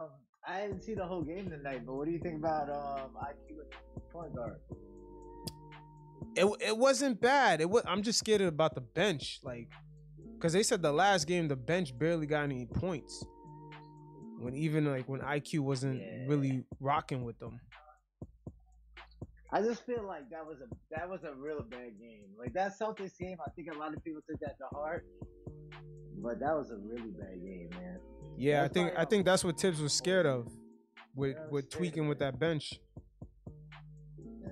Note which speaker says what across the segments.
Speaker 1: Um, I didn't see the whole game tonight, but what do you think about um IQ and point guard?
Speaker 2: It it wasn't bad. It was, I'm just scared about the bench, like, cause they said the last game the bench barely got any points. When even like when IQ wasn't
Speaker 1: Yeah.
Speaker 2: really rocking with them.
Speaker 1: I just feel like that was a that was a real bad game. Like that Celtics game, I think a lot of people took that to heart. But that was a really bad game, man.
Speaker 2: Yeah, I
Speaker 1: That's
Speaker 2: think
Speaker 1: why,
Speaker 2: I
Speaker 1: um,
Speaker 2: think that's what Tibbs was scared of, with
Speaker 1: Yeah, I was
Speaker 2: with
Speaker 1: scared of
Speaker 2: tweaking with
Speaker 1: that.
Speaker 2: that bench.
Speaker 1: Yeah.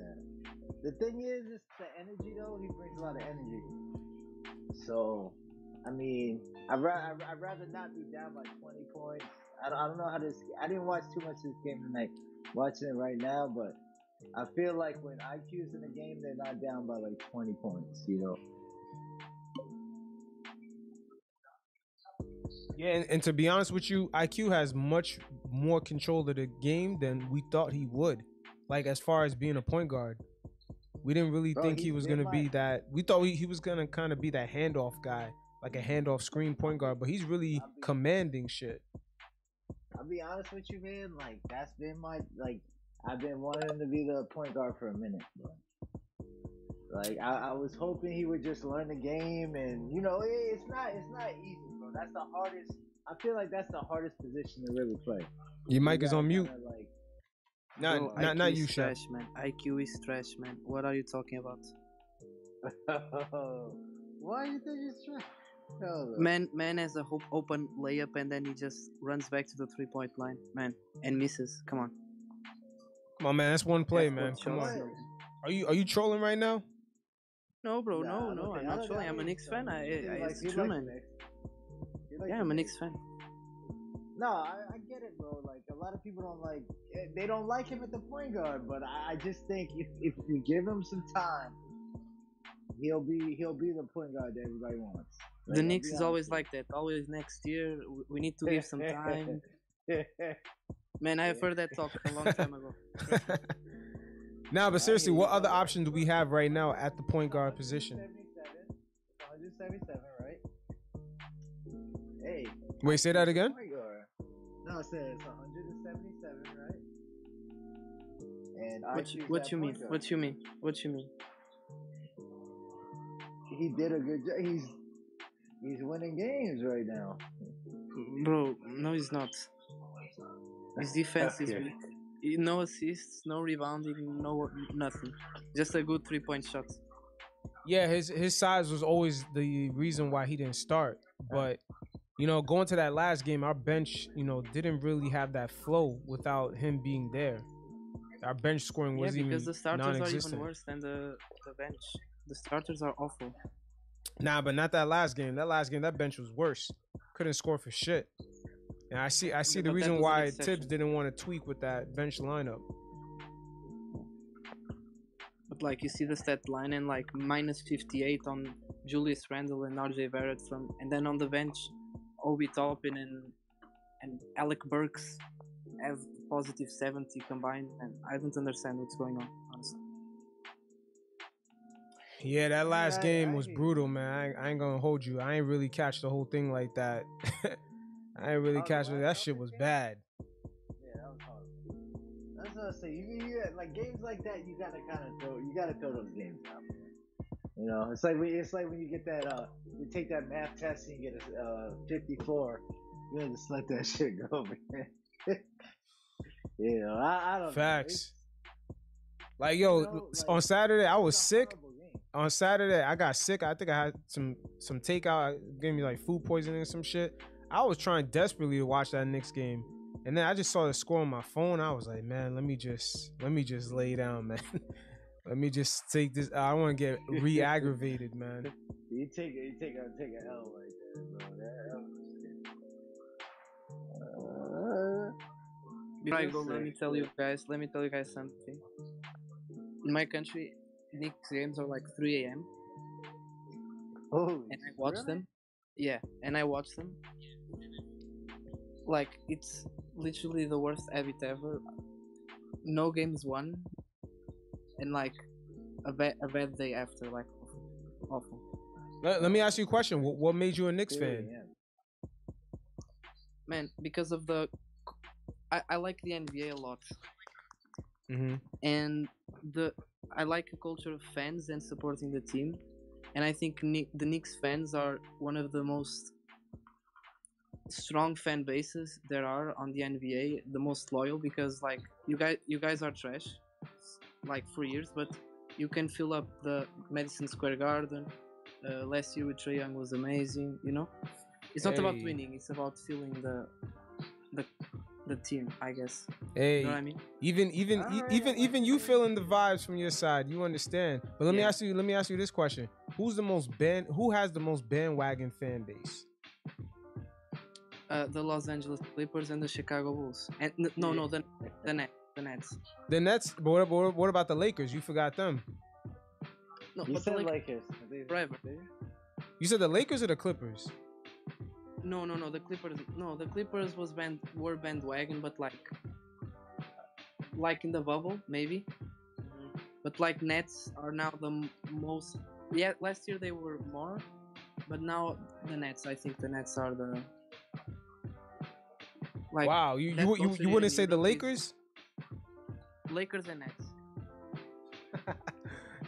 Speaker 1: The thing is, it's the energy though. He brings a lot of energy. So, I mean, I ra- I I'd rather not be down by 20 points. I don't, I don't know how this. I didn't watch too much of this game tonight. Watching it right now, but I feel like when IQ's in the game, they're not down by like 20 points. You know.
Speaker 2: Yeah, and, and to be honest with you, IQ has much more control of the game than we thought he would. Like as far as being a point guard, we didn't really
Speaker 1: Bro,
Speaker 2: think
Speaker 1: he-
Speaker 2: he was
Speaker 1: they
Speaker 2: gonna be
Speaker 1: might-
Speaker 2: that. We thought he, he was gonna kind of be that handoff guy, like a handoff screen point guard. But he's really
Speaker 1: I'll be-
Speaker 2: commanding shit.
Speaker 1: I'll be honest with you, man. Like that's been my like. I've been wanting him to be the point guard for a minute. Bro. Like I, I was hoping he would just learn the game, and you know, it, it's not it's not easy, bro. That's the hardest. I feel like that's the hardest position to really play.
Speaker 2: Your mic
Speaker 1: You
Speaker 2: is on
Speaker 1: gotta
Speaker 2: mute.
Speaker 1: kinda, like,
Speaker 2: Not
Speaker 3: Bro,
Speaker 2: not not
Speaker 3: IQ
Speaker 2: you,
Speaker 3: is
Speaker 2: Chef.
Speaker 3: trash, man. IQ is trash, man. What are you talking about?
Speaker 1: why you think it's trash? No, bro.
Speaker 3: Man, man has a hope open layup and then he just runs back to the three point line, man, and misses. Come on,
Speaker 2: Come on, man. That's one play,
Speaker 3: That's what
Speaker 2: man.
Speaker 3: shows
Speaker 2: Come on.
Speaker 3: you.
Speaker 2: Are you are you trolling right now?
Speaker 3: No, bro,
Speaker 1: Nah,
Speaker 3: no,
Speaker 1: I don't
Speaker 3: no.
Speaker 1: think-
Speaker 3: I'm
Speaker 1: I
Speaker 3: not
Speaker 1: don't-
Speaker 3: trolling.
Speaker 1: I
Speaker 3: I'm an
Speaker 1: don't
Speaker 3: Knicks
Speaker 1: think
Speaker 3: fan.
Speaker 1: so.
Speaker 3: I, I,
Speaker 1: He likes-
Speaker 3: it's
Speaker 1: he
Speaker 3: true,
Speaker 1: likes
Speaker 3: man.
Speaker 1: the Knicks. He likes
Speaker 3: Yeah,
Speaker 1: the
Speaker 3: I'm an
Speaker 1: Knicks.
Speaker 3: Knicks fan.
Speaker 1: No, I, I get it, bro. Like a lot of people don't like eh, they don't like him at the point guard, but I, I just think if, if we give him some time, he'll be he'll be the point guard that everybody wants. Like,
Speaker 3: The
Speaker 1: I'll
Speaker 3: Knicks
Speaker 1: be
Speaker 3: is
Speaker 1: honest
Speaker 3: always
Speaker 1: with
Speaker 3: like that. Always next year. w- We need to
Speaker 1: you.
Speaker 3: give some time. Man, I've heard that talk a long time ago.
Speaker 2: Nah, but seriously,
Speaker 1: hear
Speaker 2: what
Speaker 1: you,
Speaker 2: other
Speaker 1: brother.
Speaker 2: options do we have right now at the point guard position?
Speaker 1: 177, 177, right? Hey,
Speaker 2: Wait, say that again.
Speaker 1: point guard. No, it says 177, right? And
Speaker 3: What
Speaker 1: I
Speaker 3: you,
Speaker 1: choose
Speaker 3: what
Speaker 1: that
Speaker 3: you mean?
Speaker 1: point guard.
Speaker 3: What you mean? What you mean?
Speaker 1: he did a good job. He's he's winning games right now.
Speaker 3: Bro, no, he's not. His defense is
Speaker 1: Okay.
Speaker 3: weak. He- No assists, no rebounding, no nothing. Just a good three-point shot.
Speaker 2: Yeah, his his size was always the reason why he didn't start. But you know, going to that last game, our bench, you know, didn't really have that flow without him being there. Our bench scoring
Speaker 3: Yeah,
Speaker 2: was
Speaker 3: because
Speaker 2: even
Speaker 3: the starters are even
Speaker 2: non-existent.
Speaker 3: worse than the the bench. The starters are awful.
Speaker 2: Nah, but not that last game. That last game, that bench was worse. Couldn't score for shit. And I see, I see
Speaker 3: Yeah,
Speaker 2: the
Speaker 3: but that
Speaker 2: reason
Speaker 3: was an
Speaker 2: why
Speaker 3: exception.
Speaker 2: Tibbs didn't want to tweak with that bench lineup.
Speaker 3: But like you see the stat line and like minus 58 on Julius Randle and RJ Barrett from, and then on the bench, Obi Toppin and and Alec Burks have positive 70 combined, and I don't understand what's going on. Honestly.
Speaker 2: Yeah, that last
Speaker 1: I-
Speaker 2: game
Speaker 1: I
Speaker 2: was
Speaker 1: hear you.
Speaker 2: brutal, man. I, I ain't gonna hold you. I ain't really catch the whole thing like that. I ain't really
Speaker 1: Oh, the
Speaker 2: catch it.
Speaker 1: last
Speaker 2: That shit
Speaker 1: Celtics
Speaker 2: was
Speaker 1: game?
Speaker 2: bad.
Speaker 1: Yeah, that was hard. That's what I say. You, you like games like that. You gotta kind of throw. You gotta throw those games out. Man. You know, it's like when, it's like when you get that. Uh, you take that math test and you get a uh, 54. You gotta just let that shit go, man. you know, I, I don't. know.
Speaker 2: Facts.
Speaker 1: It's-
Speaker 2: Like yo,
Speaker 1: You know,
Speaker 2: s-
Speaker 1: like,
Speaker 2: on Saturday I
Speaker 1: it's
Speaker 2: was
Speaker 1: a
Speaker 2: sick.
Speaker 1: horrible game.
Speaker 2: On Saturday I got sick. I think I had some some takeout. It Gave me like food poisoning and some shit. I was trying desperately to watch that Knicks game, and then I just saw the score on my phone. I was like, man, let me just let me just lay down, man. let me just take this. I want to get re-aggravated, man.
Speaker 1: You take it, you take a take a L right there, bro. That L was good.
Speaker 3: Before I
Speaker 1: Yes,
Speaker 3: go, let
Speaker 1: sir.
Speaker 3: me tell you guys. Let me tell you guys something. In my country, Knicks games are like 3 a.m.
Speaker 1: Uh, holy
Speaker 3: and I watch
Speaker 1: really?
Speaker 3: them. Yeah, and I watch them. Like it's literally the worst habit ever. No games won, and like a bad a bad day after. Like awful. awful.
Speaker 2: Let, let me ask you a question. What, what made you a Knicks
Speaker 1: Dude,
Speaker 2: fan?
Speaker 1: yeah.
Speaker 3: Man, because of the I, I like the NBA a lot,
Speaker 2: Mm-hmm.
Speaker 3: and the I like a culture of fans and supporting the team, and I think Ni- the Knicks fans are one of the most strong fan bases there are on the NBA, the most loyal because like you guys you guys are trash, like for years, but you can fill up the Madison Square Garden. Uh, last year with Trey Young was amazing, you know. It's not about
Speaker 2: Hey.
Speaker 3: winning; it's about feeling the the the team, I guess.
Speaker 2: Hey,
Speaker 3: You know what I mean?
Speaker 2: even even e-
Speaker 1: Alright,
Speaker 2: even
Speaker 1: alright,
Speaker 2: even you
Speaker 1: alright.
Speaker 2: feeling the vibes from your side. You understand. But let me
Speaker 3: Yeah.
Speaker 2: ask you. Let me ask you this question: Who's the most band? Who has the most bandwagon fan base?
Speaker 3: Uh, the Los Angeles Clippers and the Chicago Bulls. And n- no, no, the the Nets, the Nets.
Speaker 2: The Nets. But what, what, what about the Lakers? You forgot them.
Speaker 3: No, but
Speaker 1: You
Speaker 3: the
Speaker 1: said
Speaker 3: Lakers-
Speaker 1: Lakers. I think-
Speaker 3: Forever.
Speaker 2: You said the Lakers or the Clippers?
Speaker 3: no, no, no, the Clippers. No, the Clippers was band were bandwagon, but like like in the bubble maybe. Mm-hmm. But like Nets are now the m- most. Yeah, last year they were more, but now the Nets. I think the Nets are the. Like
Speaker 2: wow. You
Speaker 3: Nets
Speaker 2: you, you,
Speaker 3: also
Speaker 2: you wouldn't
Speaker 3: didn't
Speaker 2: say the
Speaker 3: really-
Speaker 2: Lakers?
Speaker 3: Lakers and Nets.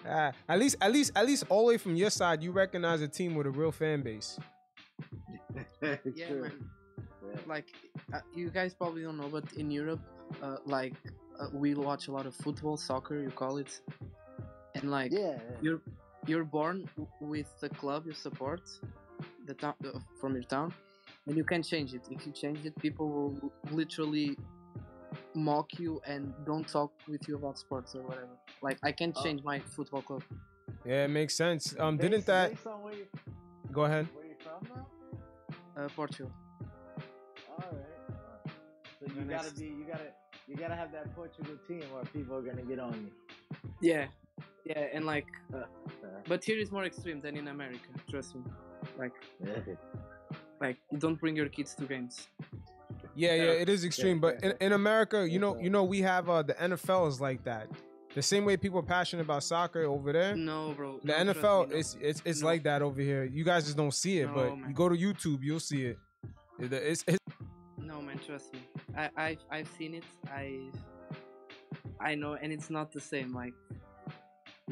Speaker 2: Ah, at least at least at least all the way from your side, you recognize a team with a real fan base.
Speaker 3: Yeah,
Speaker 1: True.
Speaker 3: man.
Speaker 1: Yeah.
Speaker 3: like uh, you guys probably don't know, but in Europe, uh, like uh, we watch a lot of football, soccer, you call it, and like
Speaker 1: Yeah.
Speaker 3: you're you're born w- with the club you support, the town uh, from your town, and you can change it. If you change it, people will literally mock you and don't talk with you about sports or whatever. Like I can
Speaker 1: Oh.
Speaker 3: change my football club.
Speaker 2: Yeah, it makes sense. Um, didn't
Speaker 1: Based-
Speaker 2: that?
Speaker 1: based on where you-
Speaker 2: Go ahead.
Speaker 1: where you from now?
Speaker 3: Uh, Portugal.
Speaker 1: Alright. uh, So you
Speaker 3: And
Speaker 1: gotta
Speaker 3: it's-
Speaker 1: be, you gotta, you gotta have that Portugal team, or people are gonna get on you.
Speaker 3: Yeah, yeah, and like, uh,
Speaker 1: Fair.
Speaker 3: but here is more extreme than in America. Trust me. Like.
Speaker 1: Yeah.
Speaker 3: like you don't bring your kids to games
Speaker 2: Yeah, yeah,
Speaker 3: Yeah.
Speaker 2: it is extreme. But in, in America, you know, you know, we have uh, the NFL is like that. The same way people are passionate about soccer over there,
Speaker 3: Mm. no bro
Speaker 2: the
Speaker 3: no, trust
Speaker 2: NFL
Speaker 3: me, no.
Speaker 2: it's it's it's
Speaker 3: No.
Speaker 2: like that over here. You guys just don't see it,
Speaker 3: No,
Speaker 2: but
Speaker 3: man.
Speaker 2: you go to YouTube, you'll see it. It- It's, it's
Speaker 3: no man trust me i i've, I've seen it i i know and it's not the same like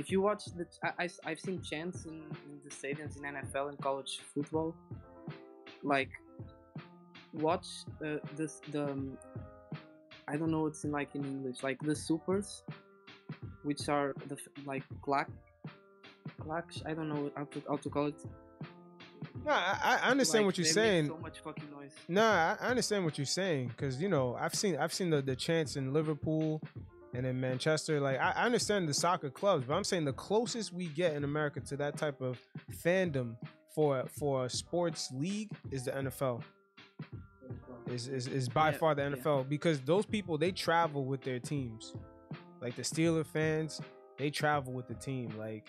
Speaker 3: if you watch the I, I, have seen chants in, in the stadiums in nfl and college football like watch uh, this the um, i don't know what's in like in english like the supers which are the f- like clock clocks i don't know how to, how to call it
Speaker 2: no, I, I understand
Speaker 3: Like,
Speaker 2: what you're
Speaker 3: they make
Speaker 2: saying.
Speaker 3: So much fucking noise.
Speaker 2: Nah, I I understand what you're saying because you know I've seen I've seen the the chance in Liverpool and in Manchester. Like I, I understand the soccer clubs, but I'm saying the closest we get in America to that type of fandom for for a sports league is the NFL. Is is, is by
Speaker 3: Yeah,
Speaker 2: far the
Speaker 3: yeah.
Speaker 2: NFL because those people they travel with their teams, like the Steeler fans. They travel with the team. Like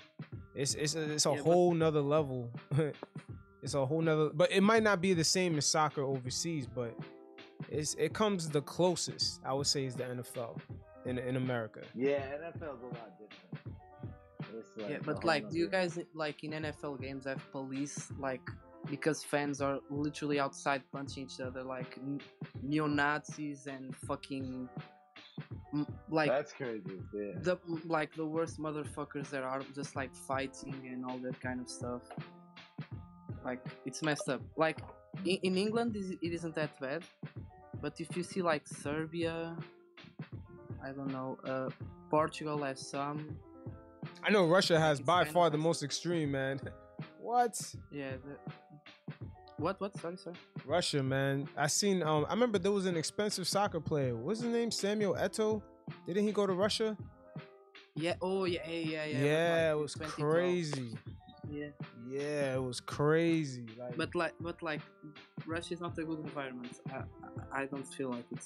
Speaker 2: it's it's a, it's a
Speaker 3: Yeah, but-
Speaker 2: whole nother level. it's a whole nother but it might not be the same as soccer overseas but it's it comes the closest i would say is the nfl in in america
Speaker 1: yeah, NFL's a lot different. It's like
Speaker 3: Yeah,
Speaker 1: a
Speaker 3: but
Speaker 1: whole
Speaker 3: like, do you
Speaker 1: nother-
Speaker 3: guys like in NFL games have police like because fans are literally outside punching each other like neo Nazis and fucking m- like
Speaker 1: That's crazy. Yeah.
Speaker 3: the like the worst motherfuckers there are just like fighting and all that kind of stuff like it's messed up like in, in england is- it isn't that bad but if you see like serbia i don't know uh portugal has some
Speaker 2: i know russia has
Speaker 3: It's
Speaker 2: by
Speaker 3: kind
Speaker 2: far
Speaker 3: of
Speaker 2: the
Speaker 3: messed
Speaker 2: most extreme man what
Speaker 3: yeah the, what what sorry sorry
Speaker 2: russia man i seen um i remember there was an expensive soccer player what's his name samuel eto didn't he go to russia
Speaker 3: yeah oh yeah yeah yeah
Speaker 2: yeah,
Speaker 3: but, like,
Speaker 2: it
Speaker 3: in
Speaker 2: was
Speaker 3: 2012
Speaker 2: crazy
Speaker 3: yeah
Speaker 2: yeah it was crazy like
Speaker 3: but like but like russia is not a good environment i I- i don't feel like it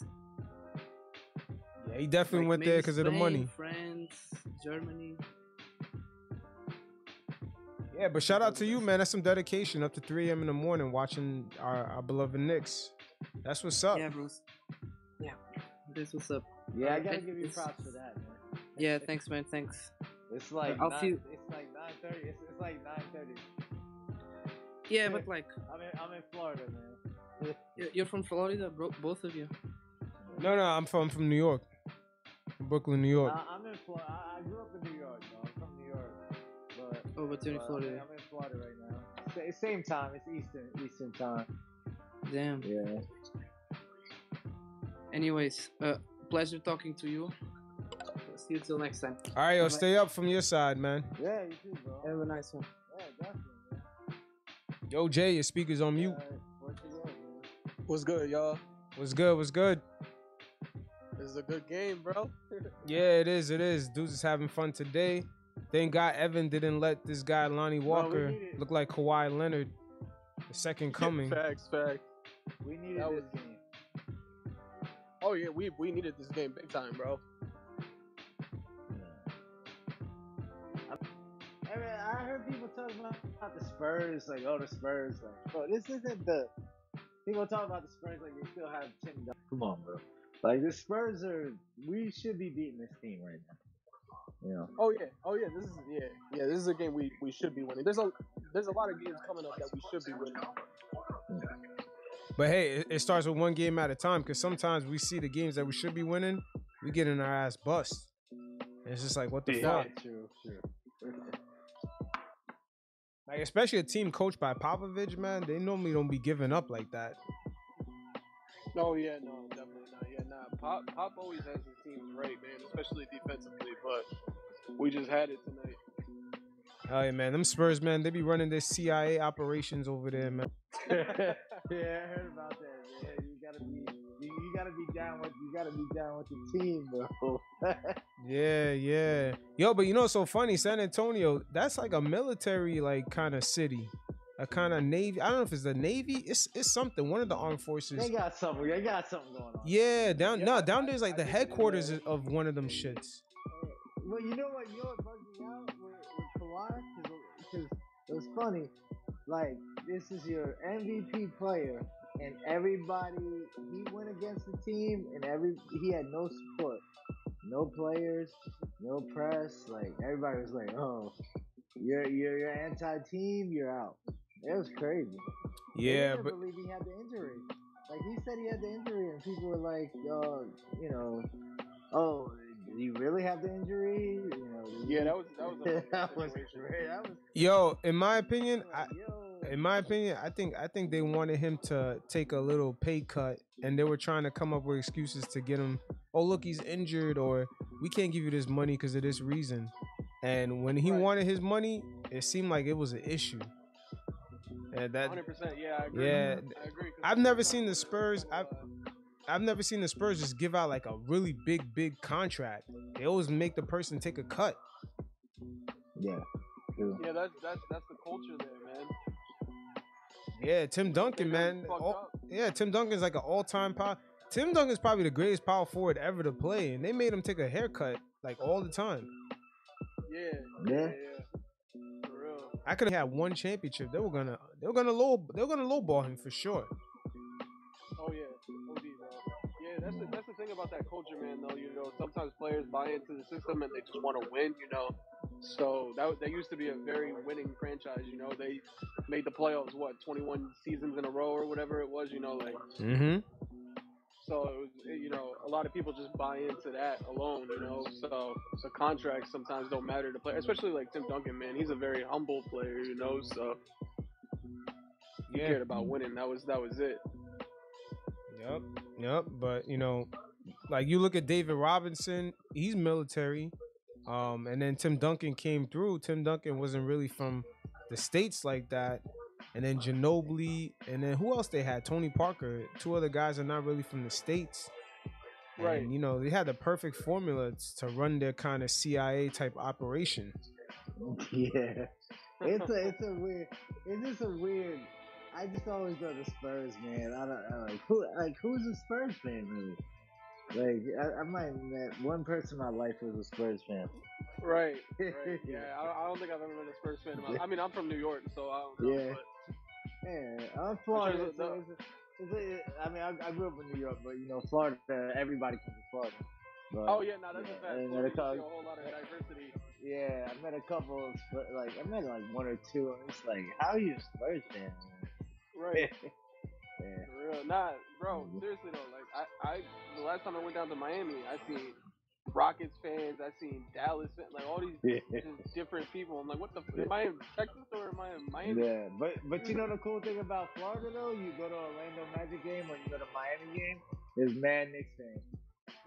Speaker 2: yeah, he definitely
Speaker 3: Like,
Speaker 2: went there
Speaker 3: maybe
Speaker 2: because of the
Speaker 3: Spain,
Speaker 2: money
Speaker 3: France, Germany.
Speaker 2: Yeah, but shout out to you, man. That's some dedication. Up to 3 a.m. in the morning watching our, our beloved Knicks. That's what's up.
Speaker 3: Yeah, bros. Yeah, this what's up.
Speaker 1: Yeah, I
Speaker 3: Okay.
Speaker 1: gotta give you
Speaker 3: It's-
Speaker 1: props for that, man.
Speaker 3: Yeah, thanks, man. Thanks.
Speaker 1: It's like
Speaker 3: I'll
Speaker 1: nine,
Speaker 3: feel-
Speaker 1: it's like nine thirty. It's, it's like nine thirty.
Speaker 3: Yeah, but like
Speaker 1: I'm in I'm in Florida, man.
Speaker 3: y- you're from Florida, bro, both of you.
Speaker 1: Yeah.
Speaker 2: No, no, I'm from from New York, Brooklyn, New York.
Speaker 1: I, I'm in Florida. I, I grew up in New York, though. I'm from New York. But,
Speaker 3: Over
Speaker 1: but
Speaker 3: twenty
Speaker 1: I'm, in,
Speaker 3: Oh, Florida.
Speaker 1: I'm in Florida right now. Sa- same time. It's Eastern Eastern time.
Speaker 3: Damn.
Speaker 1: Yeah.
Speaker 3: Anyways, uh, pleasure talking to you. See you till next time.
Speaker 2: All right, yo,
Speaker 3: Bye-bye.
Speaker 2: stay up from your side, man.
Speaker 1: Yeah, you too, bro.
Speaker 3: Have a nice one.
Speaker 1: Yeah, definitely. man.
Speaker 2: Yo, Jay, your speaker's on mute.
Speaker 1: Uh, Portugal, man.
Speaker 4: What's good, y'all?
Speaker 2: What's good? What's good?
Speaker 4: This is a good game, bro.
Speaker 2: Yeah, it is. It is. Dudes is having fun today. Thank God Evan didn't let this guy Lonnie Walker
Speaker 1: need it.
Speaker 2: look like Kawhi Leonard, the second coming.
Speaker 4: Facts, facts.
Speaker 1: We needed
Speaker 4: That
Speaker 1: this
Speaker 4: was-
Speaker 1: game.
Speaker 4: Oh yeah, we we needed this game big time, bro.
Speaker 1: I, mean, I heard people talking about, about the Spurs, like, oh, the Spurs. Like, bro, this isn't the. People talk about the Spurs like they still have Tim Duncan. Come on, bro. Like, the Spurs are. We should be beating this team right now. You know?
Speaker 4: Oh yeah, oh yeah. This is yeah, yeah. This is a game we, we should be winning. There's a there's a lot of games coming up that we should be winning.
Speaker 2: But hey, it, it starts with one game at a time because sometimes we see the games that we should be winning, we get in our ass bust. And it's just like, what the fuck?
Speaker 1: true, true.
Speaker 2: Like, especially a team coached by Popovich, man, they normally don't be giving up like that.
Speaker 4: No, Oh, yeah, no, definitely not. Yeah, nah. Pop Pop always has his teams right, man, especially defensively. But we just had it tonight.
Speaker 2: Hell yeah, man. Them Spurs, man, they be running their CIA operations over there, man.
Speaker 1: yeah, I heard about that. Yeah, you gotta be, you, you gotta be down with, you gotta be down with the team, bro.
Speaker 2: Yeah, yeah. Yo, but you know what's so funny? San Antonio, that's like a military like kind of city. A kind of navy. I don't know if it's the navy. It's it's something. One of the armed
Speaker 1: they
Speaker 2: forces.
Speaker 1: got something. They got something going on.
Speaker 2: Yeah, down
Speaker 4: Yeah,
Speaker 2: no,
Speaker 4: I-
Speaker 2: down
Speaker 4: I-
Speaker 2: there's like
Speaker 4: I
Speaker 2: the
Speaker 4: think I know
Speaker 2: headquarters
Speaker 4: that.
Speaker 2: of one of them shits.
Speaker 1: Well, you know what? You know what bugged me out with, with Kawhi? Because it was funny. Like, this is your MVP player, and everybody, he went against the team, and every he had no support. No players, no press. Like, everybody was like, oh, you're, you're, you're anti team, you're out. It was crazy. They
Speaker 2: Yeah,
Speaker 1: didn't
Speaker 2: but
Speaker 1: believe he had the injury. Like he said he had the injury, and people were like, "Yo, you know, oh, did he really have the injury?" You know, did
Speaker 4: Yeah,
Speaker 1: he-
Speaker 4: that was that was a
Speaker 1: that was
Speaker 4: situation.
Speaker 1: great. That was
Speaker 2: yo, in my opinion, I,
Speaker 1: like, yo.
Speaker 2: in my opinion, I think I think they wanted him to take a little pay cut, and they were trying to come up with excuses to get him. Oh, look, he's injured, or we can't give you this money because of this reason. And when he
Speaker 4: Right.
Speaker 2: wanted his money, it seemed like it was an issue. And that
Speaker 4: 100%. Yeah, I agree.
Speaker 2: Yeah.
Speaker 4: I agree 'cause
Speaker 2: I've never
Speaker 4: sometimes
Speaker 2: seen the
Speaker 4: when-
Speaker 2: Spurs-
Speaker 4: when,
Speaker 2: I've-
Speaker 4: uh,
Speaker 2: I've never seen the Spurs just give out like a really big, big contract. They always make the person take a cut.
Speaker 1: yeah, true.
Speaker 4: Yeah, that's that's that's the culture there, man.
Speaker 2: Yeah, Tim Duncan,
Speaker 4: They
Speaker 2: man.
Speaker 4: fucked
Speaker 2: all-
Speaker 4: up.
Speaker 2: Yeah, Tim Duncan's like an all-time power. Tim Duncan's probably the greatest power forward ever to play, and they made him take a haircut like all the time.
Speaker 4: Yeah,
Speaker 1: Yeah.
Speaker 4: yeah, yeah. For real.
Speaker 2: I could have had one championship. They were gonna, they were gonna low, they were gonna lowball him for sure.
Speaker 4: Oh yeah, OD, bro. Yeah, that's the, that's the thing about that culture, man. Though you know, sometimes players buy into the system and they just want to win. You know, so that was- that used to be a very winning franchise. You know, they made the playoffs what 21 seasons in a row or whatever it was. You know, like
Speaker 2: Mm-hmm.
Speaker 4: so it was. You know, a lot of people just buy into that alone. You know, so the contracts sometimes don't matter to players, especially like Tim Duncan, man. He's a very humble player. You know, so he
Speaker 2: Yeah.
Speaker 4: cared about winning. That was that was it.
Speaker 2: Yep. Yep. But you know, like you look at David Robinson, he's military. Um, and then Tim Duncan came through. Tim Duncan wasn't really from the states like that. And then Ginobili, and then who else they had? Tony Parker. Two other guys are not really from the states.
Speaker 4: Right.
Speaker 2: And, you know, they had the perfect formula t- to run their kind of CIA type operation.
Speaker 1: yeah. It's a, it's a weird, it's just a weird. I just always go the Spurs, man. I don't I like who, like who's a Spurs fan really. Like I, I might have met one person in my life who was a Spurs fan.
Speaker 4: Right, right. Yeah, I, I don't think I've ever been a Spurs fan. In my, I mean, I'm from New York, so I don't know.
Speaker 1: Yeah.
Speaker 4: But
Speaker 1: Yeah, I'm Florida.
Speaker 4: Actually,
Speaker 1: so
Speaker 4: no.
Speaker 1: it's- it's- it's- I mean, I, I grew up in New York, but you know, Florida. Everybody comes from Florida. But,
Speaker 4: oh yeah, no, that's a fact.
Speaker 1: Yeah,
Speaker 4: Florida, you
Speaker 1: that's how-
Speaker 4: see a whole lot of diversity.
Speaker 1: yeah, I met a couple of Spurs- like I met like one or two, and it's like, how are you a Spurs fan?
Speaker 4: Right.
Speaker 1: Yeah.
Speaker 4: For real, nah, bro.
Speaker 1: Mm-hmm.
Speaker 4: Seriously though, like I, I, the last time I went down to Miami, I seen Rockets fans, I seen Dallas fans, like all these
Speaker 1: Yeah.
Speaker 4: just different people. I'm like, what the? F-
Speaker 1: Yeah.
Speaker 4: am I in Texas or am I in Miami? Hmm.
Speaker 1: Yeah, but but you know the cool thing about Florida though, you go to Orlando Magic game or you go to Miami game, there's mad Knicks fans.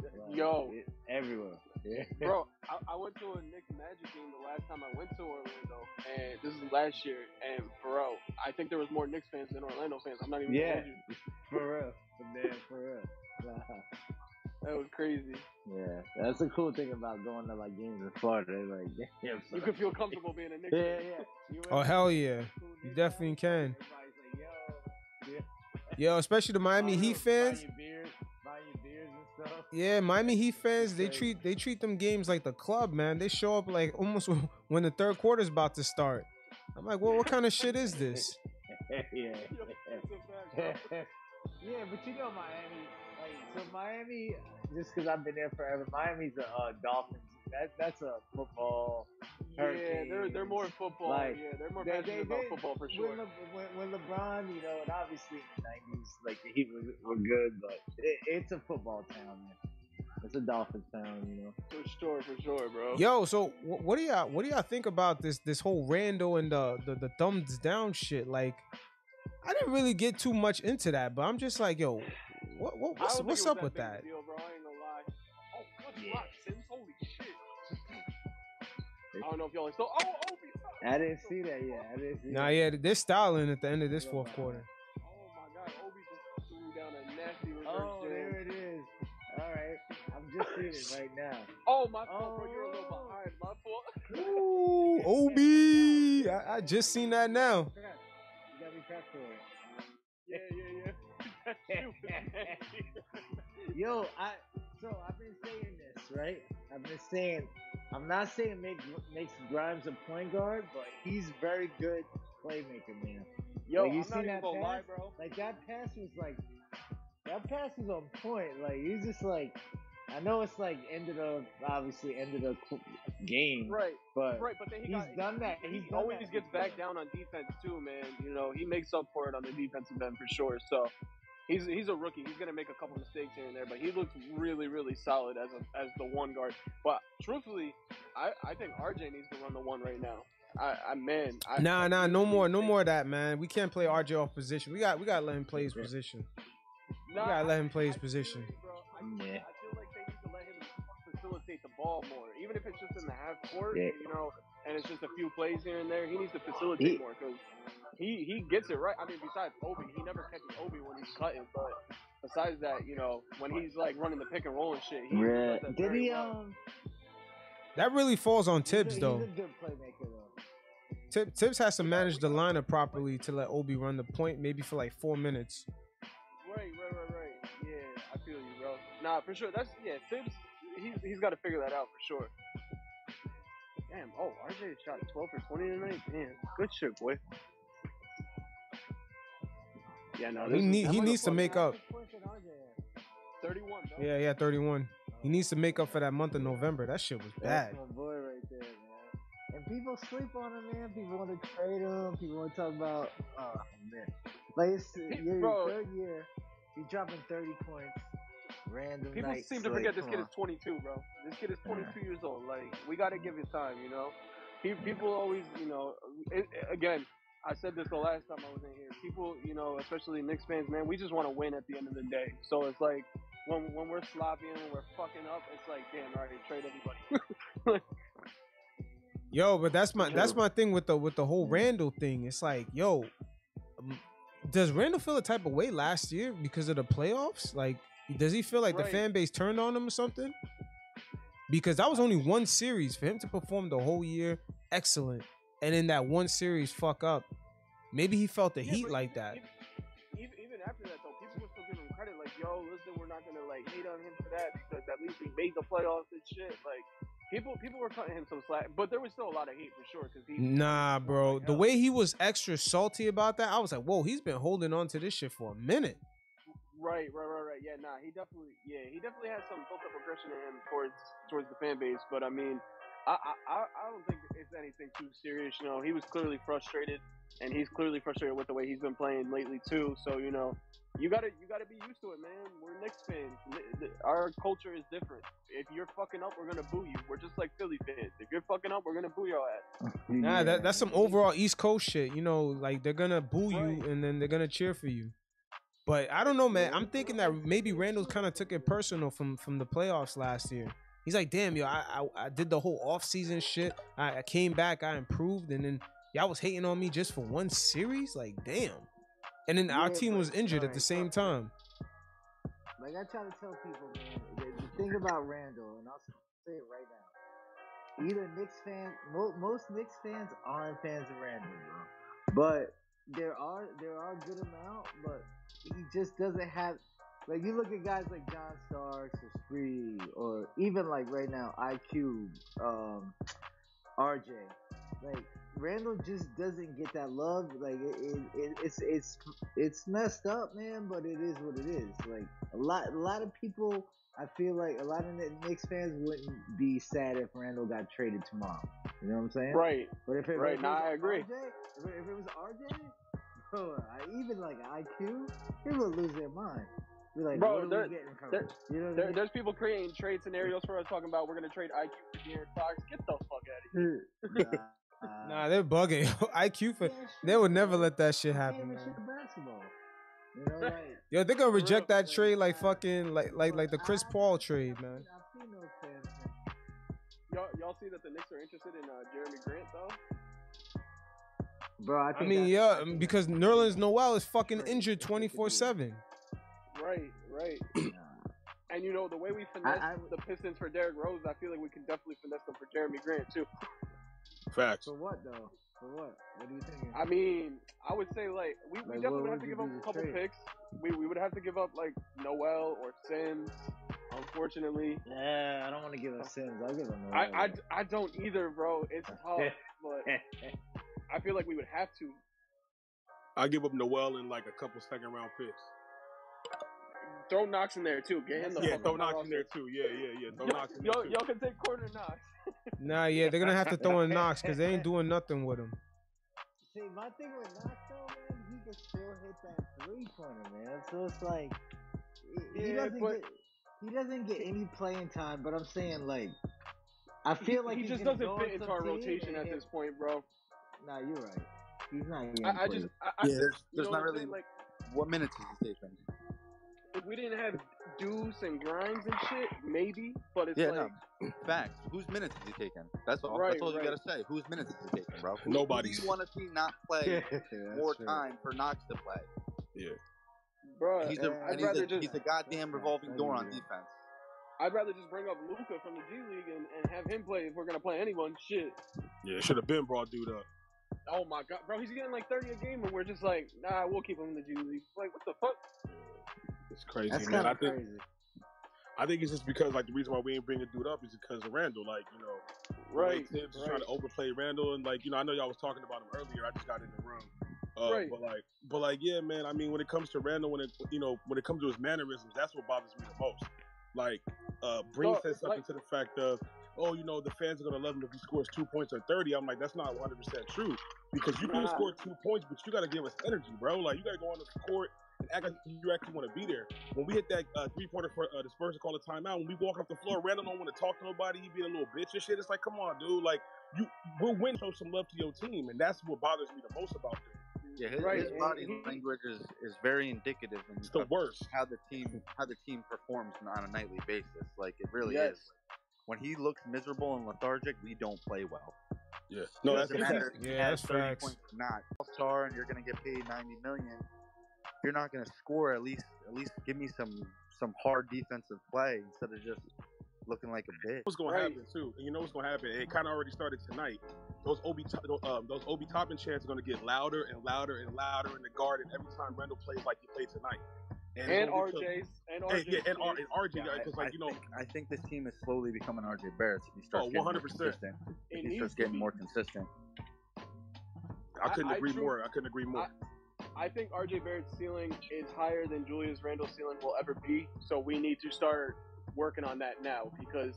Speaker 1: Like,
Speaker 4: Yo.
Speaker 1: it- everywhere. Yeah.
Speaker 4: Bro, I, I went to a Knicks Magic game the last time I went to Orlando, and this is last year. And bro, I think there was more Knicks fans than Orlando fans. I'm not even gonna
Speaker 1: Yeah.
Speaker 4: hold you.
Speaker 1: for real, man, for real. Nah.
Speaker 4: That was crazy.
Speaker 1: Yeah, that's the cool thing about going to like games in Florida. They're Like, yeah,
Speaker 4: You could feel comfortable being a Knicks.
Speaker 1: yeah,
Speaker 4: fan.
Speaker 1: yeah. You
Speaker 2: Oh
Speaker 1: in-
Speaker 2: hell yeah.
Speaker 1: cool
Speaker 2: You
Speaker 1: Knicks
Speaker 2: definitely
Speaker 1: fan,
Speaker 2: can.
Speaker 1: Everybody's like, yo,
Speaker 2: Yo, especially the Miami
Speaker 1: buy
Speaker 2: Heat
Speaker 1: your-
Speaker 2: fans.
Speaker 1: buy your beers, buy your beers and stuff.
Speaker 2: Yeah, Miami Heat fans, they treat they treat them games like the club, man. They show up like almost when the third quarter's about to start. I'm like, well, what kind of shit is this?
Speaker 4: Yo,
Speaker 1: yeah.
Speaker 4: that's a
Speaker 1: yeah,
Speaker 4: fact,
Speaker 1: but you know Miami. Like, so Miami, just because I've been there forever, Miami's a uh, Dolphins. That that's a football.
Speaker 4: bro. Yeah, they're they're
Speaker 1: Hurricanes.
Speaker 4: more football.
Speaker 1: Like,
Speaker 4: yeah, they're more
Speaker 1: they-
Speaker 4: passionate
Speaker 1: they-
Speaker 4: about
Speaker 1: they-
Speaker 4: football for
Speaker 1: When,
Speaker 4: sure.
Speaker 1: Le, when, when LeBron, you know, and obviously in the '90s, like the Heat were, were good, but it, it's a football town, man. It's a Dolphins town, you know.
Speaker 4: For sure, for sure, bro.
Speaker 2: Yo, so wh- what do y'all what do y'all think about this this whole Randall and the, the the thumbs down shit? Like, I didn't really get too much into that, but I'm just like, yo, what, what
Speaker 4: I don't
Speaker 2: what's
Speaker 4: think
Speaker 2: what's
Speaker 4: it was
Speaker 2: up with
Speaker 4: big of a
Speaker 2: that?
Speaker 4: Deal, bro. I ain't gonna lie. Oh, good
Speaker 1: Yeah.
Speaker 4: block, Sims. Holy shit. I don't know if y'all saw. Oh, Obi.
Speaker 1: I didn't see that yet. I didn't see.
Speaker 2: Nah,
Speaker 1: that.
Speaker 2: yeah, they're styling at the end of this fourth quarter.
Speaker 4: Oh my God, Obi just threw down a nasty reverse
Speaker 1: Oh,
Speaker 4: jab.
Speaker 1: there it is. All right, I'm just seeing it right now.
Speaker 4: Oh my fault, bro. You're a little
Speaker 1: Oh.
Speaker 4: behind. My fault.
Speaker 2: Ooh, Ob, I, I just seen that now.
Speaker 1: You gotta be prepped for it.
Speaker 4: Yeah, yeah, yeah. That shit was nasty.
Speaker 1: Yo, I so I've been saying this, right? I've been saying I'm not saying make makes Grimes a point guard, but he's very good playmaker, man.
Speaker 4: Yo,
Speaker 1: Like, you
Speaker 4: I'm
Speaker 1: seen
Speaker 4: not even
Speaker 1: that
Speaker 4: gonna lie,
Speaker 1: pass?
Speaker 4: bro.
Speaker 1: Like that pass was like that pass was on point. Like he's just like I know it's like end of the obviously end of the qu- game,
Speaker 4: Right,
Speaker 1: but
Speaker 4: right. But then he
Speaker 1: he's
Speaker 4: got.
Speaker 1: done that.
Speaker 4: he
Speaker 1: He's done
Speaker 4: always
Speaker 1: that
Speaker 4: gets
Speaker 1: before.
Speaker 4: back down on defense too, man. You know, he makes up for it on the defensive end for sure. So he's he's a rookie. He's gonna make a couple mistakes here and there, but he looks really, really solid as a, as the one guard. But truthfully, I, I think RJ needs to run the one right now. I, I man, I,
Speaker 2: Nah,
Speaker 4: I
Speaker 2: nah,
Speaker 4: really
Speaker 2: no more,
Speaker 4: think-
Speaker 2: no more of that, man. We can't play RJ off position. We got, we gotta let him play his position.
Speaker 4: Nah,
Speaker 2: gotta let him play his
Speaker 4: I feel
Speaker 2: position.
Speaker 4: you, bro.
Speaker 1: Yeah.
Speaker 4: I, I feel like they need to let him facilitate the ball more, even if it's just in the half court,
Speaker 1: Yeah.
Speaker 4: you know, and it's just a few plays here and there. He needs to facilitate
Speaker 1: He-
Speaker 4: more because he he gets it right. I mean, besides Obi, he never catches Obi when he's cutting, but besides that, you know, when he's like running the pick and roll and shit, he
Speaker 1: Yeah.
Speaker 4: does that
Speaker 1: Did
Speaker 4: very
Speaker 1: he
Speaker 4: well.
Speaker 1: um
Speaker 2: That really falls on
Speaker 1: he's a-
Speaker 2: Tibbs though.
Speaker 1: He's a good playmaker though.
Speaker 2: Tib- Tibbs has to manage the lineup properly to let Obi run the point, maybe for like four minutes.
Speaker 4: Right, right, right, right. Yeah, I feel you, bro. Nah, for sure. That's yeah, Tibbs. He's he's got to figure that out for sure. Damn. Oh, RJ shot 12 for 20 tonight. Damn. Good shit, boy. Yeah, no.
Speaker 2: He
Speaker 4: this is-
Speaker 2: need-
Speaker 4: how
Speaker 2: he
Speaker 4: much
Speaker 2: needs to
Speaker 4: was
Speaker 2: make
Speaker 4: that?
Speaker 2: up.
Speaker 1: Points that RJ had.
Speaker 4: 31. Bro.
Speaker 2: Yeah, yeah, 31. He needs to make up for that month of November. That shit was
Speaker 1: That's
Speaker 2: bad.
Speaker 1: my boy right there, man. And people sleep on him, man. People want to trade him. People want to talk about, oh man, like it's your
Speaker 4: Bro.
Speaker 1: third year. You're dropping 30 points, random
Speaker 4: People
Speaker 1: nights,
Speaker 4: seem to
Speaker 1: like,
Speaker 4: forget this
Speaker 1: come
Speaker 4: kid
Speaker 1: on.
Speaker 4: is 22, bro. This kid is 22 years old. Like, we got to give it time, you know? He, people always, you know, it, it- again, I said this the last time I was in here. People, you know, especially Knicks fans, man, we just want to win at the end of the day. So it's like, when, when we're sloppy and when we're fucking up, it's like, damn, all right, trade everybody.
Speaker 2: Yo, but that's my that's
Speaker 1: True.
Speaker 2: my thing with the with the whole Randall thing. It's like, yo, um, does Randall feel a type of way last year because of the playoffs? Like, does he feel like the
Speaker 4: Right.
Speaker 2: fan base turned on him or something? Because that was only one series for him to perform the whole year excellent, and in that one series fuck up. Maybe he felt the
Speaker 4: Yeah,
Speaker 2: heat
Speaker 4: but
Speaker 2: like
Speaker 4: even-
Speaker 2: that.
Speaker 4: Even, even after that, though, people were still giving him credit. Like, yo, listen, we're not gonna like hate on him for that because at least he made the playoffs and shit. Like, people people were cutting him some slack, but there was still a lot of hate for sure because he.
Speaker 2: Nah, bro. The
Speaker 4: hell.
Speaker 2: way he was extra salty about that, I was like, whoa, he's been holding on to this shit for a minute.
Speaker 4: Right, right, right, right. Yeah, nah, he definitely, yeah, he definitely has some built-up aggression in him towards towards the fan base. But I mean, I I, I I don't think it's anything too serious. You know, he was clearly frustrated. and he's clearly frustrated with the way he's been playing lately too. So you know, you gotta you gotta be used to it, man. We're Knicks fans. Ni- th- Our culture is different. If you're fucking up, we're gonna boo you. We're just like Philly fans. If you're fucking up, we're gonna boo your ass.
Speaker 2: Nah, that, that's some overall East Coast shit. You know, like they're gonna boo you
Speaker 4: Right.
Speaker 2: and then they're gonna cheer for you. But I don't know, man. I'm thinking that maybe Randall kind of took it personal from from the playoffs last year. He's like, damn, yo, I I, I did the whole offseason shit. I, I came back, I improved, and then y'all was hating on me just for one series. Like, damn. And then our
Speaker 1: Yeah,
Speaker 2: team
Speaker 1: but-
Speaker 2: was injured at the
Speaker 1: alright,
Speaker 2: same
Speaker 1: fuck.
Speaker 2: time.
Speaker 1: Like I try to tell people, man, the, the thing about Randall, and I'll say it right now. Either Knicks fan, mo- most Knicks fans aren't fans of Randall, bro. But there are there are a good amount, but he just doesn't have. Like you look at guys like John Starks or Spree, or even like right now IQ, um, RJ. Like Randall just doesn't get that love. Like it, it, it, it's it's it's messed up, man. But it is what it is. Like a lot a lot of people, I feel like a lot of Kn- Knicks fans wouldn't be sad if Randall got traded tomorrow. You know what I'm saying?
Speaker 4: Right.
Speaker 1: But if it,
Speaker 4: Right,
Speaker 1: if it
Speaker 4: nah,
Speaker 1: was
Speaker 4: I agree.
Speaker 1: RJ, if, it, if it was RJ, bro, I, even like IQ, they would lose their mind. Be like,
Speaker 4: Bro,
Speaker 1: what are
Speaker 4: there-
Speaker 1: we getting from
Speaker 4: there-
Speaker 1: it? You know what
Speaker 4: There,
Speaker 1: I
Speaker 4: there's people creating trade scenarios for us talking about we're gonna trade IQ for De'Aaron Fox. Get the fuck out of here.
Speaker 1: mean? Nah,
Speaker 2: Nah, they're bugging. IQ for they would never let that shit happen.
Speaker 1: Even
Speaker 2: man.
Speaker 1: shoot basketball. You know, like,
Speaker 2: Yo, they're gonna
Speaker 4: For
Speaker 2: reject
Speaker 4: real.
Speaker 2: that trade like fucking like like
Speaker 1: but
Speaker 2: like the Chris
Speaker 1: I-
Speaker 2: Paul
Speaker 1: I've
Speaker 2: trade,
Speaker 1: seen-
Speaker 2: man.
Speaker 1: I've seen those fans, man.
Speaker 4: Y'all, y'all see that the Knicks are interested in uh, Jeremy Grant though.
Speaker 1: Bro, I,
Speaker 2: I
Speaker 1: think
Speaker 2: mean,
Speaker 1: that's- I
Speaker 2: yeah,
Speaker 1: think
Speaker 2: because
Speaker 1: that's-
Speaker 2: Nerlens Noel is fucking
Speaker 1: Right,
Speaker 2: injured
Speaker 1: that's what they
Speaker 2: twenty
Speaker 1: do.
Speaker 2: four seven.
Speaker 4: Right. Right.
Speaker 1: Nah.
Speaker 4: And you know the way we finessed
Speaker 1: I-
Speaker 4: the Pistons for Derrick Rose, I feel like we can definitely finesse them for Jeremy Grant too.
Speaker 5: Facts.
Speaker 1: For what though? For what? What are you thinking?
Speaker 4: I mean, I would say like we,
Speaker 1: Like,
Speaker 4: we definitely
Speaker 1: what
Speaker 4: would
Speaker 1: would
Speaker 4: have to
Speaker 1: you do
Speaker 4: give up
Speaker 1: to
Speaker 4: a couple
Speaker 1: trade?
Speaker 4: picks. We we would have to give up like Noel or Sims, unfortunately.
Speaker 1: yeah, I don't want to give up Sims. I'll give him.
Speaker 4: I,
Speaker 1: Noel.
Speaker 4: I, I don't either, bro. It's tough, but I feel like we would have to.
Speaker 5: I give up Noel in like a couple second round picks.
Speaker 4: Throw Knox in there too. Get him the
Speaker 5: Yeah,
Speaker 4: fuck
Speaker 5: throw
Speaker 4: on
Speaker 5: Knox
Speaker 4: the
Speaker 5: in there
Speaker 4: roster.
Speaker 5: too. Yeah, yeah, yeah. Throw Knox in
Speaker 4: Yo,
Speaker 5: there too.
Speaker 4: yo, can take quarter Knox.
Speaker 2: Nah, yeah, they're gonna have to throw in Knox because they ain't doing nothing with him.
Speaker 1: See, my thing with Knox though, man, he can still hit that three pointer, man. So it's like he- he
Speaker 4: Yeah,
Speaker 1: doesn't
Speaker 4: but-
Speaker 1: get he doesn't get any playing time. But I'm saying like. I feel like
Speaker 4: he
Speaker 1: he's
Speaker 4: just
Speaker 1: gonna
Speaker 4: doesn't
Speaker 1: go
Speaker 4: fit
Speaker 1: on
Speaker 4: into
Speaker 1: some
Speaker 4: our
Speaker 1: team
Speaker 4: rotation
Speaker 1: and
Speaker 4: at
Speaker 1: hit-
Speaker 4: this point, bro.
Speaker 1: Nah, you're right. He's not. getting
Speaker 4: I, I just,
Speaker 1: played.
Speaker 4: I, I,
Speaker 5: Yeah, there's-
Speaker 4: you know
Speaker 6: there's
Speaker 4: what
Speaker 6: not
Speaker 4: I'm
Speaker 6: really-
Speaker 4: saying? like
Speaker 6: What minutes is he taking?
Speaker 4: if we didn't have dudes and grinds and shit, maybe. But it's
Speaker 6: Yeah,
Speaker 4: like.
Speaker 6: no. Facts. Whose minutes is he taking? That's all.
Speaker 4: Right,
Speaker 6: that's all
Speaker 4: right.
Speaker 6: you gotta say. Whose minutes is he taking, bro? Who-
Speaker 5: Nobody's.
Speaker 6: Who do you want to see not play
Speaker 1: That's
Speaker 6: more
Speaker 1: true.
Speaker 6: time for Knox to play?
Speaker 4: Bro,
Speaker 6: He's a,
Speaker 1: uh,
Speaker 6: and
Speaker 4: I'd
Speaker 6: he's,
Speaker 4: rather
Speaker 6: a,
Speaker 4: just
Speaker 6: he's a goddamn revolving door on defense.
Speaker 4: I'd rather just bring up Luca from the G League and, and have him play if we're gonna play anyone. Shit.
Speaker 5: Yeah, should have been brought dude up.
Speaker 4: Oh my god, bro, he's getting like thirty a game, and we're just like, nah, we'll keep him in the G League. Like, what the fuck?
Speaker 5: It's crazy,
Speaker 1: That's
Speaker 5: man.
Speaker 1: kind
Speaker 5: I
Speaker 1: of
Speaker 5: think
Speaker 1: crazy.
Speaker 5: I think it's just because like the reason why we ain't bringing dude up is because of Randall. Like you know, the way
Speaker 4: Right.
Speaker 5: Tibbs is
Speaker 4: right.
Speaker 5: trying to overplay Randall, and like you know, I know y'all was talking about him earlier. I just got in the room. Uh,
Speaker 4: Right.
Speaker 5: But like, but like, yeah, man. I mean, when it comes to Randall, when it you know, when it comes to his mannerisms, that's what bothers me the most. Like, uh, Breen
Speaker 4: No,
Speaker 5: said
Speaker 4: it's
Speaker 5: something
Speaker 4: like-
Speaker 5: to the fact of, oh, you know, the fans are gonna love him if he scores two points or thirty. I'm like, that's not 100 percent true because you can
Speaker 4: Nah.
Speaker 5: score two points, but you gotta give us energy, bro. Like, you gotta go on the court. And act like you actually want to be there. When we hit that uh, three pointer for uh, the Spurs to call a timeout, when we walk off the floor, Randall don't want to talk to nobody. He being a little bitch and shit. It's like, come on, dude. Like, you we're winning. Show some love to your team, and that's what bothers me the most about them.
Speaker 6: Yeah, his,
Speaker 4: Right,
Speaker 6: his
Speaker 4: and
Speaker 6: body
Speaker 4: he-
Speaker 6: language is, is very indicative in
Speaker 5: It's the
Speaker 6: of
Speaker 5: worst.
Speaker 6: how the team how the team performs on a nightly basis. Like it really
Speaker 4: Yes.
Speaker 6: is. When he looks miserable and lethargic, we don't play well.
Speaker 5: Yeah. No, that's
Speaker 6: doesn't matter.
Speaker 5: exactly.
Speaker 6: if he
Speaker 2: Yeah,
Speaker 6: has
Speaker 2: that's
Speaker 6: 30
Speaker 2: facts.
Speaker 6: points or Not all star, and you're gonna get paid ninety million. You're not gonna score. At least, at least give me some some hard defensive play instead of just looking like a bitch.
Speaker 5: What's gonna
Speaker 4: Right.
Speaker 5: happen too? And you know what's gonna happen? It kind of already started tonight. Those Obi, To- um, those Obi Toppin chants are gonna get louder and louder and louder in the garden every time Randall plays like he played tonight. it's
Speaker 4: and
Speaker 5: gonna be tough.
Speaker 4: RJ's and
Speaker 5: And,
Speaker 4: RJ's.
Speaker 5: yeah, and, R- and RJ,
Speaker 6: I-
Speaker 5: because like you
Speaker 6: I
Speaker 5: know,
Speaker 6: think, I think this team is slowly becoming RJ Barrett. If he starts
Speaker 5: Oh,
Speaker 6: getting more
Speaker 5: 100%.
Speaker 6: consistent,
Speaker 4: It
Speaker 6: if he
Speaker 4: needs
Speaker 6: starts
Speaker 4: to
Speaker 6: getting
Speaker 4: be.
Speaker 6: more consistent.
Speaker 5: I couldn't
Speaker 4: I- I
Speaker 5: agree
Speaker 4: truly-
Speaker 5: more. I couldn't agree more.
Speaker 4: I think RJ Barrett's ceiling is higher than Julius Randle's ceiling will ever be. So we need to start working on that now because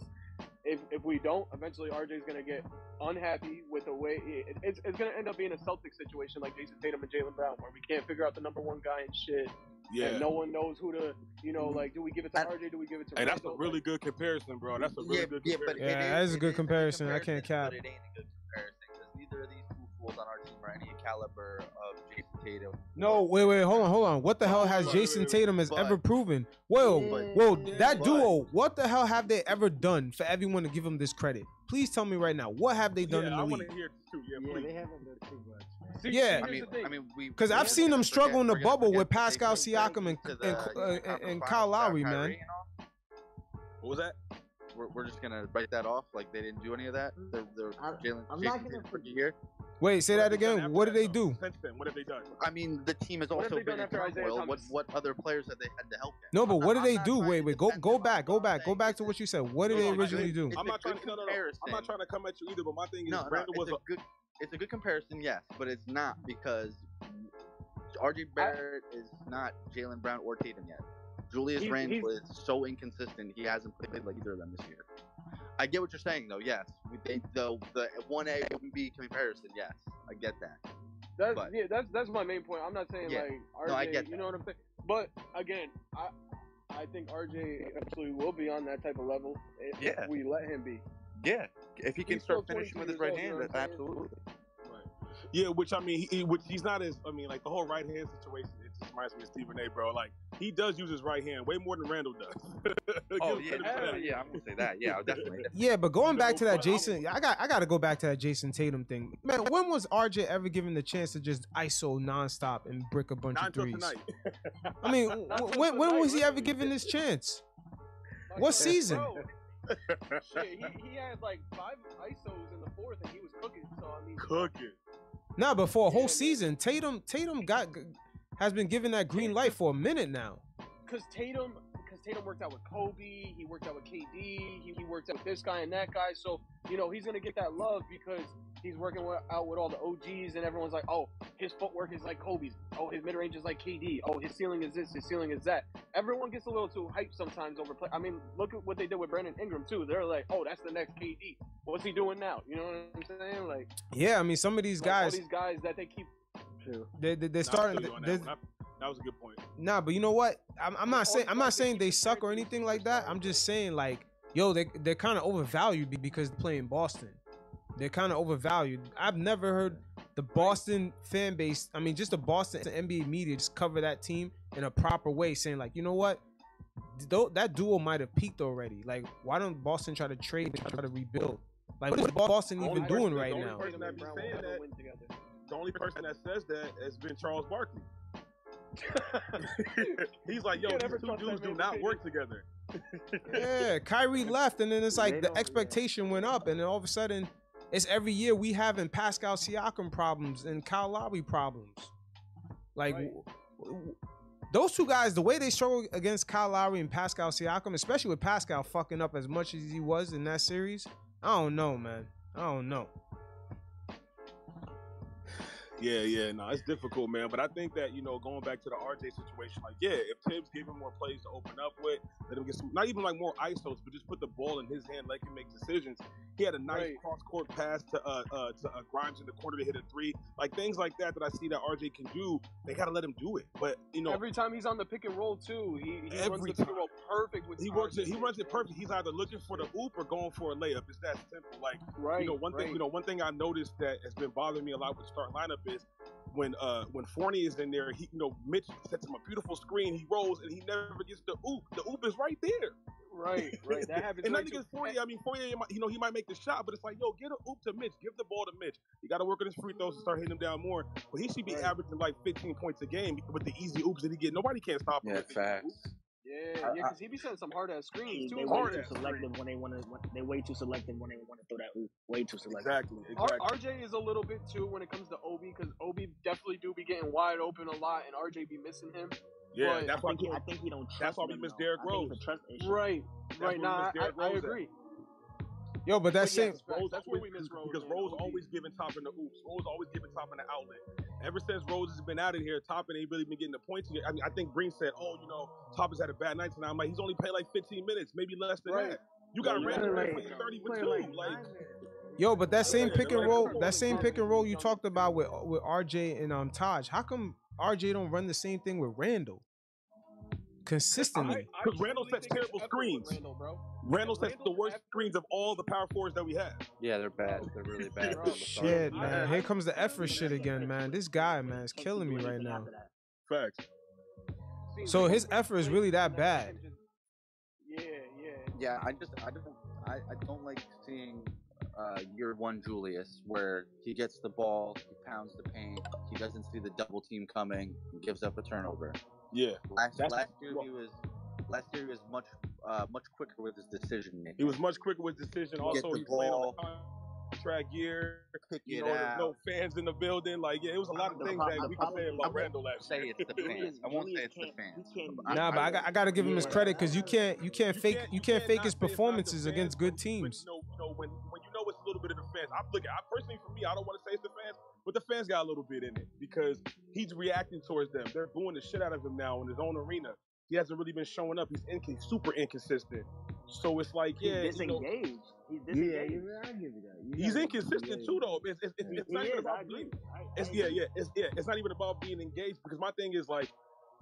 Speaker 4: if if we don't, eventually RJ's gonna get unhappy with the way it, it's, it's going to end up being a Celtics situation like Jason Tatum and Jalen Brown, where we can't figure out the number one guy and shit,
Speaker 5: Yeah.
Speaker 4: and no one knows who to, you know, like do we give it to
Speaker 6: And-
Speaker 4: RJ? Do we give it to?
Speaker 5: Hey, that's a
Speaker 4: Randall?
Speaker 5: really good comparison, bro. That's a really
Speaker 6: yeah,
Speaker 5: good
Speaker 6: yeah,
Speaker 5: comparison.
Speaker 6: but
Speaker 2: Yeah,
Speaker 6: it
Speaker 2: that is a
Speaker 6: it
Speaker 2: good comparison. I can't cap.
Speaker 6: But it ain't a good comparison because neither of these two fools on our team are any caliber of Jason Tatum.
Speaker 2: No, wait, wait, hold on, hold on. What the hell has
Speaker 5: But-
Speaker 2: Jason Tatum has
Speaker 6: but-
Speaker 2: ever proven? Whoa,
Speaker 6: but-
Speaker 2: whoa,
Speaker 1: Yeah.
Speaker 2: that
Speaker 6: but-
Speaker 2: duo. What the hell have they ever done for everyone to give them this credit? Please tell me right now. What have they done
Speaker 5: yeah,
Speaker 2: in
Speaker 5: I
Speaker 2: the
Speaker 5: want
Speaker 2: league?
Speaker 5: to hear too. Yeah,
Speaker 1: Yeah,
Speaker 5: please.
Speaker 1: they haven't done too much.
Speaker 4: See,
Speaker 2: Yeah.
Speaker 4: here's
Speaker 6: I mean,
Speaker 4: the thing.
Speaker 6: I mean, we
Speaker 2: Because I've
Speaker 6: we're
Speaker 2: seen
Speaker 6: gonna
Speaker 2: them struggle in the
Speaker 6: forget- we're gonna
Speaker 2: bubble with
Speaker 6: forget that they
Speaker 2: Pascal Siakam and-
Speaker 6: couldn't get to
Speaker 2: and-
Speaker 6: the,
Speaker 2: uh,
Speaker 6: you know,
Speaker 2: and- and
Speaker 6: conference
Speaker 2: Kyle
Speaker 6: finals without
Speaker 2: Lowry, man.
Speaker 6: Kyrie and all.
Speaker 5: What was that?
Speaker 6: We're, we're just gonna write that off like they didn't do any of that. They're, they're
Speaker 1: I'm-
Speaker 6: Jalen
Speaker 1: I'm not
Speaker 6: Jason
Speaker 1: gonna
Speaker 6: Tatum's
Speaker 1: forget-
Speaker 6: rookie year.
Speaker 2: Wait, say
Speaker 5: What have
Speaker 2: that
Speaker 5: they done after
Speaker 2: again. What
Speaker 5: that,
Speaker 2: did they
Speaker 5: though?
Speaker 2: do?
Speaker 5: Since then, what have they done?
Speaker 6: I mean, the team has
Speaker 4: What have
Speaker 6: also
Speaker 4: they
Speaker 6: been
Speaker 4: done
Speaker 6: in
Speaker 4: after Isaiah
Speaker 6: turmoil. What
Speaker 4: Thomas?
Speaker 6: what other players have they had to help? Him?
Speaker 2: No, but
Speaker 6: I'm not-
Speaker 2: what did
Speaker 6: I'm
Speaker 2: they
Speaker 6: not
Speaker 2: do?
Speaker 6: trying
Speaker 2: Wait,
Speaker 6: to
Speaker 2: wait, go
Speaker 6: defend
Speaker 2: go
Speaker 6: them.
Speaker 2: back,
Speaker 6: All
Speaker 2: go
Speaker 6: I'm
Speaker 2: back, go
Speaker 6: saying
Speaker 2: back
Speaker 6: is
Speaker 2: to
Speaker 6: it's-
Speaker 2: what you said. What did
Speaker 5: Hold
Speaker 2: they
Speaker 5: on,
Speaker 2: originally
Speaker 5: it's-
Speaker 2: do?
Speaker 6: it's
Speaker 5: I'm
Speaker 6: a
Speaker 5: not trying
Speaker 6: good
Speaker 5: to. No, no, no. I'm not
Speaker 6: comparison.
Speaker 5: trying to come at you either. But my thing is,
Speaker 6: No, no,
Speaker 5: Randall
Speaker 6: it's
Speaker 5: was
Speaker 6: a good, it's a good comparison, yes, but it's not because RJ Barrett is not Jalen Brown or Tatum yet. Julius
Speaker 4: He's-
Speaker 6: Randle is so inconsistent; he hasn't played like either of them this year. I get what you're saying, though. Yes, We- they, the the one A one B comparison. Yes, I get that.
Speaker 4: That's
Speaker 6: But-
Speaker 4: yeah, that's that's my main point. I'm not saying
Speaker 6: Yeah.
Speaker 4: like RJ,
Speaker 6: No, I get
Speaker 4: you
Speaker 6: that.
Speaker 4: know what I'm saying. But again, I I think RJ absolutely will be on that type of level if
Speaker 6: Yeah.
Speaker 4: we let him be.
Speaker 6: Yeah, if he
Speaker 4: can He's start still finishing 22 with his years right old, hand, you know what I'm saying?
Speaker 5: Yeah, which I mean, he, he- which he's not as I mean, like the whole right hand situation. It just reminds me of Stephen A. Bro, like he does use his right hand way more than Randall does.
Speaker 6: Oh
Speaker 5: Give
Speaker 6: yeah,
Speaker 5: him credit for
Speaker 6: no,
Speaker 5: that.
Speaker 6: yeah, I'm gonna say that. Yeah, definitely.
Speaker 2: Yeah, but going back to
Speaker 5: No,
Speaker 2: that
Speaker 5: but I'm-
Speaker 2: Jason, I got I got to go back to that Jason Tatum thing. Man, when was RJ ever given the chance to just ISO nonstop and brick a bunch
Speaker 5: Not
Speaker 2: of
Speaker 5: until
Speaker 2: threes?
Speaker 5: tonight.
Speaker 2: I mean, w-
Speaker 4: until
Speaker 2: when when
Speaker 4: tonight,
Speaker 2: was he ever
Speaker 4: literally.
Speaker 2: given this chance?
Speaker 4: Like,
Speaker 2: What
Speaker 4: bro,
Speaker 2: season?
Speaker 4: shit, he, he had like five ISOs in the fourth, and he was cooking. So I mean,
Speaker 5: Cooking.
Speaker 2: Nah, but for a
Speaker 4: Yeah,
Speaker 2: whole
Speaker 4: man.
Speaker 2: season, Tatum Tatum got has been given that green light for a minute now.
Speaker 4: because Tatum, because Tatum worked out with Kobe, he worked out with KD, he, he worked out with this guy and that guy. So you know he's gonna get that love because he's working with, out with all the OGs, and everyone's like, oh, his footwork is like Kobe's, oh, his mid range is like KD, oh, his ceiling is this, his ceiling is that. Everyone gets a little too hyped sometimes over play. I mean, look at what they did with Brandon Ingram too. They're like, oh, that's the next KD. What's he doing now? You know what I'm saying? Like
Speaker 2: Yeah, I mean, some of these
Speaker 4: like, all
Speaker 2: guys,
Speaker 4: these guys that they keep.
Speaker 1: True.
Speaker 2: they, they, they're
Speaker 5: Nah, I feel
Speaker 2: starting.
Speaker 5: you on
Speaker 2: they-
Speaker 5: that, one. I- that was a good point.
Speaker 2: Nah, but you know what? I'm, I'm not
Speaker 4: All
Speaker 2: saying
Speaker 4: these
Speaker 2: I'm not
Speaker 4: guys that
Speaker 2: saying they
Speaker 4: keep
Speaker 2: suck or
Speaker 4: breaking
Speaker 2: anything like that. I'm just saying like, yo, they they're kind of overvalued be- because they're playing Boston. They're kind of overvalued. I've never heard the Boston fan base. I mean, just the Boston NBA media just cover that team in a proper way, saying like, you know what, Tho- that duo might have peaked already. Like, why don't Boston try to trade and try to rebuild? Like, what is Boston
Speaker 5: Only
Speaker 2: even
Speaker 5: person-
Speaker 2: doing right
Speaker 5: the only
Speaker 2: now?
Speaker 5: person that be
Speaker 4: Brown will
Speaker 5: saying
Speaker 4: never
Speaker 5: that-
Speaker 4: win together.
Speaker 5: The only person that says that has been Charles Barkley. He's like, yo,
Speaker 4: Can't
Speaker 5: these
Speaker 4: ever
Speaker 5: two
Speaker 4: trust that
Speaker 5: dudes do
Speaker 4: man's
Speaker 5: not
Speaker 4: opinion.
Speaker 5: work together.
Speaker 2: Yeah, Kyrie left, and then it's
Speaker 1: They
Speaker 2: like the
Speaker 1: don't- yeah.
Speaker 2: expectation went up, and then all of a sudden, it's every year we having Pascal Siakam problems and Kyle Lowry problems. Like
Speaker 4: Right.
Speaker 2: w- w- those two guys, the way they struggle against Kyle Lowry and Pascal Siakam, especially with Pascal fucking up as much as he was in that series, I don't know, man. I don't know.
Speaker 5: Yeah, yeah, no, it's difficult, man. But I think that you know, going back to the RJ situation, like, yeah, if Tibbs gave him more plays to open up with, let him get some, not even like more isos, but just put the ball in his hand, let him make decisions. He had a nice
Speaker 4: Right.
Speaker 5: cross court pass to uh, uh to uh, Grimes in the corner to hit a three, like things like that that I see that RJ can do. They gotta let him do it, but you know,
Speaker 4: Every time he's on the pick and roll too, he, he runs
Speaker 5: Every
Speaker 4: the pick and
Speaker 5: time.
Speaker 4: roll perfect with
Speaker 5: he works it.
Speaker 4: Target,
Speaker 5: He runs it
Speaker 4: man.
Speaker 5: perfect. He's either looking for the oop or going for a layup. It's that simple. Like.
Speaker 4: Right.
Speaker 5: you know, one
Speaker 4: right.
Speaker 5: thing you know, one thing I noticed that has been bothering me a lot with start lineup is when uh when Forney is in there, he you know Mitch sets him a beautiful screen, he rolls and he never gets the oop. The oop is right there.
Speaker 4: Right, right. That happens.
Speaker 5: and
Speaker 4: way
Speaker 5: nothing
Speaker 4: too-
Speaker 5: against Fournier. I mean, Fournier, you might- you know, he might make the shot, but it's like, yo, get an oop to Mitch. Give the ball to Mitch. You got to work on his free throws and start hitting him down more. But he should be
Speaker 4: Right.
Speaker 5: averaging like 15 points a game with the easy oops that he get. Nobody can stop him. with the easy oops.
Speaker 4: Yeah,
Speaker 7: I-
Speaker 4: yeah, because he be setting some hard ass screens too.
Speaker 7: They way
Speaker 4: Hard
Speaker 7: too
Speaker 4: ass.
Speaker 7: selective when they want to. They way too selective when they want to throw that oop. Way too selective.
Speaker 5: Exactly.
Speaker 4: R-
Speaker 5: Exactly.
Speaker 4: RJ is a little bit too when it comes to Ob because Ob definitely do be getting wide open a lot, and RJ be missing him.
Speaker 5: yeah,
Speaker 4: but
Speaker 5: that's
Speaker 7: I
Speaker 5: why.
Speaker 7: think, he, I think he don't trust.
Speaker 5: That's why we
Speaker 7: them,
Speaker 5: miss
Speaker 7: though.
Speaker 5: Derrick
Speaker 7: I think
Speaker 5: Rose.
Speaker 7: it's a trust issue.
Speaker 4: Right, right.
Speaker 5: where
Speaker 4: Nah,
Speaker 5: we
Speaker 4: I,
Speaker 5: miss Derrick
Speaker 4: I, I
Speaker 5: Rose at.
Speaker 4: agree.
Speaker 2: Yo, but that
Speaker 4: But yeah,
Speaker 2: same
Speaker 4: Facts,
Speaker 5: Rose
Speaker 4: that's where
Speaker 5: always,
Speaker 4: we miss Rose,
Speaker 5: because
Speaker 4: man.
Speaker 5: Rose
Speaker 4: OG.
Speaker 5: always giving top in the oops. Rose always giving top in the outlet. Ever since Rose has been out of here, Toppin ain't really been getting the points. yet. I mean, I think Green said, "Oh, you know, Toppin's had a bad night tonight." I'm like, he's only played like 15 minutes, maybe less than
Speaker 4: Right.
Speaker 5: that. You got
Speaker 4: Yeah,
Speaker 5: Randall
Speaker 4: you're
Speaker 5: playing
Speaker 4: right.
Speaker 5: 30 for
Speaker 1: Player
Speaker 5: two.
Speaker 1: like
Speaker 5: Like,
Speaker 1: Diamond.
Speaker 2: Yo, but that same
Speaker 5: Yeah,
Speaker 2: pick and
Speaker 5: like,
Speaker 2: roll,
Speaker 5: come on,
Speaker 2: that same
Speaker 4: Carter.
Speaker 2: pick and roll you talked about with uh, with RJ and um Taj. How come RJ don't run the same thing with Randall consistently?
Speaker 5: Because Randall sets terrible screens.
Speaker 4: Randall, bro.
Speaker 5: Randall sets the
Speaker 4: Randall's
Speaker 5: worst
Speaker 4: bad.
Speaker 5: screens of all the power fours that we have.
Speaker 8: Yeah, they're bad. They're really bad.
Speaker 4: Bro,
Speaker 8: from the start.
Speaker 2: Shit,
Speaker 5: I-
Speaker 2: man.
Speaker 5: I-
Speaker 2: Here comes the effort shit again, man. This guy, man, is
Speaker 7: Can't
Speaker 2: killing
Speaker 7: do
Speaker 2: me right
Speaker 7: anything
Speaker 2: now.
Speaker 7: after that.
Speaker 5: Facts.
Speaker 4: Seems
Speaker 2: So
Speaker 4: like
Speaker 2: his
Speaker 4: every
Speaker 2: effort is
Speaker 4: play
Speaker 2: really
Speaker 4: he's
Speaker 2: that
Speaker 4: in
Speaker 2: bad.
Speaker 4: position just- Yeah, yeah.
Speaker 8: Yeah, I just I don't I, I don't like seeing uh, year one Julius where he gets the ball, he pounds the paint, he doesn't see the double team coming, and gives up a turnover.
Speaker 5: Yeah.
Speaker 8: Last
Speaker 5: That's-
Speaker 8: last year he was last year he was much uh, much quicker with his decision making.
Speaker 5: He was much quicker with decision. Also,
Speaker 8: the
Speaker 5: he played on the contract year.
Speaker 8: pick
Speaker 5: You
Speaker 8: it
Speaker 5: know, there's
Speaker 8: out.
Speaker 5: no fans in the building. Like, yeah, it was a lot of
Speaker 7: The
Speaker 5: things
Speaker 7: pro-
Speaker 5: that
Speaker 7: the
Speaker 5: we could
Speaker 7: problem
Speaker 5: say
Speaker 7: is-
Speaker 5: about Randall
Speaker 8: I won't
Speaker 5: last year.
Speaker 8: say it's the fans. I won't say it's the fans.
Speaker 7: He can't.
Speaker 8: I-
Speaker 2: Nah, but I, got, I gotta give him his
Speaker 7: Yeah.
Speaker 2: credit because you can't you can't
Speaker 5: You
Speaker 2: fake you can't fake
Speaker 5: not
Speaker 2: his
Speaker 5: say it's not the
Speaker 2: performances
Speaker 5: fans
Speaker 2: against good
Speaker 5: when you- when
Speaker 2: teams.
Speaker 5: You know, you know when, when you know it's a little bit of the fans. I'm looking. I personally, for me, I don't want to say it's the fans, but the fans got a little bit in it because he's reacting towards them. They're booing the shit out of him now in his own arena. He hasn't really been showing up. He's inc- super inconsistent. So it's like,
Speaker 7: He's
Speaker 5: yeah, you know,
Speaker 7: disengaged. He's
Speaker 1: Yeah,
Speaker 7: disengaged.
Speaker 1: you, I give you that. You
Speaker 5: He's
Speaker 1: gotta-
Speaker 5: inconsistent
Speaker 1: yeah.
Speaker 5: too, though. It's, it's, it's, it's
Speaker 7: He
Speaker 5: not even
Speaker 7: is. I
Speaker 5: about
Speaker 7: agree.
Speaker 5: being.
Speaker 7: I, I
Speaker 5: It's,
Speaker 7: agree.
Speaker 5: yeah, yeah. It's yeah. It's not even about being engaged because my thing is like,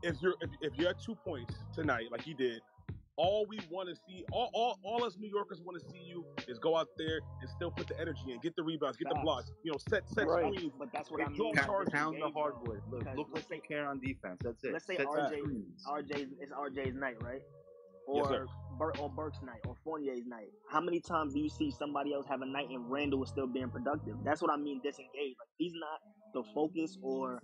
Speaker 5: if you're if, if you're at two points tonight, like you did, all we want to see, all, all all us New Yorkers want to see you is go out there and still put the energy in, get the rebounds, get the
Speaker 7: Facts.
Speaker 5: blocks, you know, set set
Speaker 4: Right.
Speaker 5: screens.
Speaker 7: But that's what I
Speaker 5: If
Speaker 7: mean.
Speaker 5: you're
Speaker 7: by
Speaker 5: in charge,
Speaker 8: Pound, pound the
Speaker 7: disengaged, though.
Speaker 8: hardwood. Look,
Speaker 7: Because
Speaker 8: look
Speaker 7: let's
Speaker 8: like
Speaker 7: say-
Speaker 8: they care on defense. That's it.
Speaker 7: Let's say
Speaker 8: Set the
Speaker 7: RJ
Speaker 8: screens.
Speaker 7: RJ's it's RJ's night, right?
Speaker 5: Yes,
Speaker 7: Or
Speaker 5: sir.
Speaker 7: Bur- or Burke's night or Fournier's night. How many times do you see somebody else have a night and Randall is still being productive? That's what I mean disengaged. Like he's not the focus or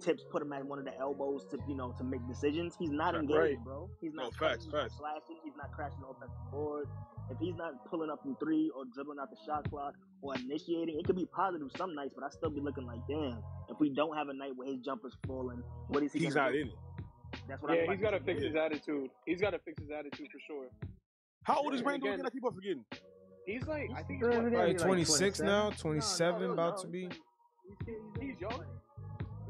Speaker 7: tips put him at one of the elbows to you know to make decisions. He's not
Speaker 5: Right.
Speaker 7: engaged,
Speaker 4: Right.
Speaker 7: bro. He's
Speaker 5: No,
Speaker 7: not
Speaker 5: facts,
Speaker 7: cutting, he's
Speaker 5: facts.
Speaker 7: not slashing, he's not crashing the offensive board. If he's not pulling up from three or dribbling out the shot clock or initiating, it could be positive some nights, but I still be looking like, damn, if we don't have a night where his jumper's falling, what is he
Speaker 5: He's
Speaker 7: gonna
Speaker 5: not
Speaker 7: do?
Speaker 5: in it.
Speaker 7: That's what I
Speaker 4: Yeah,
Speaker 7: mean. by
Speaker 4: he's got to fix
Speaker 7: disengaged.
Speaker 4: his attitude. He's got to fix his attitude for sure.
Speaker 5: How old is
Speaker 4: Yeah,
Speaker 5: Randall
Speaker 4: again-
Speaker 5: again? I keep on forgetting.
Speaker 4: He's like, I think he's,
Speaker 1: Whatever
Speaker 4: what,
Speaker 1: that
Speaker 2: Probably
Speaker 1: be, like,
Speaker 2: 26 now,
Speaker 1: 27?
Speaker 2: 27 about to be.
Speaker 4: he's young.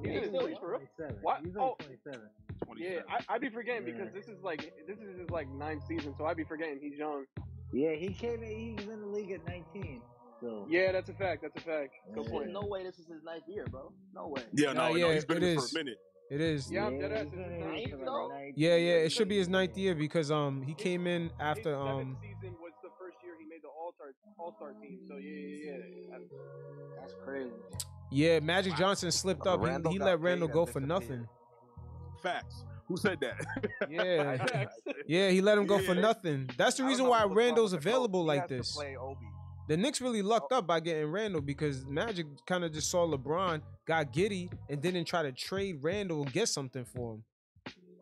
Speaker 1: Yeah,
Speaker 4: He's in his
Speaker 1: like
Speaker 4: league, for real.
Speaker 1: 27.
Speaker 4: What?
Speaker 1: He's
Speaker 4: Oh.
Speaker 1: like 27.
Speaker 4: Yeah, I, I be forgetting because
Speaker 1: Yeah.
Speaker 4: this is like this is his like ninth season, so I be forgetting he's young.
Speaker 1: Yeah, he came in. He was in the league at 19. So
Speaker 4: Yeah, that's a fact. That's a fact. Good
Speaker 1: Yeah.
Speaker 4: point.
Speaker 7: There's no way this is his ninth year, bro. No way.
Speaker 5: Yeah,
Speaker 2: Nah,
Speaker 5: no,
Speaker 2: yeah,
Speaker 5: no, he's been
Speaker 2: it
Speaker 5: in this
Speaker 2: is.
Speaker 5: for a minute.
Speaker 2: It is.
Speaker 4: Yeah, I'm
Speaker 1: Yeah,
Speaker 4: dead ass.
Speaker 1: he's
Speaker 4: This
Speaker 1: in
Speaker 4: is
Speaker 1: his
Speaker 4: his ninth
Speaker 1: league
Speaker 4: season,
Speaker 1: for
Speaker 4: bro.
Speaker 1: like 19.
Speaker 2: Yeah, yeah. It should be his ninth year because um he came in
Speaker 4: His
Speaker 2: after
Speaker 4: seventh
Speaker 2: um
Speaker 4: season was the first year he made the All Star All Star team. So yeah, yeah, yeah. I-
Speaker 7: That's crazy.
Speaker 2: yeah Magic Johnson slipped
Speaker 8: Uh,
Speaker 2: up.
Speaker 8: Randall
Speaker 2: He, he
Speaker 8: got
Speaker 2: let
Speaker 8: paid
Speaker 2: Randall
Speaker 8: and
Speaker 2: go for
Speaker 8: disappeared.
Speaker 2: nothing.
Speaker 5: Facts. Who said that?
Speaker 2: Yeah,
Speaker 4: Facts.
Speaker 2: yeah. He let him go for
Speaker 5: Yeah.
Speaker 2: nothing. That's the
Speaker 8: I don't
Speaker 2: reason
Speaker 8: know
Speaker 2: why
Speaker 8: what's wrong
Speaker 2: Randall's
Speaker 8: with the coach.
Speaker 2: available
Speaker 8: He
Speaker 2: like
Speaker 8: has to
Speaker 2: this.
Speaker 8: play Oh. Obi.
Speaker 2: The Knicks really lucked up by getting Randall because Magic kind of just saw LeBron, got giddy, and didn't try to trade Randall and get something for him.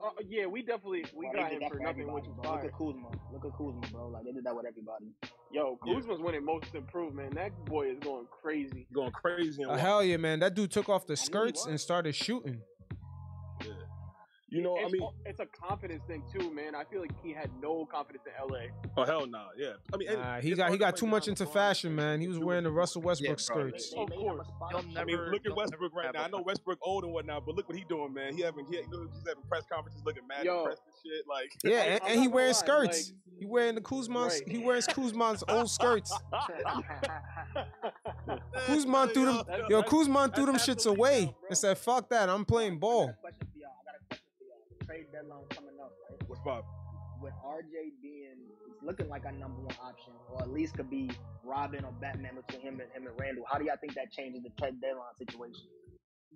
Speaker 4: Uh, yeah, we definitely we
Speaker 7: Well, they
Speaker 4: got
Speaker 7: did
Speaker 4: him
Speaker 7: that
Speaker 4: for nothing, which
Speaker 7: everybody,
Speaker 4: is
Speaker 7: bro. Look
Speaker 4: fire.
Speaker 7: at Kuzma. Look at Kuzma, bro. Like they did that with everybody.
Speaker 4: Yo,
Speaker 5: Yeah.
Speaker 4: Kuzma's winning Most Improved, man. That boy is going crazy.
Speaker 5: Going crazy and
Speaker 2: Oh,
Speaker 5: wild.
Speaker 2: hell yeah, man! That dude took off the
Speaker 7: he
Speaker 2: skirts and
Speaker 7: was.
Speaker 2: started shooting.
Speaker 5: You know,
Speaker 4: It's,
Speaker 5: I mean,
Speaker 4: it's a confidence thing too, man. I feel like he had no confidence in LA.
Speaker 5: oh hell no, yeah. I mean, and
Speaker 2: Nah, he
Speaker 5: it's
Speaker 2: got
Speaker 5: hard
Speaker 2: he
Speaker 5: to
Speaker 2: got
Speaker 5: break
Speaker 2: too much
Speaker 5: down
Speaker 2: into
Speaker 5: LeBron
Speaker 2: fashion, man. He was
Speaker 5: do
Speaker 2: wearing the Russell Westbrook
Speaker 8: Yeah, bro.
Speaker 7: They,
Speaker 2: skirts.
Speaker 7: they
Speaker 4: Of
Speaker 7: made him a
Speaker 4: course.
Speaker 7: spot
Speaker 8: You'll
Speaker 7: up
Speaker 5: I mean,
Speaker 8: never-
Speaker 5: look at
Speaker 8: you'll
Speaker 5: Westbrook right
Speaker 8: have
Speaker 5: now.
Speaker 8: a
Speaker 5: I know
Speaker 8: con-
Speaker 5: Westbrook old and whatnot, but look what he doing, man. He having he, you know, he's having press conferences, looking mad
Speaker 4: Yo.
Speaker 5: impressed and shit. Like,
Speaker 2: Yeah,
Speaker 4: I-
Speaker 2: and, and
Speaker 4: I'm
Speaker 2: he
Speaker 4: not gonna
Speaker 2: wearing
Speaker 4: lie,
Speaker 2: skirts.
Speaker 4: like-
Speaker 2: he wearing the Kuzma's.
Speaker 4: Right.
Speaker 2: He wears Kuzma's old skirts. Kuzma
Speaker 5: Yo,
Speaker 2: threw them.
Speaker 5: that's-
Speaker 2: Yo,
Speaker 5: that's-
Speaker 2: Kuzma threw them
Speaker 5: that's
Speaker 2: shits
Speaker 5: half the league
Speaker 2: away
Speaker 5: now, bro.
Speaker 2: and said, "Fuck that! I'm playing
Speaker 7: I got
Speaker 2: ball."
Speaker 7: a question for y'all. I got a question for y'all. The trade deadline coming up, right?
Speaker 5: What's pop?
Speaker 7: With RJ being it's looking like a number one option, or at least could be Robin or Batman between him and him and Randall. How do y'all think that changes the trade deadline situation?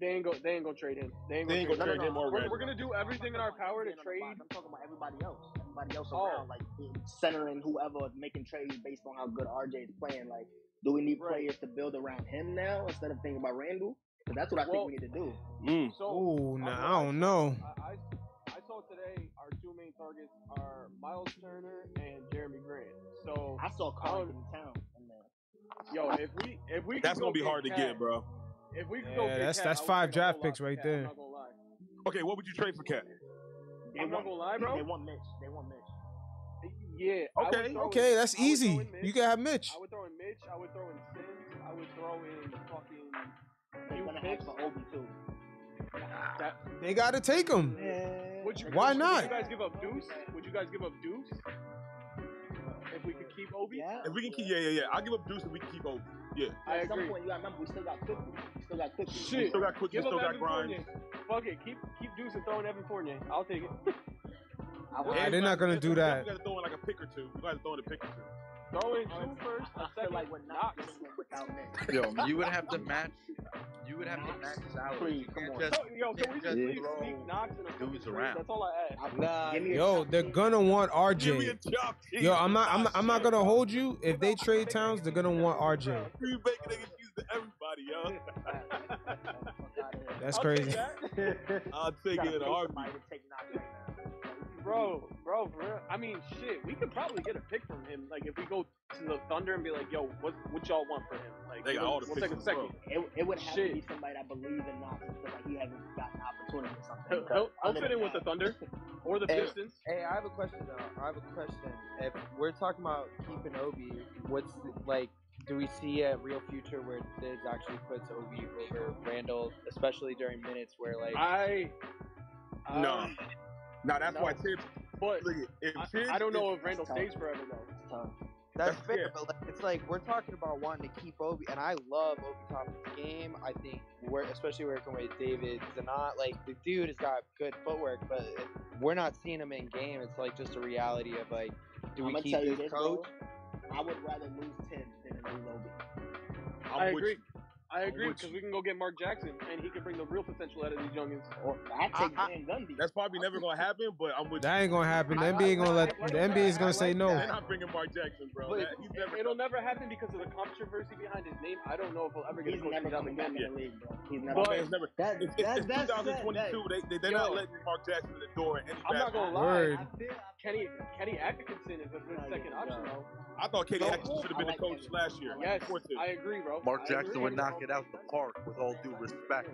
Speaker 4: They ain't go. They ain't gonna trade him. They ain't
Speaker 5: They
Speaker 4: gonna
Speaker 5: ain't
Speaker 4: trade,
Speaker 5: gonna
Speaker 4: him.
Speaker 5: trade him
Speaker 4: We're,
Speaker 5: already.
Speaker 4: we're gonna do everything in our power to
Speaker 7: I'm not talking
Speaker 4: trade.
Speaker 7: about him being on the block. I'm talking about everybody else, everybody else
Speaker 4: Oh.
Speaker 7: around, like centering whoever is making trades based on how good RJ is playing. Like, do we need
Speaker 4: Right.
Speaker 7: players to build around him now instead of thinking about Randall? Because that's what I
Speaker 4: Well,
Speaker 7: think we need to do.
Speaker 5: Mm.
Speaker 4: So
Speaker 2: Oh,
Speaker 4: I'm
Speaker 2: nah,
Speaker 4: not
Speaker 2: I don't know.
Speaker 4: I, I I saw today our two main targets are Miles Turner and Jeremy Grant. So
Speaker 7: I saw
Speaker 4: I
Speaker 7: Colin
Speaker 4: don't-
Speaker 7: in town. and, uh,
Speaker 4: yo, if we if we could
Speaker 5: That's
Speaker 4: go
Speaker 5: gonna be
Speaker 4: get
Speaker 5: hard to
Speaker 4: Cat-
Speaker 5: get, bro.
Speaker 4: If we could
Speaker 2: Yeah,
Speaker 4: go get
Speaker 2: that's-
Speaker 4: Cat,
Speaker 2: that's
Speaker 4: I would
Speaker 2: five
Speaker 4: trade a whole
Speaker 2: draft
Speaker 4: lot
Speaker 2: picks
Speaker 4: for
Speaker 2: right
Speaker 4: Cat,
Speaker 2: there.
Speaker 4: I'm not gonna lie.
Speaker 5: Okay, what would you trade for Cat?
Speaker 7: They
Speaker 4: I'm not
Speaker 7: want,
Speaker 4: gonna lie, bro.
Speaker 7: They want Mitch. They want Mitch.
Speaker 4: Yeah. I would
Speaker 5: Okay,
Speaker 4: throw in-
Speaker 2: Okay,
Speaker 4: I
Speaker 2: that's
Speaker 4: would throw
Speaker 2: easy.
Speaker 4: in Mitch.
Speaker 2: You can have Mitch.
Speaker 4: I would throw in Mitch. I would throw in Sims. I would throw in fucking.
Speaker 7: They're
Speaker 4: You
Speaker 7: gonna
Speaker 4: pick-
Speaker 7: ask for Obi too.
Speaker 4: That,
Speaker 2: They gotta take him.
Speaker 1: Yeah.
Speaker 4: would you,
Speaker 2: Why
Speaker 4: would you-
Speaker 2: not?
Speaker 4: Would you guys give up Deuce? Would you guys give up Deuce if we could keep Obi?
Speaker 1: Yeah.
Speaker 5: If we can keep, yeah, yeah, yeah. I'll give up Deuce if we can keep Obi. Yeah.
Speaker 4: I
Speaker 7: At some
Speaker 4: agree.
Speaker 7: point, you gotta remember we still got cookies. We still got cookies.
Speaker 5: We
Speaker 4: Shit.
Speaker 5: still got Cookie,
Speaker 4: Give
Speaker 5: still
Speaker 4: up
Speaker 5: got
Speaker 4: Evan
Speaker 5: Grimes.
Speaker 4: Fournier. Fuck it. Keep keep Deuce and throwing Evan Fournier. I'll take it.
Speaker 2: Nah,
Speaker 7: I would,
Speaker 2: they're not gonna do that.
Speaker 5: We gotta throw in like a pick or two. We gotta throw in a pick or two.
Speaker 4: Throw in two first,
Speaker 7: I
Speaker 4: a
Speaker 7: feel
Speaker 4: second,
Speaker 7: like we're not
Speaker 4: Knox.
Speaker 7: getting one without that.
Speaker 6: Yo, you would have to match. You would have to match salary. You
Speaker 7: Come
Speaker 6: can't
Speaker 7: on.
Speaker 6: just
Speaker 4: So, yo, can we
Speaker 6: Yeah,
Speaker 4: just
Speaker 6: just
Speaker 4: leave
Speaker 6: throw
Speaker 4: Sneak Knox and a fucking
Speaker 6: dudes
Speaker 4: three?
Speaker 6: around.
Speaker 4: That's all I ask.
Speaker 7: Nah, give me a
Speaker 2: Yo,
Speaker 7: top
Speaker 2: they're
Speaker 7: three.
Speaker 2: gonna want
Speaker 5: Give me a
Speaker 2: RJ.
Speaker 5: job, King.
Speaker 2: Yo, I'm not, I'm not, I'm not gonna hold you. If they trade Towns, they're gonna want RJ.
Speaker 5: We making excuses to everybody, yo.
Speaker 2: That's
Speaker 4: I'll
Speaker 2: crazy.
Speaker 4: Take that.
Speaker 5: I'll take
Speaker 7: Gotta
Speaker 5: it in a
Speaker 7: pay
Speaker 5: heartbeat.
Speaker 7: somebody to take Knox right now.
Speaker 4: Bro, bro, for real. I mean, shit, we could probably get a pick from him. Like, if we go to the Thunder and be like, yo, what, what y'all want for him? Like,
Speaker 5: They got
Speaker 4: give him-
Speaker 5: all the
Speaker 4: we'll
Speaker 5: picks
Speaker 4: take a
Speaker 5: as well.
Speaker 4: second.
Speaker 7: It, it would have
Speaker 4: Shit.
Speaker 7: to be somebody that believes in Knox and feel like he hasn't gotten an opportunity or something.
Speaker 4: He'll,
Speaker 7: because
Speaker 4: he'll, he'll
Speaker 7: other
Speaker 4: fit
Speaker 7: than
Speaker 4: in with the
Speaker 7: that,
Speaker 4: Thunder or the
Speaker 9: Hey.
Speaker 4: Pistons.
Speaker 9: Hey, I have a question though. I have a question. If we're talking about keeping Obi, what's the, like? Do we see a real future where Diz actually puts Obi over Randall, especially during minutes where like?
Speaker 4: I. um,
Speaker 5: No. Now that's why
Speaker 4: No.
Speaker 5: Tibbs.
Speaker 4: But
Speaker 5: Look, if Tibbs,
Speaker 4: I, I don't know if Randall
Speaker 7: tough.
Speaker 4: stays forever, though.
Speaker 7: it's tough.
Speaker 9: That's
Speaker 5: That's-
Speaker 9: fair,
Speaker 5: yeah.
Speaker 9: but like, it's like we're talking about wanting to keep Obi, and I love Obi Toppin's game. I think we're especially working with David Zanat, like the dude has got good footwork, but we're not seeing him in game. It's like just a reality of like, do we
Speaker 7: I'ma
Speaker 9: keep
Speaker 7: tell you
Speaker 9: this coach?
Speaker 7: bro. I would rather lose Tibbs than lose Obi.
Speaker 5: I'm
Speaker 4: I
Speaker 5: with
Speaker 4: agree.
Speaker 5: you.
Speaker 4: I
Speaker 5: I'm
Speaker 4: agree
Speaker 5: with
Speaker 4: because
Speaker 5: you.
Speaker 4: we can go get Mark Jackson and he can bring the real potential out of these youngins.
Speaker 7: Or I take
Speaker 5: I-
Speaker 7: Van Gundy.
Speaker 5: That's probably never gonna happen, but I'm with you.
Speaker 2: That ain't gonna happen. The NBA ain't gonna let. The NBA is gonna say
Speaker 5: They're
Speaker 2: no.
Speaker 5: not bringing Mark Jackson, bro.
Speaker 4: But
Speaker 5: That- he's never.
Speaker 4: It'll never happen because of the controversy behind his name. I don't know if he'll ever get
Speaker 7: He's
Speaker 4: a coaching
Speaker 7: never
Speaker 4: job
Speaker 7: coming back
Speaker 4: again.
Speaker 7: in the league, bro. He's
Speaker 5: my
Speaker 7: never.
Speaker 4: but-
Speaker 5: man's never.
Speaker 1: That,
Speaker 5: It's, it's,
Speaker 1: that,
Speaker 5: it's
Speaker 1: that's that, that,
Speaker 5: 2022. They, they, they're not
Speaker 4: Yo.
Speaker 5: letting Mark Jackson in the door in any
Speaker 4: I'm not
Speaker 5: fashion.
Speaker 4: gonna lie.
Speaker 2: Word.
Speaker 1: I feel,
Speaker 4: Kenny Kenny Atkinson is a good
Speaker 7: Oh, yeah,
Speaker 4: second
Speaker 7: yeah.
Speaker 4: option though.
Speaker 5: I thought Katie
Speaker 4: Don't-
Speaker 5: Atkinson should have
Speaker 7: I
Speaker 5: been the
Speaker 7: like
Speaker 5: coach
Speaker 7: Kenny.
Speaker 5: last year.
Speaker 7: I like
Speaker 4: Yes,
Speaker 5: before Tibbs.
Speaker 4: I agree, bro.
Speaker 6: Mark
Speaker 4: I
Speaker 6: Jackson
Speaker 4: agree.
Speaker 6: would knock it out the park, with all due respect.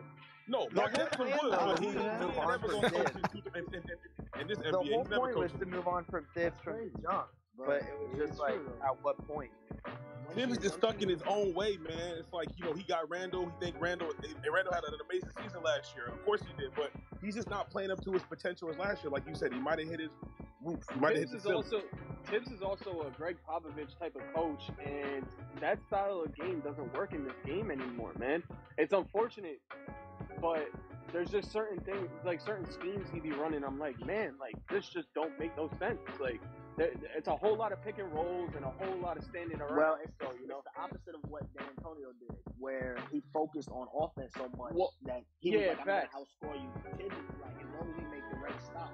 Speaker 5: No, Mark
Speaker 1: Yeah,
Speaker 5: Jackson
Speaker 1: yeah,
Speaker 5: would,
Speaker 1: yeah,
Speaker 5: but he,
Speaker 1: yeah.
Speaker 5: he ain't
Speaker 1: The
Speaker 5: never
Speaker 6: whole
Speaker 5: gonna coach
Speaker 6: point-
Speaker 5: in, two- in, in, in, in this
Speaker 9: The
Speaker 5: NBA.
Speaker 9: whole
Speaker 5: He's never
Speaker 9: point was
Speaker 5: coaching.
Speaker 9: to move on from Dibbs from the jump, but it was just like, at what point?
Speaker 5: Tibbs is just stuck in his own way, man. It's like you know he got Randall. He think Randall. And Randall had an amazing season last year. Of course he did, but he's just not playing up to his potential as last year. Like you said, he might have hit his roof. He might have hit
Speaker 4: Tibbs
Speaker 5: his
Speaker 4: is
Speaker 5: ceiling.
Speaker 4: also Tibbs is also a Greg Popovich type of coach, and that style of game doesn't work in this game anymore, man. It's unfortunate, but there's just certain things, like certain schemes he be running. I'm like, man, like this just don't make no sense. Like, there, it's a whole lot of pick and rolls and a whole lot of standing around.
Speaker 7: Well, it's,
Speaker 4: so
Speaker 7: it's,
Speaker 4: you know,
Speaker 7: the opposite of what Dan Antonio did, where he focused on offense so much
Speaker 4: Well,
Speaker 7: that he
Speaker 4: yeah,
Speaker 7: was like, I'm going
Speaker 4: facts.
Speaker 7: to outscore you. Tibbs is like, as long as we make the right stops,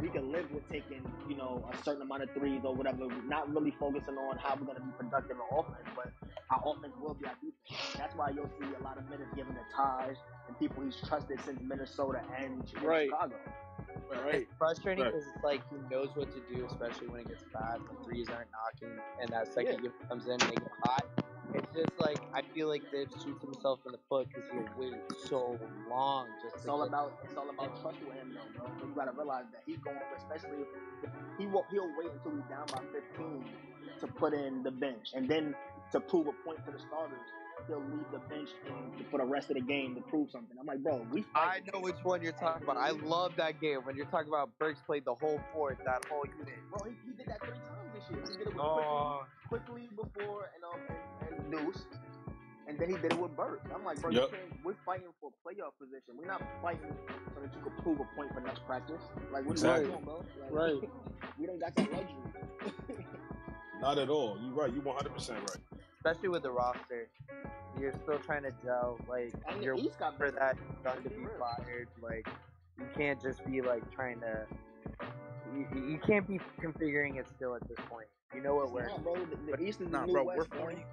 Speaker 7: we can live with taking, you know, a certain amount of threes or whatever, not really focusing on how we're going to be productive in offense, but our offense will be our defense. That's why you'll see a lot of minutes given to Taj and people he's trusted since Minnesota and, and
Speaker 4: Right.
Speaker 7: Chicago.
Speaker 4: right?
Speaker 9: It's frustrating
Speaker 5: Right.
Speaker 9: because it's like he knows what to do, especially when it gets bad, when threes aren't knocking, and that second gift comes in and they get hot. It's just like I feel like Dibbs shoots himself in the foot because he'll wait so long just
Speaker 7: It's
Speaker 9: to
Speaker 7: all
Speaker 9: get
Speaker 7: about it's all about trust with him though, bro. But you gotta realize that he's going, especially if he will he'll wait until he's down by 15 to put in the bench, and then to prove a point to the starters, he'll leave the bench in for the rest of the game to prove something. I'm like, bro, we
Speaker 9: I
Speaker 7: fight.
Speaker 9: know which one you're talking about. I love that game when you're talking about Burks played the whole fourth, that whole unit.
Speaker 7: Bro, he, he did that three times this year. He did it with
Speaker 9: Oh,
Speaker 7: quickly, quickly before and um and, and Deuce, and then he did it with Burke. I'm like, bro,
Speaker 5: Yep.
Speaker 7: you can't, we're fighting for a playoff position. We're not fighting so that you can prove a point for next practice. Like, what are
Speaker 5: Exactly.
Speaker 7: you doing, bro? Like,
Speaker 4: Right.
Speaker 7: We don't got that luxury.
Speaker 5: Not at all. You're right. You're 100 percent right.
Speaker 9: especially with the roster, you're still trying to gel. Like
Speaker 7: And
Speaker 9: you're
Speaker 7: the East got
Speaker 9: for
Speaker 7: better.
Speaker 9: that gun to be fired. Like you can't just be like trying to. You, you you can't be configuring it still at this point. You know what
Speaker 7: It's
Speaker 9: works.
Speaker 7: not, bro. The, the
Speaker 6: But
Speaker 7: East is the
Speaker 6: Nah,
Speaker 7: new
Speaker 6: bro,
Speaker 7: West.
Speaker 6: we're
Speaker 7: bro.
Speaker 6: 40,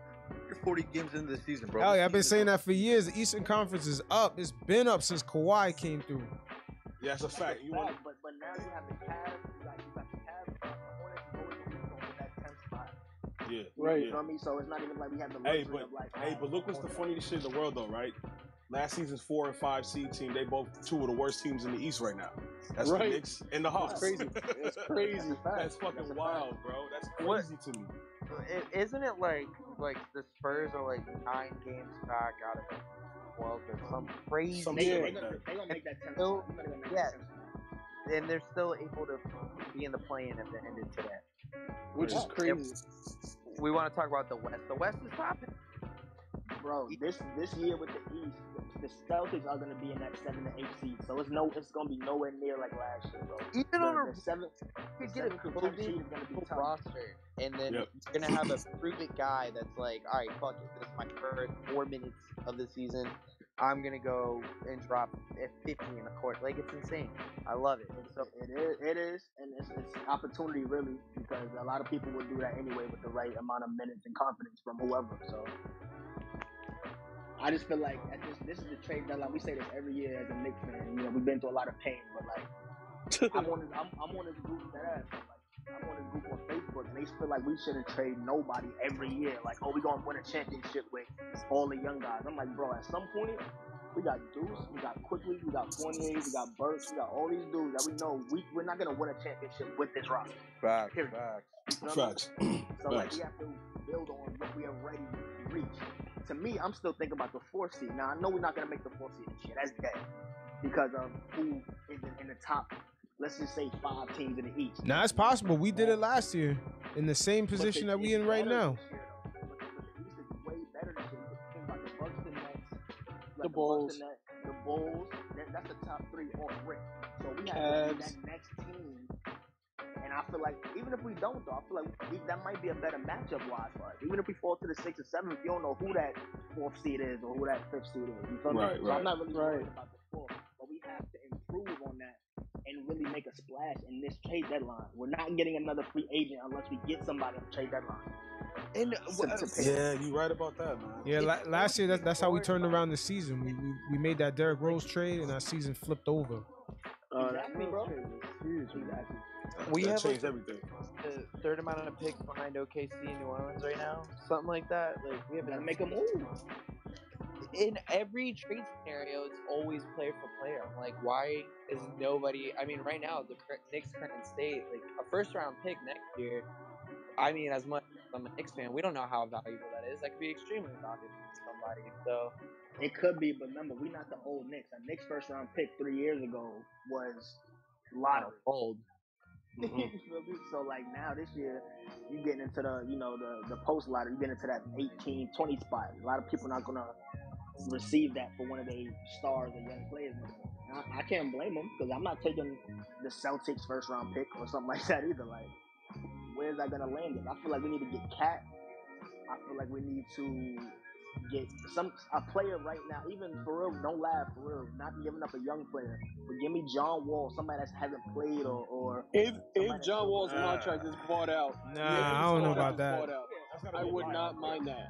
Speaker 6: we're 40 games into the season, bro.
Speaker 2: Hell
Speaker 6: The
Speaker 2: yeah, I've been
Speaker 6: season's
Speaker 2: saying that for years. The Eastern Conference is up. It's been up since Kawhi came through.
Speaker 5: Yeah, that's a
Speaker 7: That's
Speaker 5: fact.
Speaker 7: a
Speaker 5: You want
Speaker 7: fact, but but now you have the Cavs. You got you got the Cavs. uh, The Hornets is always gonna be going for that tenth spot.
Speaker 5: yeah.
Speaker 4: Right.
Speaker 7: You know what I mean? So it's not even like we have the
Speaker 5: Hey,
Speaker 7: luxury
Speaker 5: but
Speaker 7: of like.
Speaker 5: hey,
Speaker 7: ah,
Speaker 5: but look what's the
Speaker 7: Hornets.
Speaker 5: funniest shit in the world though, right? Last season's four and five seed team, they both two of the worst teams in the East right now. That's the
Speaker 4: Right.
Speaker 5: Knicks and the Hawks.
Speaker 4: That's crazy. That's
Speaker 7: That's
Speaker 4: crazy.
Speaker 7: a fact.
Speaker 5: That's fucking
Speaker 7: That's a fact.
Speaker 5: wild, bro. That's
Speaker 9: What?
Speaker 5: crazy to me.
Speaker 9: It, isn't it like like the Spurs are like nine games back out of like, twelve or some crazy?
Speaker 5: Some
Speaker 7: They,
Speaker 5: shit
Speaker 7: they,
Speaker 5: like
Speaker 7: gonna,
Speaker 5: that.
Speaker 7: they gonna make that tenth
Speaker 9: Still-
Speaker 7: spot. You know they gonna make
Speaker 9: yeah.
Speaker 7: that tenth spot.
Speaker 9: and they're still able to be in the play-in if it ended today.
Speaker 4: Which is
Speaker 9: If-
Speaker 4: crazy.
Speaker 9: we want to talk about the West. The West is popping.
Speaker 7: bro. This this year with the East, the Celtics are gonna be in that seven to eight seed. So it's no, it's gonna be nowhere near like last year, bro.
Speaker 9: Even on
Speaker 7: the,
Speaker 9: a
Speaker 7: the seventh, the
Speaker 9: could get a
Speaker 7: seventh to tenth seed
Speaker 9: COVID
Speaker 7: is gonna be tough.
Speaker 9: roster, and then
Speaker 5: Yep.
Speaker 9: you're gonna have a prove it guy that's like, all right, fuck it, this is my first four minutes of the season. I'm gonna go and drop at 50 in the court. Like it's insane. I love it.
Speaker 7: It,
Speaker 9: So
Speaker 7: it is, it is, and it's, it's opportunity really because a lot of people would do that anyway with the right amount of minutes and confidence from whoever. So I just feel like at this this is the trade deadline. We say this every year as a Knicks fan. You know, we've been through a lot of pain, but like I'm on this, I'm, I'm on this group that ass. Like, I'm on this group on Facebook, and they feel like we shouldn't trade nobody every year. Like, oh, we gonna win a championship with all the young guys. I'm like, bro, at some point. We got Deuce, we got Quickly, we got Fournier, we got Burks, we got all these dudes that we know we, we're not gonna win a championship with this roster.
Speaker 6: Facts,
Speaker 7: Period.
Speaker 6: facts.
Speaker 7: You know what I'm
Speaker 5: Facts.
Speaker 7: so like
Speaker 5: Facts.
Speaker 7: we have to build on what we already reached. To me, I'm still thinking about the four seed. Now I know we're not gonna make the four seed this year. That's dead because of who is in, in the top. Let's just say five teams in the East.
Speaker 2: Now it's possible. We did it last year in the same
Speaker 7: But
Speaker 2: position
Speaker 7: the
Speaker 2: that we
Speaker 7: East
Speaker 2: in right
Speaker 7: better
Speaker 2: now.
Speaker 7: this year, though. But the, but the East is way better this year. Because Think about the Bucks and Nets, like
Speaker 4: The
Speaker 7: Bucks
Speaker 4: Bulls.
Speaker 7: and Nets, the Bulls. That, that's the top three off rip. So we have to be
Speaker 4: Cavs.
Speaker 7: that next team. And I feel like even if we don't, though, I feel like we, that might be a better matchup wise for us. Even if we fall to the six or seven, you don't know who that fourth seed is or who that fifth seed is. You feel me?
Speaker 5: Right,
Speaker 7: So
Speaker 5: right.
Speaker 7: I'm not really
Speaker 4: Right.
Speaker 7: worried about the fourth, but we have to improve on that and really make a splash in this trade deadline. We're not getting another free agent unless we get somebody on trade deadline.
Speaker 9: and
Speaker 7: To,
Speaker 4: uh,
Speaker 7: to pay.
Speaker 5: Yeah, you right about that, man.
Speaker 2: Yeah, la-
Speaker 9: It's
Speaker 2: last year that,
Speaker 9: honestly
Speaker 2: that's how we
Speaker 9: hard,
Speaker 2: turned
Speaker 9: like-
Speaker 2: around the season. We, we we made that Derrick Rose trade, and our season flipped over.
Speaker 1: Oh, that
Speaker 7: Exactly, bro.
Speaker 1: Rose trade was huge. Man.
Speaker 9: we
Speaker 5: that
Speaker 9: have like
Speaker 5: changed
Speaker 9: the,
Speaker 5: everything.
Speaker 9: the third amount of picks behind OKC and New Orleans right now, something like that. Like we have
Speaker 7: Gotta make a move.
Speaker 9: in every trade scenario, it's always player for player. I'm like, why is nobody? I mean, right now, the cur- Knicks' current state, like a first round pick next year. I mean, as much as I'm a Knicks fan, we don't know how valuable that is. That could be extremely valuable to somebody. So
Speaker 7: It could be, but remember, we're not the old Knicks. Our Knicks first round pick three years ago was lottery.
Speaker 9: old.
Speaker 7: You
Speaker 9: Mm-hmm.
Speaker 7: feel me? so like now this year, you getting into the you know the the post lottery. You getting into that 18, 20 spot. A lot of people not gonna receive that for one of their stars or young players. anymore. And I, I can't blame them because I'm not taking the Celtics first round pick or something like that either. Like, where's that gonna land it? I feel like we need to get Cat. I feel like we need to get some a player right now. Even for real, don't laugh for real. Not giving up a young player, but give me John Wall, somebody that hasn't played or. or
Speaker 4: If
Speaker 7: Somebody-
Speaker 4: if John Wall's
Speaker 5: Nah.
Speaker 4: contract is bought out,
Speaker 2: Nah,
Speaker 4: if his
Speaker 2: I don't know
Speaker 4: contract
Speaker 2: about
Speaker 4: is
Speaker 2: that.
Speaker 4: bought out,
Speaker 5: That's gotta
Speaker 4: I
Speaker 5: be a
Speaker 4: would
Speaker 5: buyout.
Speaker 4: not mind that.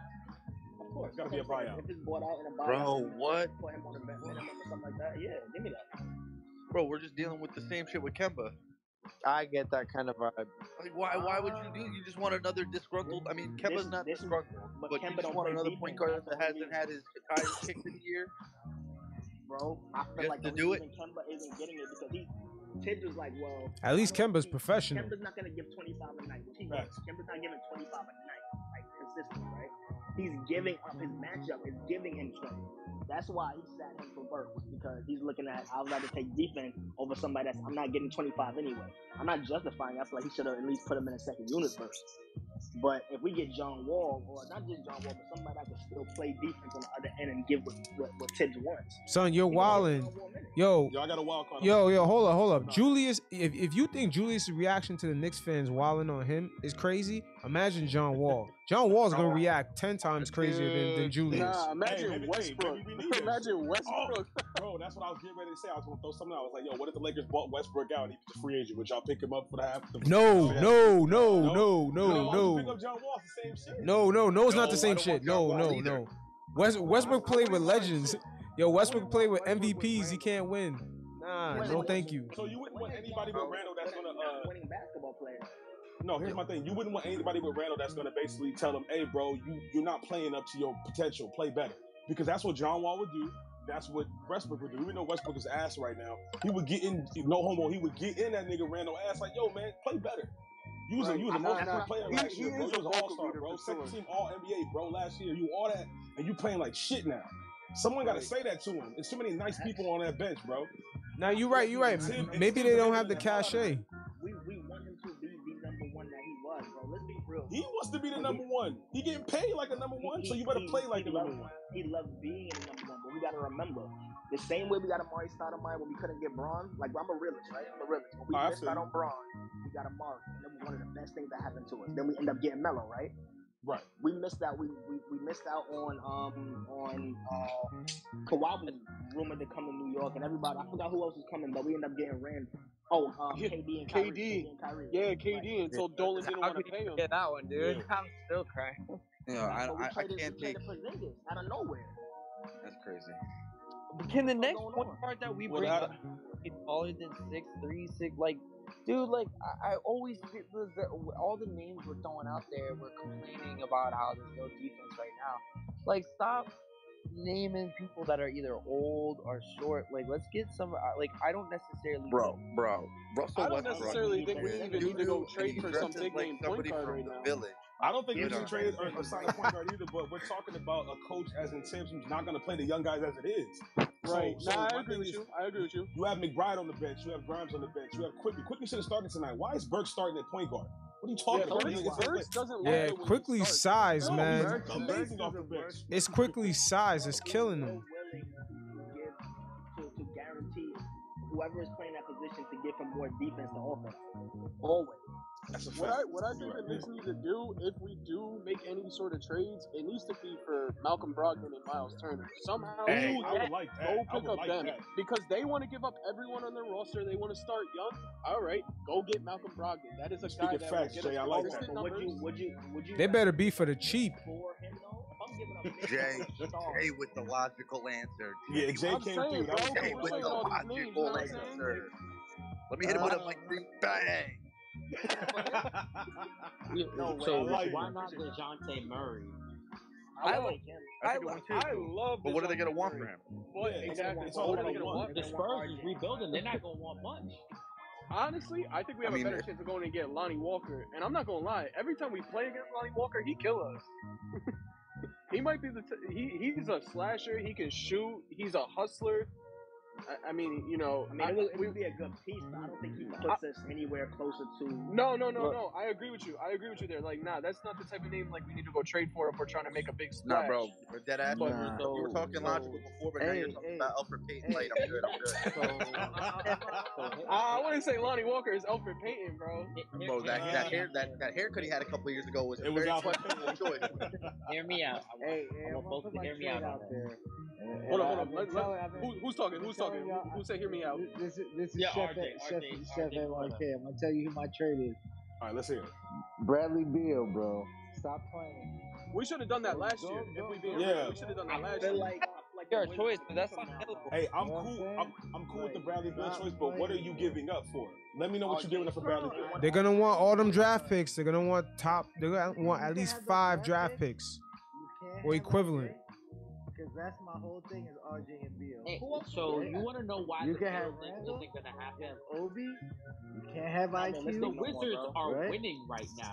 Speaker 7: Of course,
Speaker 5: It's gotta be a
Speaker 7: that's what I'm saying.
Speaker 5: buyout.
Speaker 7: If it's bought out in a buyout,
Speaker 6: Bro,
Speaker 7: and
Speaker 6: what?
Speaker 7: Put him on the bare minimum or something like that. Yeah, give me that.
Speaker 6: Bro, we're just dealing with the same shit with Kemba.
Speaker 9: I get that kind of vibe.
Speaker 6: Like, why? Why would you do? You just want another disgruntled. I mean,
Speaker 7: This
Speaker 6: Kemba's
Speaker 7: is-
Speaker 6: not
Speaker 7: this is-
Speaker 6: disgruntled,
Speaker 7: but
Speaker 6: but
Speaker 7: Kemba
Speaker 6: you just
Speaker 7: don't
Speaker 6: want
Speaker 7: play
Speaker 6: another
Speaker 7: defense.
Speaker 6: point guard
Speaker 7: That's the
Speaker 6: that
Speaker 7: whole
Speaker 6: hasn't
Speaker 7: reason.
Speaker 6: had his tires kicked in a year.
Speaker 7: Bro, I feel
Speaker 6: Just
Speaker 7: like
Speaker 6: to
Speaker 7: the
Speaker 6: do it?
Speaker 7: reason Kemba isn't getting it because he Tid was like, well,
Speaker 2: At least
Speaker 7: I don't
Speaker 2: Kemba's
Speaker 7: think-
Speaker 2: professional.
Speaker 7: Kemba's not gonna give 25 a night. Which he won't.
Speaker 5: Facts.
Speaker 7: Kemba's not giving 25 a night, like consistently, right? He's giving up his matchup. Is giving him strength. That's why he sat him for Burks because he's looking at I would rather take defense over somebody that's I'm not getting 25 anyway. I'm not justifying. That's like he should have at least put him in a second unit first. But if we get John Wall, or not just John Wall, but somebody that can still play defense on the other end and give what what, what Tibbs wants.
Speaker 2: Son, you're
Speaker 7: he gonna get
Speaker 2: wildin'.
Speaker 7: John Wall minutes.
Speaker 2: Yo,
Speaker 5: Yo, I got a wild card.
Speaker 2: yo, yo, hold up, hold up. Julius, if, if you think Julius' reaction to the Knicks fans wilding on him is crazy, imagine John Wall. John Wall's gonna react ten times crazier than, than
Speaker 9: Dude,
Speaker 2: Julius.
Speaker 4: Nah,
Speaker 5: Hey,
Speaker 4: imagine
Speaker 5: maybe- hey,
Speaker 4: Westbrook.
Speaker 5: maybe we need this.
Speaker 4: imagine Westbrook.
Speaker 5: Bro, that's what I was getting ready to say. I was gonna throw something out. I was like, yo, what if the Lakers bought Westbrook out and he was a free agent? Would y'all pick him up for the half? The,
Speaker 2: No,
Speaker 5: for the-
Speaker 2: no, no, no,
Speaker 5: No, why
Speaker 2: no,
Speaker 5: would you Pick
Speaker 2: no,
Speaker 5: up John Wall. It's the same shit.
Speaker 2: no, no, no. It's not
Speaker 5: No,
Speaker 2: the
Speaker 5: I
Speaker 2: same
Speaker 5: don't
Speaker 2: shit.
Speaker 5: want John
Speaker 2: No,
Speaker 5: Wall
Speaker 2: no,
Speaker 5: either.
Speaker 2: no. West Westbrook played with legends. Yo, Westbrook played with
Speaker 4: Westbrook with
Speaker 2: MVPs. He
Speaker 4: Randall.
Speaker 2: can't win. Nah,
Speaker 7: Wouldn't
Speaker 2: no,
Speaker 7: want-
Speaker 2: thank you.
Speaker 5: So you wouldn't want
Speaker 7: wouldn't
Speaker 5: anybody
Speaker 7: want
Speaker 5: with Randall that's gonna.
Speaker 7: winning-
Speaker 5: Uh,
Speaker 7: winning basketball player.
Speaker 5: no, here's my thing. You wouldn't want anybody with Randall that's gonna basically tell him, hey, bro, you you're not playing up to your potential. Play better, because that's what John Wall would do. That's what Westbrook would do. Even though Westbrook is ass right now, he would get in. No homo. He would get in that nigga Randall ass like, yo, man, play better. You was a, you was a
Speaker 4: Right. Nah,
Speaker 5: multiple
Speaker 4: nah.
Speaker 5: player
Speaker 4: He-
Speaker 5: last
Speaker 4: he
Speaker 5: year, bro.
Speaker 4: is
Speaker 5: You
Speaker 4: a
Speaker 5: was an
Speaker 4: vocal
Speaker 5: all star,
Speaker 4: leader
Speaker 5: bro.
Speaker 4: for
Speaker 5: Second
Speaker 4: sure.
Speaker 5: team All NBA, bro. Last year, you all that, and you playing like shit now. Someone got to
Speaker 4: Right.
Speaker 5: say that to him. There's too many nice people on that bench, bro.
Speaker 2: Now you're right. You're right.
Speaker 5: Tim-
Speaker 2: Maybe they don't have the cachet.
Speaker 7: We we want him to be the number one that he was, bro. Let's be real.
Speaker 5: He wants to be the number one. He getting paid like a number one, so you better play like the number
Speaker 7: loves,
Speaker 5: one.
Speaker 7: He loves being in the number one, but we gotta remember the same way we got Amari Stoudemire when we couldn't get Braun. Like I'm a realist, right? I'm a realist. When we
Speaker 5: I
Speaker 7: missed
Speaker 5: feel
Speaker 7: out
Speaker 5: you.
Speaker 7: on Braun, we got Amari, and that was one of the best things that happened to us. Then we end up getting Melo, right?
Speaker 5: Right.
Speaker 7: We missed out. We, we, we missed out on um on uh, Kawhi was rumored to come to New York, and everybody I forgot who else was coming, but we ended up getting Randall. Oh, um,
Speaker 4: Yeah,
Speaker 7: KD and Kyrie.
Speaker 4: KD.
Speaker 7: and Kyrie.
Speaker 4: Yeah, KD until Dolan didn't
Speaker 9: How
Speaker 4: want
Speaker 9: could
Speaker 4: to
Speaker 9: you
Speaker 4: pay him.
Speaker 9: forget that one, dude?
Speaker 5: Yeah.
Speaker 9: I'm still crying.
Speaker 8: You know, I,
Speaker 7: But we
Speaker 8: I, I
Speaker 7: traded-
Speaker 8: can't
Speaker 7: we
Speaker 8: take.
Speaker 7: traded Porzingis out of nowhere.
Speaker 8: That's crazy.
Speaker 9: Can the
Speaker 7: What's
Speaker 9: next
Speaker 7: going
Speaker 9: point
Speaker 7: on?
Speaker 9: guard that we
Speaker 5: What
Speaker 9: bring
Speaker 5: I-
Speaker 9: up be taller than six three six? Like, dude, like I, I always feel the, the, all the names we're throwing out there, we're complaining about how there's no defense right now. Like, stop naming people that are either old or short. Like, let's get some. uh, Like, I don't necessarily.
Speaker 8: Bro, bro. Russell
Speaker 4: I don't
Speaker 8: Westbrook.
Speaker 4: necessarily think we
Speaker 5: You
Speaker 4: even
Speaker 8: You
Speaker 4: need to go
Speaker 8: do,
Speaker 4: trade
Speaker 8: and
Speaker 4: for
Speaker 8: he
Speaker 4: some
Speaker 8: dresses
Speaker 4: big
Speaker 8: like
Speaker 4: name point
Speaker 8: somebody
Speaker 4: guard
Speaker 8: from
Speaker 4: right
Speaker 8: the
Speaker 4: now.
Speaker 8: village.
Speaker 5: I don't think
Speaker 8: You
Speaker 5: we should
Speaker 8: know.
Speaker 5: trade or, or sign a point guard either, but we're talking about a coach as in Tibbs who's not going to play the young guys as it is. So-
Speaker 4: Right.
Speaker 5: So,
Speaker 4: nah,
Speaker 5: my
Speaker 4: I agree
Speaker 5: thing
Speaker 4: with
Speaker 5: is,
Speaker 4: you. I agree with you.
Speaker 5: You have McBride on the bench. You have Grimes on the bench. You have Quickly. Quickly should have started tonight. Why is Burke starting at point guard? What are you
Speaker 4: Yeah,
Speaker 5: talking about?
Speaker 4: Burks,
Speaker 5: That nigga's-
Speaker 4: Burks doesn't look
Speaker 2: Yeah,
Speaker 4: good when he
Speaker 2: quickly
Speaker 4: starts.
Speaker 2: size,
Speaker 5: No,
Speaker 2: man.
Speaker 5: he's amazing off the bench.
Speaker 2: It's quickly size. It's killing
Speaker 7: Hmm.
Speaker 2: them.
Speaker 7: willing to give to, to guarantee whoever is playing that position to give him more defense to offense. Always.
Speaker 5: That's a fact.
Speaker 4: What I what I think
Speaker 5: You're
Speaker 4: the
Speaker 5: right.
Speaker 4: Knicks need to do, if we do make any sort of trades, it needs to be for Malcolm Brogdon and Miles Turner. Somehow,
Speaker 5: Hey,
Speaker 4: somehow,
Speaker 5: I would like that.
Speaker 4: go
Speaker 5: I
Speaker 4: pick
Speaker 5: would
Speaker 4: up
Speaker 5: like
Speaker 4: them
Speaker 5: that.
Speaker 4: because they want to give up everyone on their roster. They want to start young. All right, go get Malcolm Brogdon. That is a guy
Speaker 5: Speaking
Speaker 4: that
Speaker 5: facts,
Speaker 4: will
Speaker 5: Jay,
Speaker 4: get
Speaker 5: I
Speaker 4: us
Speaker 5: like
Speaker 4: consistent
Speaker 5: that.
Speaker 7: But would
Speaker 4: numbers.
Speaker 7: you would you would you
Speaker 2: They better be for the cheap.
Speaker 7: for him though? If I'm giving up
Speaker 6: Jay,
Speaker 7: big stars,
Speaker 6: Jay with the logical answer.
Speaker 5: Yeah,
Speaker 6: Jimmy
Speaker 5: Jay
Speaker 4: I'm
Speaker 5: came
Speaker 4: saying,
Speaker 5: through.
Speaker 4: bro,
Speaker 5: That was
Speaker 4: we're
Speaker 6: Jay
Speaker 5: cool.
Speaker 6: with the
Speaker 4: playing all these names. You know
Speaker 6: logical
Speaker 4: what I'm saying?
Speaker 6: answer. Let me hit him
Speaker 7: Uh,
Speaker 6: with a like three bang.
Speaker 7: no
Speaker 5: I
Speaker 10: So
Speaker 5: like
Speaker 10: why
Speaker 5: it.
Speaker 10: not Dejounte Murray?
Speaker 4: I
Speaker 7: I
Speaker 4: love,
Speaker 7: like him.
Speaker 6: I
Speaker 4: I
Speaker 6: think it
Speaker 4: love,
Speaker 6: went
Speaker 4: I
Speaker 6: two.
Speaker 4: love.
Speaker 6: But what are they gonna want
Speaker 4: for
Speaker 6: from
Speaker 4: him?
Speaker 6: him?
Speaker 4: But
Speaker 5: Yeah, it's
Speaker 4: exactly,
Speaker 5: all
Speaker 4: so what are they
Speaker 5: about
Speaker 4: gonna
Speaker 5: one.
Speaker 4: want?
Speaker 10: The Spurs is rebuilding. They're not gonna want much.
Speaker 4: Honestly, I think we
Speaker 6: I
Speaker 4: have
Speaker 6: mean,
Speaker 4: a better
Speaker 6: if-
Speaker 4: chance of going and get Lonnie Walker. And I'm not gonna lie, every time we play against Lonnie Walker, he kill us. he might be the t- he he's a slasher. He can shoot. He's a hustler. I, I mean, you know,
Speaker 7: I
Speaker 4: I
Speaker 7: mean, it, was, it
Speaker 4: we,
Speaker 7: would be a good piece, but Hmm. I don't think he puts us anywhere closer to.
Speaker 4: no, no, no,
Speaker 7: Look.
Speaker 4: no. I agree with you. I agree with you there. Like, nah, that's not the type of name like we need to go trade for if we're trying to make a big
Speaker 6: Nah,
Speaker 4: splash.
Speaker 6: bro. We're dead ass. we,
Speaker 4: But-
Speaker 6: were, we were
Speaker 10: So-
Speaker 6: talking
Speaker 10: so-
Speaker 6: logical before, but now you're
Speaker 10: hey,
Speaker 6: talking
Speaker 10: hey,
Speaker 6: about Alfred Payton.
Speaker 10: hey.
Speaker 6: Like, I'm good. I'm good.
Speaker 10: So, so here-
Speaker 4: Ah, I, I wouldn't say Lonnie Walker is Alfred Payton, bro.
Speaker 10: here- here-
Speaker 6: Bro, that,
Speaker 10: hear
Speaker 6: that
Speaker 10: me
Speaker 6: hair
Speaker 10: out,
Speaker 6: that,
Speaker 10: man.
Speaker 6: that haircut he had a couple years ago was a
Speaker 5: It was
Speaker 6: very
Speaker 5: Alfred
Speaker 6: questionable
Speaker 5: Payton.
Speaker 6: choice.
Speaker 10: Hear me out. I want,
Speaker 1: Hey, hey,
Speaker 10: I
Speaker 1: I'm
Speaker 10: want
Speaker 1: gonna
Speaker 10: folks
Speaker 1: put
Speaker 10: to
Speaker 1: my
Speaker 10: hear me
Speaker 1: trade
Speaker 10: out on
Speaker 1: out
Speaker 10: that.
Speaker 1: there. And- and I-
Speaker 4: Hold on, hold
Speaker 1: I've
Speaker 4: on.
Speaker 1: been
Speaker 4: Let, let,
Speaker 1: telling- I've been-
Speaker 4: who, who's talking?
Speaker 1: I've been
Speaker 4: Who's talking?
Speaker 1: telling y'all-
Speaker 4: Who, who said, "Hear me out"?
Speaker 1: This is this is
Speaker 10: Yeah,
Speaker 1: Chef
Speaker 10: RJ,
Speaker 1: Chef
Speaker 10: RJ,
Speaker 1: Chef
Speaker 10: Porter.
Speaker 1: NYK. I'm gonna tell you who my trade is.
Speaker 5: All right, let's hear it.
Speaker 1: Bradley Beal, bro. Stop playing.
Speaker 4: We should have done that
Speaker 1: Go-
Speaker 4: last
Speaker 1: go-
Speaker 4: year.
Speaker 1: go-
Speaker 4: If we
Speaker 1: go-
Speaker 4: being
Speaker 5: Yeah.
Speaker 4: real, we should have done that
Speaker 7: I
Speaker 4: last
Speaker 7: feel
Speaker 4: year.
Speaker 7: like I feel like
Speaker 9: You're
Speaker 7: the
Speaker 9: a choice,
Speaker 7: Wizards are
Speaker 9: but that's
Speaker 7: from
Speaker 9: not
Speaker 7: now
Speaker 9: available.
Speaker 7: on.
Speaker 5: Hey, I'm
Speaker 1: You know what I'm
Speaker 5: cool.
Speaker 1: saying?
Speaker 5: I'm, I'm cool with the
Speaker 1: Like,
Speaker 5: Bradley Bill
Speaker 1: stop
Speaker 5: choice, but what are
Speaker 1: playing,
Speaker 5: you
Speaker 1: bro.
Speaker 5: giving up for? Let me know what you're giving up for Bradley Bill.
Speaker 2: They're gonna want all them draft picks. They're gonna want top. They're gonna want at least five draft picks
Speaker 1: You can't
Speaker 2: or equivalent.
Speaker 1: Because that's my whole thing is RJ and Beal.
Speaker 10: Hey,
Speaker 1: Who else
Speaker 10: so
Speaker 1: is
Speaker 10: you
Speaker 1: there?
Speaker 10: want to know why
Speaker 1: You
Speaker 10: the
Speaker 1: can have
Speaker 10: Wizards
Speaker 1: Randall.
Speaker 10: isn't gonna happen?
Speaker 1: Obi. You can't have
Speaker 7: Nah, man, let's
Speaker 10: The
Speaker 7: go
Speaker 1: IQ.
Speaker 7: no more,
Speaker 10: Wizards
Speaker 7: bro.
Speaker 10: are
Speaker 1: Right?
Speaker 10: winning right now.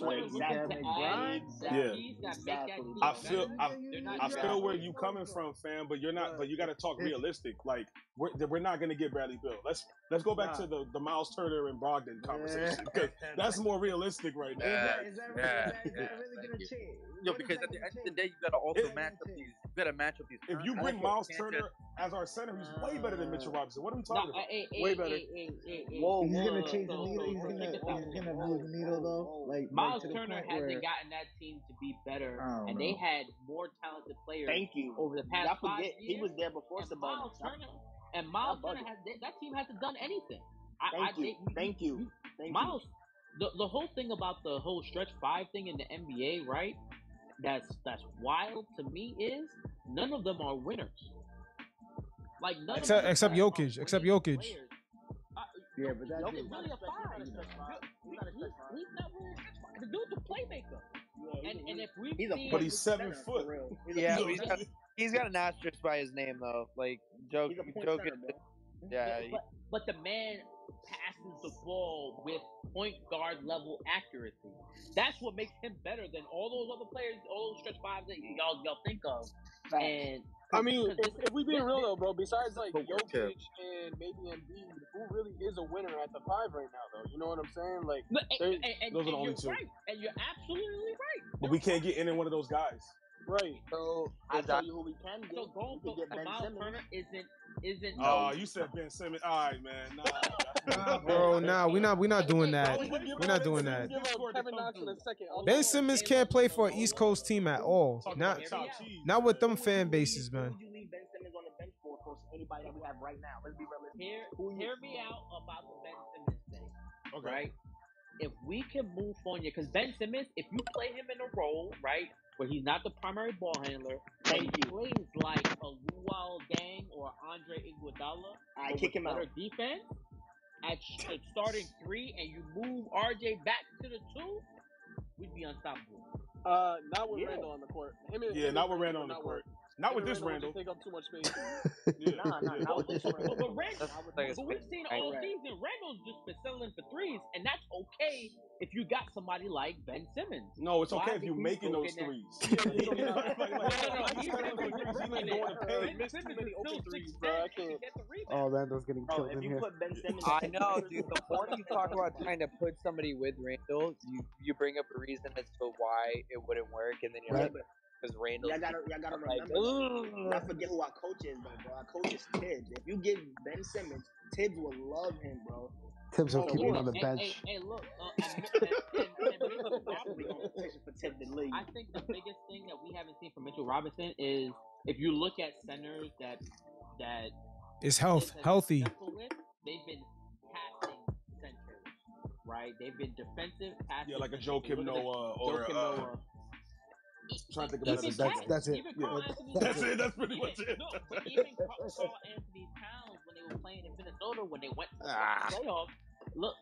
Speaker 10: Unless
Speaker 7: why
Speaker 10: they're
Speaker 1: Right. You
Speaker 10: looking
Speaker 1: can't have
Speaker 10: to add
Speaker 1: McBride.
Speaker 5: Yeah.
Speaker 10: exactly that make that
Speaker 7: Exactly.
Speaker 10: team
Speaker 5: I
Speaker 7: bro.
Speaker 5: feel
Speaker 10: better.
Speaker 5: I,
Speaker 10: They're not
Speaker 5: I feel
Speaker 10: exactly.
Speaker 5: where you coming from, fam. But you're not. But you got to talk
Speaker 1: It's-
Speaker 5: realistic. Like we're th- we're not gonna get Bradley Bill. Let's let's go back
Speaker 1: Nah.
Speaker 5: to the the Miles Turner and Brogdon conversation because that's more realistic right
Speaker 1: Is
Speaker 5: now.
Speaker 1: that,
Speaker 6: Yeah,
Speaker 1: is that,
Speaker 6: yeah,
Speaker 1: is that, is that
Speaker 6: yeah,
Speaker 1: really
Speaker 6: thank
Speaker 1: gonna
Speaker 6: you.
Speaker 1: change?
Speaker 6: Yo,
Speaker 1: When is
Speaker 6: because
Speaker 1: that
Speaker 6: at the
Speaker 1: gonna
Speaker 6: end of the
Speaker 1: change?
Speaker 6: day, you gotta also
Speaker 1: When is that
Speaker 6: match up
Speaker 1: gonna
Speaker 6: these.
Speaker 1: change?
Speaker 6: You gotta match up these.
Speaker 5: If you
Speaker 6: terms.
Speaker 5: bring
Speaker 6: You
Speaker 5: Miles
Speaker 6: can't just-
Speaker 5: Turner as our center, he's way better than Mitchell Robinson. What are we
Speaker 10: No,
Speaker 5: talking
Speaker 10: uh,
Speaker 5: about?
Speaker 7: eh,
Speaker 10: hey,
Speaker 4: Way
Speaker 10: hey,
Speaker 4: better.
Speaker 10: hey, hey, hey, hey.
Speaker 7: Whoa,
Speaker 1: He's
Speaker 7: whoa,
Speaker 1: gonna
Speaker 10: So,
Speaker 7: whoa,
Speaker 1: change the
Speaker 10: so,
Speaker 7: whoa,
Speaker 1: needle.
Speaker 10: so,
Speaker 1: He's
Speaker 10: so
Speaker 7: whoa,
Speaker 1: gonna
Speaker 10: check this
Speaker 7: whoa,
Speaker 10: out.
Speaker 1: he's
Speaker 10: Check
Speaker 1: gonna
Speaker 10: this
Speaker 7: whoa,
Speaker 1: move
Speaker 10: out.
Speaker 1: the needle
Speaker 7: whoa,
Speaker 1: though,
Speaker 7: whoa.
Speaker 1: like like
Speaker 10: Miles
Speaker 1: to the
Speaker 10: Turner
Speaker 1: point
Speaker 10: hasn't
Speaker 1: where
Speaker 10: gotten that team to be better,
Speaker 1: I don't
Speaker 10: and they
Speaker 1: know.
Speaker 10: had more talented players
Speaker 7: Thank you.
Speaker 10: over the past
Speaker 7: Y'all
Speaker 10: five
Speaker 7: forget he
Speaker 10: years.
Speaker 7: was there before
Speaker 10: And Miles
Speaker 7: Sabonis. Y'all-
Speaker 10: Turner, and Miles
Speaker 7: y'all
Speaker 10: Turner
Speaker 7: bugging.
Speaker 10: has that, that team hasn't done anything. I, I
Speaker 7: Thank you.
Speaker 10: they- you-
Speaker 7: Thank
Speaker 10: you-
Speaker 7: you. Thank you.
Speaker 10: Miles, the, the whole thing about the whole stretch five thing in the NBA, right? That's that's wild to me. Is none of them are winners. Like none
Speaker 2: Except-
Speaker 10: of them
Speaker 2: except
Speaker 10: guys are
Speaker 2: Jokic, except
Speaker 10: winning
Speaker 2: Jokic.
Speaker 10: players. Uh,
Speaker 1: Yeah, but that
Speaker 10: Jokic
Speaker 1: dude's
Speaker 10: is
Speaker 1: not
Speaker 10: really
Speaker 1: a
Speaker 10: a
Speaker 1: stretch.
Speaker 10: five.
Speaker 1: He's not a stretch.
Speaker 10: He-
Speaker 7: He's not a
Speaker 10: he-
Speaker 7: stretch five.
Speaker 10: He's not really a stretch five. The dude's a playmaker.
Speaker 7: Yeah,
Speaker 10: And
Speaker 7: he's,
Speaker 10: and
Speaker 7: he's,
Speaker 10: if we've
Speaker 7: he's a
Speaker 10: seen
Speaker 5: But
Speaker 7: point
Speaker 5: he's seven
Speaker 7: center
Speaker 5: foot.
Speaker 7: for real. He's a
Speaker 9: Yeah,
Speaker 7: point
Speaker 9: he's
Speaker 7: center.
Speaker 9: got, he's got an asterisk by his name though. Like joke,
Speaker 7: He's a point
Speaker 9: joke.
Speaker 7: center, bro.
Speaker 9: Yeah,
Speaker 10: but, but but the man passed passes the ball with point guard level accuracy. That's what makes him better than all those other players, all those stretch fives that y'all y'all think of. And
Speaker 4: I mean,
Speaker 10: because
Speaker 4: if,
Speaker 10: this-
Speaker 4: if we being
Speaker 10: this-
Speaker 4: real though, bro, besides like
Speaker 6: But we're
Speaker 4: Jokic and maybe Embiid, who really is a winner at the five right now though? You know what I'm saying? Like,
Speaker 10: But- and,
Speaker 4: there's-
Speaker 10: and, and,
Speaker 5: those are the
Speaker 10: and
Speaker 5: only
Speaker 10: you're
Speaker 5: two.
Speaker 10: right. And you're absolutely right.
Speaker 5: But we can't get any one of those guys.
Speaker 4: right?
Speaker 7: So
Speaker 9: I
Speaker 7: I tell you who we can get.
Speaker 10: So going
Speaker 7: we
Speaker 10: for
Speaker 7: can get Ben
Speaker 10: Miles
Speaker 7: Simmons.
Speaker 10: Turner isn't isn't
Speaker 5: Oh, you said Ben Simmons. All right, man. Nah,
Speaker 2: Nah, bro, nah, we not we not doing that.
Speaker 5: Why would we give
Speaker 2: We're not
Speaker 5: Ben
Speaker 2: doing
Speaker 5: Simmons
Speaker 4: Give
Speaker 5: this
Speaker 4: up
Speaker 5: score to
Speaker 4: Kevin
Speaker 5: come
Speaker 4: Knox in
Speaker 5: through?
Speaker 4: a second. I'll
Speaker 2: Ben
Speaker 4: go.
Speaker 2: Simmons can't play for an East Coast team at all.
Speaker 5: Talking
Speaker 2: Not
Speaker 5: about chopped cheese.
Speaker 2: not with
Speaker 5: man.
Speaker 2: them fan bases,
Speaker 7: Who
Speaker 2: man.
Speaker 7: would you leave Ben Simmons on the bench for? Close to anybody that we have right now. Let's be realistic.
Speaker 10: hear
Speaker 7: Who you-
Speaker 10: hear me out about the Ben Simmons thing,
Speaker 5: Okay.
Speaker 10: right? If we can move Fournier, because Ben Simmons, if you play him in a role, right, where he's not the primary ball handler, and he
Speaker 7: Thank you.
Speaker 10: plays like a Luau Dang or Andre Iguodala,
Speaker 7: I
Speaker 10: but
Speaker 7: kick
Speaker 10: with
Speaker 7: him out.
Speaker 10: better defense at, at starting three, and you move RJ back to the two, we'd be unstoppable.
Speaker 4: Uh, not with
Speaker 7: Yeah.
Speaker 4: Randall on the court. Him and,
Speaker 5: Yeah,
Speaker 4: him
Speaker 5: not
Speaker 4: and
Speaker 5: with Randall on the
Speaker 4: would
Speaker 5: court.
Speaker 4: work.
Speaker 5: Not
Speaker 4: Him
Speaker 5: with
Speaker 4: and
Speaker 5: this
Speaker 4: would
Speaker 5: Randall.
Speaker 4: just Take up too much space.
Speaker 5: Yeah.
Speaker 7: Nah, nah,
Speaker 5: yeah.
Speaker 7: not with this
Speaker 10: But,
Speaker 7: Randall.
Speaker 10: but Randall,
Speaker 9: That's the thing. It's
Speaker 10: but we've seen all
Speaker 9: Right.
Speaker 10: season Randall's just been settling for threes, and that's okay if you got somebody like Ben Simmons.
Speaker 5: No, it's
Speaker 10: Why
Speaker 5: okay if
Speaker 10: did
Speaker 5: you're
Speaker 10: he
Speaker 5: making
Speaker 10: go
Speaker 5: those
Speaker 10: in there-
Speaker 5: threes.
Speaker 4: It's okay.
Speaker 5: Like, like,
Speaker 10: No, no, no.
Speaker 5: like, he's
Speaker 10: Even
Speaker 5: telling
Speaker 10: if
Speaker 5: those threes, he
Speaker 10: you're working
Speaker 5: ain't
Speaker 10: it,
Speaker 5: going to pay.
Speaker 10: Ben
Speaker 4: missed too
Speaker 10: Simmons
Speaker 4: many
Speaker 10: is still
Speaker 4: open
Speaker 10: six
Speaker 4: threes, bro. I
Speaker 10: ten and can
Speaker 4: can't.
Speaker 10: get the
Speaker 9: Oh,
Speaker 10: rebound.
Speaker 9: Randall's getting
Speaker 7: Bro,
Speaker 9: killed
Speaker 7: if
Speaker 9: in
Speaker 7: you
Speaker 9: here.
Speaker 7: put Ben Simmons at
Speaker 9: I
Speaker 7: the
Speaker 9: know,
Speaker 7: first
Speaker 9: dude. The
Speaker 7: or
Speaker 9: more
Speaker 7: something
Speaker 9: you
Speaker 7: else,
Speaker 9: talk about
Speaker 7: that's
Speaker 9: trying to put somebody with Randall, you you bring up a reason as to why it wouldn't work, and then you're like,
Speaker 7: fine. Yeah, but
Speaker 9: because Randall's
Speaker 7: y'all gotta y'all gotta
Speaker 9: like,
Speaker 7: remember though.
Speaker 9: Ugh.
Speaker 7: Not forget who our coach is though, bro. Our coach is Tibbs. If you give Ben Simmons, Tibbs will love him, bro.
Speaker 9: Tibbs will
Speaker 7: So
Speaker 9: keep
Speaker 7: we
Speaker 9: him
Speaker 7: are
Speaker 9: on the
Speaker 10: Hey, hey,
Speaker 9: bench.
Speaker 10: hey, look, uh, and, and, and, and Mitchell
Speaker 7: that's what we
Speaker 10: Robinson,
Speaker 7: gonna petition for Tibbs to leave.
Speaker 10: I think the biggest thing that we haven't seen from Mitchell Robinson is if you look at centers that that
Speaker 2: It's health,
Speaker 10: been
Speaker 2: healthy.
Speaker 10: successful with, they've been passing centers, right? They've been defensive passing.
Speaker 5: Yeah, like a
Speaker 10: centers.
Speaker 5: Joe
Speaker 10: If you
Speaker 5: Kim
Speaker 10: look at
Speaker 5: Noah
Speaker 10: the- Joe
Speaker 5: or.
Speaker 10: Kim
Speaker 5: Uh,
Speaker 10: Noah.
Speaker 5: trying to think of
Speaker 9: That's
Speaker 5: another
Speaker 9: it.
Speaker 10: Even
Speaker 9: That's
Speaker 5: second.
Speaker 10: that,
Speaker 9: that's it.
Speaker 10: even
Speaker 5: Yeah.
Speaker 10: Carl Anthony
Speaker 5: That's
Speaker 10: Towns.
Speaker 5: it. That's pretty
Speaker 10: Yeah,
Speaker 5: much it.
Speaker 10: no, but even Carl, Carl Anthony Towns, when they were playing in Minnesota, when they went to the
Speaker 9: Ah.
Speaker 10: fucking playoffs, look,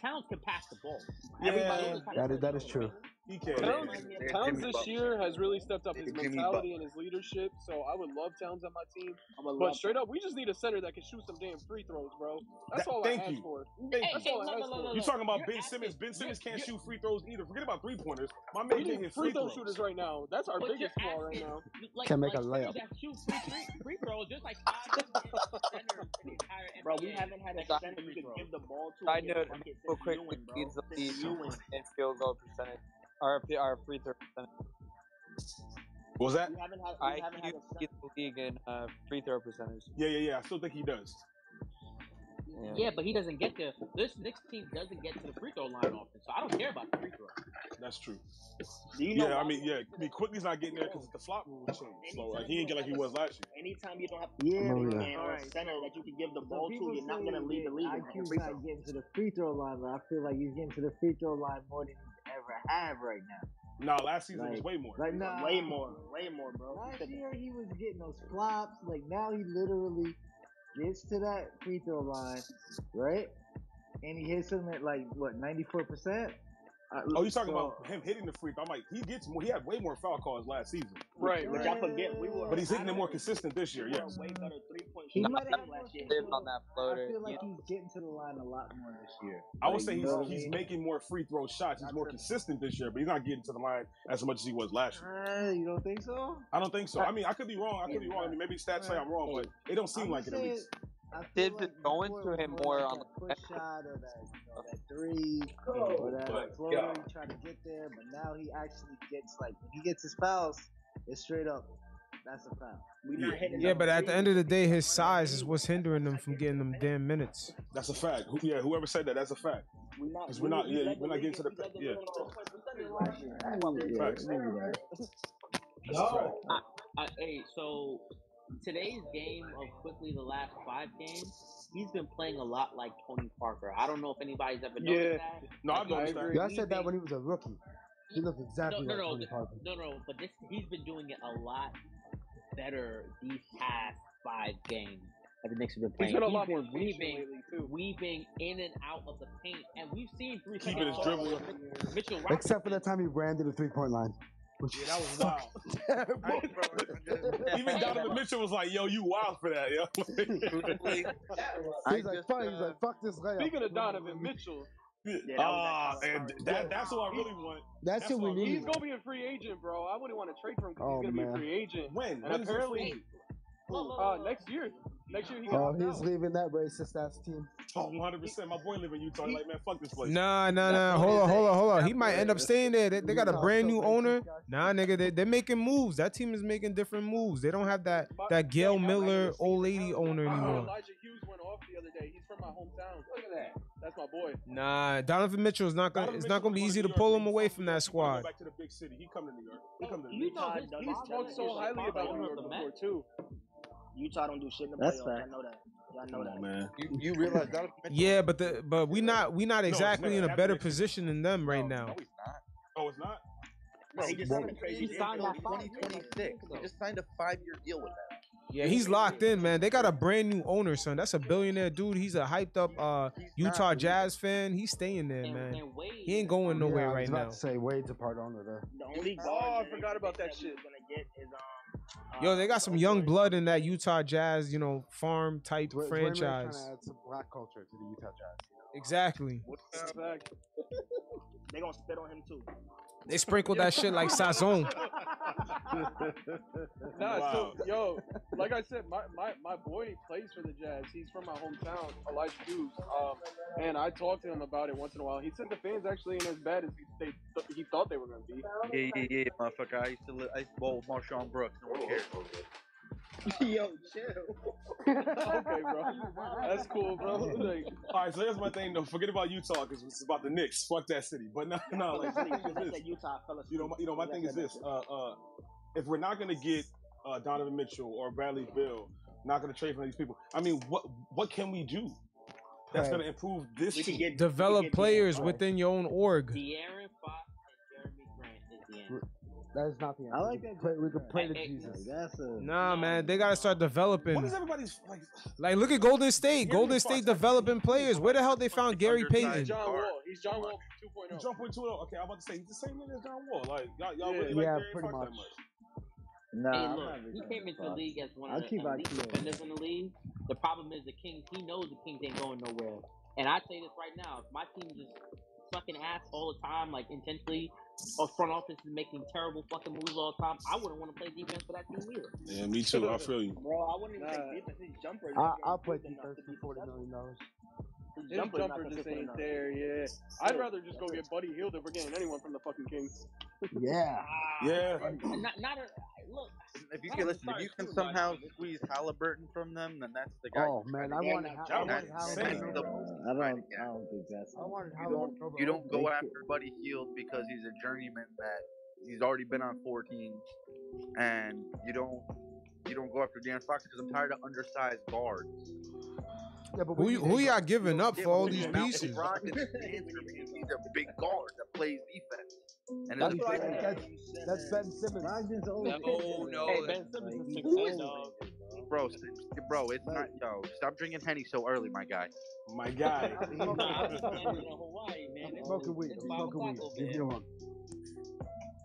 Speaker 10: Towns can pass the ball. Everybody
Speaker 5: Yeah,
Speaker 10: knows how to
Speaker 9: That
Speaker 10: play
Speaker 9: is
Speaker 10: the
Speaker 9: that is
Speaker 10: ball.
Speaker 9: true.
Speaker 5: he can't.
Speaker 9: They-
Speaker 4: Towns,
Speaker 9: they-
Speaker 7: Jimmy
Speaker 9: they-
Speaker 4: Towns
Speaker 9: Jimmy
Speaker 4: this
Speaker 9: Butler.
Speaker 4: year has really stepped up his
Speaker 9: Jimmy
Speaker 4: mentality and his leadership, so I would love Towns on my team.
Speaker 7: I'm a
Speaker 4: But
Speaker 7: love.
Speaker 4: straight up, we just need a center that can shoot some damn free throws, bro. That's
Speaker 5: That-
Speaker 4: all
Speaker 5: thank
Speaker 4: I ask
Speaker 5: you.
Speaker 4: for.
Speaker 5: Thank
Speaker 10: Hey,
Speaker 5: you.
Speaker 4: That's
Speaker 10: hey,
Speaker 4: all
Speaker 10: no,
Speaker 4: I
Speaker 10: no,
Speaker 4: ask
Speaker 10: no, no,
Speaker 4: for.
Speaker 5: You
Speaker 10: no.
Speaker 5: talking about
Speaker 10: You're
Speaker 5: Ben
Speaker 10: asking-
Speaker 5: Simmons? Ben Simmons
Speaker 10: you're-
Speaker 5: can't
Speaker 10: you're-
Speaker 5: shoot free throws either. Forget about three pointers. My
Speaker 4: We
Speaker 5: man can't hit
Speaker 4: need free
Speaker 5: free
Speaker 4: throw
Speaker 5: throws.
Speaker 4: shooters right now. That's our
Speaker 10: But you're
Speaker 4: biggest flaw right
Speaker 10: asking,
Speaker 4: now.
Speaker 10: like,
Speaker 9: Can make a
Speaker 10: like
Speaker 9: layup.
Speaker 10: centers that shoot free, free, free throws, just like five different centers in the entire
Speaker 7: Bro, we
Speaker 10: NBA
Speaker 7: haven't had a
Speaker 10: that can shoot
Speaker 7: center you
Speaker 10: free
Speaker 7: could
Speaker 10: throws.
Speaker 7: give the ball to and
Speaker 9: Side
Speaker 7: get
Speaker 9: note:
Speaker 7: buckets
Speaker 9: Real
Speaker 7: since
Speaker 9: quick,
Speaker 7: Ewing,
Speaker 9: which
Speaker 7: bro.
Speaker 9: leads the
Speaker 7: Since
Speaker 9: league
Speaker 7: Ewing.
Speaker 9: in field goal percentage. Our f- our free throw percentage.
Speaker 5: What was that?
Speaker 7: We haven't had we haven't
Speaker 9: IQ
Speaker 7: had a center.
Speaker 9: leads the league in uh, free throw percentage.
Speaker 5: Yeah, yeah, yeah. I still think he does.
Speaker 9: Yeah.
Speaker 10: Yeah, but he doesn't get to this Knicks team doesn't get to the free throw line often, so I don't care about the free throw.
Speaker 5: That's true.
Speaker 7: Do you know
Speaker 5: Yeah, I
Speaker 7: why
Speaker 5: mean,
Speaker 7: we
Speaker 5: yeah. I
Speaker 7: don't get to the
Speaker 5: mean, quickly's not getting there because the flop rule changed. So like,
Speaker 7: Anytime
Speaker 5: he
Speaker 7: you
Speaker 5: ain't get
Speaker 7: don't
Speaker 5: like he
Speaker 7: have a
Speaker 5: was last
Speaker 7: anytime you don't have a
Speaker 1: Yeah,
Speaker 9: Maria.
Speaker 1: but
Speaker 7: man
Speaker 1: all
Speaker 7: or a
Speaker 1: right.
Speaker 7: center that you can give the
Speaker 1: So
Speaker 7: ball to,
Speaker 1: people
Speaker 7: you're not
Speaker 1: saying
Speaker 7: gonna lead the
Speaker 1: that
Speaker 7: league in getting
Speaker 1: IQ's
Speaker 7: free throws.
Speaker 1: not getting to the free throw line, but I feel like he's getting to the free throw line more than he ever have right now.
Speaker 5: season. Nah, last season was
Speaker 1: Like,
Speaker 5: way more.
Speaker 1: like nah,
Speaker 7: Way more, way more, bro. He
Speaker 1: Last
Speaker 7: should
Speaker 1: year he was getting those flops. Like now he literally gets to that free throw line, right? And he hits him at like what ninety four percent. Uh,
Speaker 5: Oh, you talking about him hitting the free throw? I'm like, he gets more. He had way more foul calls last season,
Speaker 4: Right,
Speaker 7: Which
Speaker 4: right.
Speaker 7: I forget, we were.
Speaker 5: but he's
Speaker 7: I
Speaker 5: hitting them more
Speaker 7: don't think
Speaker 5: consistent this
Speaker 7: we
Speaker 5: year.
Speaker 7: were a
Speaker 5: Yes.
Speaker 7: way better three point
Speaker 1: He
Speaker 9: Nah,
Speaker 7: shooting
Speaker 1: might have
Speaker 7: team
Speaker 1: had more
Speaker 7: last year.
Speaker 9: lived
Speaker 1: control.
Speaker 9: on that
Speaker 1: I
Speaker 9: floater.
Speaker 1: feel
Speaker 9: You
Speaker 1: like
Speaker 9: know,
Speaker 1: he's getting to the line a lot more this year.
Speaker 5: I would
Speaker 1: Like
Speaker 5: say
Speaker 1: you
Speaker 5: he's
Speaker 1: know what I
Speaker 5: he's
Speaker 1: mean?
Speaker 5: making more free throw shots. He's
Speaker 7: Not
Speaker 5: more
Speaker 7: tripping.
Speaker 5: consistent this year, but he's not getting to the line as much as he was last year.
Speaker 1: Uh, you don't think so?
Speaker 5: I don't think so. I mean, I could be wrong. I
Speaker 7: Yeah,
Speaker 5: could be wrong. I mean, maybe stats say
Speaker 1: Right.
Speaker 5: I'm wrong, but it don't seem
Speaker 1: I'm
Speaker 5: like
Speaker 1: just
Speaker 5: it at
Speaker 1: saying.
Speaker 5: least.
Speaker 1: I feel
Speaker 9: Tibbs is
Speaker 1: like
Speaker 9: going
Speaker 1: before it
Speaker 9: to
Speaker 1: was
Speaker 9: him
Speaker 1: more
Speaker 9: more
Speaker 1: like
Speaker 9: on
Speaker 1: that
Speaker 9: the
Speaker 1: push shot or that you know that three or Oh, that
Speaker 5: But
Speaker 1: floater
Speaker 5: yeah,
Speaker 1: he tried to get there, but now he actually gets like when he gets his fouls, it's straight up. That's a foul.
Speaker 7: We're
Speaker 5: yeah,
Speaker 7: not hitting
Speaker 2: Yeah,
Speaker 7: enough
Speaker 2: but at the end of
Speaker 7: threes.
Speaker 2: the day, his
Speaker 7: We're not
Speaker 2: size is
Speaker 7: hitting
Speaker 2: what's hindering them from
Speaker 7: enough
Speaker 2: getting them
Speaker 7: threes.
Speaker 2: damn minutes.
Speaker 5: that's a fact. Who, yeah, whoever said that, that's a fact.
Speaker 7: We not
Speaker 5: Because
Speaker 7: we
Speaker 5: we're not,
Speaker 7: we
Speaker 5: yeah,
Speaker 7: led the
Speaker 5: we're not
Speaker 7: league
Speaker 5: getting
Speaker 7: in
Speaker 5: to the
Speaker 7: we led the
Speaker 5: yeah,
Speaker 7: league in three point percentage last year. That's why we were
Speaker 1: Yeah,
Speaker 5: facts.
Speaker 1: maybe that.
Speaker 5: That's a fact.
Speaker 10: I, I, hey, so today's game of quickly the last five games, he's been playing a lot like Tony Parker. I don't know if anybody's ever noticed
Speaker 4: Yeah.
Speaker 10: that.
Speaker 5: No,
Speaker 10: Like
Speaker 5: I've
Speaker 10: he's
Speaker 4: I
Speaker 5: noticed that.
Speaker 4: agree.
Speaker 9: Yeah, I said that
Speaker 10: leaving-
Speaker 9: when he was a rookie. He looked
Speaker 10: no,
Speaker 9: exactly
Speaker 10: no,
Speaker 9: like
Speaker 10: no,
Speaker 9: Tony
Speaker 10: th-
Speaker 9: Parker.
Speaker 10: no, no. But this he's been doing it a lot better these past five games that the Knicks have been
Speaker 4: He's
Speaker 10: playing.
Speaker 4: been a
Speaker 10: He's
Speaker 4: lot more
Speaker 10: been
Speaker 4: patient
Speaker 10: weaving,
Speaker 4: lately too.
Speaker 10: weaving in and out of the paint, and we've seen three second
Speaker 5: Keeping his
Speaker 10: calls
Speaker 5: dribble.
Speaker 10: from Mitch- Mitchell
Speaker 9: Except for that
Speaker 10: Robinson.
Speaker 9: time he ran to the three point line.
Speaker 5: Yeah, that was wild.
Speaker 8: Terrible.
Speaker 5: Even Donovan Mitchell was like, "Yo, you wild for that, yo."
Speaker 11: He's like, fuck, he's like, fuck this guy.
Speaker 4: uh, Speaking of Donovan Mitchell,
Speaker 11: Yeah, that was
Speaker 5: Ah,
Speaker 11: that
Speaker 5: and
Speaker 11: Colorado
Speaker 5: that,
Speaker 11: story.
Speaker 5: that's what I really want.
Speaker 11: That's what we need.
Speaker 4: He's gonna be a free agent, bro. I wouldn't want to trade for him because
Speaker 11: Oh,
Speaker 4: he's gonna
Speaker 11: man.
Speaker 4: be a free agent.
Speaker 5: When?
Speaker 4: And
Speaker 5: When is he
Speaker 4: apparently,
Speaker 5: free?
Speaker 4: uh, next year. Next year he got
Speaker 11: Oh,
Speaker 4: opt
Speaker 11: he's
Speaker 4: out.
Speaker 11: leaving that racist ass team.
Speaker 5: Oh, 100. percent My boy live in Utah. He like, man, fuck this place.
Speaker 2: Nah, nah, nah. Hold on, hold on, hold on. He might end up staying there. They, they got a brand new owner. Nah, nigga, they, they're making moves. That team is making different moves. They don't have that that Gail Miller old lady owner anymore.
Speaker 4: Oh, Elijah Hughes went off the other day. He's from my hometown. Look at that. That's my boy.
Speaker 2: Nah, Donovan Mitchell is not gonna. It's not gonna be easy to pull him away from that
Speaker 5: Go
Speaker 2: squad.
Speaker 5: back to the big city. He come to New York. He come to New
Speaker 4: You
Speaker 5: York.
Speaker 4: know his He's father talked so is a highly about follower New of York the before, Mets. too.
Speaker 7: Utah don't do shit in the
Speaker 1: That's
Speaker 7: playoffs.
Speaker 1: fact.
Speaker 7: I know that. Y'all know that.
Speaker 5: man.
Speaker 8: You, you realize that?
Speaker 2: Yeah, but the but we not we not
Speaker 5: No, it's
Speaker 2: exactly
Speaker 5: not.
Speaker 2: in a
Speaker 5: That's
Speaker 2: better
Speaker 5: ridiculous.
Speaker 2: position than them right now.
Speaker 8: No, he's not.
Speaker 5: Oh, it's not.
Speaker 8: Bro, he just
Speaker 11: Well-
Speaker 8: signed a crazy
Speaker 10: He
Speaker 8: deal
Speaker 10: signed
Speaker 8: till
Speaker 10: like five years, I think,
Speaker 8: 2026. He
Speaker 10: though.
Speaker 8: just signed a five-year deal with them.
Speaker 2: Yeah, he's locked in, man. They got a brand new owner, son. That's a billionaire dude. He's a hyped up uh
Speaker 8: He's not
Speaker 2: Utah
Speaker 8: leaving.
Speaker 2: Jazz fan. He's staying there,
Speaker 10: And,
Speaker 2: man.
Speaker 10: and Wade,
Speaker 2: He ain't going nowhere
Speaker 11: yeah, I
Speaker 2: right
Speaker 11: was
Speaker 2: now.
Speaker 11: about to say Wade's a part owner there.
Speaker 7: The only
Speaker 8: Oh,
Speaker 7: guard
Speaker 4: I
Speaker 7: they-
Speaker 4: forgot about
Speaker 7: they
Speaker 4: that
Speaker 7: said we
Speaker 4: shit.
Speaker 7: was Gonna get is, um,
Speaker 2: Yo,
Speaker 7: uh,
Speaker 2: they got some
Speaker 7: Oakland.
Speaker 2: young blood in that Utah Jazz, you know, farm type
Speaker 11: Dwayne- Dwayne Wade's trying
Speaker 2: franchise.
Speaker 11: to add some black culture to the Utah Jazz.
Speaker 2: Exactly.
Speaker 4: Fact.
Speaker 7: They gonna spit on him too.
Speaker 2: They sprinkled that shit like Sazon.
Speaker 4: Nah,
Speaker 5: Wow.
Speaker 4: so yo, like I said, my, my, my boy plays for the Jazz. He's from my hometown, Elijah Hughes. Um, and I talked to him about it once in a while. He said the fans actually ain't as bad as he, they th- he thought they were gonna be.
Speaker 8: Yeah, yeah, yeah, motherfucker. I used to live. I used to bowl with Marshawn Brooks. No one cares.
Speaker 7: Yo, chill.
Speaker 4: okay, bro, that's cool, bro. Like,
Speaker 5: All right, so here's my thing though. Forget about Utah because it's about the Knicks. Fuck that city. But no, no, like my thing is
Speaker 7: That's
Speaker 5: this.
Speaker 7: that Utah fell asleep.
Speaker 5: You know, my, you know, my
Speaker 7: That's
Speaker 5: thing is
Speaker 7: that-
Speaker 5: this. Uh, uh, if we're not gonna get uh, Donovan Mitchell or Bradley Bill, not gonna trade for these people. I mean, what what can we do that's
Speaker 11: Right.
Speaker 5: gonna improve this?
Speaker 7: We can
Speaker 5: team?
Speaker 7: get
Speaker 2: Develop players
Speaker 11: Right.
Speaker 2: within your own org.
Speaker 10: De'Aaron Fox and Jeremy Grant is the answer.
Speaker 11: That is not the answer.
Speaker 1: I like
Speaker 11: We
Speaker 1: that
Speaker 11: Pray, we could pray
Speaker 10: Hey,
Speaker 11: to
Speaker 10: hey,
Speaker 11: Jesus.
Speaker 1: That's a
Speaker 2: Nah, man, they gotta start developing.
Speaker 5: What is everybody's like?
Speaker 2: Like, look at Golden State.
Speaker 5: Gary
Speaker 2: Golden
Speaker 5: Fox,
Speaker 2: State
Speaker 5: I-
Speaker 2: developing players. Where the hell they found Gary
Speaker 8: Undersized.
Speaker 2: Payton?
Speaker 4: John
Speaker 8: Guard.
Speaker 4: Wall, he's John Wall oh. 2.0.
Speaker 5: John Point two. oh. Okay, I'm about to say he's the same nigga as John Wall. Like y'all, y'all
Speaker 4: Yeah.
Speaker 5: really like
Speaker 11: Yeah,
Speaker 5: Darren
Speaker 11: pretty
Speaker 5: Fox that
Speaker 11: much.
Speaker 5: much.
Speaker 10: Hey,
Speaker 1: nah. I'm
Speaker 10: look,
Speaker 1: not
Speaker 10: he
Speaker 1: returning
Speaker 10: came into the
Speaker 1: Fox.
Speaker 10: league as one
Speaker 1: I'll
Speaker 10: of the
Speaker 1: keep
Speaker 10: elite
Speaker 1: Akeem.
Speaker 10: defenders in the league. The problem is the Kings. He knows the Kings ain't going nowhere. And I say this right now: if my team just fucking ass all the time, like intentionally, or front office is making terrible fucking moves all the time, I wouldn't want to play defense for that team either.
Speaker 5: Yeah, me too. I feel you.
Speaker 7: Bro, I wouldn't even
Speaker 4: Nah.
Speaker 7: take defense. His jumper. is
Speaker 11: I,
Speaker 7: not
Speaker 11: I'll play
Speaker 7: good enough
Speaker 11: defense
Speaker 7: to
Speaker 11: for
Speaker 7: be
Speaker 11: forty
Speaker 7: successful.
Speaker 11: million dollars.
Speaker 7: His
Speaker 4: His jumper,
Speaker 7: jumper's not
Speaker 4: just
Speaker 7: consistent
Speaker 4: ain't
Speaker 7: enough.
Speaker 4: there. Yeah, I'd rather just go get Buddy Hield if we're getting anyone from the fucking Kings.
Speaker 11: Yeah.
Speaker 5: Yeah.
Speaker 10: Not, not a look.
Speaker 8: If you
Speaker 10: I
Speaker 8: can listen,
Speaker 10: don't
Speaker 8: if
Speaker 10: start
Speaker 8: you can
Speaker 10: too,
Speaker 8: somehow
Speaker 10: like-
Speaker 8: squeeze Halliburton from them, then that's the guy.
Speaker 11: Oh man, I wanted Hal- I
Speaker 5: John
Speaker 11: wanted
Speaker 5: Wall's
Speaker 11: Howard.
Speaker 5: insane.
Speaker 11: Coburn.
Speaker 1: Uh, I don't.
Speaker 8: Right,
Speaker 1: I
Speaker 8: yeah.
Speaker 1: don't think that's.
Speaker 11: I wanted
Speaker 8: You
Speaker 11: Howard.
Speaker 8: don't, you don't
Speaker 1: They
Speaker 8: go
Speaker 1: could-
Speaker 8: after Buddy Heald because he's a journeyman that he's already been on four teams, and you don't you don't go after Dan Fox because I'm tired of undersized guards.
Speaker 11: Yeah, but
Speaker 2: Who,
Speaker 11: we
Speaker 2: you-
Speaker 11: need
Speaker 2: who
Speaker 11: a-
Speaker 2: y'all giving up
Speaker 8: Yeah,
Speaker 2: for all
Speaker 8: but
Speaker 2: these
Speaker 8: Malcolm
Speaker 2: pieces?
Speaker 8: Brogdon is the answer because he's a big guard that plays defense. And
Speaker 11: That's
Speaker 8: it's-
Speaker 11: what I- that's- That's Ben Simmons.
Speaker 1: Brogdon's old.
Speaker 8: No, no,
Speaker 1: Like,
Speaker 8: Hey, Ben
Speaker 1: he's
Speaker 8: Who is-
Speaker 1: old.
Speaker 8: bro, s- bro, it's not yo. Stop drinking henny so early, my guy.
Speaker 5: My guy.
Speaker 11: I'm
Speaker 10: Nah, I'm
Speaker 11: smoking-
Speaker 10: standing in Hawaii, man.
Speaker 11: I'm
Speaker 10: It's-
Speaker 11: smoking weed.
Speaker 10: it's
Speaker 11: I'm
Speaker 10: five
Speaker 11: smoking
Speaker 10: o'clock
Speaker 11: weed.
Speaker 10: over
Speaker 11: Leave me
Speaker 10: here.
Speaker 11: alone.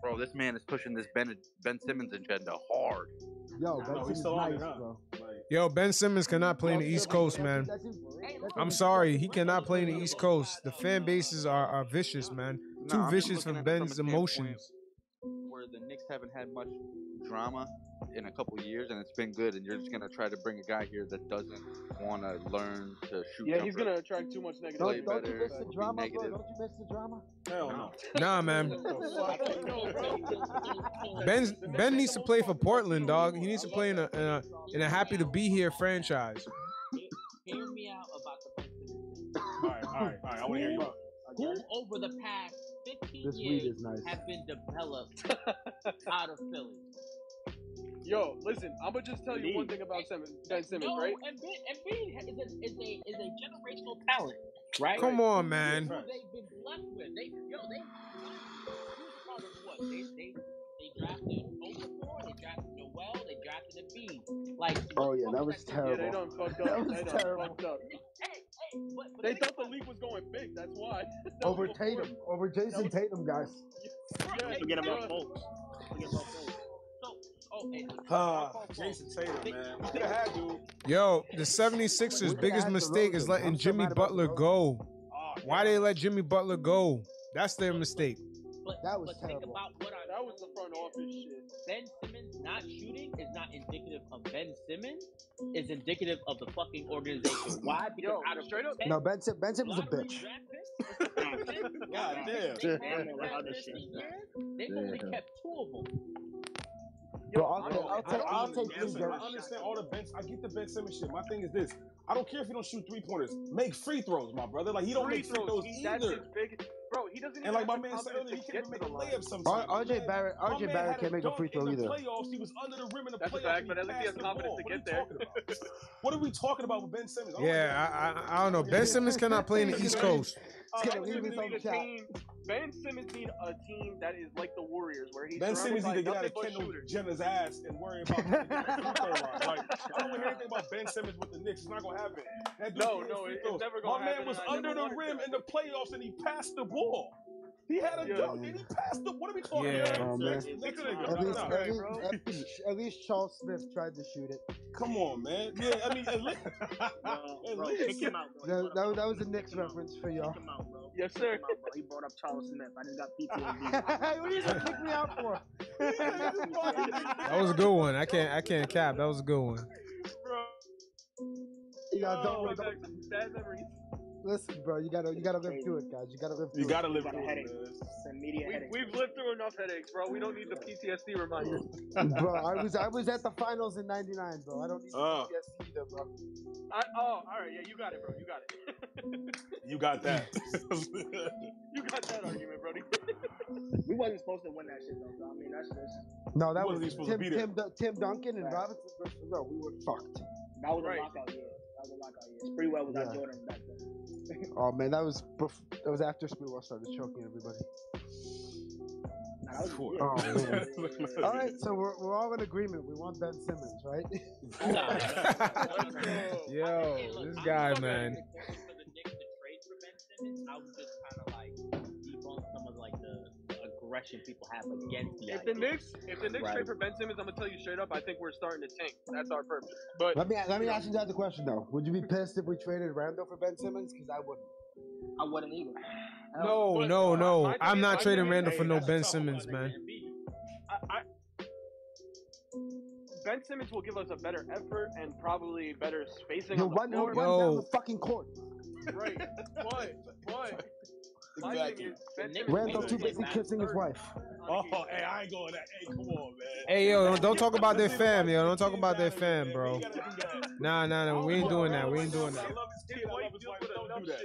Speaker 8: Bro, this man is pushing this Ben Ben Simmons agenda hard.
Speaker 11: Yo,
Speaker 5: No,
Speaker 11: Ben
Speaker 5: we
Speaker 11: Simmons
Speaker 5: still on it,
Speaker 11: nice,
Speaker 5: huh?
Speaker 11: bro.
Speaker 5: Like,
Speaker 2: Yo, Ben Simmons cannot play in the
Speaker 11: Yo,
Speaker 2: East
Speaker 11: Ben-
Speaker 2: Coast,
Speaker 11: that's-
Speaker 2: man.
Speaker 11: that's-
Speaker 10: Hey,
Speaker 11: that's-
Speaker 10: look,
Speaker 2: I'm sorry, he cannot play in the East Coast. The fan bases are, are vicious, man.
Speaker 8: No,
Speaker 2: Too
Speaker 8: I'm just
Speaker 2: vicious for
Speaker 8: looking at it from a
Speaker 2: Ben's
Speaker 8: standpoint
Speaker 2: emotions.
Speaker 8: Where the Knicks haven't had much drama in a couple years, and it's been good. And you're just gonna try to bring a guy here that doesn't want to learn to shoot.
Speaker 4: Yeah, he's
Speaker 8: jumpers.
Speaker 4: gonna attract too much negativity.
Speaker 11: Don't, don't you
Speaker 8: better,
Speaker 11: miss the
Speaker 8: be
Speaker 11: drama, bro?
Speaker 8: negative.
Speaker 11: Don't you miss the drama?
Speaker 5: hell no.
Speaker 2: Nah, man. Ben Ben needs to play for Portland, dog. He needs to play in a in a, in a happy to be here franchise.
Speaker 10: Hear me out about the Ben Simmons thing.
Speaker 5: All right, all right, all right. I want to hear you out.
Speaker 10: Who over the past 15
Speaker 11: This
Speaker 10: years
Speaker 11: weed is nice.
Speaker 10: have been developed out of Philly?
Speaker 4: Yo, listen, I'm gonna just tell you one thing about Simmons, Ben Simmons,
Speaker 10: no,
Speaker 4: right?
Speaker 10: and Ben, and ben is, a, is, a, is a generational talent, right?
Speaker 2: Come on, man.
Speaker 10: Who they've been blessed with. They, yo, they. Here's the problem with what? They, they, they drafted Okafor, they drafted Noel, they drafted Embiid. Like,
Speaker 11: Oh,
Speaker 10: what
Speaker 11: yeah,
Speaker 10: the
Speaker 11: that
Speaker 10: fuck
Speaker 11: was
Speaker 10: is
Speaker 4: Yeah,
Speaker 10: team?
Speaker 4: they
Speaker 11: terrible.
Speaker 4: done fucked
Speaker 11: That
Speaker 4: up.
Speaker 11: was
Speaker 4: They done
Speaker 11: terrible.
Speaker 4: fucked up.
Speaker 10: Hey, hey, but, but
Speaker 4: They
Speaker 10: think
Speaker 4: thought the
Speaker 10: about it.
Speaker 4: league was going big. That's why. That was
Speaker 11: Over
Speaker 4: before-
Speaker 11: Tatum, over Jason Tatum, guys.
Speaker 4: Yeah,
Speaker 7: Forget
Speaker 4: bro.
Speaker 7: about folks.
Speaker 4: Uh,
Speaker 5: Ah, Jason Tatum, man. We could have had dude.
Speaker 2: Yo, the 76ers'
Speaker 5: We
Speaker 2: biggest
Speaker 5: had
Speaker 2: mistake is
Speaker 5: DeRozan.
Speaker 2: letting
Speaker 5: I'm so
Speaker 2: Jimmy
Speaker 5: mad about Oh,
Speaker 2: Butler
Speaker 5: DeRozan.
Speaker 2: go. Why they let Jimmy Butler go? That's their mistake.
Speaker 10: But, but think about what I That was the front office shit. Ben Simmons not shooting is not indicative of Ben Simmons. It's indicative of the fucking organization. Why? Because out of straight up,
Speaker 11: No, Ben, Sim- ben Simmons is a bitch.
Speaker 10: God
Speaker 11: damn.
Speaker 10: They've only kept two of them.
Speaker 11: Bro, I'll, I'll,
Speaker 5: I-
Speaker 11: take,
Speaker 5: I
Speaker 11: I'll take
Speaker 5: understand-
Speaker 11: these guys.
Speaker 5: I understand all the bench. I get the Ben Simmons shit. My thing is this: I don't care if you don't shoot three pointers. Make free throws, my brother. Like he don't
Speaker 4: Free
Speaker 5: make free
Speaker 4: throws,
Speaker 5: throws
Speaker 4: he- that's
Speaker 5: either.
Speaker 4: his big, bro. He doesn't.
Speaker 5: And
Speaker 4: even
Speaker 5: like my
Speaker 4: have the
Speaker 5: man said
Speaker 4: confidence
Speaker 5: earlier, he can't
Speaker 4: to get
Speaker 5: even make
Speaker 4: to
Speaker 5: a
Speaker 4: the line.
Speaker 5: layup sometimes.
Speaker 11: R- RJ
Speaker 5: My man-
Speaker 11: Barrett-
Speaker 5: my
Speaker 11: RJ
Speaker 5: man
Speaker 11: Barrett
Speaker 5: had
Speaker 11: can't make a
Speaker 5: dunk
Speaker 11: free throw
Speaker 5: in the
Speaker 11: either.
Speaker 5: Playoffs, he was under the rim in the
Speaker 4: That's a
Speaker 5: playoffs.
Speaker 4: fact,
Speaker 5: and
Speaker 4: but at least he
Speaker 5: passed
Speaker 4: has
Speaker 5: the
Speaker 4: confidence
Speaker 5: ball.
Speaker 4: to
Speaker 5: What are
Speaker 4: get
Speaker 5: you
Speaker 4: there.
Speaker 5: talking about? What are we talking about with Ben Simmons? I don't
Speaker 2: Yeah, I, I I don't know. Ben Simmons cannot play in the East Coast.
Speaker 4: Uh,
Speaker 11: gonna
Speaker 4: Ben
Speaker 11: leave
Speaker 4: Simmons
Speaker 11: his own
Speaker 4: need a
Speaker 11: shot.
Speaker 4: team. Ben Simmons need a team that is like the Warriors, where he's
Speaker 5: Ben
Speaker 4: surrounded
Speaker 5: Simmons need
Speaker 4: by
Speaker 5: to get out
Speaker 4: nothing
Speaker 5: of
Speaker 4: but
Speaker 5: Kendall
Speaker 4: shooters.
Speaker 5: Jenner's ass and worry about getting to the free throw line. Like, I don't want to hear anything about Ben Simmons with the Knicks. It's not gonna happen. That dude
Speaker 4: No,
Speaker 5: can't
Speaker 4: no,
Speaker 5: free
Speaker 4: it's
Speaker 5: throws.
Speaker 4: never gonna
Speaker 5: My
Speaker 4: happen,
Speaker 5: man was
Speaker 4: and I
Speaker 5: under
Speaker 4: never
Speaker 5: the
Speaker 4: wanted
Speaker 5: rim in the playoffs and he passed the ball. He had a
Speaker 4: Yeah.
Speaker 5: dunk and he passed the. What are we talking
Speaker 2: Yeah.
Speaker 5: about?
Speaker 11: Oh, man.
Speaker 5: Next, next nigga.
Speaker 11: At least,
Speaker 5: Nah, nah.
Speaker 11: at, least, at, least, at least Charles Smith tried to shoot it.
Speaker 5: Come on, man. Yeah, I mean, at least, at
Speaker 7: bro,
Speaker 5: least-
Speaker 7: kick him out, bro.
Speaker 11: That, that, was- that was the next reference for y'all.
Speaker 7: Kick him out, bro.
Speaker 4: Yes,
Speaker 7: Kick
Speaker 4: sir.
Speaker 7: him out, bro. He brought up Charles Smith. I just got PTSD.
Speaker 11: what are you gonna kick me out for?
Speaker 2: That was a good one. I can't I can't cap. That was a good one.
Speaker 4: Bro,
Speaker 11: You know,
Speaker 4: oh,
Speaker 11: don't,
Speaker 4: my
Speaker 11: don't-
Speaker 4: God, some bad memories.
Speaker 11: listen, bro. You gotta you gotta live through it, guys. You gotta live through
Speaker 5: You gotta
Speaker 11: it.
Speaker 5: live
Speaker 7: Got a
Speaker 5: through
Speaker 7: headache.
Speaker 5: it, man.
Speaker 7: It's an immediate
Speaker 4: We,
Speaker 7: headache.
Speaker 4: we've lived through enough headaches, bro. We don't need the PTSD reminder.
Speaker 11: bro, I was I was at the finals in '99, bro. I don't need
Speaker 5: Uh,
Speaker 11: PTSD either, bro.
Speaker 4: I, oh, all right, yeah, you got it, bro. You got it.
Speaker 5: you got that.
Speaker 4: you got that argument, Brody.
Speaker 7: We wasn't supposed to win that shit though. So, I mean, that's just
Speaker 11: No, that
Speaker 5: Wasn't
Speaker 11: was
Speaker 5: even supposed
Speaker 11: Tim
Speaker 5: to be there.
Speaker 11: Tim, Dun- Tim Duncan and
Speaker 7: Right.
Speaker 11: Robinson versus Monroe. We were fucked.
Speaker 7: that was
Speaker 4: Right.
Speaker 7: a lockout year. That was a lockout year. Spreewell was
Speaker 11: Yeah.
Speaker 7: our Jordan back then.
Speaker 11: Oh man, that was bef- that was after Spreewell started choking everybody.
Speaker 7: Nah, that was,
Speaker 5: Sure.
Speaker 7: yeah.
Speaker 11: Oh man. all right, so we're, we're all in agreement. We want Ben Simmons, right?
Speaker 2: Yo, this guy, man.
Speaker 10: For the Knicks to trade for Ben Simmons, I was just kind of like debunk some of like the aggression people have against the
Speaker 4: If the
Speaker 10: idea.
Speaker 4: Knicks, if the Knicks
Speaker 10: Right.
Speaker 4: trade for Ben Simmons, I'm gonna tell you straight up, I think we're starting to tank. That's our purpose. But
Speaker 11: let me let me ask you guys a question though. Would you be pissed if we traded Randall for Ben Simmons? Because I wouldn't.
Speaker 7: I wasn't either.
Speaker 5: Oh,
Speaker 2: No, no, no. I'm not trading Randall for no Ben Simmons, man.
Speaker 4: I, I, Ben Simmons will give us a better effort and probably better spacing
Speaker 11: He'll
Speaker 4: on the
Speaker 11: run, he'll
Speaker 4: floor.
Speaker 11: run
Speaker 2: Yo.
Speaker 11: down the fucking court.
Speaker 4: Right, but but my
Speaker 5: Exactly.
Speaker 4: thing is Ben Simmons
Speaker 11: Randall
Speaker 4: will
Speaker 11: too
Speaker 4: give us
Speaker 11: busy
Speaker 4: that
Speaker 11: kissing his
Speaker 4: third
Speaker 11: wife.
Speaker 5: Oh,
Speaker 4: on the game.
Speaker 5: hey, I ain't going that. Hey, come on, man.
Speaker 2: Hey yo, don't talk about their
Speaker 5: Let's see if
Speaker 2: fam,
Speaker 5: I
Speaker 2: yo.
Speaker 5: can
Speaker 2: Don't talk
Speaker 5: get
Speaker 2: about their
Speaker 5: out of here,
Speaker 2: fam,
Speaker 5: man.
Speaker 2: bro.
Speaker 5: We ain't gotta do that.
Speaker 2: Nah, nah, nah. We ain't doing that. We ain't doing
Speaker 5: I
Speaker 2: that.
Speaker 5: love his kid. I love his wife. Don't do that.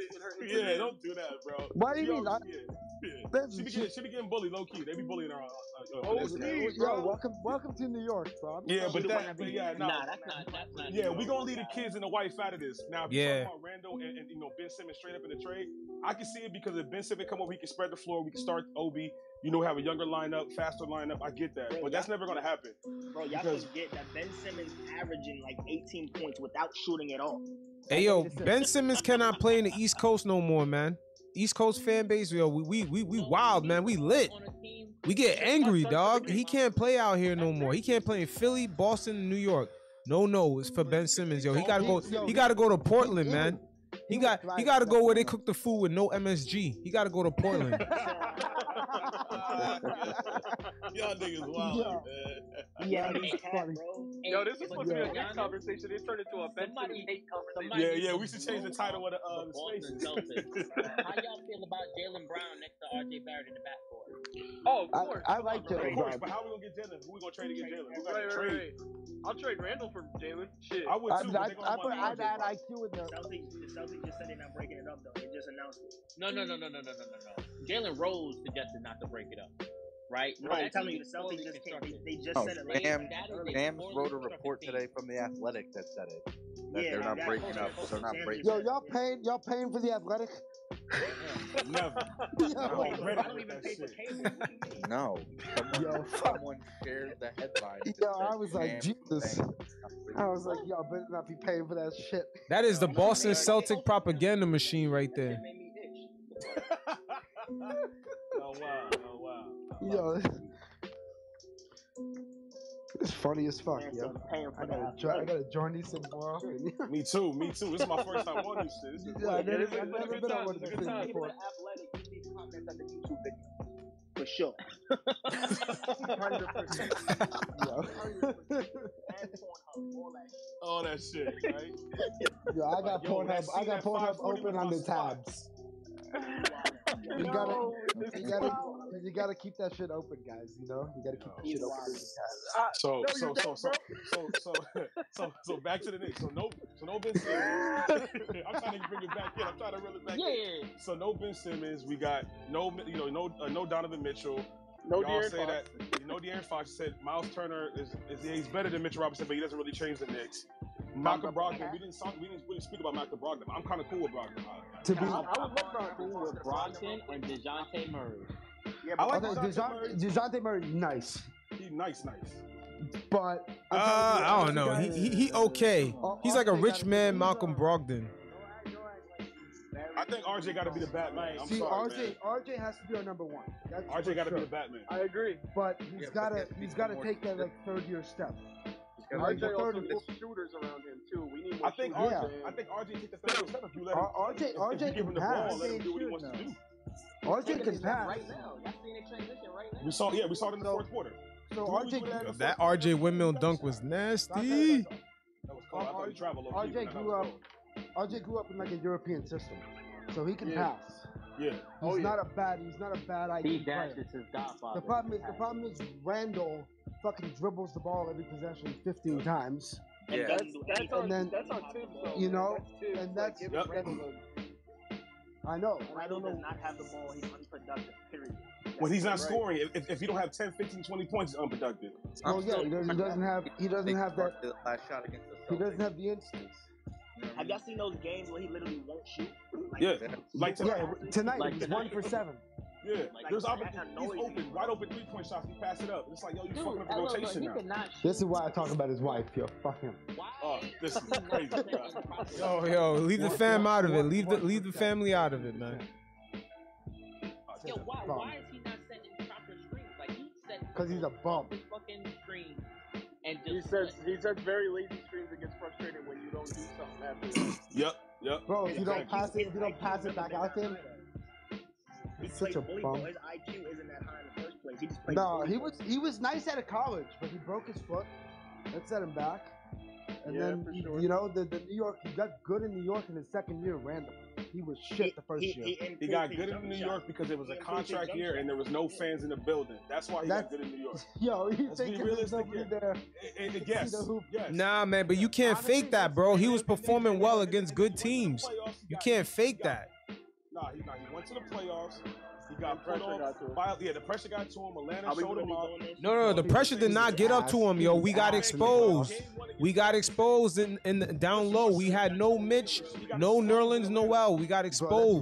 Speaker 4: Yeah,
Speaker 5: Yeah, don't do that, bro.
Speaker 11: Why do you
Speaker 5: She
Speaker 11: mean?
Speaker 5: always-
Speaker 11: I-
Speaker 5: yeah, yeah.
Speaker 11: Ben's-
Speaker 5: She be getting, she be getting bullied low key. They be bullying her. Uh, uh, uh,
Speaker 4: Oh,
Speaker 5: that's-
Speaker 4: yeah.
Speaker 11: Yo,
Speaker 4: Dude, bro.
Speaker 11: welcome, welcome to New York, bro. I'm
Speaker 5: yeah, but
Speaker 11: sorry.
Speaker 5: that, but yeah, nah,
Speaker 10: Nah, that's not. That's not.
Speaker 5: yeah, we gonna leave the kids and the wife out of this. Now, if
Speaker 2: Yeah.
Speaker 5: you talking about Randall and, and you know Ben Simmons straight up in the trade, I can see it because if Ben Simmons come over, he can spread the floor. We can start OB. You know, have a younger lineup, faster lineup. I get that,
Speaker 7: Bro,
Speaker 5: but that's never gonna happen.
Speaker 7: Bro, y'all
Speaker 5: Because-
Speaker 7: forget that Ben Simmons averaging like 18 points without shooting at all.
Speaker 2: Hey yo, Ben Simmons cannot play in the East Coast no more, man. East Coast fan base, yo, we we we, we wild, man. We lit.
Speaker 10: On a team,
Speaker 2: We get angry, dog. He can't play out here no more. He can't play in Philly, Boston, and New York. No, no, it's for Ben Simmons, yo. He gotta go. He gotta go to Portland, man. He got he gotta go where they cook the food with no MSG. He gotta go to Portland.
Speaker 5: Y'all niggas wild,
Speaker 11: Yeah.
Speaker 5: man.
Speaker 7: Yeah,
Speaker 11: he's funny.
Speaker 7: bro.
Speaker 4: Yo, this was supposed to be a
Speaker 11: Yeah.
Speaker 4: Knicks conversation. It turned into a Ben Simmons
Speaker 10: Somebody-
Speaker 4: hate conversation.
Speaker 10: somebody-
Speaker 5: Yeah, yeah, we should change the title of the, uh,
Speaker 10: the
Speaker 5: the
Speaker 10: Boston
Speaker 5: spaces.
Speaker 10: Celtics. How y'all feel about Jalen Brown next to RJ Barrett in the backcourt?
Speaker 4: Oh, of
Speaker 11: I-
Speaker 4: course.
Speaker 11: I
Speaker 4: Come
Speaker 11: like
Speaker 4: on,
Speaker 11: Jalen
Speaker 5: Of
Speaker 4: right?
Speaker 5: course, but how we gonna get Jalen? Who we gonna trade to get Jalen? We
Speaker 4: Right,
Speaker 5: gotta
Speaker 4: right,
Speaker 5: trade.
Speaker 4: right. I'll trade Randall for Jalen. Shit.
Speaker 5: I would too.
Speaker 11: I'd,
Speaker 5: but
Speaker 11: I'd,
Speaker 5: they gonna
Speaker 11: I'd,
Speaker 5: want
Speaker 11: put- I'd
Speaker 5: RJ
Speaker 11: add
Speaker 5: Barrett.
Speaker 11: IQ in there.
Speaker 7: Celtics, the Celtics just said they're not breaking it up though. They just announced it.
Speaker 10: No, no, no, no, no, no, no, no, no. Jalen Rose suggested not to break it up, right?
Speaker 7: No, I'm
Speaker 10: That
Speaker 7: telling
Speaker 10: team
Speaker 7: you, the
Speaker 10: is poorly
Speaker 7: Celtics just can't. They,
Speaker 10: constructed.
Speaker 7: they just
Speaker 6: Oh,
Speaker 7: said it. Like,
Speaker 6: Sam,
Speaker 10: That is a
Speaker 6: Sam's
Speaker 10: poorly
Speaker 6: wrote a
Speaker 10: constructed
Speaker 6: report
Speaker 10: team.
Speaker 6: today from the Athletic that said it. That
Speaker 7: Yeah,
Speaker 6: they're not
Speaker 7: that-
Speaker 6: breaking up. They're not
Speaker 7: Sam
Speaker 6: breaking.
Speaker 11: Yo,
Speaker 6: up.
Speaker 11: y'all paying y'all paying for the athletic?
Speaker 5: Never.
Speaker 11: Yo,
Speaker 5: I'm
Speaker 7: I
Speaker 5: ready
Speaker 7: don't
Speaker 5: with
Speaker 7: even
Speaker 5: that
Speaker 7: pay for
Speaker 5: shit.
Speaker 7: cable. What do you mean?
Speaker 6: No,
Speaker 11: Yo,
Speaker 6: someone,
Speaker 11: fuck.
Speaker 6: someone shared the headline. that
Speaker 11: yo,
Speaker 6: said
Speaker 11: I was like,
Speaker 6: Sam's
Speaker 11: Jesus.
Speaker 6: saying it's not breaking
Speaker 11: I
Speaker 6: up.
Speaker 11: was like, y'all better not be paying for that shit.
Speaker 2: That is the Boston Celtic propaganda machine right there.
Speaker 5: Oh wow, oh wow.
Speaker 11: Yo, It's funny as fuck, yo.
Speaker 7: paying
Speaker 11: I gotta, jo- I gotta join these things more often.
Speaker 5: me too, me too. This is my first time on these shit. This is
Speaker 11: Yeah, I
Speaker 5: lit.
Speaker 11: never-
Speaker 5: It's a-
Speaker 11: I've
Speaker 5: it's a
Speaker 11: never
Speaker 5: good
Speaker 11: been on
Speaker 5: time.
Speaker 11: one
Speaker 5: It's a
Speaker 11: of
Speaker 5: good
Speaker 11: these
Speaker 5: time.
Speaker 11: before.
Speaker 10: athletic, you leave comments at the YouTube video.
Speaker 7: For sure. Hundred percent.
Speaker 5: All that shit, right?
Speaker 11: Yo, I got
Speaker 5: Yo,
Speaker 11: Pornhub.
Speaker 5: let's
Speaker 11: I
Speaker 5: see
Speaker 11: got
Speaker 5: that
Speaker 11: Pornhub
Speaker 5: 540
Speaker 11: open
Speaker 5: with
Speaker 11: on
Speaker 5: my
Speaker 11: the tabs. You gotta, you gotta, you gotta keep that shit open, guys. You know, you gotta keep that shit open.
Speaker 5: So, so, so, so, so, so, so, so, back to the Knicks. So no, so no Ben Simmons. I'm trying to bring it back in. I'm trying to reel it back in. So no Ben Simmons. We got no, you know, no, uh, no Donovan Mitchell.
Speaker 4: No
Speaker 5: Y'all
Speaker 4: De'Aaron
Speaker 5: say
Speaker 4: Fox.
Speaker 5: that. You know, De'Aaron Fox said Miles Turner is, is he's better than Mitchell Robinson, but he doesn't really change the Knicks. Malcolm Brogdon. We didn't talk. We didn't, we didn't speak about Malcolm Brogdon. I'm kind of cool with Brogdon. I-
Speaker 11: To
Speaker 10: I,
Speaker 11: be,
Speaker 10: I would love to cool with Brogdon and Dejounte Murray.
Speaker 7: Yeah,
Speaker 5: I like
Speaker 11: okay,
Speaker 5: Dejounte Murray.
Speaker 11: Dejounte, Dejounte Murray, nice,
Speaker 5: He nice, nice.
Speaker 11: but
Speaker 2: Uh, I don't know. He he, he okay.
Speaker 11: Oh,
Speaker 2: He's like a rich man, Malcolm Brogdon.
Speaker 5: I think RJ got to be the Batman. I'm
Speaker 11: See,
Speaker 5: sorry,
Speaker 11: RJ,
Speaker 5: man.
Speaker 11: RJ has to be our number one. That's for
Speaker 5: RJ got to
Speaker 11: sure.
Speaker 5: be the Batman.
Speaker 4: I agree.
Speaker 11: But he's
Speaker 6: Yeah, but he
Speaker 11: gotta,
Speaker 6: has to
Speaker 11: he's
Speaker 6: be
Speaker 11: gotta
Speaker 6: more
Speaker 11: take that like
Speaker 6: consistent.
Speaker 11: third year step.
Speaker 6: Yeah,
Speaker 11: Like
Speaker 4: RJ
Speaker 11: the
Speaker 4: also
Speaker 11: third,
Speaker 4: needs shooters around him too. We need more
Speaker 5: I think
Speaker 11: Yeah.
Speaker 4: shooters.
Speaker 5: RJ. I think RJ took the third step if you let him.
Speaker 11: R- RJ,
Speaker 5: if
Speaker 11: RJ
Speaker 5: you give him the
Speaker 11: can pass.
Speaker 5: ball, let him do what he
Speaker 11: Shoot
Speaker 5: wants to
Speaker 11: now.
Speaker 5: do.
Speaker 11: RJ can pass.
Speaker 10: Right now, y'all seeing it transition right now.
Speaker 5: We saw, yeah, we saw it in the
Speaker 11: So-
Speaker 5: fourth quarter.
Speaker 11: So
Speaker 5: Who we
Speaker 11: RJ,
Speaker 5: put in the
Speaker 11: grew-
Speaker 2: That
Speaker 5: fourth quarter?
Speaker 2: RJ windmill dunk was
Speaker 11: I tell you
Speaker 2: nasty.
Speaker 11: that,
Speaker 5: That was cold. I thought he traveled low key,
Speaker 11: RJ
Speaker 5: but that
Speaker 11: grew
Speaker 5: was
Speaker 11: up-
Speaker 5: cold.
Speaker 11: RJ grew up in like a European system, so he can
Speaker 5: Yeah.
Speaker 11: pass.
Speaker 5: Yeah,
Speaker 11: He's
Speaker 4: Oh,
Speaker 11: not a bad. He's not a bad
Speaker 10: He
Speaker 11: IQ player.
Speaker 10: dashes his godfather.
Speaker 11: The problem is the problem is Randall fucking dribbles the ball every possession 15 times.
Speaker 4: That's,
Speaker 7: Doesn't do
Speaker 4: that's,
Speaker 7: anything.
Speaker 4: on,
Speaker 11: And then-
Speaker 4: that's on Tibbs though.
Speaker 11: you know,
Speaker 4: that's Tibbs.
Speaker 11: and
Speaker 4: Like,
Speaker 11: that's-
Speaker 4: give
Speaker 5: Yep.
Speaker 4: Randall
Speaker 11: I know. and I
Speaker 7: Randall
Speaker 11: don't
Speaker 7: does
Speaker 11: know.
Speaker 7: not have the ball. He's unproductive. Period.
Speaker 5: when he's not
Speaker 4: Right.
Speaker 5: scoring, if- if, if he don't have 10, 15, 20 points, it's unproductive.
Speaker 11: Well, yeah, he doesn't, he doesn't have. He doesn't have that.
Speaker 6: The last shot against the
Speaker 11: He
Speaker 6: Celtics.
Speaker 11: doesn't have the instincts.
Speaker 7: Have y'all seen those games where he literally won't shoot? Like,
Speaker 5: Yeah,
Speaker 6: Yeah.
Speaker 5: like tonight.
Speaker 11: Yeah, tonight
Speaker 10: Like
Speaker 11: it was
Speaker 10: tonight.
Speaker 11: one for seven.
Speaker 5: Yeah,
Speaker 7: Like,
Speaker 5: there's
Speaker 7: that
Speaker 5: opportunity. He's
Speaker 7: annoys me,
Speaker 5: open, wide open three point shots. He pass it up. It's like, yo, you
Speaker 10: Dude,
Speaker 5: fucking up the
Speaker 10: LL,
Speaker 5: rotation
Speaker 10: he
Speaker 5: now.
Speaker 10: cannot
Speaker 11: This
Speaker 10: shoot.
Speaker 11: is why I talk about his wife. Yo, fuck him.
Speaker 10: Why?
Speaker 5: Oh, this is
Speaker 10: is he not
Speaker 5: crazy.
Speaker 10: protecting
Speaker 5: God.
Speaker 10: properly?
Speaker 2: Yo, yo, leave the
Speaker 11: One-
Speaker 2: fam
Speaker 11: one-
Speaker 2: out of it.
Speaker 11: one-
Speaker 2: Leave the
Speaker 11: one
Speaker 2: leave the
Speaker 11: percent.
Speaker 2: family out of it, man.
Speaker 10: Yo, why,
Speaker 11: Bum.
Speaker 10: why is he not sending proper screens? Like, he sent
Speaker 11: 'Cause he's a bum.
Speaker 10: his fucking screen and
Speaker 4: He
Speaker 10: just.
Speaker 4: sets he sets very lazy screens and gets frustrated when you don't do something after that.
Speaker 5: Yep, yep.
Speaker 11: Bro, if you don't
Speaker 5: Exactly.
Speaker 11: pass it, if you don't pass it back out to him,
Speaker 7: He
Speaker 11: he's such
Speaker 7: plays
Speaker 11: a
Speaker 7: bully
Speaker 11: bum.
Speaker 7: ball. His IQ isn't that high in the first place. He just plays
Speaker 11: No,
Speaker 7: bully
Speaker 11: he
Speaker 7: ball.
Speaker 11: was he was nice out of college, but he broke his foot. That set him back. And
Speaker 4: Yeah,
Speaker 11: then
Speaker 4: for
Speaker 11: you-
Speaker 4: sure.
Speaker 11: you know the, the New York he got good in New York in his second year randomly. He was shit the first
Speaker 7: he,
Speaker 11: year.
Speaker 7: He,
Speaker 5: He
Speaker 7: improved
Speaker 5: got
Speaker 7: his
Speaker 5: good
Speaker 7: jump
Speaker 5: in New
Speaker 7: shot.
Speaker 5: York because it was a
Speaker 7: He improved his
Speaker 5: contract
Speaker 7: jump
Speaker 5: year
Speaker 7: shot.
Speaker 5: and there was no fans in the building. That's why he
Speaker 11: That's-
Speaker 5: got good in New York.
Speaker 11: Yo, he
Speaker 5: Let's be
Speaker 11: thinking there's
Speaker 5: realistic
Speaker 11: nobody
Speaker 5: here.
Speaker 11: there.
Speaker 5: I- I- I-
Speaker 11: See
Speaker 5: yes,
Speaker 11: the hoop.
Speaker 5: yes.
Speaker 2: Nah, man, but you can't
Speaker 11: Honestly,
Speaker 2: fake that,
Speaker 11: that's-
Speaker 2: bro. He
Speaker 5: And
Speaker 2: was
Speaker 5: then- and then-
Speaker 2: performing
Speaker 5: and
Speaker 2: well
Speaker 5: then-
Speaker 2: against
Speaker 5: and then
Speaker 2: good
Speaker 5: he went
Speaker 2: teams.
Speaker 5: to the playoffs, he
Speaker 2: You
Speaker 5: got-
Speaker 2: can't
Speaker 5: he
Speaker 2: fake
Speaker 5: got-
Speaker 2: that.
Speaker 5: Nah, he, nah, he went to the playoffs. He
Speaker 4: The
Speaker 5: got put
Speaker 4: pressure
Speaker 5: on.
Speaker 4: got to him.
Speaker 5: By, yeah, the pressure got to him. Atlanta
Speaker 4: Are we
Speaker 5: showed
Speaker 4: really
Speaker 5: him up.
Speaker 4: going there?
Speaker 2: No, no, the pressure did not get up to him, yo. We got exposed. We got exposed in, in the, down low. We had no Mitch, no Nerlens Noel. We got
Speaker 11: Bro, that dude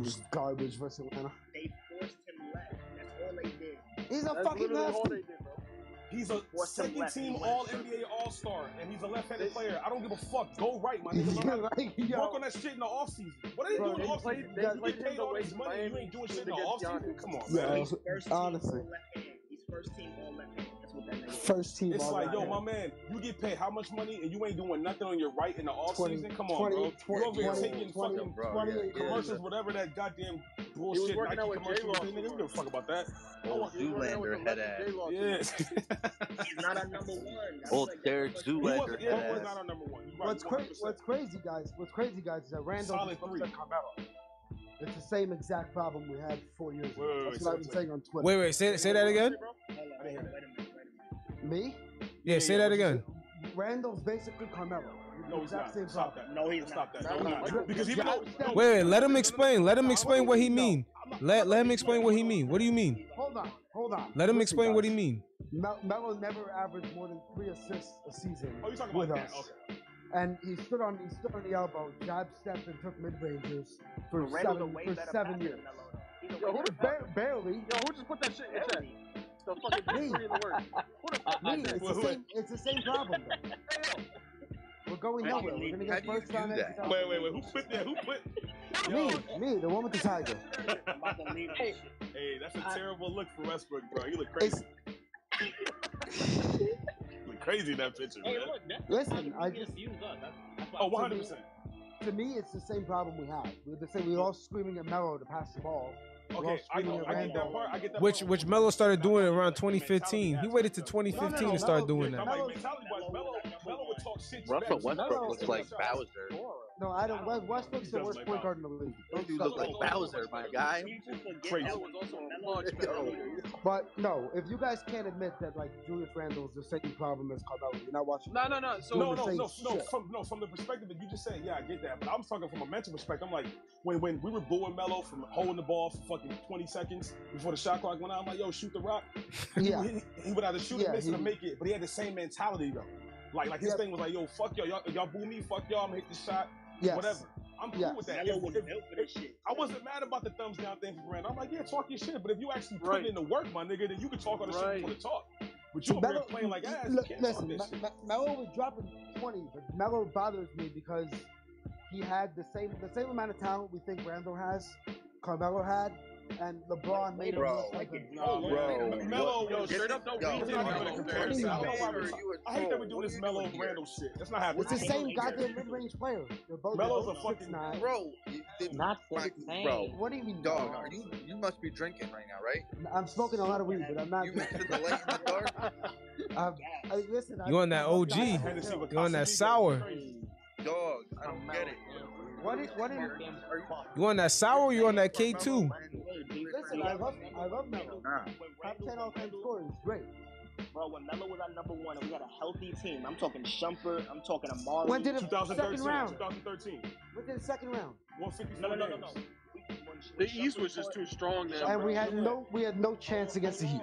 Speaker 11: was
Speaker 2: exposed.
Speaker 11: garbage versus Atlanta.
Speaker 7: They forced him left. That's all they did.
Speaker 11: He's a
Speaker 4: That's
Speaker 11: fucking
Speaker 4: literally all they
Speaker 11: nasty.
Speaker 4: did, bro.
Speaker 5: He's a
Speaker 7: What's the
Speaker 5: second
Speaker 7: left?
Speaker 5: team
Speaker 7: He went
Speaker 5: All
Speaker 7: circle.
Speaker 5: NBA All Star, and he's a left-handed player. I don't give a fuck. Go right, my nigga. Learn how to
Speaker 11: like,
Speaker 5: Work
Speaker 11: yo,
Speaker 5: on that shit in the offseason. What are they
Speaker 11: Bro,
Speaker 5: doing in the
Speaker 11: they
Speaker 4: played-
Speaker 5: offseason?
Speaker 4: they
Speaker 5: You
Speaker 4: played
Speaker 5: get paid
Speaker 4: the
Speaker 5: all
Speaker 4: way
Speaker 5: this money and you ain't doing shit in the
Speaker 4: against
Speaker 5: offseason?
Speaker 4: Giannis.
Speaker 5: Come on,
Speaker 11: Yeah.
Speaker 5: man.
Speaker 11: Yo,
Speaker 7: He's first
Speaker 11: honestly.
Speaker 7: team all left hand. He's first team all left hand. That's what that nigga. is.
Speaker 11: first team.
Speaker 5: It's
Speaker 11: all
Speaker 5: like, yo,
Speaker 11: around.
Speaker 5: my man, you get paid how much money and you ain't doing nothing on your right in the offseason? Come on,
Speaker 11: 20,
Speaker 5: bro. You over here
Speaker 11: 20,
Speaker 5: taking
Speaker 11: 20,
Speaker 5: fucking
Speaker 6: bro,
Speaker 11: 28
Speaker 6: yeah,
Speaker 5: commercials, whatever that goddamn bullshit
Speaker 4: working
Speaker 5: Nike
Speaker 4: out with
Speaker 5: commercial
Speaker 4: J-Rock
Speaker 5: thing. Nigga, we don't give a fuck about that.
Speaker 6: Old
Speaker 4: He was running out with
Speaker 6: Zoolander
Speaker 4: the
Speaker 6: head
Speaker 4: lefty
Speaker 6: ass.
Speaker 4: J-Law too.
Speaker 5: Yeah.
Speaker 7: He's not our number one. I feel
Speaker 6: Old
Speaker 7: like that's
Speaker 6: Derek
Speaker 7: the
Speaker 5: He
Speaker 7: first-
Speaker 5: was,
Speaker 6: Zoolander
Speaker 5: yeah, he
Speaker 6: head
Speaker 5: was
Speaker 6: ass.
Speaker 5: not our number one. You right,
Speaker 11: What's, cra-
Speaker 5: 100%.
Speaker 11: what's crazy, guys? What's crazy, guys, is that Randall
Speaker 5: Solid
Speaker 11: just looks
Speaker 5: three.
Speaker 11: like Carmelo. It's the same exact problem we had four years ago.
Speaker 5: Wait, wait, wait,
Speaker 11: That's what
Speaker 5: so-
Speaker 11: I've been
Speaker 5: so-
Speaker 11: saying on Twitter.
Speaker 2: Wait, wait, say, say that again?
Speaker 7: Hold on, hold on, wait a minute, wait a minute.
Speaker 11: Me?
Speaker 2: Yeah, say that again.
Speaker 11: Randall's basically Carmelo.
Speaker 5: No, he's not. Stop that.
Speaker 7: No, he's
Speaker 5: Stop
Speaker 7: not.
Speaker 5: that. No, he's not. Because even
Speaker 11: Yeah,
Speaker 5: though.
Speaker 11: I-
Speaker 5: no,
Speaker 2: Wait, wait, let him
Speaker 5: no, no, no, no, no,
Speaker 2: explain. Let him
Speaker 5: no, I
Speaker 2: explain
Speaker 5: wanna-
Speaker 2: what he
Speaker 5: no,
Speaker 2: mean.
Speaker 5: I'm not-
Speaker 2: Let
Speaker 5: I'm
Speaker 2: let
Speaker 5: not
Speaker 2: him explain what he mean. What do you mean?
Speaker 11: Hold on, hold on.
Speaker 2: Let him
Speaker 11: Listen,
Speaker 2: explain what he
Speaker 11: guys.
Speaker 2: mean.
Speaker 11: Mel- Melo never averaged more than three assists a season
Speaker 5: Oh, you talking
Speaker 11: with
Speaker 5: about
Speaker 11: us,
Speaker 5: that? Okay.
Speaker 11: and he stood on he stood on the elbow, jab stepped, and took mid rangers for
Speaker 7: But Randall's a
Speaker 11: seven
Speaker 7: way
Speaker 11: for
Speaker 7: better
Speaker 11: seven
Speaker 7: passer
Speaker 11: years.
Speaker 7: than Melo, though. He's a
Speaker 4: Yo,
Speaker 7: way
Speaker 4: who the
Speaker 7: better
Speaker 11: Ba- barely.
Speaker 4: Yo, who just put that shit in the
Speaker 7: passer.
Speaker 4: chat? The fucking
Speaker 11: Me.
Speaker 4: best three in the world.
Speaker 11: Me, it's
Speaker 5: Wait,
Speaker 11: the
Speaker 5: wait.
Speaker 11: same. It's the same problem. Though. We're going
Speaker 7: How
Speaker 11: nowhere.
Speaker 7: do you-
Speaker 11: We're gonna
Speaker 6: how
Speaker 11: get
Speaker 6: do you
Speaker 11: first
Speaker 6: do
Speaker 11: round
Speaker 6: that?
Speaker 11: exit.
Speaker 5: Wait, wait, wait. Who put that? Who put? Yo,
Speaker 11: Me, me, the one with the tiger.
Speaker 7: I'm about to leave this shit.
Speaker 5: hey, that's a terrible look for Westbrook, bro. You look crazy.
Speaker 11: It's
Speaker 5: You look crazy in that picture,
Speaker 10: Hey,
Speaker 5: man.
Speaker 10: look, that's
Speaker 11: Listen,
Speaker 10: how you
Speaker 11: I
Speaker 10: can
Speaker 11: just-
Speaker 10: abuse us. That's, that's why
Speaker 5: Oh,
Speaker 10: I-
Speaker 5: 100%.
Speaker 11: To me, it's the same problem we have. We're the same. We're all screaming at Melo to pass the ball. We're all
Speaker 5: Okay, I,
Speaker 11: screaming
Speaker 5: know,
Speaker 11: at
Speaker 5: I get
Speaker 11: Randall.
Speaker 5: that part. I get that
Speaker 2: Which
Speaker 5: part.
Speaker 2: which Melo started doing around 2015. He waited to 2015 to start doing
Speaker 5: I'm
Speaker 2: that.
Speaker 5: like, mentality wise, Melo, Melo would talk shit.
Speaker 8: Russell
Speaker 5: back.
Speaker 8: Westbrook
Speaker 5: Melo-
Speaker 8: looks like Bowser.
Speaker 11: No, I don't. Wes- Westbrook's the
Speaker 5: does
Speaker 11: worst
Speaker 5: like
Speaker 11: point guard in the league.
Speaker 8: That dude looked like Bowser, my guy.
Speaker 5: Crazy.
Speaker 11: But no, if you guys can't admit that like Julius Randle is the same problem as Carmelo, you're not watching.
Speaker 4: No, no, no. So
Speaker 11: Doing
Speaker 5: no, no,
Speaker 11: the
Speaker 5: no,
Speaker 11: same
Speaker 5: no,
Speaker 11: shit.
Speaker 5: from, no, from the perspective that you just said, yeah, I get that. But I'm talking from a mental perspective. I'm like, when when we were booing Melo from holding the ball for fucking 20 seconds before the shot clock went out, I'm like, yo, shoot the rock. He-
Speaker 11: Yeah.
Speaker 5: He, he would either shoot it,
Speaker 11: Yeah,
Speaker 5: miss it,
Speaker 11: he
Speaker 5: or
Speaker 11: would-
Speaker 5: make it. But he had the same mentality, though. Like, like his
Speaker 11: Yep.
Speaker 5: thing was like, yo, fuck y'all, y'all, y'all boo me, fuck y'all, I'm gonna hit this shot,
Speaker 11: Yes.
Speaker 5: whatever. I'm cool
Speaker 11: Yes.
Speaker 5: with that. If- if- I wasn't mad about the thumbs down thing for Brandon. I'm like, yeah, talk your shit. But if you actually put
Speaker 4: Right.
Speaker 5: in the work, my nigga, then you can talk all the shit
Speaker 4: Right.
Speaker 5: you want to talk. But you over there playing like ass.
Speaker 11: look,
Speaker 5: you can't
Speaker 11: listen,
Speaker 5: talk this shit.
Speaker 11: Me- Me- Melo was dropping 20, but Melo bothers me because he had the same the same amount of talent we think Randall has, Carmelo had, and LeBron made him
Speaker 6: Bro.
Speaker 11: look like a
Speaker 5: No,
Speaker 6: Bro,
Speaker 5: man.
Speaker 6: what-
Speaker 5: Mello,
Speaker 4: Yo,
Speaker 5: was-
Speaker 4: straight up, don't
Speaker 6: Yo,
Speaker 4: read
Speaker 5: We're
Speaker 4: that.
Speaker 5: not even gonna
Speaker 6: Carmelo,
Speaker 5: compare this. I don't know why we're
Speaker 6: Carmelo, you a
Speaker 5: I hate that we're
Speaker 6: troll.
Speaker 5: doing this
Speaker 6: What are you
Speaker 5: Mello
Speaker 6: doing here?
Speaker 5: Randall shit. That's not happening.
Speaker 11: It's the
Speaker 5: I hate that
Speaker 11: same
Speaker 5: we do that.
Speaker 11: goddamn mid-range player. They're both
Speaker 5: Melo's
Speaker 11: they're
Speaker 5: a
Speaker 11: both
Speaker 5: fucking-
Speaker 11: 6'9".
Speaker 6: Bro, you did
Speaker 10: Not the
Speaker 6: fuck,
Speaker 10: same.
Speaker 8: bro.
Speaker 11: What do you mean,
Speaker 8: Dog,
Speaker 11: dog?
Speaker 8: are you you must be drinking right now, right?
Speaker 11: I'm smoking a lot of weed, but I'm not.
Speaker 8: You mentioned the light in the dark.
Speaker 11: I'm, I, listen,
Speaker 2: You
Speaker 11: I,
Speaker 2: on that
Speaker 11: I- I-
Speaker 2: OG.
Speaker 5: Hennessy with
Speaker 2: You on that
Speaker 5: Casamigos.
Speaker 2: sour?
Speaker 8: Dog, I don't get it.
Speaker 11: What is- what is-
Speaker 8: Are you-
Speaker 2: You on that sour? Or you on that K two?
Speaker 11: Listen, I love, I love
Speaker 4: Oh,
Speaker 11: Melo.
Speaker 8: Nah.
Speaker 11: Top ten all-time scorer is great.
Speaker 7: Bro, when Melo was our number one and we had a healthy team, I'm talking Shumpert, I'm talking Amari.
Speaker 11: When did it? Second
Speaker 5: 2013.
Speaker 11: round.
Speaker 5: 2013.
Speaker 11: Within the second round,
Speaker 5: 154
Speaker 4: No, no, no, no, no.
Speaker 5: games.
Speaker 4: The East was just too strong then.
Speaker 11: and
Speaker 4: bro.
Speaker 11: we had no, we had no chance against the Heat.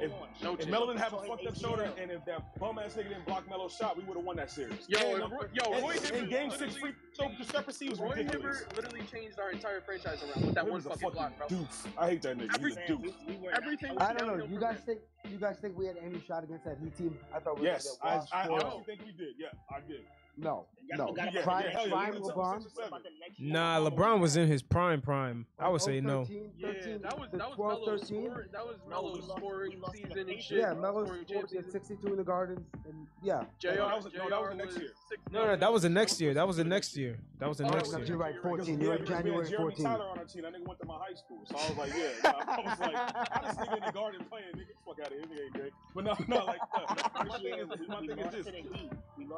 Speaker 5: If-
Speaker 4: No
Speaker 5: If
Speaker 4: chance.
Speaker 5: Melo didn't have a fucked up shoulder, and if that bum ass nigga didn't block Melo's shot, we would have won that series.
Speaker 4: Yo,
Speaker 5: And-
Speaker 4: and Roy- yo,
Speaker 5: and-
Speaker 4: Roy
Speaker 5: and
Speaker 4: Hibbert
Speaker 5: game six free
Speaker 4: literally-
Speaker 5: throw discrepancy was
Speaker 4: Roy
Speaker 5: ridiculous.
Speaker 4: Hibbert literally changed our entire franchise around with that
Speaker 5: He
Speaker 4: one
Speaker 5: was a
Speaker 4: fucking block, bro.
Speaker 5: doof. I hate that nigga. He's a doof.
Speaker 4: Everything was
Speaker 11: I don't know.
Speaker 4: downhill
Speaker 11: You
Speaker 4: from
Speaker 11: guys
Speaker 4: there.
Speaker 11: think you guys think we had any shot against that Heat team? I thought we
Speaker 5: Yes,
Speaker 11: were
Speaker 5: I,
Speaker 11: gonna get
Speaker 5: I
Speaker 11: washed
Speaker 5: honestly
Speaker 11: four.
Speaker 5: think we did. Yeah, I did.
Speaker 11: No,
Speaker 7: Y'all
Speaker 11: no.
Speaker 7: forgot
Speaker 5: Yeah,
Speaker 11: Prime,
Speaker 5: yeah, hell yeah,
Speaker 11: prime
Speaker 5: we were top
Speaker 11: LeBron.
Speaker 5: six or seven.
Speaker 2: Nah, LeBron was in his prime prime. I would say no.
Speaker 11: 13,
Speaker 4: Yeah,
Speaker 11: 13,
Speaker 4: that was
Speaker 11: the
Speaker 4: that was
Speaker 11: 12,
Speaker 4: Melo's
Speaker 11: 13.
Speaker 4: score. That was Melo's
Speaker 7: lost-
Speaker 4: scoring
Speaker 7: we lost to the
Speaker 4: season and
Speaker 7: Pacers.
Speaker 4: shit.
Speaker 11: Yeah, Melo
Speaker 4: Scoring
Speaker 11: scored
Speaker 4: champ
Speaker 11: he had
Speaker 4: season.
Speaker 11: 62 in the Garden, and yeah.
Speaker 4: JR,
Speaker 5: No, that was- no, that was the next year.
Speaker 2: No, no, that was the next year. That was the next year. That was the
Speaker 4: Oh,
Speaker 2: next
Speaker 11: No,
Speaker 4: okay.
Speaker 2: year.
Speaker 11: You're right,
Speaker 4: You're right.
Speaker 11: 14.
Speaker 5: yeah,
Speaker 11: You're right,
Speaker 5: because we had
Speaker 11: January
Speaker 5: Jeremy
Speaker 11: 14.
Speaker 5: Tyler on our team. That nigga went to my high school, so I was like, yeah. nah, I was like, how this nigga in the garden playing? Nigga, fuck out of here, nigga ain't great. But no, no, like, uh, my thing is, my thing is this.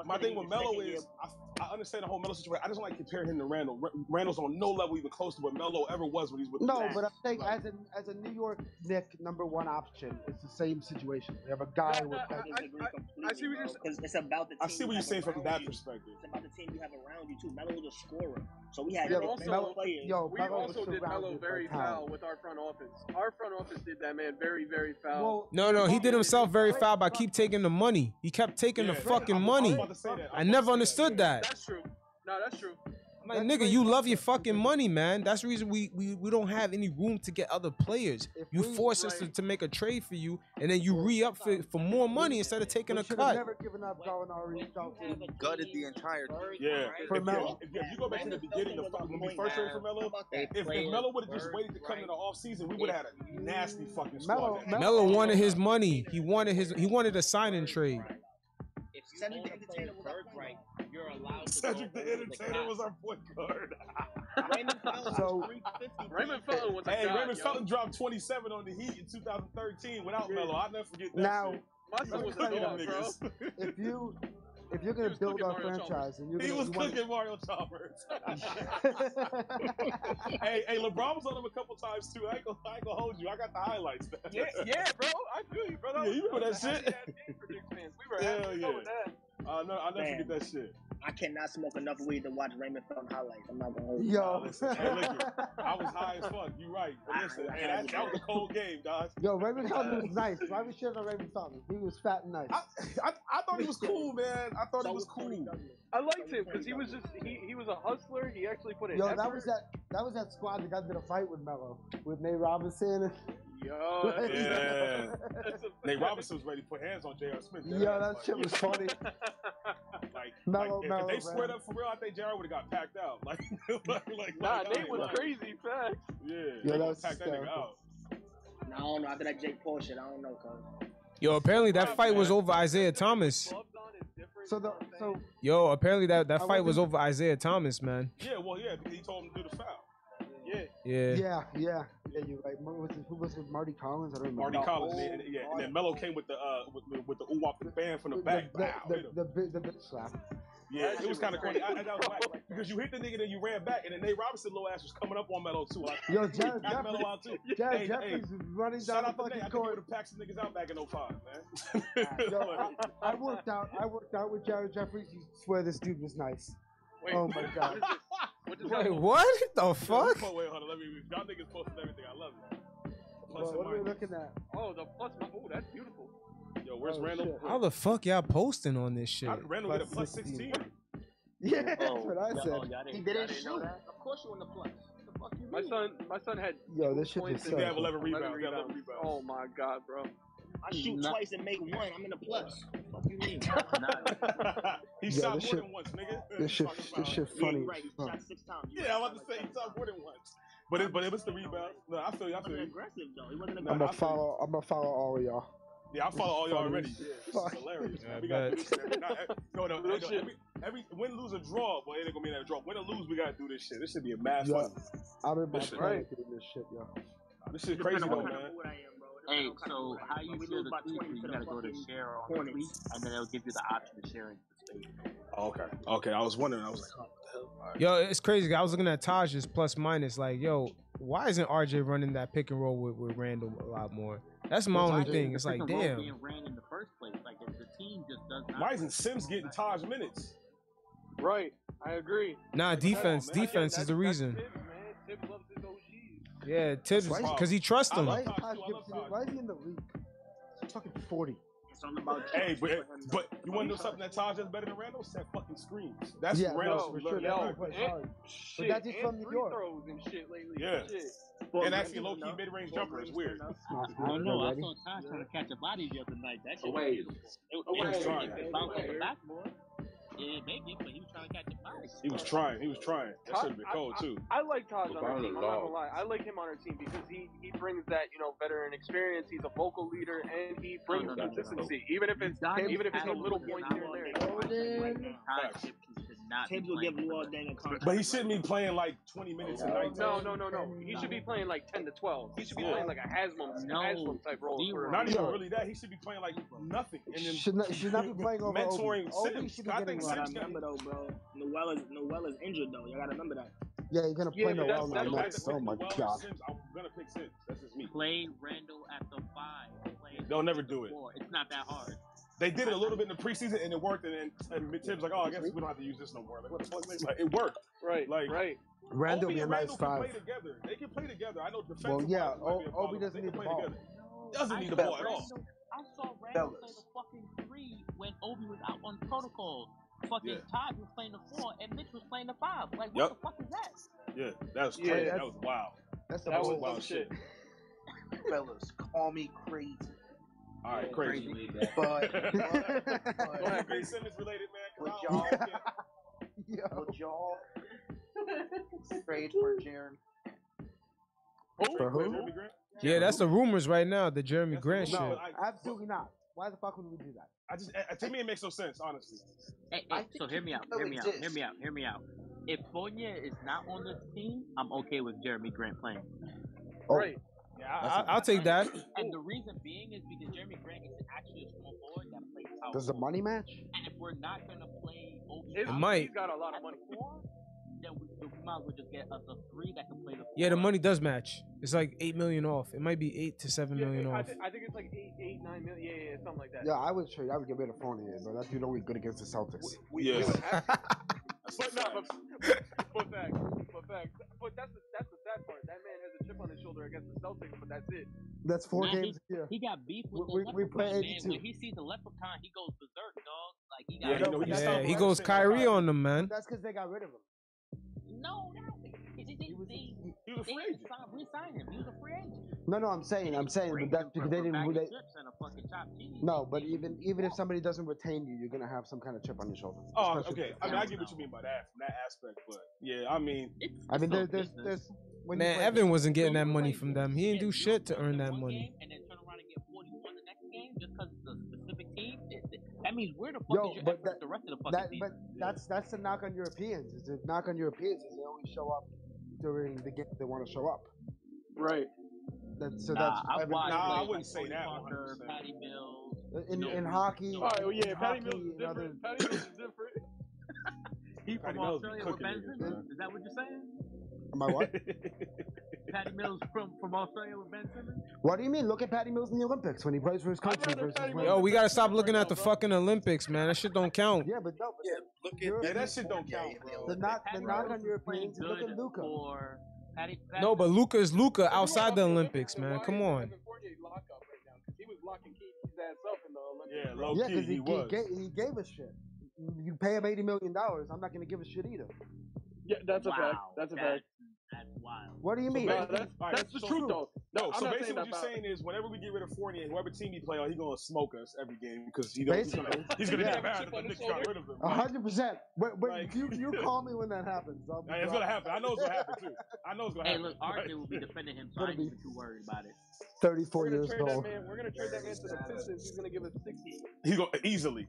Speaker 5: My thing with Melo is, I, I understand the whole Melo situation. I just don't like comparing him to Randall. Ra- Randall's on no level even close to what Melo ever was when he's with. the
Speaker 11: No,
Speaker 5: Knicks.
Speaker 11: but I'm saying as a as a New York Nick number one option, it's the same situation. We have a guy
Speaker 4: No,
Speaker 11: with
Speaker 4: no,
Speaker 11: that.
Speaker 4: I- I- I see what you're
Speaker 7: because it's about the team.
Speaker 5: I see what
Speaker 7: you
Speaker 5: you're
Speaker 7: have
Speaker 5: saying from
Speaker 7: around
Speaker 5: that
Speaker 7: you.
Speaker 5: perspective.
Speaker 7: It's about the team you have around you too. Melo was a scorer, so we had
Speaker 11: Yeah,
Speaker 7: great
Speaker 11: but
Speaker 4: Melo-
Speaker 7: players.
Speaker 11: Yo,
Speaker 4: We
Speaker 11: Melo was
Speaker 4: also did Melo
Speaker 11: surrounded by
Speaker 4: very
Speaker 11: talent.
Speaker 4: foul with our front office. Our front office did that man very, very foul.
Speaker 11: Well,
Speaker 2: No, no, he did himself very
Speaker 11: Wait,
Speaker 2: foul by
Speaker 11: but-
Speaker 2: keep taking the money. He kept taking the
Speaker 5: Yeah.
Speaker 2: fucking
Speaker 5: I'm-
Speaker 2: money.
Speaker 5: I'm about to say that.
Speaker 2: I
Speaker 5: I'm
Speaker 2: never
Speaker 5: about to say
Speaker 2: understood that.
Speaker 4: that's true. No, that's true.
Speaker 2: I'm like,
Speaker 11: That's
Speaker 2: nigga, you love your fucking money, man. That's the reason we, we, we don't have any room to get other players.
Speaker 11: If
Speaker 2: You
Speaker 11: we-
Speaker 2: force us to,
Speaker 4: right.
Speaker 2: to make a trade for you, and then you re up for, for more money instead of taking
Speaker 11: we
Speaker 2: a
Speaker 11: should have
Speaker 2: cut.
Speaker 11: never given up
Speaker 10: When-
Speaker 11: Gallinari, Dalton.
Speaker 6: Gutted the entire
Speaker 5: Yeah. If,
Speaker 11: For
Speaker 5: if,
Speaker 11: Melo.
Speaker 5: if, if you go back to the beginning of when we first traded for Melo,
Speaker 10: They
Speaker 5: if, if
Speaker 10: played
Speaker 5: Melo would have just
Speaker 10: bird
Speaker 5: waited to come
Speaker 10: right.
Speaker 5: in the offseason, we would have had a nasty fucking squad.
Speaker 11: Melo-
Speaker 5: that-
Speaker 11: Melo-
Speaker 2: Melo wanted his money. He wanted his he wanted a sign and trade.
Speaker 10: If you
Speaker 7: Cedric
Speaker 10: own
Speaker 7: the
Speaker 10: a
Speaker 7: Entertainer
Speaker 10: player's
Speaker 7: was our
Speaker 10: birthright,
Speaker 7: point
Speaker 10: you're allowed to
Speaker 5: Cedric the
Speaker 10: go over
Speaker 5: Entertainer
Speaker 10: cop.
Speaker 5: was our point guard.
Speaker 7: Raymond Felton
Speaker 11: So-
Speaker 7: was 350.
Speaker 4: Raymond Felton was a
Speaker 5: Hey,
Speaker 4: god,
Speaker 5: Raymond
Speaker 4: yo.
Speaker 5: Felton dropped 27 on the Heat in 2013 without Melo. I'll never forget that.
Speaker 11: Now,
Speaker 5: shit.
Speaker 4: Muscle
Speaker 11: Let
Speaker 4: was a
Speaker 11: me tell you
Speaker 4: dog, bro.
Speaker 5: Niggas.
Speaker 11: If you if you're gonna
Speaker 4: was
Speaker 11: build
Speaker 4: cooking
Speaker 11: our
Speaker 4: Mario Chalmers.
Speaker 11: franchise and you're
Speaker 5: He
Speaker 11: gonna
Speaker 5: was
Speaker 11: you wanna-
Speaker 5: cooking Mario Chalmers. hey, hey, LeBron was on him a couple times too. I ain't gonna, I ain't gonna hold you. I got the highlights.
Speaker 4: Yeah, yeah, bro. I feel you, bro. That
Speaker 5: Yeah, you
Speaker 4: was-
Speaker 5: remember
Speaker 4: was
Speaker 5: that
Speaker 4: a
Speaker 5: shit?
Speaker 4: happy-ass game for Knicks fans. We were
Speaker 5: Hell
Speaker 4: happy to
Speaker 5: yeah.
Speaker 4: go with that.
Speaker 5: Uh, no, I'll never
Speaker 7: Man.
Speaker 5: forget that shit.
Speaker 7: I cannot smoke enough weed to watch Raymond Felton highlights. I'm not gonna hold you.
Speaker 11: Yo.
Speaker 5: listen, hey, look, I was high as fuck. You right. But listen, hey, that, that was a cold game, guys.
Speaker 11: Yo, Raymond Felton was nice. Why we shit on Raymond Felton? He was fat and nice.
Speaker 5: I, I, I thought he was cool, man. I thought he was cool.
Speaker 4: I liked him because he was just he, he was a hustler. He actually put in
Speaker 11: Yo,
Speaker 4: effort.
Speaker 11: that was that that was that squad that got into a fight with Melo with Nate Robinson.
Speaker 4: Yo, Oh, that's-
Speaker 5: Yeah.
Speaker 4: that's a-
Speaker 5: Nate Robinson was ready to put hands on J.R. Smith.
Speaker 11: Yo,
Speaker 5: Yeah,
Speaker 11: that
Speaker 5: like,
Speaker 11: shit was funny.
Speaker 5: Like,
Speaker 11: Mellow,
Speaker 5: like, if-
Speaker 11: mellow,
Speaker 5: if they squared
Speaker 11: man.
Speaker 5: up for real, I think J.R. would have got packed out. Like, like, like
Speaker 4: Nah,
Speaker 5: like,
Speaker 4: Nate was
Speaker 5: like,
Speaker 4: crazy fast.
Speaker 5: Yeah,
Speaker 11: Yo,
Speaker 5: they
Speaker 11: that
Speaker 5: gonna
Speaker 11: was
Speaker 5: pack that nigga
Speaker 11: hysterical.
Speaker 5: out.
Speaker 7: No, I don't know. After that Jake Paul shit, I don't know, cuz.
Speaker 2: Yo, apparently that fight was over Isaiah Thomas.
Speaker 11: So the so
Speaker 2: Yo, apparently that, that
Speaker 11: I
Speaker 2: fight was
Speaker 11: wasn't-
Speaker 2: over Isaiah Thomas, man.
Speaker 5: Yeah, well, yeah, because he told him to do the foul. Yeah.
Speaker 2: Yeah.
Speaker 11: yeah, yeah, yeah. You like who was it, who was it? Marty Collins? I don't remember.
Speaker 5: Marty Collins, and, and- yeah, and then Mello came with the uh with, with- with the ooh wop and band from the back.
Speaker 11: The,
Speaker 5: Wow,
Speaker 11: the,
Speaker 5: hit him.
Speaker 11: the, bit- the, bit slap.
Speaker 5: Yeah, it was kind of crazy. I, I, that was whack. because you hit the nigga, then you ran back, and then Nate Robinson little ass was coming up on Mello too. Like,
Speaker 11: Yo,
Speaker 5: he
Speaker 11: Jared
Speaker 5: knocked Melo out too.
Speaker 11: Jeffries, Jared
Speaker 5: Hey,
Speaker 11: Jeffries
Speaker 5: hey,
Speaker 11: is running
Speaker 5: shout
Speaker 11: down the
Speaker 5: out
Speaker 11: fucking
Speaker 5: to Nate. I think he
Speaker 11: court.
Speaker 5: would have packed some niggas out back in 05, man.
Speaker 11: Yo, I, I worked out. I worked out with Jared Jeffries. You swear this dude was nice. oh my god.
Speaker 2: Wait, what the fuck?
Speaker 5: Wait, wait, hold on. Let me. Y'all niggas posted everything. I love it. Plus
Speaker 11: Well,
Speaker 5: and
Speaker 11: what are we
Speaker 5: minus.
Speaker 11: looking at? Oh,
Speaker 4: Oh, the plus. Oh, that's beautiful.
Speaker 5: Yo, where's Randall?
Speaker 2: How the fuck y'all posting on this shit?
Speaker 5: How did Randall get a plus 16?
Speaker 11: Yeah, that's
Speaker 5: Oh,
Speaker 11: what I
Speaker 5: yeah,
Speaker 11: said.
Speaker 5: oh, yeah, I
Speaker 4: He didn't shoot.
Speaker 10: Of course you in the plus. What the fuck you
Speaker 4: My
Speaker 10: mean?
Speaker 4: son, my son had
Speaker 11: Yo, this shit
Speaker 4: points
Speaker 11: is
Speaker 4: in
Speaker 11: so.
Speaker 5: They have 11
Speaker 4: 11
Speaker 5: rebounds. They have 11
Speaker 4: rebounds.
Speaker 5: rebounds.
Speaker 4: Oh my god, bro.
Speaker 7: I shoot
Speaker 10: Nah.
Speaker 7: twice and make one. I'm in the plus. What do you mean?
Speaker 5: he
Speaker 11: Yo,
Speaker 5: shot more
Speaker 11: this shit-
Speaker 5: than once, nigga.
Speaker 11: This shit,
Speaker 5: Talking
Speaker 11: this
Speaker 5: about-
Speaker 11: shit
Speaker 7: Yeah,
Speaker 11: funny.
Speaker 7: you're right.
Speaker 11: as
Speaker 7: You
Speaker 11: fuck.
Speaker 7: shot six times. You're
Speaker 5: Yeah, I'm
Speaker 7: right.
Speaker 5: about to say he shot more than once. But it, but it was the rebound. No, I feel you. I
Speaker 7: It
Speaker 5: feel
Speaker 7: wasn't
Speaker 5: you.
Speaker 7: aggressive though. It wasn't
Speaker 5: Nah,
Speaker 11: I'm
Speaker 7: aggressive.
Speaker 5: I
Speaker 11: gonna
Speaker 5: feel
Speaker 11: follow. I'm gonna follow all of y'all.
Speaker 5: Yeah, I follow all y'all
Speaker 11: Funny
Speaker 5: already.
Speaker 11: as
Speaker 5: Yeah, this
Speaker 11: fuck.
Speaker 5: is hilarious. Man.
Speaker 2: I
Speaker 5: we gotta do
Speaker 2: bet.
Speaker 5: this every night. eh, No, no,
Speaker 4: Real
Speaker 5: no,
Speaker 4: shit.
Speaker 5: every, every win, lose, or draw, but it ain't gonna be that draw. Win or lose, we gotta do this shit. This should be a mad
Speaker 11: Yeah.
Speaker 5: fun.
Speaker 11: I'm in my
Speaker 5: This shit-
Speaker 11: planet doing this shit, yo.
Speaker 5: This shit crazy though, man.
Speaker 7: What I am, bro. It
Speaker 10: Hey,
Speaker 7: depends on
Speaker 10: so
Speaker 7: what I am,
Speaker 10: how
Speaker 7: bro.
Speaker 10: you
Speaker 7: We
Speaker 10: share
Speaker 7: lose
Speaker 10: the
Speaker 7: by
Speaker 10: tweet?
Speaker 7: 20
Speaker 10: You
Speaker 7: the
Speaker 10: gotta go to
Speaker 7: fucking-
Speaker 10: share on the tweet, and then it'll give you the option of sharing.
Speaker 5: Oh, okay, okay. I was wondering. I was like,
Speaker 2: Yo, it's crazy. I was looking at Taj's plus minus. Like, yo, why isn't RJ running that pick and roll with, with Randall a lot more? That's my
Speaker 10: Why
Speaker 2: only
Speaker 10: is
Speaker 2: thing.
Speaker 10: the
Speaker 2: It's like,
Speaker 10: pick and roll
Speaker 2: damn.
Speaker 10: Being ran in the first place, like if the team just does not.
Speaker 5: why isn't Sims getting Taj minutes?
Speaker 4: Right, I agree.
Speaker 2: Nah, defense.
Speaker 5: man.
Speaker 2: Defense is the reason.
Speaker 4: Tibbs, man. Tibbs loves his OGs.
Speaker 2: Yeah, Tibbs,
Speaker 11: Why is-
Speaker 2: because he trusts
Speaker 5: I
Speaker 2: him.
Speaker 11: Why
Speaker 5: love
Speaker 11: is
Speaker 5: Taj,
Speaker 11: Taj
Speaker 5: too. I love
Speaker 11: Gibson?
Speaker 5: Taj.
Speaker 11: Why is he in the league? He's fucking forty.
Speaker 7: It's all about.
Speaker 5: Hey, but but you want to know something that Taj does better than Randall? Set fucking screens. That's
Speaker 11: yeah,
Speaker 5: Randall's
Speaker 11: no, for
Speaker 5: we
Speaker 11: sure.
Speaker 5: learned
Speaker 11: That
Speaker 5: that
Speaker 4: yo,
Speaker 11: guy
Speaker 5: early.
Speaker 11: plays
Speaker 4: eh,
Speaker 11: hard.
Speaker 4: Shit,
Speaker 11: that's just
Speaker 4: and
Speaker 11: from New
Speaker 4: free
Speaker 11: York.
Speaker 4: throws and shit lately.
Speaker 5: Yeah.
Speaker 4: Shit.
Speaker 5: And actually, low key mid range jumper is weird.
Speaker 10: I don't know. I
Speaker 11: Already?
Speaker 10: saw Taj trying to catch a body the other night. That shit
Speaker 4: Away.
Speaker 10: was beautiful. It,
Speaker 4: Away.
Speaker 10: it was like
Speaker 5: Away.
Speaker 10: it bounced off the backboard. Yeah, maybe, but he was trying to catch a body.
Speaker 5: He was trying. He was trying. That should have been cold too.
Speaker 4: I like Taj on
Speaker 8: Look,
Speaker 4: our
Speaker 8: I'm
Speaker 4: team. I'm
Speaker 8: the
Speaker 4: not gonna
Speaker 8: dog.
Speaker 4: lie. I like him on our team because he he brings that you know veteran experience. He's a vocal leader and he brings
Speaker 8: no, no, no.
Speaker 4: consistency. Even if it's even if it's a little point here and there.
Speaker 10: Taj Gibson should not be
Speaker 7: Tibbs will give
Speaker 10: playing for
Speaker 7: Luol
Speaker 10: the-
Speaker 7: Deng a contract.
Speaker 5: But he shouldn't be playing like 20 minutes a night.
Speaker 4: Oh, No, no, no, no. He should be playing like 10 to 12. He should be
Speaker 5: Yeah.
Speaker 4: playing like a Haslam,
Speaker 10: No.
Speaker 4: Haslam type role.
Speaker 10: Zero.
Speaker 4: For
Speaker 5: Not even really that. He should be playing like nothing. And then
Speaker 11: Should not should not be playing over
Speaker 5: mentoring
Speaker 11: Obi. Obi
Speaker 5: Sims.
Speaker 11: should be
Speaker 5: I
Speaker 11: getting
Speaker 5: think
Speaker 11: run.
Speaker 7: Gotta
Speaker 5: Sims got-
Speaker 7: remember though, bro. Noel is Noel is injured though. Y'all gotta remember that.
Speaker 11: Yeah, you're gonna
Speaker 4: Yeah,
Speaker 11: play
Speaker 4: but that's-
Speaker 11: Noel now
Speaker 4: that's-
Speaker 11: next. Oh my
Speaker 5: Noel or
Speaker 11: god.
Speaker 5: Sims, I'm gonna pick Sims. That's just me.
Speaker 10: Play Randall at the five. Play
Speaker 5: They'll never
Speaker 10: at
Speaker 5: do
Speaker 10: the
Speaker 5: it.
Speaker 10: four. It's not that hard.
Speaker 5: They did it a little bit in the preseason and it worked. And then and Tibbs like, oh, I guess we don't have to use this no more. Like, what the fuck? man? Like, it worked.
Speaker 4: Right,
Speaker 5: Like-
Speaker 4: right.
Speaker 11: Randall
Speaker 5: Obi
Speaker 11: be a
Speaker 5: and
Speaker 11: nice
Speaker 5: Randall can play
Speaker 11: five.
Speaker 5: together. They can play together. I know
Speaker 11: Well,
Speaker 5: defense.
Speaker 11: yeah, O- Obi doesn't
Speaker 5: they
Speaker 11: need
Speaker 5: can
Speaker 11: the
Speaker 5: play
Speaker 11: ball.
Speaker 5: together. Doesn't
Speaker 10: I
Speaker 5: need the
Speaker 10: saw
Speaker 5: ball at all.
Speaker 10: Randall- I saw Randall play
Speaker 6: Fellas.
Speaker 10: the fucking three when Obi was out on protocol. Fucking
Speaker 5: Yeah.
Speaker 10: Todd was playing the four and Mitch was playing the five. Like, what
Speaker 5: Yep.
Speaker 10: the fuck is that?
Speaker 5: Yeah, that was
Speaker 4: Yeah,
Speaker 5: crazy. that
Speaker 11: that's-
Speaker 5: was wild.
Speaker 11: That's the
Speaker 4: That was
Speaker 11: most.
Speaker 5: wild
Speaker 4: some shit.
Speaker 6: fellas, call me crazy,
Speaker 5: All right, crazy.
Speaker 11: uh,
Speaker 6: but
Speaker 5: Go ahead, Ben Simmons related, man. 'cause I don't-
Speaker 6: Would would y'all trade for Jaren?
Speaker 11: For who?
Speaker 5: Jeremy Grant?
Speaker 2: Yeah, that's the rumors right now. The Jeremy
Speaker 5: That's the
Speaker 2: Grant
Speaker 5: rumor,
Speaker 2: shit.
Speaker 11: No,
Speaker 5: shit.
Speaker 11: absolutely not. Why the fuck would we do that?
Speaker 5: I just I, to me it makes no sense, honestly.
Speaker 10: Hey,
Speaker 6: I
Speaker 10: hey,
Speaker 6: think
Speaker 10: so hear me out.
Speaker 6: know
Speaker 10: Hear me out. Hear
Speaker 6: exists.
Speaker 10: me out. Hear me out. If Fournier is not on this team, I'm okay with Jeremy Grant playing.
Speaker 11: Oh.
Speaker 4: Right.
Speaker 5: Yeah,
Speaker 2: I, I'll take that.
Speaker 10: And the reason being is because Jeremy Grant is actually a small forward that plays power.
Speaker 11: Does the
Speaker 10: forward.
Speaker 11: money match?
Speaker 10: And if we're not gonna play Obi
Speaker 4: It's-
Speaker 10: out
Speaker 2: might.
Speaker 4: He's got a lot of
Speaker 10: at
Speaker 4: money.
Speaker 10: the four, then we, then we might as well just get us a three that can play the four.
Speaker 2: Yeah, the money does match. It's like eight million off. It might be eight to seven
Speaker 4: Yeah,
Speaker 2: million
Speaker 4: I,
Speaker 2: off.
Speaker 4: thi- I think it's like eight, eight, nine million. Yeah, yeah, yeah, something like that.
Speaker 11: Yeah, I would trade. I would get rid of Fournier, but that dude only good against the Celtics.
Speaker 5: yeah.
Speaker 4: But no, but, but facts, but facts. But that's the, that's the sad part. That man has a chip on his shoulder against the Celtics, but that's it.
Speaker 11: That's four
Speaker 10: Nah,
Speaker 11: games a year.
Speaker 10: He got beef with
Speaker 11: We-
Speaker 10: the
Speaker 11: we- we play
Speaker 10: leprechaun, man.
Speaker 11: 82.
Speaker 10: When he sees the leprechaun, he goes berserk, dog. Like he
Speaker 5: Yeah,
Speaker 10: got
Speaker 5: you know, he
Speaker 2: Yeah,
Speaker 5: stopped
Speaker 2: he
Speaker 5: Randall
Speaker 2: goes
Speaker 5: shit.
Speaker 2: Kyrie on them, man.
Speaker 11: That's because they got rid of him.
Speaker 10: no, no. They, they, they,
Speaker 11: He was-
Speaker 10: they,
Speaker 11: he-
Speaker 5: He was a
Speaker 10: they
Speaker 5: free
Speaker 10: didn't
Speaker 5: agent.
Speaker 10: sign, re-sign him. He was a free agent.
Speaker 11: no, no, I'm saying, I'm saying, but that's because they didn't. They, no, but even even if somebody doesn't retain you, you're gonna have some kind of chip on your shoulder.
Speaker 5: Oh,
Speaker 11: Especially-
Speaker 5: okay. I mean, I get what you mean by that from that aspect, but yeah, I mean,
Speaker 11: I mean, there, there's there's when you
Speaker 2: Man,
Speaker 11: play-
Speaker 2: Evan wasn't getting that money from them. He didn't do shit to earn that money.
Speaker 10: And then turn around and get 41 the next game just because That means where the fuck
Speaker 11: Yo,
Speaker 10: is your
Speaker 11: but
Speaker 10: effort
Speaker 11: that-
Speaker 10: the rest of the fucking
Speaker 11: That,
Speaker 10: season?
Speaker 11: but that's that's the knock on Europeans. It's a knock on Europeans is they only show up during the game they want to show up.
Speaker 4: Right.
Speaker 11: That, so
Speaker 10: Nah,
Speaker 11: that's
Speaker 10: I've
Speaker 11: every-
Speaker 10: watched,
Speaker 11: Nah,
Speaker 10: like,
Speaker 11: I wouldn't
Speaker 10: say that.
Speaker 5: Parker,
Speaker 10: Patty Mills.
Speaker 11: in,
Speaker 10: no.
Speaker 11: in hockey.
Speaker 10: All right, well, yeah,
Speaker 11: in
Speaker 10: Patty
Speaker 11: hockey
Speaker 10: Mills
Speaker 11: and other-
Speaker 4: Patty Mills is different.
Speaker 10: He
Speaker 5: Patty
Speaker 10: from
Speaker 5: Mills be
Speaker 10: Australia with
Speaker 5: cooking
Speaker 10: Ben
Speaker 5: niggas,
Speaker 10: Simmons?
Speaker 5: man.
Speaker 10: Is that what you're saying?
Speaker 11: Am I what?
Speaker 10: Patty Mills from, from Australia with Ben Simmons?
Speaker 11: what do you mean? Look at Patty Mills in the Olympics when he plays for his country versus when-
Speaker 2: Yo, we gotta stop looking at the fucking Olympics, man. That shit don't count.
Speaker 11: Yeah, but no, but
Speaker 6: look
Speaker 11: at Europe-
Speaker 5: Yeah, that shit don't count, bro.
Speaker 11: the knock the
Speaker 10: Patty
Speaker 11: knock
Speaker 10: Mills
Speaker 11: on
Speaker 10: is
Speaker 11: Europeans is
Speaker 10: playing
Speaker 11: look at
Speaker 10: good
Speaker 11: Luca.
Speaker 10: For Patty, Patty
Speaker 2: No, but Luca is Luca outside the Olympics, man. Come on.
Speaker 4: Evan Fournier lock up right now because he was locking Keith's ass up in the Olympics.
Speaker 5: Yeah, low
Speaker 11: yeah,
Speaker 5: key,
Speaker 11: because
Speaker 5: he,
Speaker 11: he, he,
Speaker 5: was.
Speaker 11: gave, he gave a shit. You pay him eighty million dollars. I'm not gonna give a shit either.
Speaker 4: Yeah, that's a fact.
Speaker 10: Wow,
Speaker 4: That's a
Speaker 10: that's-
Speaker 4: fact.
Speaker 10: That's wild.
Speaker 11: What do you mean?
Speaker 4: No, that's,
Speaker 5: All right,
Speaker 4: that's the
Speaker 5: so-
Speaker 4: truth, though.
Speaker 5: No,
Speaker 4: I'm
Speaker 5: so basically
Speaker 4: not
Speaker 5: what
Speaker 4: saying
Speaker 5: you're
Speaker 4: that's
Speaker 5: saying is whenever we get rid of Fournier, whoever team he play on, he gonna smoke us every game because he don't, he's gonna
Speaker 11: Basically,
Speaker 5: he's gonna
Speaker 11: Yeah.
Speaker 5: get mad that the Knicks got rid of him.
Speaker 11: a
Speaker 5: Like,
Speaker 11: hundred percent. Wait, wait,
Speaker 5: Like-
Speaker 11: you you call me when that happens. I'll be
Speaker 5: hey, it's
Speaker 11: gone.
Speaker 5: gonna happen. I know it's gonna happen too. I know it's gonna
Speaker 10: Hey,
Speaker 5: happen.
Speaker 10: look,
Speaker 5: Like,
Speaker 10: RJ will be defending him, so I
Speaker 11: Gonna
Speaker 10: ain't
Speaker 11: be-
Speaker 10: even too worried about it.
Speaker 11: Thirty-four
Speaker 4: We're gonna
Speaker 11: years
Speaker 4: trade that
Speaker 11: old.
Speaker 4: man. We're gonna trade that man to the Pistons. He's gonna give us sixty.
Speaker 5: He's gonna easily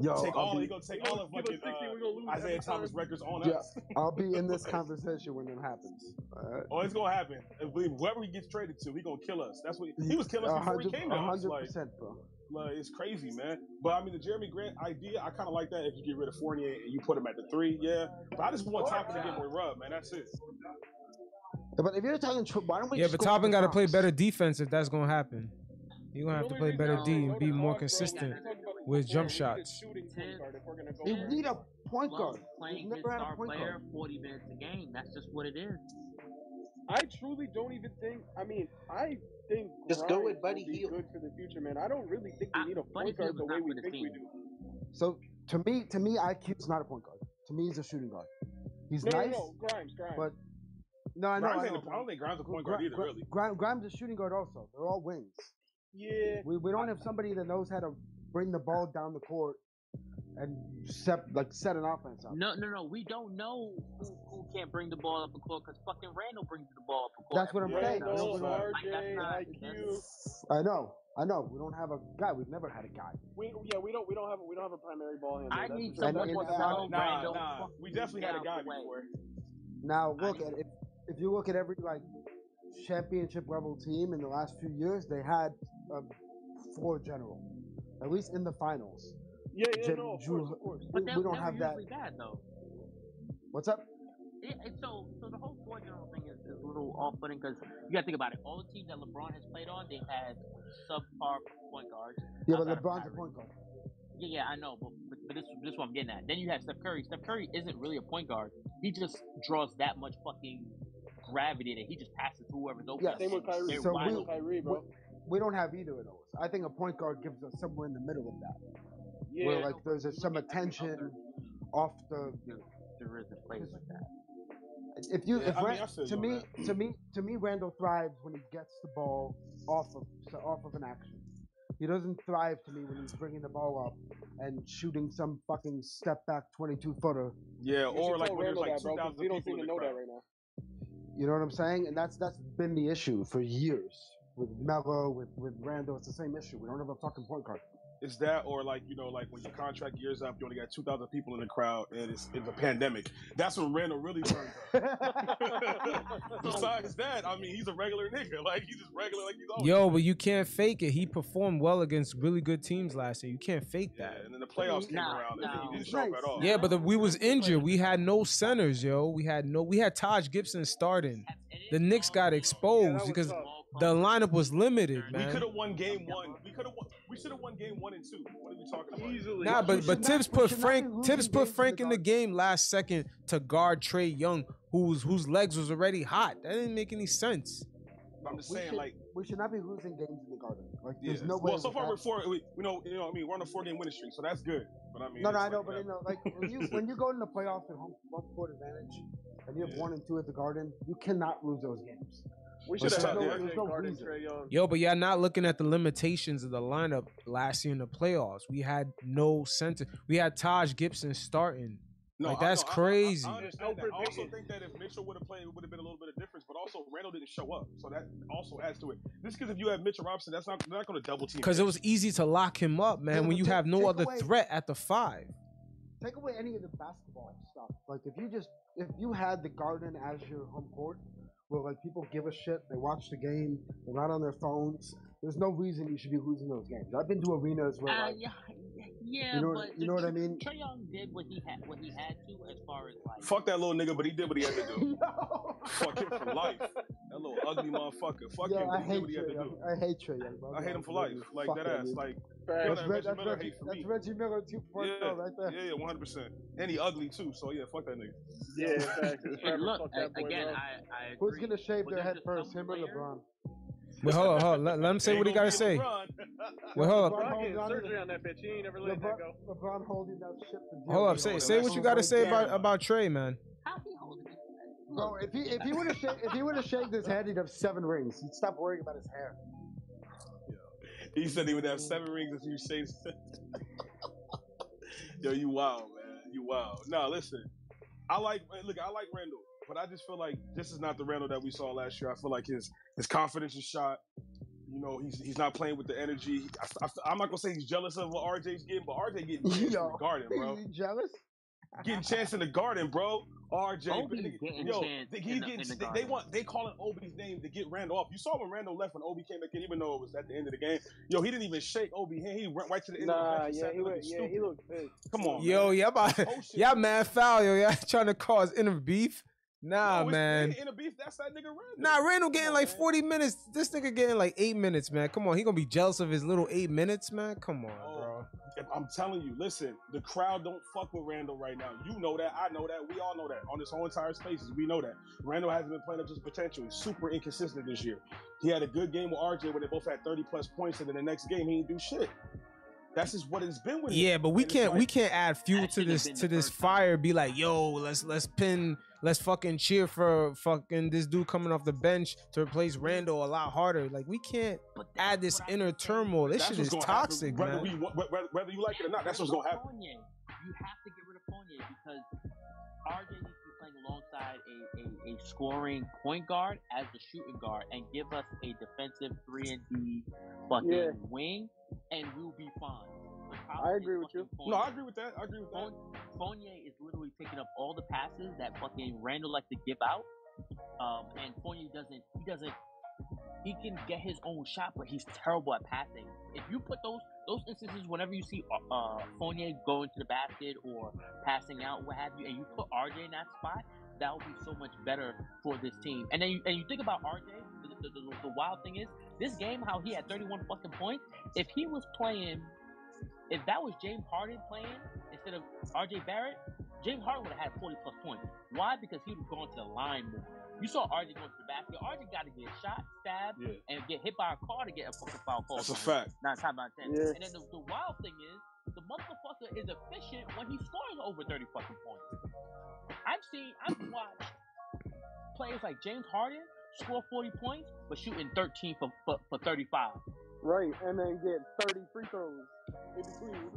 Speaker 11: Yo,
Speaker 5: take
Speaker 11: I'll
Speaker 5: all.
Speaker 11: be,
Speaker 5: He's gonna
Speaker 4: He
Speaker 5: take all
Speaker 4: gonna
Speaker 5: of
Speaker 4: give us
Speaker 5: fucking
Speaker 4: sixty. We're
Speaker 5: uh,
Speaker 4: gonna lose. every
Speaker 5: Isaiah Thomas
Speaker 4: time.
Speaker 5: records on
Speaker 11: Yeah.
Speaker 5: us.
Speaker 11: I'll be in this conversation when it happens. Uh,
Speaker 5: Oh, it's gonna happen. And believe me, whoever he gets traded to, he gonna kill us. That's what he was killing us
Speaker 11: a
Speaker 5: before he
Speaker 11: hundred,
Speaker 5: came to
Speaker 11: a
Speaker 5: us.
Speaker 11: hundred
Speaker 5: Like,
Speaker 11: percent, bro.
Speaker 5: like, it's crazy, man. But I mean, the Jeremy Grant idea, I kind of like that. If you get rid of Fournier and you put him at the three, yeah. But I just want Toppin to get more rub, man. That's it.
Speaker 11: But if you're telling, tr- why don't we?
Speaker 2: Yeah,
Speaker 11: just
Speaker 2: but
Speaker 11: go with
Speaker 2: Toppin
Speaker 11: the
Speaker 2: gotta play
Speaker 11: Bronx?
Speaker 2: better defense if that's gonna happen. You gonna have to
Speaker 4: The
Speaker 2: play
Speaker 4: only
Speaker 2: better
Speaker 4: reason
Speaker 2: D
Speaker 4: we
Speaker 2: and
Speaker 4: go
Speaker 2: be
Speaker 4: to
Speaker 2: more
Speaker 4: Hawks, bro, is
Speaker 2: consistent
Speaker 4: because we're talking
Speaker 2: with
Speaker 4: about
Speaker 2: jump
Speaker 4: we need a
Speaker 2: shots.
Speaker 4: shooting point guard if we're gonna go
Speaker 11: You
Speaker 4: for it.
Speaker 11: need a point
Speaker 10: Love's
Speaker 11: guard.
Speaker 10: playing
Speaker 11: We've
Speaker 10: his
Speaker 11: never had
Speaker 10: star
Speaker 11: a point
Speaker 10: player
Speaker 11: guard.
Speaker 10: 40 minutes a game. That's just what it is.
Speaker 4: I truly don't even think. I mean, I think
Speaker 9: Just go
Speaker 4: Grimes
Speaker 9: with Buddy
Speaker 4: will be
Speaker 9: Hield.
Speaker 4: good for the future, man. I don't really think
Speaker 10: I-
Speaker 4: we need a
Speaker 10: Ah, Buddy
Speaker 4: point guard
Speaker 10: Hield
Speaker 4: the
Speaker 10: is
Speaker 4: way
Speaker 10: not
Speaker 4: we
Speaker 10: for the
Speaker 4: think we
Speaker 10: team.
Speaker 4: do.
Speaker 11: So to me, to me, IQ is not a point guard. To me, he's a shooting guard. He's
Speaker 4: No,
Speaker 11: nice,
Speaker 4: no, no, Grimes, Grimes.
Speaker 11: but no, I know.
Speaker 5: Grimes
Speaker 11: I
Speaker 5: ain't
Speaker 11: know
Speaker 5: a, I don't think Grimes a point
Speaker 11: Gri-
Speaker 5: guard either,
Speaker 11: Gri-
Speaker 5: really.
Speaker 11: Gri- Grimes is a shooting guard also. They're all wings.
Speaker 4: yeah,
Speaker 11: We, we don't have somebody that knows how to bring the ball down the court and set like set an offense up.
Speaker 10: No, no, no. We don't know who, who can't bring the ball up the court because fucking Randall brings the ball up the court.
Speaker 11: That's what I'm
Speaker 10: every
Speaker 11: saying.
Speaker 10: time.
Speaker 11: I don't
Speaker 4: Randall,
Speaker 11: know.
Speaker 10: Like,
Speaker 4: RJ,
Speaker 10: that's not-
Speaker 4: IQ.
Speaker 11: I know. I know. We don't have a guy. We've never had a guy.
Speaker 4: We yeah, we don't we don't have we don't have a primary ball handler.
Speaker 10: I
Speaker 4: That's
Speaker 10: need
Speaker 4: the truth. That's
Speaker 10: someone
Speaker 11: And-
Speaker 10: to
Speaker 4: what
Speaker 11: and-
Speaker 4: the-
Speaker 10: sell
Speaker 5: Nah,
Speaker 10: Randall.
Speaker 5: nah.
Speaker 10: fucking
Speaker 5: We definitely had a
Speaker 10: down
Speaker 5: guy
Speaker 10: the way.
Speaker 5: before.
Speaker 11: Now look at if if you look at every like championship level team in the last few years, they had a floor general, at least in the finals.
Speaker 4: Yeah, yeah,
Speaker 11: Jim
Speaker 4: no, of
Speaker 11: Drew-
Speaker 4: course, of course.
Speaker 10: But
Speaker 11: we,
Speaker 10: that,
Speaker 11: we
Speaker 10: that
Speaker 11: don't
Speaker 10: was
Speaker 11: have that.
Speaker 10: usually bad though.
Speaker 11: What's up?
Speaker 10: Yeah, and so so the whole four general thing is, is a little off putting because you got to think about it. All the teams that LeBron has played on, they've had subpar point guards.
Speaker 11: Yeah, but
Speaker 10: outside of
Speaker 11: LeBron's a
Speaker 10: Kyrie.
Speaker 11: point guard.
Speaker 10: Yeah, yeah, I know, but, but, but this this is what I'm getting at. Then you have Steph Curry. Steph Curry isn't really a point guard. He just draws that much fucking gravity that he just passes to whoever's open.
Speaker 11: Yes.
Speaker 4: Same with
Speaker 10: and
Speaker 4: Kyrie.
Speaker 10: they're
Speaker 11: So
Speaker 10: wide
Speaker 11: we-
Speaker 4: Same
Speaker 10: open.
Speaker 4: with Kyrie, bro.
Speaker 11: We don't have either of those. I think a point guard gives us somewhere in the middle of that,
Speaker 4: Yeah,
Speaker 11: where like there's
Speaker 10: You
Speaker 11: a,
Speaker 10: look
Speaker 11: some
Speaker 10: at every
Speaker 11: attention
Speaker 10: other
Speaker 11: off the.
Speaker 10: team, There isn't players like that.
Speaker 11: If you,
Speaker 5: Yeah,
Speaker 11: if
Speaker 5: I mean,
Speaker 11: Ran-
Speaker 5: I feel
Speaker 11: to
Speaker 5: you on
Speaker 11: me, to me, to me, Randall thrives when he gets the ball off of so off of an action. He doesn't thrive to me when he's bringing the ball up and shooting some fucking step back twenty two footer.
Speaker 5: Yeah,
Speaker 4: You
Speaker 5: or
Speaker 4: should
Speaker 5: like
Speaker 4: tell
Speaker 5: when there's
Speaker 4: Randall
Speaker 5: like
Speaker 4: that, bro,
Speaker 5: two
Speaker 4: 'cause
Speaker 5: thousand
Speaker 4: we don't
Speaker 5: people
Speaker 4: seem
Speaker 5: in
Speaker 4: to
Speaker 5: the
Speaker 4: know
Speaker 5: crowd.
Speaker 4: that right now.
Speaker 11: You know what I'm saying? And that's that's been the issue for years with Melo, with with Randall. It's the same issue. We don't have a fucking point guard.
Speaker 5: It's that, or like you know, like when your contract year's up, you only got two thousand people in the crowd, and it's, it's a pandemic. That's when Randall really turns up. Besides that, I mean, he's a regular nigga. Like he's just regular, like he's always.
Speaker 2: Yo, but you can't fake it. He performed well against really good teams last year. You can't fake
Speaker 5: Yeah,
Speaker 2: that.
Speaker 5: and then the playoffs came
Speaker 10: Nah,
Speaker 5: around, and
Speaker 10: nah.
Speaker 5: he didn't show up at all.
Speaker 2: Yeah, but the, we was injured. We had no centers, yo. We had no. We had Taj Gibson starting. The Knicks got exposed because the lineup was limited,
Speaker 5: We
Speaker 2: man.
Speaker 5: could have won game one. We could have won. We should have won game one and two. What are we talking about?
Speaker 4: Easily.
Speaker 2: Nah,
Speaker 11: We
Speaker 2: but
Speaker 11: should
Speaker 2: but
Speaker 11: not-
Speaker 2: Tibbs
Speaker 11: we
Speaker 2: put
Speaker 11: should not be
Speaker 2: Frank Tibbs
Speaker 11: losing games
Speaker 2: put
Speaker 11: to the
Speaker 2: Frank in the
Speaker 11: Dodgers.
Speaker 2: game last second to guard Trey Young, whose whose legs was already hot. That didn't make any sense.
Speaker 5: I'm just
Speaker 11: We
Speaker 5: saying,
Speaker 11: should,
Speaker 5: like,
Speaker 11: we should not be losing games in the Garden. Like,
Speaker 5: yeah.
Speaker 11: there's no way.
Speaker 5: well, so
Speaker 11: with
Speaker 5: far
Speaker 11: that-
Speaker 5: we're four. We, we know, you know, what I mean, we're on a four-game winning streak, so that's good. But I mean,
Speaker 11: No,
Speaker 5: it's
Speaker 11: no, I
Speaker 5: like,
Speaker 11: know, but you
Speaker 5: whatever.
Speaker 11: know, like when you when you go in the playoffs with home home court advantage, and you have
Speaker 5: Yeah.
Speaker 11: one and two at the Garden, you cannot lose those games.
Speaker 4: We should
Speaker 5: What's up?
Speaker 4: have had
Speaker 5: Yeah.
Speaker 4: Jordan
Speaker 11: There's no
Speaker 4: Garden,
Speaker 11: reason.
Speaker 4: Trae Young.
Speaker 2: Yo, but y'all not looking at the limitations of the lineup last year in the playoffs. We had no center. We had Taj Gibson starting.
Speaker 5: No,
Speaker 2: like
Speaker 5: I-
Speaker 2: that's
Speaker 5: no, I- I-
Speaker 2: crazy.
Speaker 5: I, understand that. I also think that if Mitchell would have played, it would have been a little bit of difference. But also, Randall didn't show up, so that also adds to it. Just because if you have Mitchell Robinson, that's not they're not going to double team.
Speaker 2: Because it
Speaker 5: him.
Speaker 2: was e easy to lock him up, man, when you have no other
Speaker 11: away-
Speaker 2: threat at the five.
Speaker 11: Take away any of the basketball stuff. Like if you just if you had the garden as your home court, where like people give a shit, they watch the game, they're not on their phones. There's no reason you should be losing those games. I've been to arenas where
Speaker 10: Uh,
Speaker 11: like,
Speaker 10: yeah, yeah,
Speaker 11: you know,
Speaker 10: but
Speaker 11: what, you know what I mean.
Speaker 10: Trae Young did what he had, what he had to, as far as like.
Speaker 5: Fuck that little nigga, but he did what he had to do. Fuck him for life. That little ugly motherfucker. Fuck
Speaker 11: Yo,
Speaker 5: him.
Speaker 11: I
Speaker 5: but he did
Speaker 11: hate
Speaker 5: what he
Speaker 11: Trey.
Speaker 5: had to do.
Speaker 11: Young. I hate Trey Young. bro.
Speaker 5: I hate him for life.
Speaker 11: Absolutely.
Speaker 5: Like
Speaker 11: Fuck
Speaker 5: that
Speaker 11: that
Speaker 5: ass.
Speaker 11: dude.
Speaker 5: Like
Speaker 11: That's,
Speaker 5: Reggie
Speaker 11: Reg- that's,
Speaker 5: Miller
Speaker 11: Reggie,
Speaker 5: hate for
Speaker 11: that's
Speaker 5: me.
Speaker 11: Reggie Miller 2.0
Speaker 5: Yeah,
Speaker 11: right there.
Speaker 5: yeah, yeah, one hundred percent. And he ugly too. So yeah, fuck that nigga.
Speaker 4: Yeah, facts.
Speaker 10: And look,
Speaker 4: that
Speaker 10: a-
Speaker 4: boy
Speaker 10: again,
Speaker 4: up.
Speaker 10: I, I agree.
Speaker 11: Who's gonna shave
Speaker 10: But
Speaker 11: their
Speaker 10: there's
Speaker 11: head
Speaker 10: just
Speaker 11: first,
Speaker 10: some
Speaker 11: him or
Speaker 10: player-
Speaker 11: LeBron?
Speaker 2: Wait, hold on, hold on. Let, let him say what he got to say. Well, hold up.
Speaker 11: LeBron
Speaker 4: LeBron getting
Speaker 11: holds on to
Speaker 4: surgery on that bitch. He ain't ever letting
Speaker 11: LeBron,
Speaker 4: that go.
Speaker 11: LeBron holding that ship. to
Speaker 2: Hold up.
Speaker 11: Dillon.
Speaker 2: Say, say what you got to say about, about Trey, man.
Speaker 10: How he holding it?
Speaker 11: Bro, Oh, if he if he would have shaved, if he would have shaved his head, he'd have seven rings. He'd stop worrying about his hair.
Speaker 5: He said he would
Speaker 11: Oh,
Speaker 5: have seven rings if you shaved. Yo, you wild, man. You wild. Nah, listen. I like look. I like Randall, but I just feel like this is not the Randall that we saw last year. I feel like his his confidence is shot. You know, he's he's not playing with the energy. I, am not gonna say he's jealous of what RJ's getting, but RJ getting chance in the
Speaker 11: Yo.
Speaker 5: garden, bro.
Speaker 11: Is he jealous?
Speaker 5: Getting chance in the garden, bro. RJ,
Speaker 10: Obi's
Speaker 5: nigga,
Speaker 10: getting chance
Speaker 5: they-
Speaker 10: in
Speaker 5: he's
Speaker 10: the-
Speaker 5: getting.
Speaker 10: in
Speaker 5: they-
Speaker 10: the
Speaker 5: they
Speaker 10: garden.
Speaker 5: want they calling Obi's name to get Randall off. You saw when Randall left when Obi came back in, even though it was at the end of the game. Yo, he didn't even shake Obi. hand. He went right to the end of the
Speaker 4: Nah,
Speaker 5: bench. and
Speaker 4: yeah,
Speaker 5: sat
Speaker 4: he
Speaker 5: there
Speaker 4: look,
Speaker 5: looking
Speaker 4: yeah, he
Speaker 5: stupid.
Speaker 4: looked pissed.
Speaker 5: Come on,
Speaker 2: Yo,
Speaker 5: man.
Speaker 2: y'all, about,
Speaker 5: Oh, shit.
Speaker 2: y'all mad foul, yo. Y'all trying to cause inner beef? Nah,
Speaker 5: No, Oh, it's-
Speaker 2: man.
Speaker 5: In a beef, that's that nigga Randall.
Speaker 2: Nah, Randall getting
Speaker 5: on,
Speaker 2: like
Speaker 5: man.
Speaker 2: 40 minutes. This nigga getting like eight minutes, man. Come on, he gonna be jealous of his little eight minutes, man. Come on, bro.
Speaker 5: If- I'm telling you, listen, the crowd don't fuck with Randall right now. You know that, I know that, we all know that. On this whole entire spaces, we know that. Randall hasn't been playing up to his potential. He's super inconsistent this year. He had a good game with RJ when they both had 30 plus points, and then the next game he didn't do shit. That's just what it's been with him.
Speaker 2: Yeah, but we
Speaker 5: And it's
Speaker 2: can't
Speaker 5: like-
Speaker 2: we can't add fuel
Speaker 10: That
Speaker 2: to
Speaker 10: should've
Speaker 2: this
Speaker 10: been
Speaker 2: to
Speaker 10: the
Speaker 2: this
Speaker 10: first time.
Speaker 2: fire. Be like, yo, let's let's pin, let's fucking cheer for fucking this dude coming off the bench to replace Randall a lot harder. Like we can't
Speaker 10: But that's
Speaker 2: add this
Speaker 10: what I
Speaker 2: inner
Speaker 10: keep saying.
Speaker 2: turmoil. This
Speaker 5: that's
Speaker 2: shit
Speaker 5: what's
Speaker 2: is
Speaker 5: gonna happen,
Speaker 2: toxic,
Speaker 5: whether
Speaker 2: man.
Speaker 5: We, wa- whether, whether you like it or not, Ah, that's what's gonna happen.
Speaker 10: Fournier. You have to get rid of Fournier because RJ needs to be playing alongside a, a, a scoring point guard as the shooting guard and give us a defensive three and D
Speaker 5: Mm,
Speaker 10: fucking
Speaker 4: Yeah.
Speaker 10: wing and we'll be fine. The problem
Speaker 4: I
Speaker 10: is
Speaker 4: agree with you.
Speaker 10: fucking
Speaker 5: No, I
Speaker 10: Fournier.
Speaker 5: agree with that. I agree with that.
Speaker 10: Fon- Fournier is literally picking up all the passes that fucking Randall likes to give out. Um, and Fournier doesn't. He doesn't. He can get his own shot, but he's terrible at passing. If you put those those instances, whenever you see uh, uh, Fournier going to the basket or passing out, what have you, and you put RJ in that spot, that would be so much better for this team. And then you, and you think about RJ. The, the, the, the wild thing is this game, how he had 31 fucking points. If he was playing, if that was James Harden playing instead of RJ Barrett, James Harden would have had 40 plus points. Why? Because he would have gone to the line more. You saw RJ going to the basket. RJ got to get shot, stabbed,
Speaker 5: Yeah.
Speaker 10: and get hit by a car to get a fucking foul call.
Speaker 5: That's a fact.
Speaker 10: Nine times out of ten.
Speaker 4: Yeah.
Speaker 10: And then the, the wild thing is, the motherfucker is efficient when he scores over 30 fucking points. I've seen, I've watched players like James Harden score 40 points, but shooting 13 for, for, for 35.
Speaker 4: Right, and then get 30 free throws in between.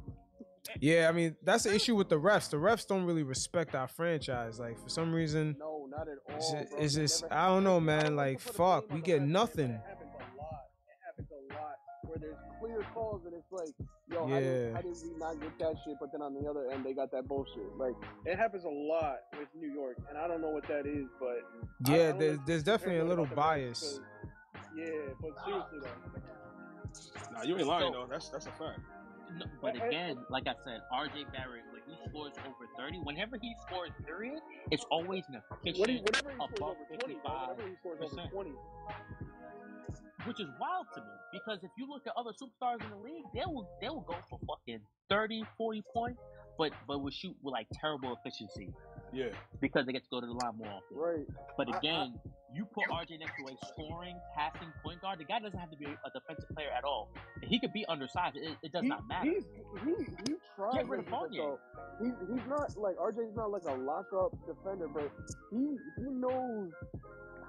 Speaker 2: Yeah, I mean that's the issue with the refs. The refs don't really respect our franchise. Like for some reason,
Speaker 4: No, not at all.
Speaker 2: It's ju-
Speaker 4: bro.
Speaker 2: it's
Speaker 4: They
Speaker 2: just-
Speaker 4: never-
Speaker 2: I don't know,
Speaker 4: Listen,
Speaker 2: man,
Speaker 4: don't
Speaker 2: like,
Speaker 4: like to put a blame
Speaker 2: fuck,
Speaker 4: on
Speaker 2: we
Speaker 4: the
Speaker 2: get
Speaker 4: refs, man, but
Speaker 2: nothing.
Speaker 4: It happens a lot. It happens a lot where there's clear calls and it's like, yo, how, did,
Speaker 2: Yeah.
Speaker 4: how did we not get that shit? But then on the other end, they got that bullshit. Like, it happens a lot with New York, and I don't know what that is, but I- I
Speaker 2: yeah,
Speaker 4: don't
Speaker 2: there's,
Speaker 4: know
Speaker 2: there's
Speaker 4: if you
Speaker 2: definitely a
Speaker 4: heard
Speaker 2: little
Speaker 4: about the refs,
Speaker 2: bias.
Speaker 4: 'cause- Yeah, but seriously though,
Speaker 5: Nah, you ain't lying
Speaker 10: So-
Speaker 5: though. That's that's a fact.
Speaker 10: No, but
Speaker 4: Well, and-
Speaker 10: again, like I said, RJ Barrett, when he scores over 30, whenever he scores, period, it's always an
Speaker 4: when he,
Speaker 10: efficient,
Speaker 4: whenever he scores
Speaker 10: Above
Speaker 4: over 20, bro, whenever he scores over
Speaker 10: 55%.
Speaker 4: 20,
Speaker 10: which is wild to me because if you look at other superstars in the league, they will they will go for fucking 30, 40 points, but but will shoot with like terrible efficiency
Speaker 5: Yeah.
Speaker 10: because they get to go to the line more often.
Speaker 4: right?
Speaker 10: But
Speaker 4: I- I-
Speaker 10: again, you put RJ next to a scoring, passing point guard. The guy doesn't have to be a defensive player at all. He could be undersized. It, it does
Speaker 4: He-
Speaker 10: not matter.
Speaker 4: He's, he, he tries
Speaker 10: Get rid of
Speaker 4: to do
Speaker 10: Fournier.
Speaker 4: so. He's, he's not like RJ's not like a lockup defender, but he he knows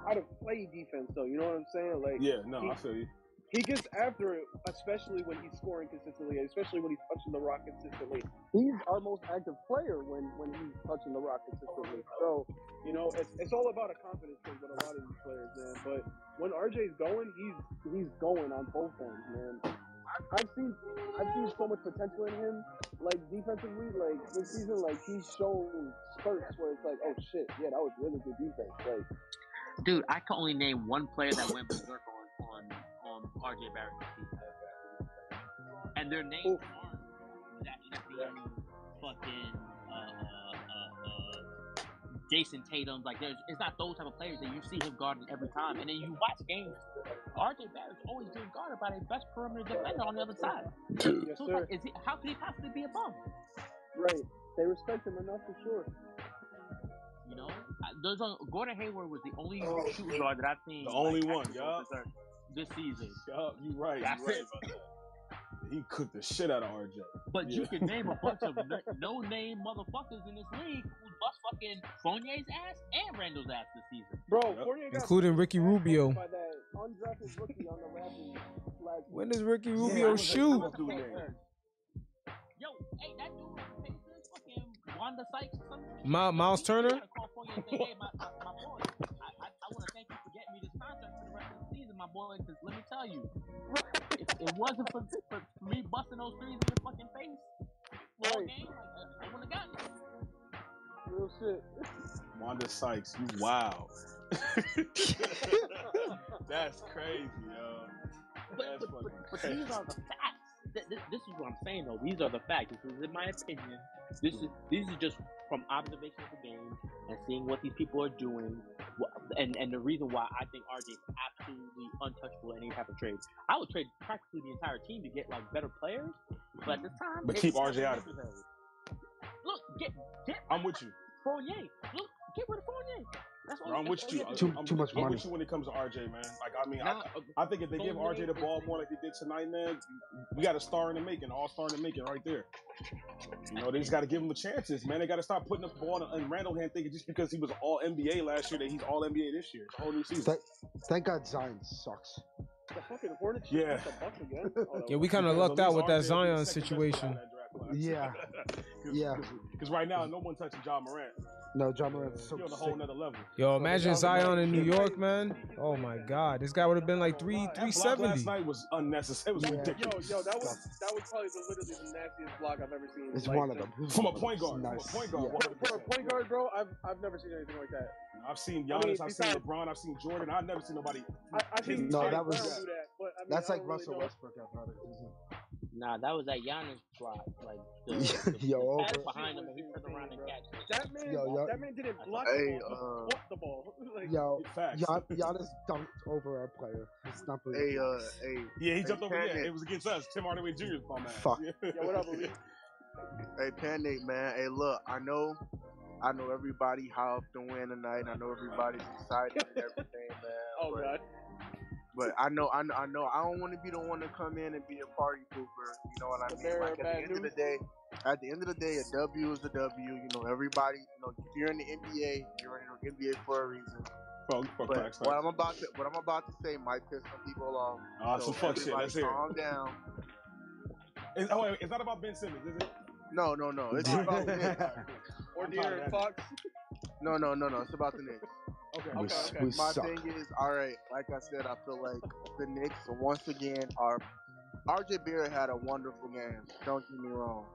Speaker 4: how to play defense though. You know what I'm saying? Like
Speaker 5: Yeah. No, I feel you.
Speaker 4: He gets after it, especially when he's scoring consistently, and especially when he's touching the rock consistently. He's our most active player when, when he's touching the rock consistently. So, you know, it's, it's all about a confidence thing with a lot of these players, man. But when RJ's going, he's he's going on both ends, man. I- I've seen I've seen so much potential in him, like defensively, like this season, like he's shown spurts where it's like, oh shit, yeah, that was really good defense. Like
Speaker 10: Dude, I can only name one player that went berserk on on, on RJ Barrett. And their names aren't that fucking uh, uh, uh, uh, Jason Tatum. Like, there's it's not those type of players that you see him guarding every time. And then you watch games, RJ Barrett's always being guarded by the best perimeter defender on the other side. so it's like, is he, how could he possibly be above? him?
Speaker 4: Right. They respect him enough for sure.
Speaker 10: You know, I- those are, Gordon Hayward was the only
Speaker 4: Oh,
Speaker 10: shooting guard that I've seen.
Speaker 5: The only
Speaker 10: like,
Speaker 5: one,
Speaker 10: actually
Speaker 5: yup.
Speaker 10: berserk This season.
Speaker 5: Yup, you right.
Speaker 10: That's
Speaker 5: you right
Speaker 10: it.
Speaker 5: about that. He cooked the shit out of RJ.
Speaker 10: But you
Speaker 5: Yeah.
Speaker 10: can name a bunch of no name motherfuckers in this league who bust fucking Fournier's ass and Randall's ass this season.
Speaker 4: Bro, Fournier got
Speaker 2: including Ricky Rubio.
Speaker 4: by that undrafted rookie on the Raptors last
Speaker 2: When
Speaker 4: week.
Speaker 2: does Ricky
Speaker 4: Yeah,
Speaker 2: Rubio
Speaker 4: I was like,
Speaker 2: shoot?
Speaker 4: what's the dude's name?
Speaker 10: Yo, hey, that dude on the Pacers, fucking Wanda Sykes or something.
Speaker 2: My, Miles Turner?
Speaker 10: gotta call Fournier and say, hey, my, my, my boy, I, I, I want to thank you for getting me this contract for the rest of the season, my boy, because let me tell you, if it wasn't for, for, for me busting those threes in your fucking face, all game, like, I, I wouldn't have gotten it.
Speaker 4: Real shit.
Speaker 5: Wanda Sykes, you wow. That's crazy, yo. That's fucking
Speaker 10: But
Speaker 5: crazy.
Speaker 10: these are the facts. Th- th- This is what I'm saying though. These are the facts. This is in my opinion. This is these are just from observation of the game and seeing what these people are doing, wh- and and the reason why I think RJ is absolutely untouchable in any type of trade. I would trade practically the entire team to get like better players, but at this time,
Speaker 5: But
Speaker 10: it's
Speaker 5: keep
Speaker 10: not
Speaker 5: RJ out of it.
Speaker 10: necessary. Look, get get
Speaker 5: I'm with you.
Speaker 10: Fournier. Look, get rid of Fournier. That's all
Speaker 5: Bro, I'm
Speaker 10: that's
Speaker 5: with you.
Speaker 10: all have to
Speaker 11: Too-
Speaker 10: do.
Speaker 5: I'm,
Speaker 11: too much
Speaker 5: I'm
Speaker 11: money.
Speaker 5: with you when it comes to RJ, man. Like, I mean,
Speaker 10: Nah,
Speaker 5: I, I think if they give
Speaker 10: Fournier
Speaker 5: RJ the
Speaker 10: is
Speaker 5: ball
Speaker 10: the-
Speaker 5: more like they did tonight, man, we got a star in the making, all star in the making right there. You know, they just got to give him a chances, man. They got to stop putting up the ball in in Randall hand thinking just because he was all NBA last year that he's all NBA this year. It's a whole new season.
Speaker 11: Thank, thank God Zion sucks.
Speaker 4: The fucking Hornets
Speaker 5: Yeah.
Speaker 4: yeah. the Bucks again. Oh, no.
Speaker 2: Yeah, we kind of
Speaker 5: Because
Speaker 2: lucked
Speaker 5: at
Speaker 2: out
Speaker 5: least
Speaker 2: with that
Speaker 5: RJ
Speaker 2: Zion
Speaker 5: was the second best player
Speaker 2: situation.
Speaker 5: in that draft class.
Speaker 11: Yeah.
Speaker 5: Cause,
Speaker 11: Yeah.
Speaker 5: Because right now, no one touching John Morant.
Speaker 11: No, John Morant's so
Speaker 5: He's on a
Speaker 11: sick.
Speaker 5: whole nother level.
Speaker 2: Yo, imagine Zion in New
Speaker 4: Yeah.
Speaker 2: York, man. Oh my God, this guy would have been like three, three
Speaker 5: That block last
Speaker 2: seventy.
Speaker 5: night was unnecessary. It was
Speaker 11: Yeah.
Speaker 4: Yo,
Speaker 5: ridiculous.
Speaker 4: yo, that was that was probably the, literally the nastiest block I've ever seen.
Speaker 11: It's
Speaker 4: Like,
Speaker 11: one of
Speaker 4: just-
Speaker 11: them. Who's
Speaker 5: From a
Speaker 11: one of
Speaker 5: point
Speaker 11: them?
Speaker 5: guard, from a
Speaker 11: Nice.
Speaker 5: point guard,
Speaker 11: Yeah.
Speaker 5: one-
Speaker 4: For a point guard, bro, I've I've never seen anything like that.
Speaker 5: I've seen
Speaker 4: I
Speaker 5: Giannis, I
Speaker 4: mean,
Speaker 5: have seen
Speaker 4: besides-
Speaker 5: LeBron, I've seen Jordan. I've never seen nobody.
Speaker 4: I, I've seen
Speaker 11: No,
Speaker 4: Jalen
Speaker 11: that was-
Speaker 4: Brown do that, but I mean,
Speaker 11: That's
Speaker 4: I
Speaker 11: like
Speaker 4: don't really
Speaker 11: Russell
Speaker 4: know.
Speaker 11: Westbrook athletics, isn't
Speaker 10: Nah, that was that Giannis block. Like the, the,
Speaker 11: Yo,
Speaker 10: the pass
Speaker 11: over-
Speaker 10: behind him, and he turned around and catch it.
Speaker 4: That man,
Speaker 11: Yo, yo-
Speaker 4: that man didn't block
Speaker 6: Hey,
Speaker 4: the ball.
Speaker 6: uh,
Speaker 4: He caught the ball. like,
Speaker 11: it? Yo,
Speaker 5: Facts.
Speaker 11: Gian, Giannis dunked over our player. It's not
Speaker 6: Hey,
Speaker 11: believable.
Speaker 6: uh, hey,
Speaker 5: Yeah, he
Speaker 6: Hey,
Speaker 5: jumped over. Yeah,
Speaker 6: Cannon.
Speaker 5: it was against us. Tim Hardaway Jr.'s bum ass.
Speaker 11: Fuck.
Speaker 5: Yeah.
Speaker 4: yo, what up, Elite?
Speaker 6: Hey, Panic, man. Hey, look, I know, I know everybody hyped to win tonight. and I know everybody's excited and everything, man.
Speaker 4: Oh
Speaker 6: but,
Speaker 4: god.
Speaker 6: but I know, I know, I know, I don't want to be the one to come in and be a party pooper. You know what I
Speaker 4: The
Speaker 6: mean?
Speaker 4: bearer
Speaker 6: Like
Speaker 4: of
Speaker 6: at
Speaker 4: bad
Speaker 6: the end of the
Speaker 4: news.
Speaker 6: day, at the end of the day, a W is a W. You know, everybody. You know, if you're in the NBA, you're in the NBA for a reason.
Speaker 5: Bro, fuck
Speaker 6: But
Speaker 5: facts,
Speaker 6: what
Speaker 5: facts.
Speaker 6: I'm about to, what I'm about to say might piss some people off.
Speaker 5: Ah,
Speaker 6: so
Speaker 5: some fuck shit.
Speaker 6: everybody
Speaker 5: Let's hear
Speaker 6: calm down.
Speaker 5: it. It's, oh, wait, it's not about Ben Simmons, is it?
Speaker 6: No, no, no. It's
Speaker 5: All right,
Speaker 6: about
Speaker 5: cool. All right,
Speaker 6: Nick.
Speaker 5: cool.
Speaker 4: Or
Speaker 5: I'm tired
Speaker 4: De'Aaron
Speaker 5: of that.
Speaker 4: Fox.
Speaker 6: No, no, no, no. It's about the Knicks.
Speaker 5: Okay.
Speaker 11: We,
Speaker 5: okay,
Speaker 11: s-
Speaker 5: okay.
Speaker 11: we
Speaker 6: My
Speaker 11: suck.
Speaker 6: thing is, all right, like I said, I feel like the Knicks once again are. RJ Barrett had a wonderful game. Don't get me wrong.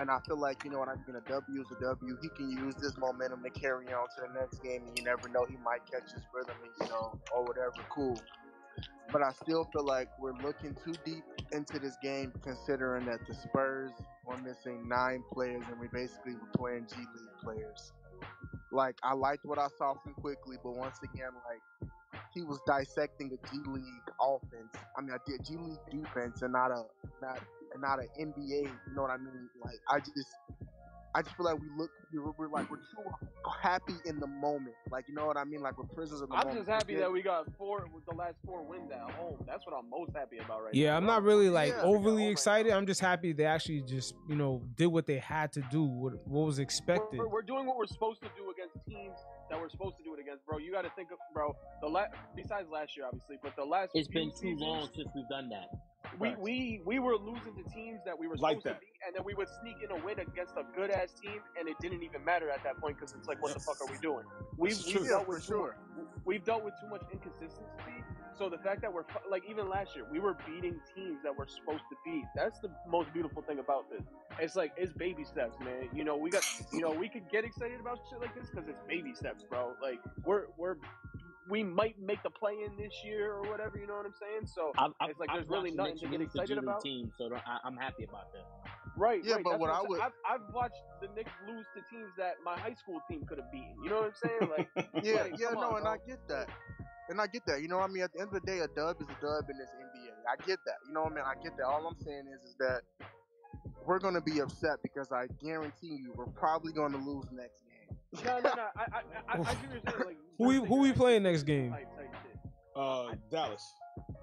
Speaker 6: And I feel like you know what I mean. A W is a W. He can use this momentum to carry on to the next game, and you never know he might catch his rhythm, and you know, or whatever. Cool. But I still feel like we're looking too deep into this game, considering that the Spurs were missing nine players, and we basically were playing G League players. Like I liked what I saw from quickly, but once again, like he was dissecting a G League offense. I mean, I did G League defense and not a not and not an NBA. You know what I mean? Like I just I just feel like we look, we're, we're like we're too happy in the moment. Like you know what I mean? Like we're prisoners of the
Speaker 4: I'm
Speaker 6: moment.
Speaker 4: just happy
Speaker 6: Yeah.
Speaker 4: that we got four with the last four wins at home. That's what I'm most happy about right
Speaker 2: Yeah,
Speaker 4: now.
Speaker 2: I'm not really like
Speaker 4: Yeah.
Speaker 2: overly excited. I'm just happy they actually just you know did what they had to do, what what was expected.
Speaker 4: We're, we're doing what we're supposed to do against teams that we're supposed to do it against, bro. You got to think of, bro. The la- besides last year, obviously, but the last
Speaker 10: It's
Speaker 4: few
Speaker 10: been too
Speaker 4: seasons,
Speaker 10: long since we've done that.
Speaker 4: We, we we were losing to teams that we were
Speaker 10: Like
Speaker 4: supposed to
Speaker 10: that.
Speaker 4: beat, and then we would sneak in a win against a good ass team, and it didn't even matter at that point because it's like, what the fuck are we doing? We've,
Speaker 6: It's true.
Speaker 4: we've dealt
Speaker 6: Yeah, for
Speaker 4: with too
Speaker 6: sure.
Speaker 4: much- we've dealt with too much inconsistency. So the fact that we're fu- like even last year, we were beating teams that we're supposed to beat. That's the most beautiful thing about this. It's like it's baby steps, man. You know, we got you know we could get excited about shit like this because it's baby steps, bro. Like we're we're we might make the play in this year or whatever. You know what I'm saying? So
Speaker 10: I'm, I'm,
Speaker 4: it's like
Speaker 10: I'm
Speaker 4: there's really
Speaker 10: watching
Speaker 4: nothing to
Speaker 10: Knicks
Speaker 4: get
Speaker 10: lose
Speaker 4: excited
Speaker 10: G League
Speaker 4: about.
Speaker 10: Teams, so don't- I, I'm happy about that.
Speaker 4: Right.
Speaker 10: Yeah,
Speaker 4: right,
Speaker 10: but
Speaker 4: that's
Speaker 10: what
Speaker 4: I'm
Speaker 10: I would-
Speaker 4: saying. I've, I've watched the Knicks lose to teams that my high school team could have beaten. You know what I'm saying? Like,
Speaker 6: Yeah,
Speaker 4: like,
Speaker 6: yeah,
Speaker 4: come
Speaker 6: no,
Speaker 4: on,
Speaker 6: and I
Speaker 4: bro.
Speaker 6: get that. And I get that. You know what I mean? At the end of the day, a dub is a dub in this NBA. I get that. You know what I mean? I get that. All I'm saying is, is that we're going to be upset because I guarantee you we're probably going to lose next game.
Speaker 4: No, no, no. I, I, I, I see what you're saying. Like,
Speaker 2: Who we who we playing next game?
Speaker 4: type, type shit.
Speaker 5: Uh, Dallas.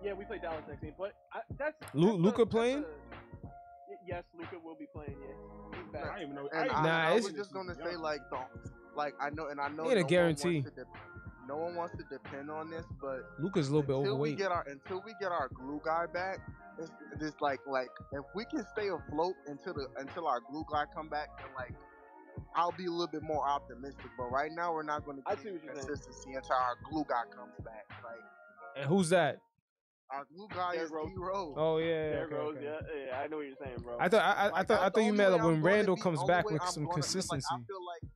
Speaker 4: Yeah, we play Dallas next game, but I, that's
Speaker 2: Lu-
Speaker 4: that's a-
Speaker 2: Luca
Speaker 4: that's
Speaker 2: playing?
Speaker 4: a- y- yes, Luca will be playing. Yeah, he's back.
Speaker 5: I didn't even know.
Speaker 6: And I,
Speaker 2: Nah,
Speaker 6: I was
Speaker 2: it's-
Speaker 6: just going to say, like, the, like I know, and I know
Speaker 2: Ain't a
Speaker 6: no one
Speaker 2: guarantee.
Speaker 6: wants to dep- no one wants to depend on this, but
Speaker 2: Luca's a little bit
Speaker 6: until we
Speaker 2: overweight.
Speaker 6: get our until we get our glue guy back, it's, it's like like if we can stay afloat until the until our glue guy come back, then like I'll be a little bit more optimistic. But right now we're not going to get any consistency until our glue guy comes back. Like
Speaker 2: And who's that?
Speaker 6: our glue guy is D Rose.
Speaker 2: Oh, yeah, yeah,
Speaker 4: Derrick
Speaker 2: okay,
Speaker 4: Rose.
Speaker 2: okay.
Speaker 4: Yeah, yeah, I know what you're saying, bro.
Speaker 2: I thought I, I, I thought I thought you meant like when Randall comes
Speaker 6: only
Speaker 2: back
Speaker 6: way
Speaker 2: with
Speaker 6: I'm
Speaker 2: some
Speaker 6: gonna feel like
Speaker 2: consistency.
Speaker 6: I feel like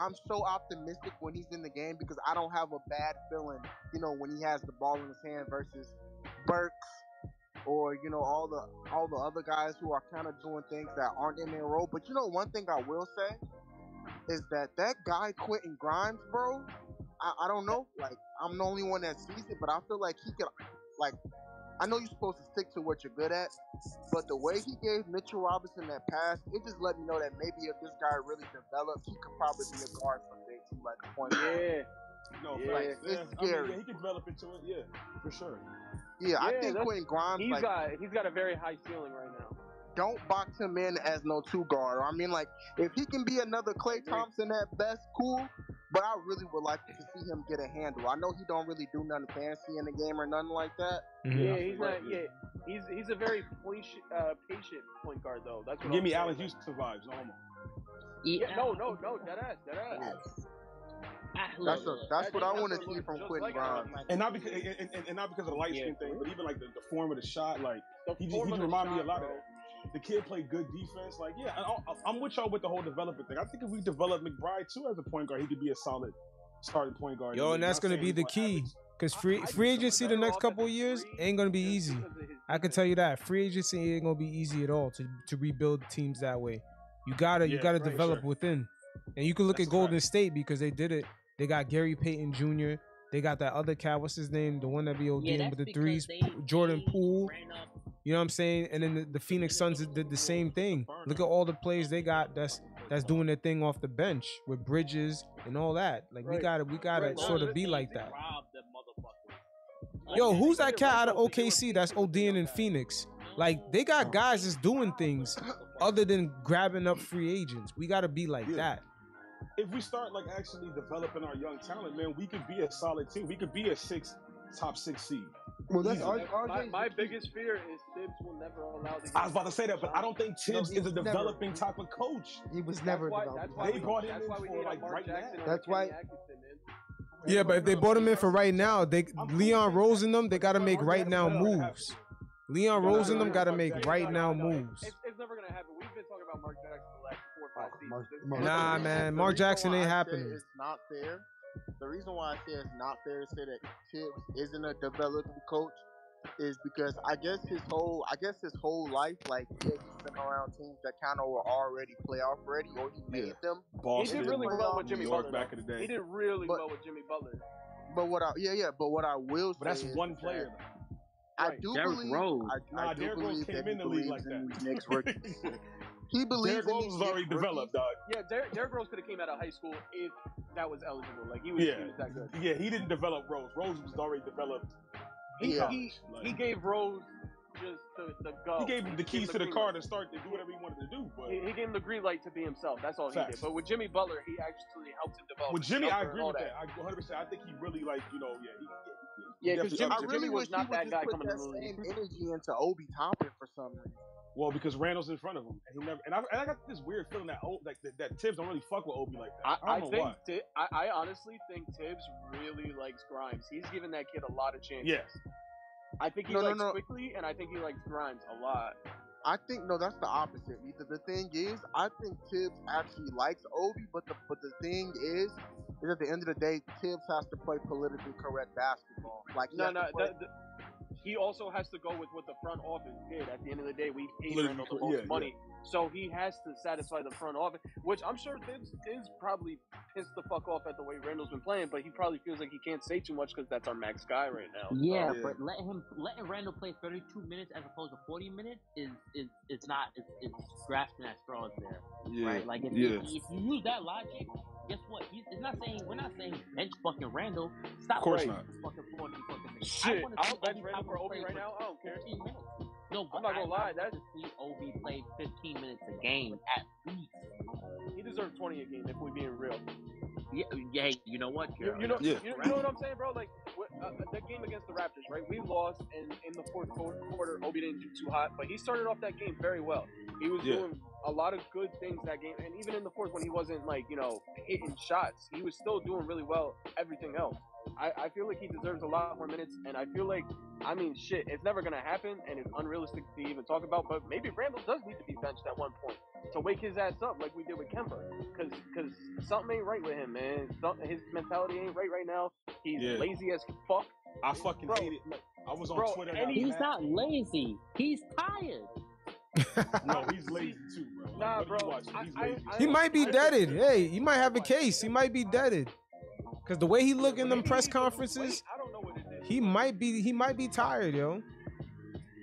Speaker 6: I'm so optimistic when he's in the game because I don't have a bad feeling, you know, when he has the ball in his hand versus Burks or you know all the all the other guys who are kind of doing things that aren't in their role. But you know, one thing I will say is that that guy quitting Grimes, bro. I, I don't know. Like I'm the only one that sees it, but I feel like he could like I know you're supposed to stick to what you're good at, but the way he gave Mitchell Robinson that pass, it just let me know that maybe if this guy really develops, he could probably be a guard someday too, like a point guard.
Speaker 4: Yeah.
Speaker 5: No,
Speaker 6: Yeah.
Speaker 5: facts.
Speaker 6: It's
Speaker 5: yeah. I mean,
Speaker 6: scary.
Speaker 5: yeah, he can develop into it. Yeah, for sure.
Speaker 6: Yeah, I
Speaker 4: Yeah,
Speaker 6: think
Speaker 4: that's-
Speaker 6: Quentin Grimes
Speaker 4: He's
Speaker 6: like
Speaker 4: got he's got a very high ceiling right now.
Speaker 6: don't box him in as no two guard. I mean, like if he can be another Clay Thompson at best, cool. But I really would like to see him get a handle. I know he don't really do nothing fancy in the game or nothing like that.
Speaker 4: Yeah, he's not. Yeah, he's he's a very patient, uh, patient point guard though. That's what
Speaker 5: Give
Speaker 4: I'm
Speaker 5: me
Speaker 4: saying,
Speaker 5: Allen
Speaker 4: like-
Speaker 5: Houston vibes, almost.
Speaker 4: Yeah, no, no, no, dead ass, dead ass.
Speaker 6: That's a, that's what I want to see
Speaker 4: look
Speaker 6: from
Speaker 4: just
Speaker 6: Quentin
Speaker 4: like
Speaker 6: Grimes.
Speaker 5: And not because and, and, and not because of the light skin thing, but even like the, the form of the shot, like he just,
Speaker 4: form
Speaker 5: he
Speaker 4: of
Speaker 5: just
Speaker 4: the
Speaker 5: remind me a
Speaker 4: shot,
Speaker 5: lot
Speaker 4: bro.
Speaker 5: of that. The kid played good defense. Like yeah, I, I, I'm with y'all with the whole development thing. I think if we develop McBride too as a point guard, he could be a solid starting point guard.
Speaker 2: Yo, and that's
Speaker 5: Not
Speaker 2: gonna
Speaker 5: saying
Speaker 2: be
Speaker 5: he's
Speaker 2: the
Speaker 5: gonna
Speaker 2: key because free free agency the next couple of years ain't gonna be easy. I can tell you that free agency ain't gonna be easy at all to to rebuild teams that way. You gotta you
Speaker 5: Yeah,
Speaker 2: gotta
Speaker 5: right,
Speaker 2: develop
Speaker 5: sure.
Speaker 2: within, and you can look
Speaker 5: That's
Speaker 2: at
Speaker 5: a
Speaker 2: Golden State because they did it. They got Gary Payton Jr. They got that other cat. What's his name? The one that be ODing
Speaker 10: that's
Speaker 2: with the
Speaker 10: because
Speaker 2: threes.
Speaker 10: they-
Speaker 2: Jordan
Speaker 10: they
Speaker 2: Poole.
Speaker 10: ran up-
Speaker 2: You know what I'm saying? And then the, the Phoenix Suns did the same thing. Look at all the plays they got. That's that's doing their thing off the bench with Bridges and all that. Like we
Speaker 10: Right.
Speaker 2: gotta we gotta
Speaker 10: Right.
Speaker 2: sort
Speaker 10: All
Speaker 2: of be
Speaker 10: the
Speaker 2: like
Speaker 10: teams
Speaker 2: that.
Speaker 10: robbed them motherfuckers.
Speaker 2: Yo,
Speaker 10: Like,
Speaker 2: who's
Speaker 10: they
Speaker 2: that
Speaker 10: did it
Speaker 2: cat out
Speaker 10: right
Speaker 2: of
Speaker 10: though, they were
Speaker 2: OKC that's ODing in Phoenix? Like they got guys that's doing things other than grabbing up free agents. We gotta be like that.
Speaker 5: if we start like actually developing our young talent, man, we could be a solid team. We could be a six top six seed.
Speaker 11: Well, that's
Speaker 5: Easily.
Speaker 11: R-
Speaker 4: My, my biggest fear is Tibbs will never allow the.
Speaker 5: I was about to say that, but I don't think Tibbs
Speaker 11: he
Speaker 5: is a
Speaker 11: was never-
Speaker 5: developing type of coach.
Speaker 11: He was
Speaker 4: That's
Speaker 11: never
Speaker 4: why-
Speaker 11: developed.
Speaker 4: that's why
Speaker 5: They
Speaker 4: we-
Speaker 5: brought him
Speaker 4: that's
Speaker 5: in
Speaker 4: why we
Speaker 5: for,
Speaker 4: need a
Speaker 5: like,
Speaker 4: Mark
Speaker 5: right
Speaker 4: Jackson
Speaker 5: now.
Speaker 4: or a
Speaker 11: That's why-
Speaker 4: Kenny Atkinson, man.
Speaker 2: Yeah, but if they bought him in for right now, they Leon Rose and them, they gotta make right now moves. Leon Rose and them gotta make right now moves.
Speaker 4: It's, it's never gonna happen. We've been talking about Mark Jackson for the last four or five seasons.
Speaker 2: Mark- Nah, man, Mark Jackson ain't happening.
Speaker 6: It's not fair. The reason why I say it's not fair to say that Tibbs isn't a developing coach is because I guess his whole I guess his whole life, like yeah, he's been around teams that kind of were already playoff ready, or he made them.
Speaker 4: he did really well with Jimmy Butler. though. He did really
Speaker 6: But-
Speaker 4: well with Jimmy Butler.
Speaker 6: But what I yeah yeah, but what I will say
Speaker 5: But that's
Speaker 6: is
Speaker 5: one
Speaker 6: that
Speaker 5: player.
Speaker 6: I
Speaker 5: Right.
Speaker 6: do
Speaker 5: Derrick
Speaker 6: believe
Speaker 5: Rose.
Speaker 6: I, I
Speaker 5: Nah,
Speaker 6: do
Speaker 5: Derrick Rose
Speaker 6: believe
Speaker 5: came
Speaker 6: that he
Speaker 5: in the league
Speaker 6: believes
Speaker 5: like
Speaker 6: in
Speaker 5: that.
Speaker 6: these Knicks rookies. He believes
Speaker 5: Derrick
Speaker 6: in
Speaker 5: Rose
Speaker 6: these
Speaker 5: was already
Speaker 6: young
Speaker 5: developed,
Speaker 6: rookies.
Speaker 5: dog.
Speaker 4: Yeah, Derrick, Derrick Rose could have came out of high school if that was eligible. Like he was,
Speaker 5: Yeah,
Speaker 4: he was that good.
Speaker 5: yeah. He didn't develop Rose. Rose was already developed.
Speaker 4: He
Speaker 5: Yeah.
Speaker 4: he,
Speaker 5: Like-
Speaker 4: he gave Rose just the, the go.
Speaker 5: He gave him the
Speaker 4: He
Speaker 5: keys
Speaker 4: gave
Speaker 5: to the
Speaker 4: green
Speaker 5: car
Speaker 4: light.
Speaker 5: to start to do whatever he wanted to do. But
Speaker 4: He, he gave him the green light to be himself. That's all he
Speaker 5: Facts.
Speaker 4: did. But with Jimmy Butler, he actually helped him develop.
Speaker 5: with
Speaker 4: his
Speaker 5: Jimmy, I
Speaker 4: jumper Oh, and
Speaker 5: agree
Speaker 4: all
Speaker 5: with that. I 100. percent I think he really like you know yeah. He, he
Speaker 4: Yeah, 'cause
Speaker 5: definitely
Speaker 4: Jimmy-
Speaker 5: upped it.
Speaker 6: I really
Speaker 4: Jimmy
Speaker 6: wish
Speaker 4: was not
Speaker 6: he would
Speaker 4: that
Speaker 6: just
Speaker 4: guy
Speaker 6: put
Speaker 4: coming
Speaker 6: that
Speaker 4: in the league.
Speaker 6: same energy into Obi Toppin for some reason.
Speaker 5: Well, because Randall's in front of him, and he never. And I, and I got this weird feeling that old, like that, that Tibbs don't really fuck with Obi like
Speaker 4: I,
Speaker 5: that. I,
Speaker 4: I
Speaker 5: don't know
Speaker 4: think
Speaker 5: why.
Speaker 4: Ti- I, I honestly think Tibbs really likes Grimes. He's given that kid a lot of chances.
Speaker 5: Yes,
Speaker 4: I think he
Speaker 6: No, no,
Speaker 4: likes
Speaker 6: no.
Speaker 4: quickly, and I think he likes Grimes a lot.
Speaker 6: I think no, that's the opposite. The, the thing is, I think Tibbs actually likes Obi, but the but the thing is, is at the end of the day, Tibbs has to play politically correct basketball. Like he
Speaker 4: No,
Speaker 6: has to
Speaker 4: no.
Speaker 6: play-
Speaker 4: the- the- he also has to go with what the front office did. At the end of the day, we paid
Speaker 5: Politically
Speaker 4: Randall the
Speaker 5: cor-
Speaker 4: most
Speaker 5: yeah, yeah.
Speaker 4: money, so he has to satisfy the front office, which I'm sure Tibbs is probably pissed the fuck off at the way Randall's been playing. But he probably feels like he can't say too much because that's our max guy right now. so-
Speaker 10: Yeah,
Speaker 5: Yeah.
Speaker 10: but letting him letting Randall play 32 minutes as opposed to 40 minutes is is it's not it's, it's grasping at straws there, right? Like if,
Speaker 5: yeah.
Speaker 10: if, if you use that logic, guess what? He's it's not saying we're not saying bench fucking Randall. Stop
Speaker 5: Of course
Speaker 10: playing
Speaker 5: not.
Speaker 10: fucking 40 fucking minutes.
Speaker 4: Shit,
Speaker 10: wanna see
Speaker 4: I'll bench
Speaker 10: Obi
Speaker 4: Randall for
Speaker 10: Toppin
Speaker 4: Obi
Speaker 10: play
Speaker 4: right
Speaker 10: for
Speaker 4: now. I don't care.
Speaker 10: 15 minutes. No, but
Speaker 4: I'm not gonna
Speaker 10: I- I'd
Speaker 4: lie,
Speaker 10: love
Speaker 4: that-
Speaker 10: to see Obi play 15 minutes a game at least.
Speaker 4: He deserves 20 a game if we're being real.
Speaker 10: Yeah, yeah you know what?
Speaker 4: You,
Speaker 10: Gerald?
Speaker 4: you know,
Speaker 5: Yeah.
Speaker 4: you, you know what I'm saying, bro? Like what, uh, that game against the Raptors, right? We lost, and in the fourth quarter, quarter, Obi didn't do too hot, but he started off that game very well. He was
Speaker 5: Yeah.
Speaker 4: doing a lot of good things that game, and even in the fourth, when he wasn't like you know hitting shots, he was still doing really well. Everything else, I, I feel like he deserves a lot more minutes, and I feel like, I mean, shit, it's never gonna happen, and it's unrealistic to even talk about. But maybe Randall does need to be benched at one point to wake his ass up, like we did with Kemba. Cause, cause something ain't right with him, man. Some, his mentality ain't right right now. He's
Speaker 5: Yeah.
Speaker 4: lazy as fuck.
Speaker 5: I fucking
Speaker 4: Bro.
Speaker 5: hate it. Look, I was on
Speaker 4: Bro,
Speaker 5: Twitter.
Speaker 4: and
Speaker 5: And
Speaker 4: he-
Speaker 5: I
Speaker 10: He's not lazy. He's tired.
Speaker 5: no, he's lazy too, bro. Like,
Speaker 4: Nah,
Speaker 5: what
Speaker 4: bro.
Speaker 5: Are you watching?
Speaker 4: I-
Speaker 5: He's
Speaker 4: I-
Speaker 5: lazy.
Speaker 4: I-
Speaker 2: He might be
Speaker 4: I-
Speaker 2: deaded. Hey, he might have a case. He might be deaded. Cause the way he look in them
Speaker 4: Maybe
Speaker 2: press
Speaker 4: he's the weight.
Speaker 2: conferences,
Speaker 4: I don't know what it is.
Speaker 2: he might be he might be tired, yo.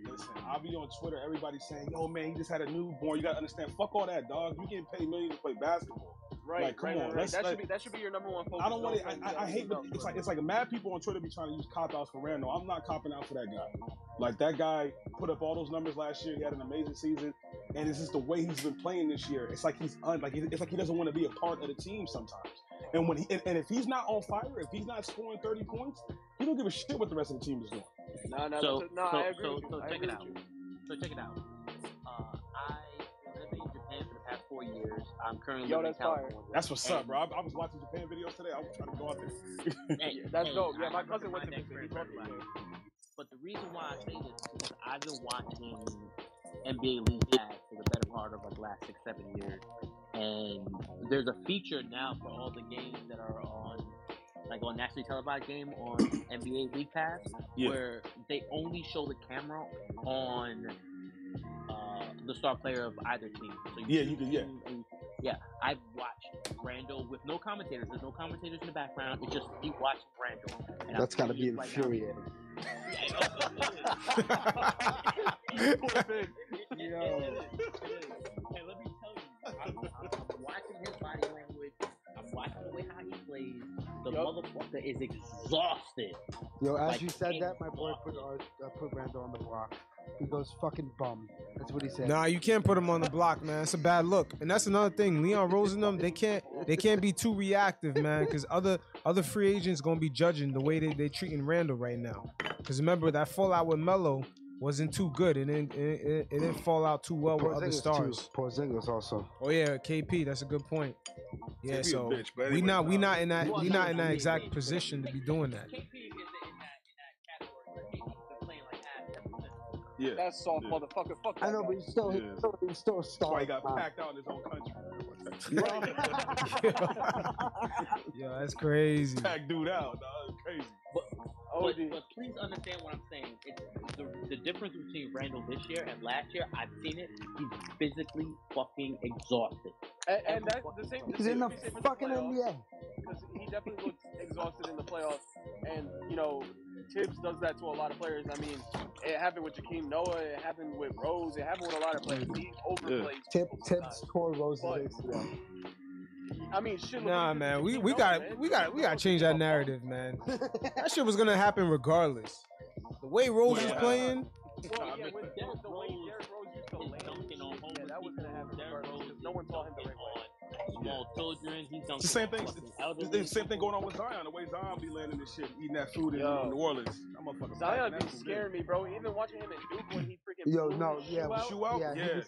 Speaker 5: Listen, I'll be on Twitter. Everybody saying, "Yo, man, he just had a newborn." You gotta understand. Fuck all that, dog. You getting paid millions to play basketball.
Speaker 4: right.
Speaker 5: like, come
Speaker 4: right,
Speaker 5: on,
Speaker 4: right,
Speaker 5: let's-
Speaker 4: That
Speaker 5: let-
Speaker 4: should be that should be your number one focus.
Speaker 5: I don't want to.
Speaker 4: Don't
Speaker 5: I, I, I
Speaker 4: focus
Speaker 5: hate.
Speaker 4: on
Speaker 5: When, it's
Speaker 4: anything else,
Speaker 5: like it's like mad people on Twitter be trying to use cop outs for Randall. I'm not copping out for that guy. Like that guy put up all those numbers last year. He had an amazing season, and it's just the way he's been playing this year. It's like he's un, like it's like he doesn't want to be a part of the team sometimes. And when he and, and if he's not on fire, if he's not scoring 30 points, he don't give a shit what the rest of the team is doing.
Speaker 4: bro. No, no,
Speaker 10: So-
Speaker 4: that's a- no.
Speaker 10: so-
Speaker 4: I agree
Speaker 10: so-
Speaker 4: with you.
Speaker 10: so
Speaker 4: I
Speaker 10: check
Speaker 4: agree
Speaker 10: it
Speaker 4: with
Speaker 10: out.
Speaker 4: you.
Speaker 10: So check it out. Uh, I've been living in Japan for the past four years. I'm currently
Speaker 4: Yo,
Speaker 10: living
Speaker 4: that's
Speaker 10: in
Speaker 4: fire.
Speaker 10: California.
Speaker 5: That's what's up,
Speaker 10: And-
Speaker 5: bro. I, I was watching Japan videos today. I was trying to go out there.
Speaker 10: Hey,
Speaker 4: That's
Speaker 10: hey,
Speaker 4: dope. Yeah,
Speaker 10: I
Speaker 4: my cousin
Speaker 10: recommend
Speaker 4: went to
Speaker 10: that
Speaker 4: visit.
Speaker 10: for
Speaker 4: He brought me
Speaker 10: everybody.
Speaker 4: there.
Speaker 10: But the reason why I say this is because I've been watching NBA League Pass for the better part of like last six, seven years. And there's a feature now for all the games that are on like on nationally televised game on NBA League Pass
Speaker 5: Yeah.
Speaker 10: where they only show the camera on uh, the star player of either team. So
Speaker 5: Yeah,
Speaker 10: see
Speaker 5: you
Speaker 10: the
Speaker 5: can- yeah.
Speaker 10: team and- yeah, I've watched Randall with no commentators. There's no commentators in the background. It's just me watching Randall. And I'm
Speaker 11: That's gotta
Speaker 10: telling
Speaker 11: be
Speaker 10: you right now,
Speaker 11: infuriating.
Speaker 4: Poor thing.
Speaker 11: Yo.
Speaker 10: and let me tell you, I'm, I'm, I'm watching his body language. I'm watching the way how he plays. The
Speaker 4: Yup.
Speaker 10: motherfucker is exhausted.
Speaker 11: Yo, as
Speaker 10: Like,
Speaker 11: you said that, my boy
Speaker 10: block
Speaker 11: put
Speaker 10: it.
Speaker 11: our, uh, put Randall on the block. He goes fucking bum. That's what he said.
Speaker 2: Nah, you can't put him on the block, man. It's a bad look, and that's another thing. Leon Rose and them, they can't they can't be too reactive, man, because other other free agents gonna be judging the way they they treating Randall right now. Because remember that fallout with Melo wasn't too good, and it, it, it, it didn't fall out too well with other
Speaker 11: Porzingis
Speaker 2: stars.
Speaker 11: too. Porzingis also.
Speaker 2: Oh yeah, KP, that's a good point. Yeah,
Speaker 5: He a
Speaker 2: so
Speaker 5: bitch, but
Speaker 2: we
Speaker 5: anyway,
Speaker 2: not we
Speaker 5: nah.
Speaker 2: not in that
Speaker 10: Well,
Speaker 2: we
Speaker 10: no,
Speaker 2: not in
Speaker 10: no,
Speaker 2: that
Speaker 10: wait,
Speaker 2: exact
Speaker 10: wait.
Speaker 2: position to be doing that.
Speaker 10: KP is in that, in that category. Like, KP's been playing like ass ever since.
Speaker 5: Yeah. That's
Speaker 4: That's soft,
Speaker 5: Yeah.
Speaker 4: motherfucker. Fuck
Speaker 11: I
Speaker 4: that
Speaker 11: know,
Speaker 4: guy.
Speaker 11: but he's still,
Speaker 5: Yeah.
Speaker 11: he's still, he's still a
Speaker 10: Oh,
Speaker 11: star.
Speaker 5: why he got
Speaker 11: Nah.
Speaker 5: packed out in his own country.
Speaker 2: Yeah, that's crazy.
Speaker 5: Packed dude out. Dog. Crazy.
Speaker 10: But,
Speaker 4: OD.
Speaker 10: but please understand what I'm saying. It's the, the difference between Randall this year and last year. I've seen it. He's physically fucking exhausted.
Speaker 4: And, and
Speaker 10: every
Speaker 4: that's
Speaker 10: fucking
Speaker 4: the same.
Speaker 10: time.
Speaker 4: the
Speaker 11: He's in
Speaker 4: same
Speaker 11: the
Speaker 4: could be said for
Speaker 11: fucking
Speaker 4: playoffs.
Speaker 11: NBA.
Speaker 4: because he definitely looked exhausted in the playoffs. And you know, Tibbs does that to a lot of players. I mean, it happened with Jakeem Noah. It happened with Rose. It happened with a lot of players. He overplays.
Speaker 11: Tip, tips tore Rose's ACL.
Speaker 4: I mean, shit.
Speaker 2: Nah, man, we we got we got we got to change that narrative, man. That shit was gonna happen regardless. The way Rose is
Speaker 10: Yeah.
Speaker 2: playing,
Speaker 4: Well, yeah, with Derrick Rose, Derrick Rose used to land dunking on homeless yeah, that was gonna happen. Derrick Rose, no one saw him the right way.
Speaker 10: small children. He dunking
Speaker 5: It's the same
Speaker 10: on
Speaker 5: thing.
Speaker 10: fucking
Speaker 5: It's
Speaker 10: elderly
Speaker 5: the same thing going on with Zion. The way Zion be landing this shit, eating that food in uh, New Orleans. I'm a fucking
Speaker 4: Zion be scaring me, bro. Even watching him in Duke when he freaking
Speaker 11: Yo,
Speaker 4: blew
Speaker 11: no,
Speaker 4: his
Speaker 11: yeah,
Speaker 4: shoe out.
Speaker 11: yeah, he was,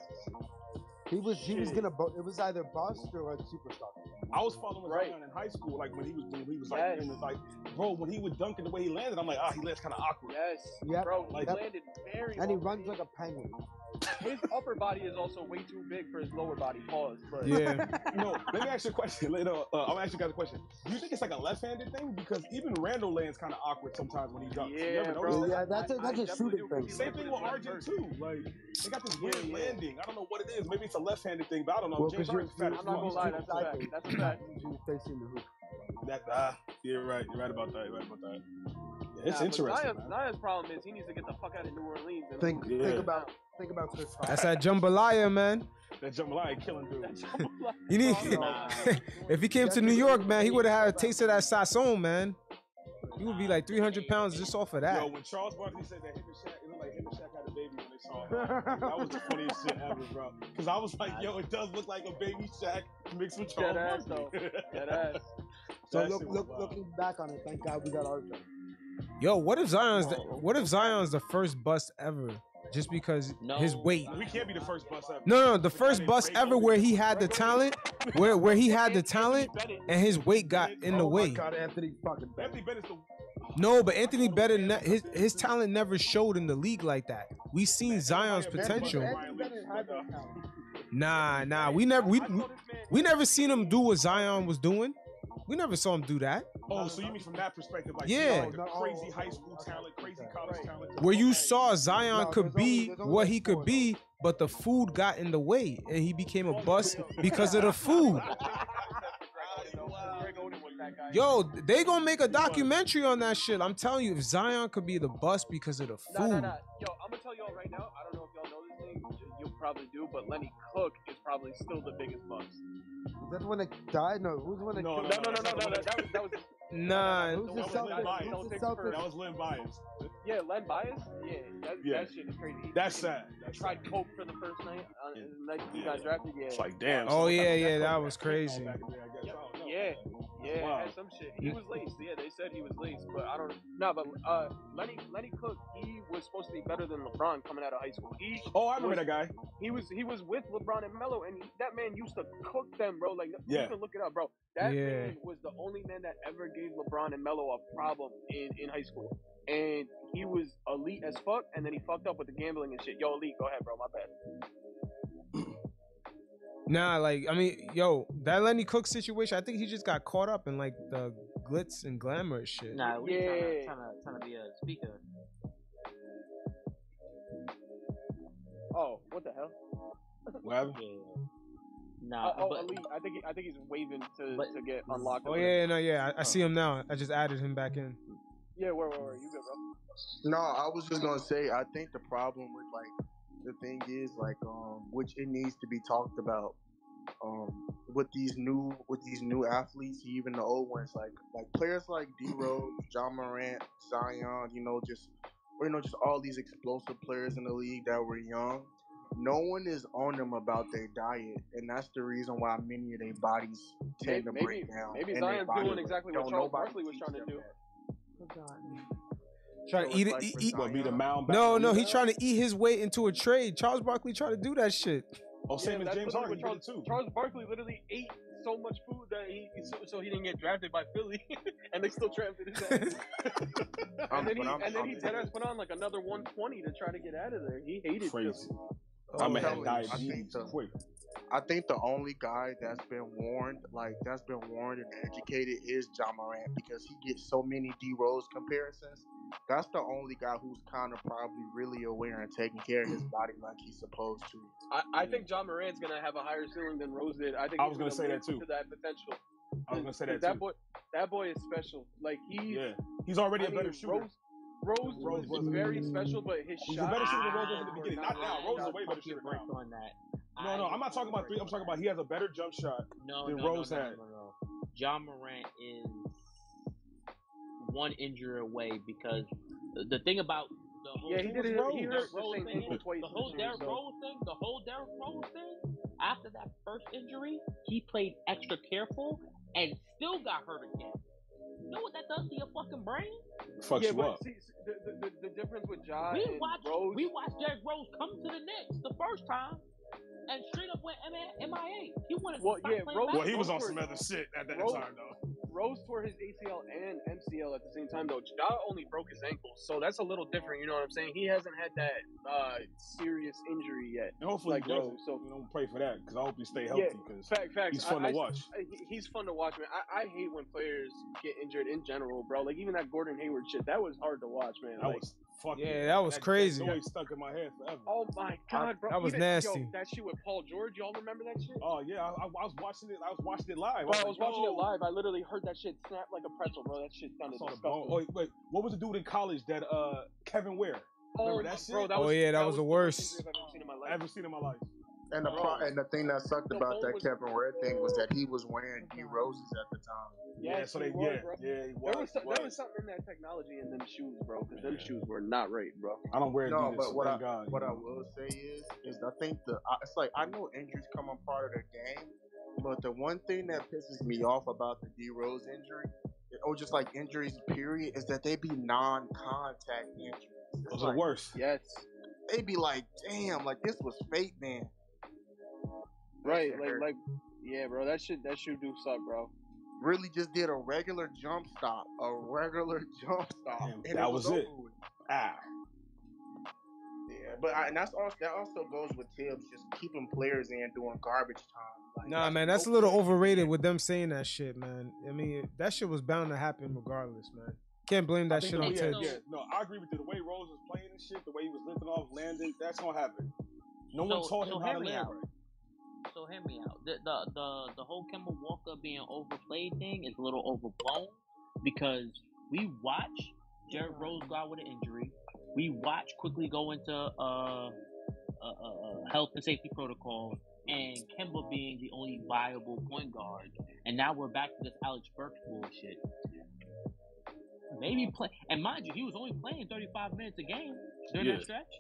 Speaker 11: he was, he was gonna. Bu- it was either bust or a superstar.
Speaker 5: I was following Zion in high school, like when he was when he was like,
Speaker 11: Yes.
Speaker 5: in the, like, bro, when he would dunk and the way he landed, I'm like, ah, he lands kind of awkward.
Speaker 4: Yes,
Speaker 11: Yep,
Speaker 4: bro, he
Speaker 11: yep.
Speaker 4: landed very.
Speaker 11: and he
Speaker 4: low.
Speaker 11: runs like a penguin.
Speaker 4: His upper body is also way too big for his lower body. Pause. But
Speaker 5: no, let me ask you a question. Let- No, uh, I'm actually got a question. Do you think it's like a left-handed thing? Because even Randall lands kind of awkward sometimes when he dunks. You
Speaker 4: Yeah,
Speaker 5: ever
Speaker 4: bro.
Speaker 5: notice that?
Speaker 11: Yeah, that's a, that's a shooting thing.
Speaker 5: Same thing with RJ too. Like they got this weird landing. I don't know what it is. Maybe it's a left-handed thing, but I don't know.
Speaker 11: Well,
Speaker 5: James
Speaker 11: 'cause
Speaker 5: Harden's
Speaker 11: you're-
Speaker 5: fat as
Speaker 11: I'm not
Speaker 5: fuck.
Speaker 11: gonna lie, that's a fact. That's a fact. You're facing the hoop.
Speaker 5: That ah, you're right. You're right about that. You're right about that. Yeah, it's
Speaker 4: Nah, but
Speaker 5: interesting.
Speaker 4: Zion's, Zion's problem is he needs to get the fuck out of New Orleans. And
Speaker 11: Think, think about, think about Chris Paul.
Speaker 2: that's that jambalaya, man.
Speaker 5: That jambalaya killing dude.
Speaker 2: He need,
Speaker 5: Oh,
Speaker 4: Oh,
Speaker 2: if he came to New York, man, he would have had a taste of that sazon, man. He would be like 300 pounds just off of that.
Speaker 5: Yo, when Charles Barkley said that him and Shaq, it looked like him and Shaq had a baby when they saw him. that was the funniest shit ever, bro. Because I was like, yo, it does look like a baby Shaq mixed with Charles
Speaker 4: Dead ass,
Speaker 5: Barkley.
Speaker 4: Dead ass.
Speaker 11: So
Speaker 5: That
Speaker 11: look,
Speaker 5: shit was
Speaker 11: look,
Speaker 5: wild.
Speaker 11: looking back on it, thank God we got RJ.
Speaker 2: Yo, what if Zion's the, what if Zion's the first bust ever just because his weight?
Speaker 5: We can't be the first bus ever.
Speaker 2: No, no, the first bust ever where he had the talent, where where he had the talent and his weight got in the
Speaker 11: oh
Speaker 2: way.
Speaker 11: My God, Anthony fucking Bennett.
Speaker 5: Anthony Bennett's the
Speaker 2: No, but Anthony Bennett, ne- his his talent never showed in the league like that. We seen Zion's potential.
Speaker 11: Anthony Bennett had
Speaker 5: uh,
Speaker 11: that talent.
Speaker 2: Nah, nah, we never we we never seen him do what Zion was doing. We never saw him do that.
Speaker 5: Oh, so you mean from that perspective, like
Speaker 2: Yeah.
Speaker 5: yeah, like
Speaker 11: Oh,
Speaker 5: a crazy high school talent, crazy college talent.
Speaker 2: where you saw Zion
Speaker 11: No,
Speaker 2: could
Speaker 11: there's
Speaker 2: be
Speaker 11: only- there's only
Speaker 2: what he could be, but the food got in the way and he became a bust because of the food.
Speaker 4: Greg Oden was that guy.
Speaker 2: Yo, they gonna make a documentary on that shit. I'm telling you, if Zion could be the bust because of the
Speaker 4: Nah, nah,
Speaker 2: food.
Speaker 4: nah. Yo, I'm gonna tell y'all right now. I don't know if y'all know this thing. You- You probably do, but Lenny Cook is probably still the biggest bust.
Speaker 11: Is that the one that died? No, who's the one that?
Speaker 5: No,
Speaker 4: No,
Speaker 11: killed
Speaker 4: no,
Speaker 11: him?
Speaker 4: no, no, no. no, That was that was.
Speaker 2: Nah,
Speaker 11: Who's the
Speaker 4: That was Lynn
Speaker 11: Celtics?
Speaker 4: Bias.
Speaker 11: Who's the
Speaker 4: Celtics
Speaker 11: Celtics?
Speaker 5: That was Lynn Bias.
Speaker 4: Yeah, Len Bias. Yeah, that,
Speaker 5: Yeah.
Speaker 4: that shit is crazy. He
Speaker 5: That's
Speaker 4: freaking
Speaker 5: sad. That's
Speaker 4: tried coke for the first night. Uh, and the next he
Speaker 5: Yeah.
Speaker 4: got drafted. Yeah.
Speaker 5: It's like damn.
Speaker 2: Oh
Speaker 5: so-
Speaker 2: yeah, yeah, that was crazy.
Speaker 5: Back in the day, I guess. I don't know.
Speaker 4: Yeah, yeah,
Speaker 5: Wow.
Speaker 4: had some shit. He was laced. Yeah, they said he was laced, but I don't. Nah, but uh, Lenny Lenny Cook, he was supposed to be better than LeBron coming out of high school. He
Speaker 5: Oh, I remember
Speaker 4: was-
Speaker 5: that guy.
Speaker 4: He was he was with LeBron and Melo, and he- that man used to cook them, bro. Like
Speaker 5: Yeah.
Speaker 4: you can look it up, bro. That
Speaker 2: Yeah.
Speaker 4: man was the only man that ever gave LeBron and Melo a problem in in high school, and he was elite as fuck. And then he fucked up with the gambling and shit. Yo, elite, go ahead, bro. My bad.
Speaker 2: Nah, like I mean, yo, that Lenny Cook situation. I think he just got caught up in like the glitz and glamour shit.
Speaker 10: Nah, we trying to,
Speaker 4: Yeah.
Speaker 10: trying to, trying to be a speaker.
Speaker 4: Oh, what the hell?
Speaker 5: Well,
Speaker 10: Nah,
Speaker 4: Uh, oh,
Speaker 10: but
Speaker 4: elite. I think he, I think he's waving to,
Speaker 10: But-
Speaker 4: to get unlocked.
Speaker 2: Oh yeah, no, yeah, I, I see him now. I just added him back in.
Speaker 4: Yeah, where where where you good, bro?
Speaker 6: No, I was just gonna say. I think the problem with like the thing is like um, which it needs to be talked about. Um, with these new with these new athletes, even the old ones, like like players like D Rose, John Morant, Zion, you know, just or you know, just all these explosive players in the league that were young. No one is on them about their diet, and that's the reason why many of their bodies tend to
Speaker 4: Maybe-
Speaker 6: break down.
Speaker 4: maybe
Speaker 6: and their
Speaker 4: Zion's
Speaker 6: bodies
Speaker 4: doing exactly what
Speaker 6: don't
Speaker 4: Charles
Speaker 6: nobody
Speaker 4: Barkley was
Speaker 6: teach
Speaker 4: trying to
Speaker 6: them
Speaker 4: do.
Speaker 6: that.
Speaker 2: Trying to
Speaker 6: So
Speaker 2: eat
Speaker 6: it's
Speaker 2: it.
Speaker 6: like
Speaker 2: eat-
Speaker 6: for
Speaker 2: eat-
Speaker 5: What be the mound? back-
Speaker 2: No, no, he's trying to eat his way into a trade. Charles Barkley tried to do that shit.
Speaker 5: Oh,
Speaker 4: Yeah,
Speaker 5: same as
Speaker 4: that's
Speaker 5: James
Speaker 4: literally
Speaker 5: Harden did
Speaker 4: what
Speaker 5: too.
Speaker 4: Charles Barkley literally ate so much food that he so, so he didn't get drafted by Philly, and they still drafted his ass.
Speaker 6: I'm-
Speaker 4: and then he
Speaker 6: but I'm-
Speaker 4: and then he
Speaker 6: I'm-
Speaker 4: dead ass put on like another 120 to try to get out of there. He hated
Speaker 5: Crazy.
Speaker 4: Philly.
Speaker 5: I'm gonna
Speaker 6: telling
Speaker 5: have
Speaker 6: you, I think
Speaker 5: diabetes
Speaker 6: the-
Speaker 5: quick.
Speaker 6: I think the only guy that's been warned, like that's been warned and educated, is John Morant because he gets so many D Rose comparisons. That's the only guy who's kind of probably really aware and taking care of his body like he's supposed to.
Speaker 4: I, I think John Moran's gonna have a higher ceiling than Rose did. I think
Speaker 5: I
Speaker 4: he's
Speaker 5: was gonna say that
Speaker 4: live
Speaker 5: too.
Speaker 4: To that potential.
Speaker 5: I was gonna say that
Speaker 4: That
Speaker 5: too.
Speaker 4: boy, that boy is special. Like he,
Speaker 5: Yeah, he's already
Speaker 4: I
Speaker 5: a better
Speaker 4: mean,
Speaker 5: shooter.
Speaker 4: Rose, Rose,
Speaker 5: Rose
Speaker 4: was
Speaker 5: wasn't.
Speaker 4: very special, but his
Speaker 5: He's
Speaker 4: shot.
Speaker 5: a better shooter than Rose was in the beginning. Not now. Rose is a way better shooter now.
Speaker 10: On that.
Speaker 5: No, no, I'm not talking about three. I'm talking about he has a better jump shot
Speaker 10: No,
Speaker 5: than
Speaker 10: no,
Speaker 5: Rose
Speaker 10: no, no,
Speaker 5: had.
Speaker 10: no, no, no. John Morant is one injury away because the, the thing about the whole
Speaker 4: Yeah, he did it- he hurt the same
Speaker 10: thing,
Speaker 4: people twice
Speaker 10: the whole
Speaker 4: this year,
Speaker 10: Derrick
Speaker 4: so-
Speaker 10: Rose thing, the whole Derrick Rose thing. After that first injury, he played extra careful and still got hurt again. You know what that does to your fucking brain?
Speaker 5: Fucks
Speaker 4: yeah,
Speaker 5: you
Speaker 4: but
Speaker 5: up.
Speaker 4: See, see, the, the, the, the difference with Ja
Speaker 10: we
Speaker 4: Uh, and
Speaker 10: watched
Speaker 4: Rose.
Speaker 10: we watched Derrick Rose come to the Knicks the first time and straight up went M- MIA. He wanted
Speaker 4: Well,
Speaker 10: to stop
Speaker 4: yeah,
Speaker 10: playing
Speaker 4: Rose-
Speaker 5: Well, he
Speaker 10: basketball.
Speaker 5: was on
Speaker 4: Rose-
Speaker 5: some other shit at that
Speaker 4: Rose-
Speaker 5: time, though.
Speaker 4: Rose tore his ACL and MCL at the same time, though. Ja only broke his ankle, so that's a little different. You know what I'm saying? He hasn't had that uh, serious injury yet.
Speaker 5: And hopefully
Speaker 4: like
Speaker 5: he doesn't.
Speaker 4: Rose, so
Speaker 5: We don't pray for that because I hope he stay
Speaker 4: Yeah,
Speaker 5: healthy because
Speaker 4: fact, fact,
Speaker 5: he's fun
Speaker 4: I,
Speaker 5: to watch.
Speaker 4: I, he- he's fun to watch, man. I, I hate when players get injured in general, bro. Like even that Gordon Hayward shit, that was hard to watch, man.
Speaker 5: That
Speaker 4: Like,
Speaker 5: was fucking.
Speaker 2: Yeah, that was crazy.
Speaker 5: That noise stuck in my head forever.
Speaker 4: oh my god, bro.
Speaker 2: that was
Speaker 4: Even-
Speaker 2: nasty.
Speaker 4: Yo, that shit with Paul George, y'all remember that shit?
Speaker 5: Oh yeah, I, I, I was watching it. I was watching it live.
Speaker 4: Bro, I
Speaker 5: like,
Speaker 4: was watching
Speaker 5: yo.
Speaker 4: it live. I literally heard that shit snap like a pretzel, bro. That shit
Speaker 5: I
Speaker 4: sounded
Speaker 5: saw the
Speaker 4: disgusting.
Speaker 5: bone. Oh wait, wait, what was the dude in college that uh Kevin Ware?
Speaker 4: Oh,
Speaker 5: Remember that shit?
Speaker 4: bro, that
Speaker 2: Oh,
Speaker 4: was,
Speaker 2: yeah, that was the worst.
Speaker 4: injury I've ever seen in my
Speaker 5: I
Speaker 4: life.
Speaker 5: ever seen in my life.
Speaker 6: And the
Speaker 4: Bro.
Speaker 6: pro- and the thing that sucked
Speaker 4: The
Speaker 6: about
Speaker 4: phone
Speaker 6: that
Speaker 4: was-
Speaker 6: Kevin Ware thing was that he was wearing D roses at the time.
Speaker 5: Yeah,
Speaker 4: Yes,
Speaker 5: so they
Speaker 4: he was,
Speaker 5: yeah
Speaker 4: bro.
Speaker 5: yeah he was.
Speaker 4: There was,
Speaker 5: he
Speaker 4: some- there
Speaker 5: was.
Speaker 4: was something in that technology in them shoes, bro, because them
Speaker 5: Yeah.
Speaker 4: shoes were not right, bro.
Speaker 5: I don't wear
Speaker 6: No,
Speaker 5: Adidas.
Speaker 6: but
Speaker 5: so
Speaker 6: what I
Speaker 5: thank God.
Speaker 6: what I will say is is I think the I- it's like I know injuries come on part of the game, but the one thing that pisses me off about the D Rose injury, or just like injuries period, is that they be non-contact injuries. It's
Speaker 5: Those are
Speaker 6: like,
Speaker 5: the worst.
Speaker 4: Yes.
Speaker 6: They be like, damn, like this was fate, man.
Speaker 4: Right,
Speaker 6: shit
Speaker 4: like,
Speaker 6: hurt.
Speaker 4: like, yeah, bro. That shit, that shoe do suck, bro.
Speaker 6: Really, just did a regular jump stop, a regular jump stop,
Speaker 5: Damn, that was it.
Speaker 6: over with.
Speaker 5: Ah,
Speaker 6: Yeah, but I, and that's also that also goes with Tibbs just keeping players in during garbage time. Like,
Speaker 2: Nah, man, that's a
Speaker 6: no
Speaker 2: little
Speaker 6: point.
Speaker 2: overrated with them saying that shit, man. I mean, that shit was bound to happen regardless, man. Can't blame that
Speaker 5: I think
Speaker 2: shit
Speaker 5: the
Speaker 2: on
Speaker 5: way-
Speaker 10: Tibbs.
Speaker 5: yeah, yeah, no, I agree with you. The way Rose was playing and shit, the way he was lifting off, landing, that's gonna happen. No one
Speaker 10: So-
Speaker 5: taught him
Speaker 10: so
Speaker 5: how
Speaker 10: hear
Speaker 5: to
Speaker 10: me
Speaker 5: land.
Speaker 10: out.
Speaker 5: right.
Speaker 10: So hear me out. The the the, the whole Kemba Walker being overplayed thing is a little overblown because we watch Jared Rose go out with an injury. We watch quickly go into uh, uh, uh, uh health and safety protocol, and Kemba being the only viable point guard. And now we're back to this Alex Burks bullshit. Maybe play, and mind you, he was only playing 35 minutes a game during
Speaker 5: Yeah.
Speaker 10: that stretch,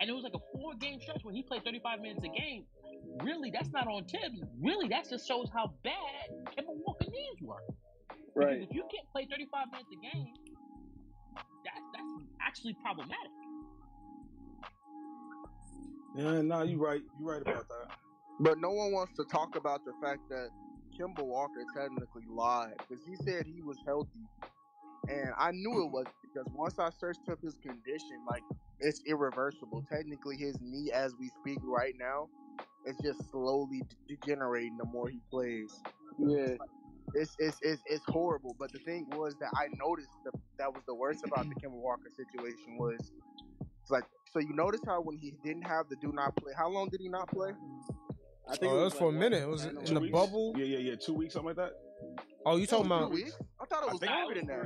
Speaker 10: and it was like a four-game stretch when he played 35 minutes a game really that's not on Tibbs. Really, that just shows how bad Kemba Walker knees were. Because
Speaker 4: Right.
Speaker 10: if you can't play 35 minutes a game, that, that's actually problematic.
Speaker 5: Yeah, nah, you right. You right about that.
Speaker 6: But no one wants to talk about the fact that Kimball Walker technically lied because he said he was healthy, and I knew it was because once I searched up his condition, like it's irreversible. Technically, his knee, as we speak right now, is just slowly de- degenerating the more he plays.
Speaker 4: Yeah.
Speaker 6: It's it's it's, it's horrible. But the thing was that I noticed the, that was the worst about the Kimball Walker situation was it's like so you notice how when he didn't have the do not play, how long did he not play?
Speaker 4: I
Speaker 2: Oh, it
Speaker 4: it
Speaker 2: was for a
Speaker 4: like,
Speaker 2: minute. It was
Speaker 4: ten or
Speaker 2: in the
Speaker 5: weeks?
Speaker 2: bubble.
Speaker 5: Yeah, yeah, yeah. Two weeks, something like that.
Speaker 2: Oh, you talking
Speaker 6: Two
Speaker 2: about?
Speaker 6: weeks? I thought it
Speaker 5: I
Speaker 6: was
Speaker 5: think-
Speaker 6: longer than that.
Speaker 5: I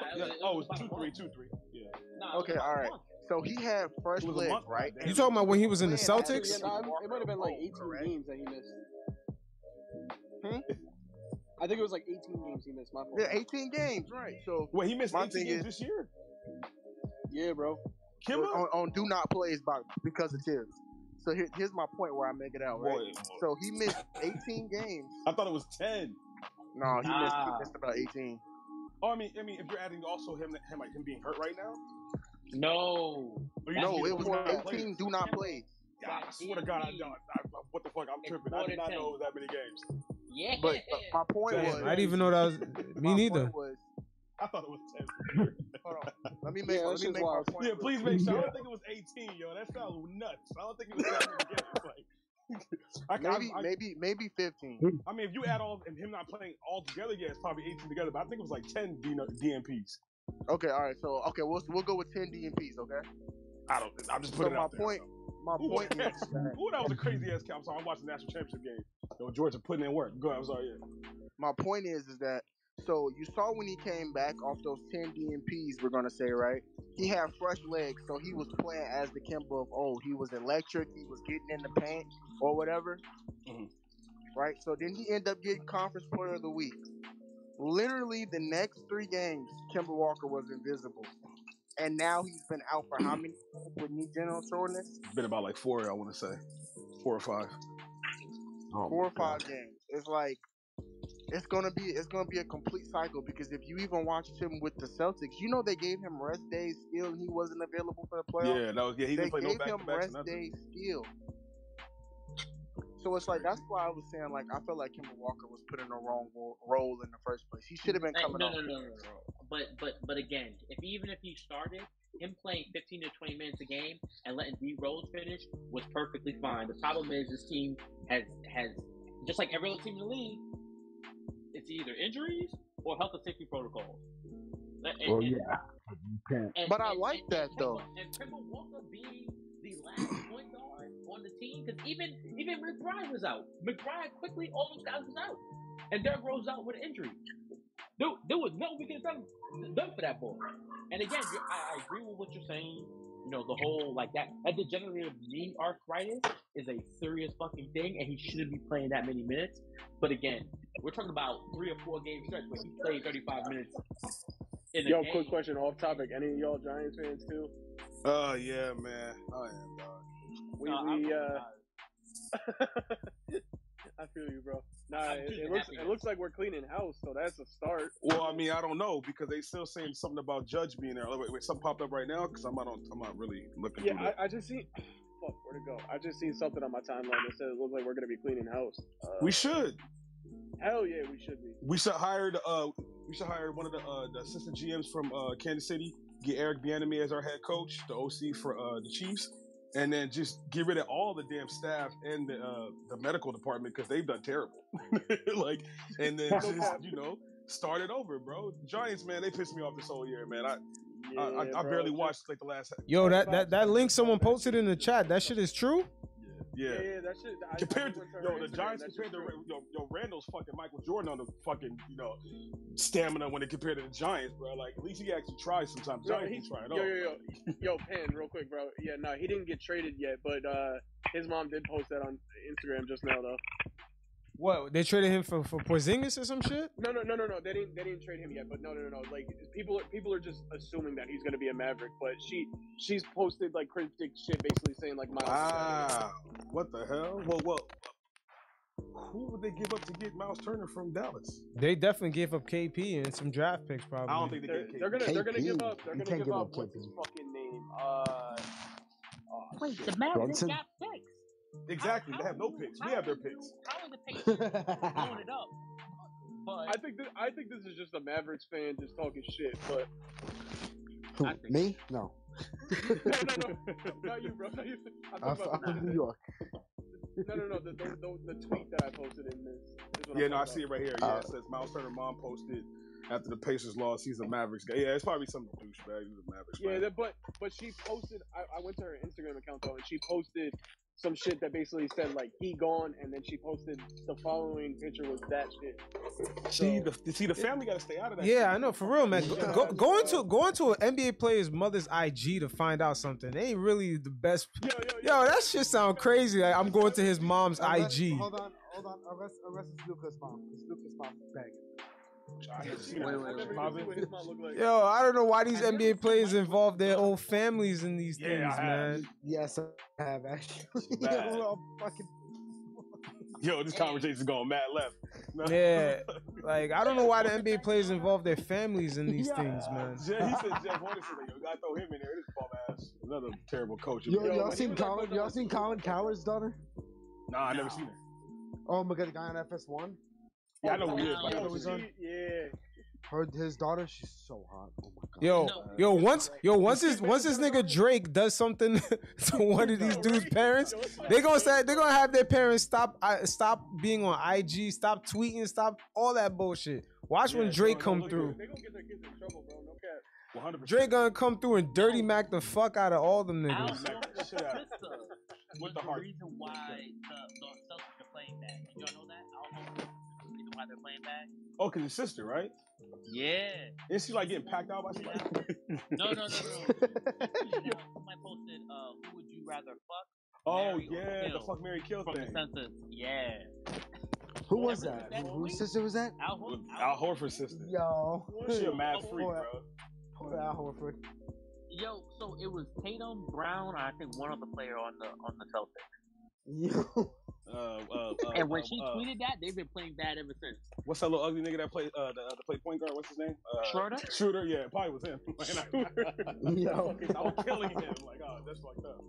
Speaker 5: thought-
Speaker 10: it
Speaker 5: yeah,
Speaker 10: was- it
Speaker 5: oh,
Speaker 10: was
Speaker 5: it's two,
Speaker 10: about a
Speaker 5: three,
Speaker 10: month.
Speaker 5: two, three. Yeah.
Speaker 10: Nah, it was
Speaker 6: Okay,
Speaker 10: about a
Speaker 6: all right.
Speaker 10: month.
Speaker 6: So he had fresh
Speaker 5: It was a
Speaker 6: leg,
Speaker 5: month,
Speaker 6: right?
Speaker 5: goddamn.
Speaker 2: You talking about when he was in the
Speaker 6: Playing after
Speaker 2: Celtics?
Speaker 4: Yeah,
Speaker 6: Kimball
Speaker 4: nah, I'm-
Speaker 6: Walker
Speaker 4: it might have been like
Speaker 6: broke,
Speaker 4: 18
Speaker 6: correct?
Speaker 4: games that he missed.
Speaker 6: Hmm?
Speaker 4: I think it was like 18 games he missed. My fault.
Speaker 6: Yeah, 18 games, right? So
Speaker 5: Wait, he missed
Speaker 6: My
Speaker 5: 18
Speaker 6: thing
Speaker 5: games
Speaker 6: is-
Speaker 5: this year.
Speaker 4: Yeah, bro.
Speaker 5: Kimba.
Speaker 6: on, on do not plays by because of tips. So here, here's my point where I make it out, right?
Speaker 5: Boy,
Speaker 6: So he missed 18 games.
Speaker 5: I thought it was 10.
Speaker 6: No, he missed. He
Speaker 10: Nah.
Speaker 6: missed about 18.
Speaker 5: Oh, I mean, I mean, if you're adding also him, him like him being hurt right now.
Speaker 10: No.
Speaker 5: Or you
Speaker 10: That's
Speaker 5: know,
Speaker 6: No,
Speaker 10: just
Speaker 6: it was
Speaker 10: before-
Speaker 6: 18 do not plays.
Speaker 5: Yeah, I swear to God, I, I, I, what the fuck? I'm tripping. I did not know it was that many games.
Speaker 10: Yeah.
Speaker 6: But, but my point
Speaker 5: Damn,
Speaker 6: was,
Speaker 2: Damn, I didn't even know that was
Speaker 6: my
Speaker 2: me neither.
Speaker 6: Point was,
Speaker 5: I thought it was 10.
Speaker 6: hold on, let me make,
Speaker 4: Yeah,
Speaker 6: let
Speaker 4: that's
Speaker 6: me
Speaker 4: just
Speaker 6: make my
Speaker 4: wild.
Speaker 6: point.
Speaker 5: Yeah,
Speaker 6: real
Speaker 5: please make sure. I don't think it was 18, yo. That sounds nuts. I don't think it was that many games. Like, I, I,
Speaker 6: Maybe,
Speaker 5: I,
Speaker 6: maybe, maybe 15.
Speaker 5: I mean, if you add all and him not playing all together, yeah, it's probably 18 together. But I think it was like 10 D- DMPs.
Speaker 6: Okay, all right. So, okay, we'll we'll go with 10 DMPs. Okay.
Speaker 5: I don't. I'm just
Speaker 6: So
Speaker 5: putting it
Speaker 6: my
Speaker 5: out there.
Speaker 6: point, my
Speaker 5: Ooh,
Speaker 6: point
Speaker 5: yeah.
Speaker 6: is that
Speaker 5: Ooh, that was a crazy ass count. I'm sorry, I'm watching the national championship game. Yo, Georgia putting in work. Go ahead, I'm sorry. Yeah.
Speaker 6: my point is is that So you saw when he came back off those ten DMPs, we're gonna say, right? He had fresh legs, so he was playing as the Kimba of old. He was electric. He was getting in the paint or whatever, right? So then he ended up getting Conference Player of the Week. Literally the next three games, Kimba Walker was invisible, and now he's been out for how many games with knee general soreness?
Speaker 5: Been about like four, I want to say, four or five. Oh
Speaker 6: Four
Speaker 4: Um,
Speaker 6: or
Speaker 5: my
Speaker 6: five games. It's like it's gonna be it's gonna be a complete cycle because if you even watched him with the Celtics, you know they gave him rest days still, and he wasn't available for the
Speaker 5: God.
Speaker 6: playoffs.
Speaker 5: Yeah, that was yeah. He
Speaker 6: they
Speaker 5: didn't play no
Speaker 6: gave
Speaker 5: back
Speaker 6: him
Speaker 5: to backs or
Speaker 6: rest
Speaker 5: nothing.
Speaker 6: days still. So it's like that's why I was saying like I felt like Kimber Walker was put in the wrong ro- role in the first place. He should have been
Speaker 10: Hey,
Speaker 6: coming
Speaker 10: no,
Speaker 6: off.
Speaker 10: no, no, no, no. But but but again, if even if he started, him playing 15 to 20 minutes a game and letting D Rose finish was perfectly fine. The problem is this team has has just like every other team in the league, it's either injuries or health and safety protocols. And, and,
Speaker 6: oh,
Speaker 12: Well,
Speaker 10: and,
Speaker 12: yeah. You can't.
Speaker 10: and,
Speaker 6: But I
Speaker 10: and,
Speaker 6: like
Speaker 10: and,
Speaker 6: that
Speaker 10: and
Speaker 6: though.
Speaker 10: Kemba and Kemba Walker being the last point guard on the team because even even McBride was out. McBride quickly, all those guys was out, and Derrick Rose out with an injury. There, there was nothing we could have done, done for that boy. And again, you- I, I agree with what you're saying. You know, the whole like that that degenerative knee arthritis is a serious fucking thing, and he shouldn't be playing that many minutes. But again, we're talking about three or four game stretch where he played 35 minutes in a
Speaker 4: Yo,
Speaker 10: game.
Speaker 4: quick question off topic. Any of y'all Giants fans too?
Speaker 5: Oh yeah, man. I am dog.
Speaker 4: We
Speaker 10: No, I'm
Speaker 4: we
Speaker 10: really
Speaker 4: uh
Speaker 10: not.
Speaker 4: I feel you, bro. Nah,
Speaker 10: I'm
Speaker 4: it,
Speaker 10: keeping
Speaker 4: it looks
Speaker 10: happiness.
Speaker 4: it looks like we're cleaning house, so that's a start.
Speaker 5: Well, I mean, I don't know because they still saying something about Judge being there. Oh, Wait, wait, something popped up right now because I'm not on, I'm not really looking
Speaker 4: Yeah,
Speaker 5: through it.
Speaker 4: I, I just see. Fuck, where to go? I just seen something on my timeline that said it looks like we're gonna be cleaning house. Uh,
Speaker 5: We should
Speaker 4: hell yeah, we should be.
Speaker 5: we should hire the uh we should hire one of the uh the assistant GMs from uh Kansas City. Get Eric Bieniemy as our head coach, the OC for uh the Chiefs, and then just get rid of all the damn staff and the uh the medical department because they've done terrible. like, and then
Speaker 4: No
Speaker 5: just
Speaker 4: cap.
Speaker 5: you know start it over, bro. Giants, man, they pissed me off this whole year, man. I
Speaker 4: Yeah,
Speaker 5: I, I, I
Speaker 4: bro,
Speaker 5: barely
Speaker 4: just-
Speaker 5: watched like the last
Speaker 2: Yo,
Speaker 4: That's
Speaker 2: that
Speaker 4: what I'm
Speaker 2: that, that
Speaker 4: saying.
Speaker 2: link someone
Speaker 4: That
Speaker 2: posted
Speaker 4: shit
Speaker 2: in the
Speaker 4: just
Speaker 2: chat. That shit is true.
Speaker 5: yeah.
Speaker 4: Yeah, yeah, that shit. I, I
Speaker 5: Compared to
Speaker 4: just went to her
Speaker 5: yo, the
Speaker 4: Instagram.
Speaker 5: Giants
Speaker 4: That
Speaker 5: compared
Speaker 4: shit's
Speaker 5: to
Speaker 4: true.
Speaker 5: yo, yo Randall's fucking Michael Jordan on the fucking you know stamina when it compared to the Giants, bro. Like at least he actually tries sometimes.
Speaker 4: No,
Speaker 5: Giants
Speaker 4: he,
Speaker 5: be trying
Speaker 4: yo,
Speaker 5: all.
Speaker 4: yo, yo, yo, Pan, real quick, bro. Yeah, no, he didn't get traded yet, but uh, his mom did post that on Instagram just now, though.
Speaker 2: What they traded him for for Porzingis or some shit?
Speaker 4: No, no, no, no, no. They didn't, they didn't trade him yet. But no, no, no, no. Like people, are, people are just assuming that he's gonna be a Maverick. But she, she's posted like cryptic shit, basically saying like Miles.
Speaker 2: Ah.
Speaker 4: Turner.
Speaker 5: Wow, what the hell? Well, well, who would they give up to get Miles Turner from Dallas?
Speaker 2: They definitely gave up KP and some draft picks probably.
Speaker 5: I don't think they
Speaker 4: They're,
Speaker 5: get. KD.
Speaker 4: they're gonna, they're gonna
Speaker 12: KP.
Speaker 4: give up. They're
Speaker 12: You
Speaker 4: gonna
Speaker 12: can't
Speaker 4: give
Speaker 12: give
Speaker 4: up.
Speaker 12: up
Speaker 4: What's his
Speaker 12: KP.
Speaker 4: fucking name? Uh, oh,
Speaker 10: Wait, the
Speaker 4: shit.
Speaker 10: Mavs just
Speaker 12: Brunson.
Speaker 10: got picks. How,
Speaker 5: Exactly,
Speaker 10: how
Speaker 5: they have no
Speaker 10: you-
Speaker 5: picks.
Speaker 10: How
Speaker 5: We have
Speaker 10: are
Speaker 5: their
Speaker 10: you?
Speaker 5: picks.
Speaker 10: How are the Patriots blowing it up?
Speaker 4: I
Speaker 10: But
Speaker 4: think, this, I think this is just a Mavericks fan just talking shit. But
Speaker 11: Who,
Speaker 8: I think
Speaker 11: me? No.
Speaker 4: no, no, no, not you, bro. Not you. I'm
Speaker 11: I'm
Speaker 4: talking
Speaker 11: f-
Speaker 4: about
Speaker 11: I'm
Speaker 4: the shit
Speaker 11: from New
Speaker 4: that.
Speaker 11: York.
Speaker 4: No, no, no. The, the, the, the tweet that I posted in this is what
Speaker 5: Yeah, no,
Speaker 4: I'm talking
Speaker 5: I
Speaker 4: about.
Speaker 5: see it right here. Yeah,
Speaker 11: Uh,
Speaker 5: it says Miles Turner mom posted after the Pacers lost. He's a Mavericks guy. Yeah, it's probably some douchebag. He's a Mavericks
Speaker 4: Yeah,
Speaker 5: fan.
Speaker 4: that, but but she posted. I, I went to her Instagram account though, and she posted some shit that basically said like he gone, and then she posted the following picture was that shit.
Speaker 5: See
Speaker 4: So
Speaker 5: the see the family got to stay out of that. shit.
Speaker 2: Yeah, I know for real, man. Go,
Speaker 4: Yeah,
Speaker 2: go,
Speaker 4: that's
Speaker 2: go
Speaker 4: wild.
Speaker 2: into go into an NBA player's mother's IG to find out something. They ain't really the best.
Speaker 4: yo yo
Speaker 2: Yo, that shit sound crazy. Like, I'm going to his mom's
Speaker 11: Unless-
Speaker 2: IG.
Speaker 11: Hold on, hold on. Arrest, arrest is Lucas' mom. Because Lucas' mom is banging.
Speaker 5: I haven't seen
Speaker 8: Wait,
Speaker 5: that.
Speaker 8: wait,
Speaker 4: I
Speaker 8: wait.
Speaker 4: never even
Speaker 5: Bobby?
Speaker 4: seen what his mom looked like.
Speaker 2: Yo, I don't know why these
Speaker 10: Have you ever
Speaker 2: NBA
Speaker 10: seen
Speaker 2: players
Speaker 10: Michael
Speaker 2: involve their
Speaker 10: Jordan?
Speaker 2: whole families in these
Speaker 5: Yeah, I
Speaker 2: things,
Speaker 5: have.
Speaker 2: man.
Speaker 11: Yes, I have actually.
Speaker 5: bad.
Speaker 11: We're all fucking.
Speaker 5: Yo, this
Speaker 10: Hey,
Speaker 5: conversation's going mad left. No.
Speaker 2: Yeah, like I don't know why the
Speaker 10: what the
Speaker 2: NBA
Speaker 10: fact
Speaker 2: players
Speaker 10: y'all
Speaker 2: involve their families in these
Speaker 11: Yeah.
Speaker 2: things, man.
Speaker 5: Jay, he said Jeff Hornacek. Like, you gotta throw him in there. This bum ass. Another terrible coach.
Speaker 11: Yo,
Speaker 4: Yo,
Speaker 11: y'all
Speaker 4: when he
Speaker 11: seen
Speaker 4: was at
Speaker 11: Colin?
Speaker 4: Villanova
Speaker 11: Y'all seen
Speaker 4: too.
Speaker 11: Colin Coward's daughter?
Speaker 5: Nah, I never seen it.
Speaker 11: Oh my god, the guy on FS1.
Speaker 5: Yeah, I
Speaker 4: Oh,
Speaker 5: know who he is, but I
Speaker 4: yo,
Speaker 5: never
Speaker 11: Yo,
Speaker 5: seen
Speaker 11: he's
Speaker 5: it.
Speaker 11: on.
Speaker 4: she yeah.
Speaker 11: Her, his daughter, she's so hot. Oh my god.
Speaker 2: Yo,
Speaker 10: No,
Speaker 2: yo, once,
Speaker 4: Right.
Speaker 2: yo, once
Speaker 4: She
Speaker 2: this,
Speaker 4: made
Speaker 2: once
Speaker 4: the
Speaker 2: this
Speaker 4: better
Speaker 2: nigga
Speaker 4: run.
Speaker 2: Drake does something to one of these
Speaker 4: Yo,
Speaker 2: dudes'
Speaker 4: right?
Speaker 2: parents,
Speaker 4: Yo, it's like
Speaker 2: they gonna say
Speaker 4: so
Speaker 2: they gonna have their parents stop, I stop being on IG, stop tweeting, stop all that bullshit. Watch when
Speaker 5: Yeah,
Speaker 2: Drake
Speaker 5: don't-
Speaker 2: come
Speaker 5: don't look
Speaker 2: through.
Speaker 5: good.
Speaker 4: They gonna get their kids in trouble, bro. No cap.
Speaker 5: 100. percent
Speaker 2: Drake gonna come through and dirty mac the fuck out of all them
Speaker 10: Al
Speaker 2: niggas.
Speaker 10: Horford's
Speaker 5: Shit out.
Speaker 10: sister
Speaker 5: With
Speaker 10: was
Speaker 5: the
Speaker 10: the
Speaker 5: heart.
Speaker 10: reason why the, the Celtics are playing bad. Did y'all know that? Al Horford's sister was the reason why they're playing bad.
Speaker 5: Oh, cause his sister, right?
Speaker 10: Yeah.
Speaker 5: Isn't she like getting packed out by somebody?
Speaker 10: No, no, no, no. You know, somebody posted, uh, who would you rather fuck?
Speaker 5: Oh
Speaker 10: marry, or
Speaker 5: yeah, the
Speaker 10: kill?
Speaker 5: fuck Mary kill
Speaker 10: From the
Speaker 5: thing.
Speaker 10: census, yeah.
Speaker 11: Who was that?
Speaker 10: that
Speaker 11: Who- Whose sister was that?
Speaker 10: Al, Hor-
Speaker 5: Al Horford's sister.
Speaker 11: Yo.
Speaker 5: She a mad freak,
Speaker 11: Poor-
Speaker 5: bro.
Speaker 11: Poor Al Horford.
Speaker 10: Yo, so it was Tatum, Brown, I think one other player on the on the Celtics.
Speaker 11: Yo.
Speaker 5: Uh, uh, uh,
Speaker 10: and when
Speaker 5: uh,
Speaker 10: she
Speaker 5: uh,
Speaker 10: tweeted that, they've been playing bad ever since.
Speaker 5: what's that little ugly nigga that played uh, the, the play point guard? What's his name? Uh,
Speaker 10: Schroeder?
Speaker 5: Schroeder, yeah, it probably was him. Man, I,
Speaker 11: Yo.
Speaker 5: I, was killing him. Like, oh, that's fucked up.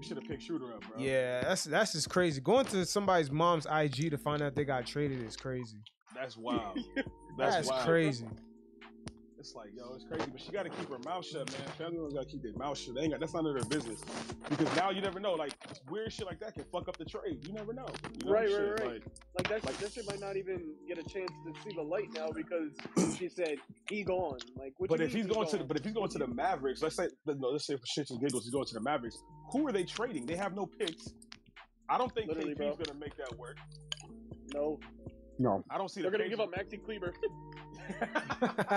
Speaker 5: We should have picked Shooter up, bro.
Speaker 2: Yeah, that's that's just crazy. Going to somebody's mom's IG to find out they got traded is crazy.
Speaker 5: That's wild. That's,
Speaker 2: That's,
Speaker 5: wild.
Speaker 2: crazy.
Speaker 5: It's like, yo, it's crazy. But she got to keep her mouth shut, man. Family owners got to keep their mouth shut. They ain't got, that's none of their business. Because now you never know. Like, weird shit like that can fuck up the trade. You never know. You know
Speaker 4: Right, right,
Speaker 5: shit,
Speaker 4: right.
Speaker 5: Like,
Speaker 4: Like that, that shit might not even get a chance to see the light now because she said he gone. Like, what
Speaker 5: but
Speaker 4: you
Speaker 5: if
Speaker 4: mean
Speaker 5: he's
Speaker 4: he
Speaker 5: going to, the,
Speaker 4: gone?
Speaker 5: but if he's going to the Mavericks, let's say, no, let's say for shits and giggles, he's going to the Mavericks. Who are they trading? They have no picks. I don't think
Speaker 4: Literally,
Speaker 5: KP's
Speaker 4: bro.
Speaker 5: going to make that work.
Speaker 4: no,
Speaker 11: No.
Speaker 5: I don't see
Speaker 4: they're
Speaker 5: the
Speaker 4: gonna give
Speaker 5: Pacers.
Speaker 4: up Maxi Kleber.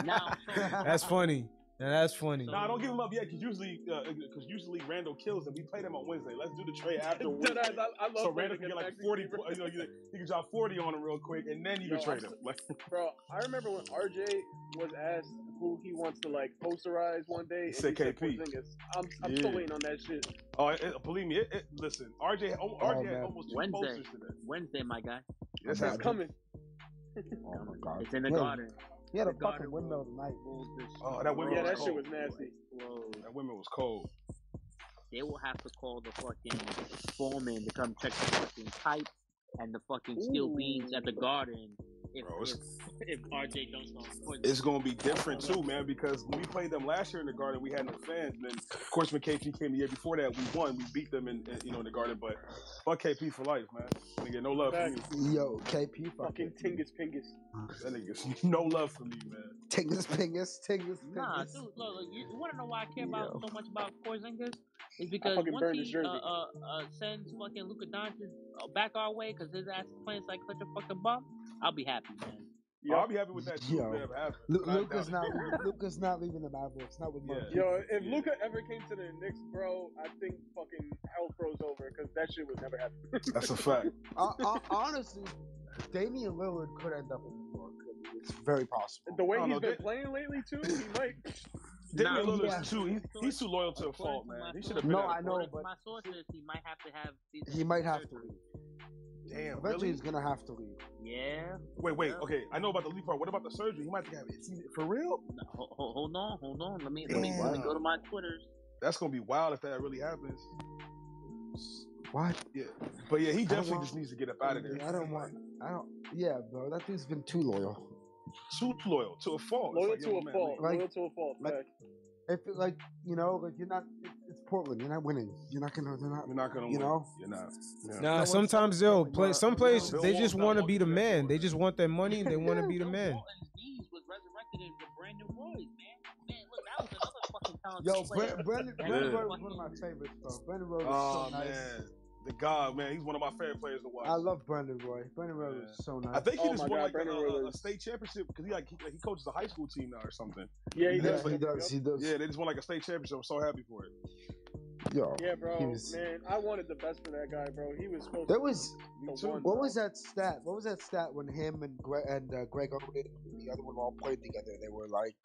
Speaker 10: Now, so,
Speaker 2: That's funny. Now that's funny.
Speaker 5: Nah, don't give him up yet, because usually, because usually Randall kills and we play them on Wednesday. Let's do the trade after
Speaker 4: Dude,
Speaker 5: Wednesday.
Speaker 4: I, I, I love
Speaker 5: so
Speaker 4: playing
Speaker 5: Randall can get
Speaker 4: against
Speaker 5: like
Speaker 4: Maxi
Speaker 5: forty.
Speaker 4: Kleber.
Speaker 5: po- You know, you can- he can drop forty on him real quick, and then you can
Speaker 4: Yo,
Speaker 5: trade
Speaker 4: I'm
Speaker 5: him. Like,
Speaker 4: Bro, I remember when RJ was asked who he wants to like posterize one day. And
Speaker 5: said
Speaker 4: he said
Speaker 5: KP.
Speaker 4: Porzingis. I'm, I'm still
Speaker 5: Yeah.
Speaker 4: waiting on that shit.
Speaker 5: oh, it, it- believe me, it, it, listen, RJ, oh,
Speaker 11: Oh,
Speaker 5: RJ had
Speaker 11: man.
Speaker 5: almost two
Speaker 10: Wednesday.
Speaker 5: posters today.
Speaker 10: Wednesday, my guy.
Speaker 5: That's
Speaker 11: man.
Speaker 5: how
Speaker 4: It's coming.
Speaker 11: Oh my god.
Speaker 10: It's in the
Speaker 11: Yeah.
Speaker 10: garden.
Speaker 11: He had a
Speaker 10: The
Speaker 11: fucking
Speaker 10: Garden
Speaker 11: windmill
Speaker 10: will-
Speaker 11: tonight.
Speaker 10: will destroy-
Speaker 5: Oh, that windmill
Speaker 4: Yeah, that
Speaker 5: was
Speaker 4: shit
Speaker 5: cold.
Speaker 4: was nasty.
Speaker 10: Whoa.
Speaker 5: That windmill was cold.
Speaker 10: They will have to call the fucking foreman to come check the fucking pipe and the fucking steel beams at the garden if,
Speaker 5: Bro,
Speaker 10: if,
Speaker 5: it's-
Speaker 10: if RJ jumps on point.
Speaker 5: It's gonna be different too, man, because when we played them last year in the Garden, we had no fans. And then, of course, when KP came the year before that, we won. We beat them in, in you know in the Garden, but fuck KP for life, man. Nigga, no love for you.
Speaker 11: Yo, KP fucking
Speaker 4: Fucking Tingus Pingus.
Speaker 5: That nigga's no love for me, man.
Speaker 11: tingus pingus, tingus pingus.
Speaker 10: Nah, dude, look, look you, want to know why I care about so much about Porzingis? Is because
Speaker 4: fucking
Speaker 10: once
Speaker 4: burned his
Speaker 10: he uh,
Speaker 4: jersey.
Speaker 10: uh, uh, sends fucking Luka Doncic uh, back our way because his ass is playing like such a fucking bum, I'll be happy, man.
Speaker 5: Yo, I'll be happy with that too.
Speaker 11: Yo.
Speaker 5: if that ever happens,
Speaker 11: Lu-
Speaker 5: but I
Speaker 11: Luca's
Speaker 5: doubt
Speaker 11: not.
Speaker 5: it.
Speaker 11: Luca's not leaving the Mavericks. Not with
Speaker 5: Yeah.
Speaker 11: Mark.
Speaker 4: Yo, if
Speaker 5: Yeah.
Speaker 4: Luca ever came to the Knicks, bro, I think fucking hell froze over because that shit would never happen.
Speaker 5: That's a fact.
Speaker 11: Uh, uh, honestly, Damian Lillard could end up in New York. I mean, It's very possible.
Speaker 4: The way
Speaker 5: I don't
Speaker 4: he's
Speaker 5: know,
Speaker 4: been
Speaker 5: that-
Speaker 4: playing lately, too, he might.
Speaker 5: Damian
Speaker 10: Nah,
Speaker 5: Lillard's
Speaker 11: yeah.
Speaker 5: too. He, he's too loyal to a
Speaker 10: According
Speaker 5: fault,
Speaker 10: to my
Speaker 5: man. He
Speaker 10: source-
Speaker 5: should have been.
Speaker 11: No,
Speaker 5: at a-
Speaker 11: I know,
Speaker 10: according to
Speaker 11: but
Speaker 10: my sources, he might have to have. season-
Speaker 11: he might have to leave.
Speaker 5: Damn,
Speaker 11: Eventually,
Speaker 5: really?
Speaker 11: he's gonna have to leave.
Speaker 10: Yeah.
Speaker 5: Wait, wait.
Speaker 10: Yeah.
Speaker 5: Okay, I know about the leap part. What about the surgery? He might have to have it. See, For real?
Speaker 10: No, ho- ho- hold on, hold on. Let me let me, let me
Speaker 5: Damn.
Speaker 10: go to my Twitters.
Speaker 5: That's gonna be wild if that really happens.
Speaker 11: What?
Speaker 5: Yeah, but yeah, he definitely
Speaker 11: want-
Speaker 5: just needs to get up out of there.
Speaker 11: I don't want. I don't. Yeah, bro. That dude's been too loyal.
Speaker 5: Too loyal to a fault. It's
Speaker 4: Loyal
Speaker 5: like,
Speaker 4: to
Speaker 5: yo,
Speaker 4: a
Speaker 5: man,
Speaker 4: fault.
Speaker 11: like-
Speaker 4: Loyal to a fault.
Speaker 11: like-
Speaker 4: fact.
Speaker 11: If it, like you know, like you're not. It, it's Portland. You're not winning. You're not gonna. They're not.
Speaker 5: You're not gonna
Speaker 11: You
Speaker 5: win.
Speaker 11: know?
Speaker 5: You're not. Yeah.
Speaker 2: Nah,
Speaker 11: No,
Speaker 2: sometimes they'll
Speaker 11: it's-
Speaker 2: play. Some
Speaker 11: no,
Speaker 2: players
Speaker 5: Bill
Speaker 2: they just
Speaker 5: Walton's not
Speaker 2: want to
Speaker 5: walking
Speaker 2: be the
Speaker 5: back
Speaker 2: man.
Speaker 5: door.
Speaker 2: They just want their money. and They want to be the
Speaker 10: Bill
Speaker 2: man.
Speaker 10: Walton's knees was resurrected in the brand new boys, man. Man, look, that was another fucking talented
Speaker 11: Yo, Brandon,
Speaker 10: player.
Speaker 11: Brandon,
Speaker 10: Yeah.
Speaker 11: Brandon Roy was one of my favorites, bro. Brandon Roy was
Speaker 5: Oh
Speaker 11: so nice.
Speaker 5: man, the god, man. He's one of my favorite players to watch.
Speaker 11: I love Brandon Roy. Brandon Roy
Speaker 5: Yeah.
Speaker 11: was so nice.
Speaker 5: I think he
Speaker 4: Oh
Speaker 5: just won
Speaker 4: my God,
Speaker 5: like a,
Speaker 4: Brandon
Speaker 5: a, a
Speaker 4: Rollins.
Speaker 5: state championship because he like he, like, he coaches a high school team now or something.
Speaker 4: Yeah, he
Speaker 5: Yeah,
Speaker 4: does.
Speaker 11: yeah, he does. He does.
Speaker 5: Yeah, they just won like a state championship. I'm so happy for it.
Speaker 11: Yo,
Speaker 4: Yeah, bro,
Speaker 11: He was-
Speaker 4: man, I wanted the best for that guy, bro. He was supposed
Speaker 11: There was
Speaker 5: Me
Speaker 4: to
Speaker 5: too.
Speaker 4: one.
Speaker 11: what was that stat? What was that stat when him and Greg and uh, Greg Oden and the other one all played together? They were like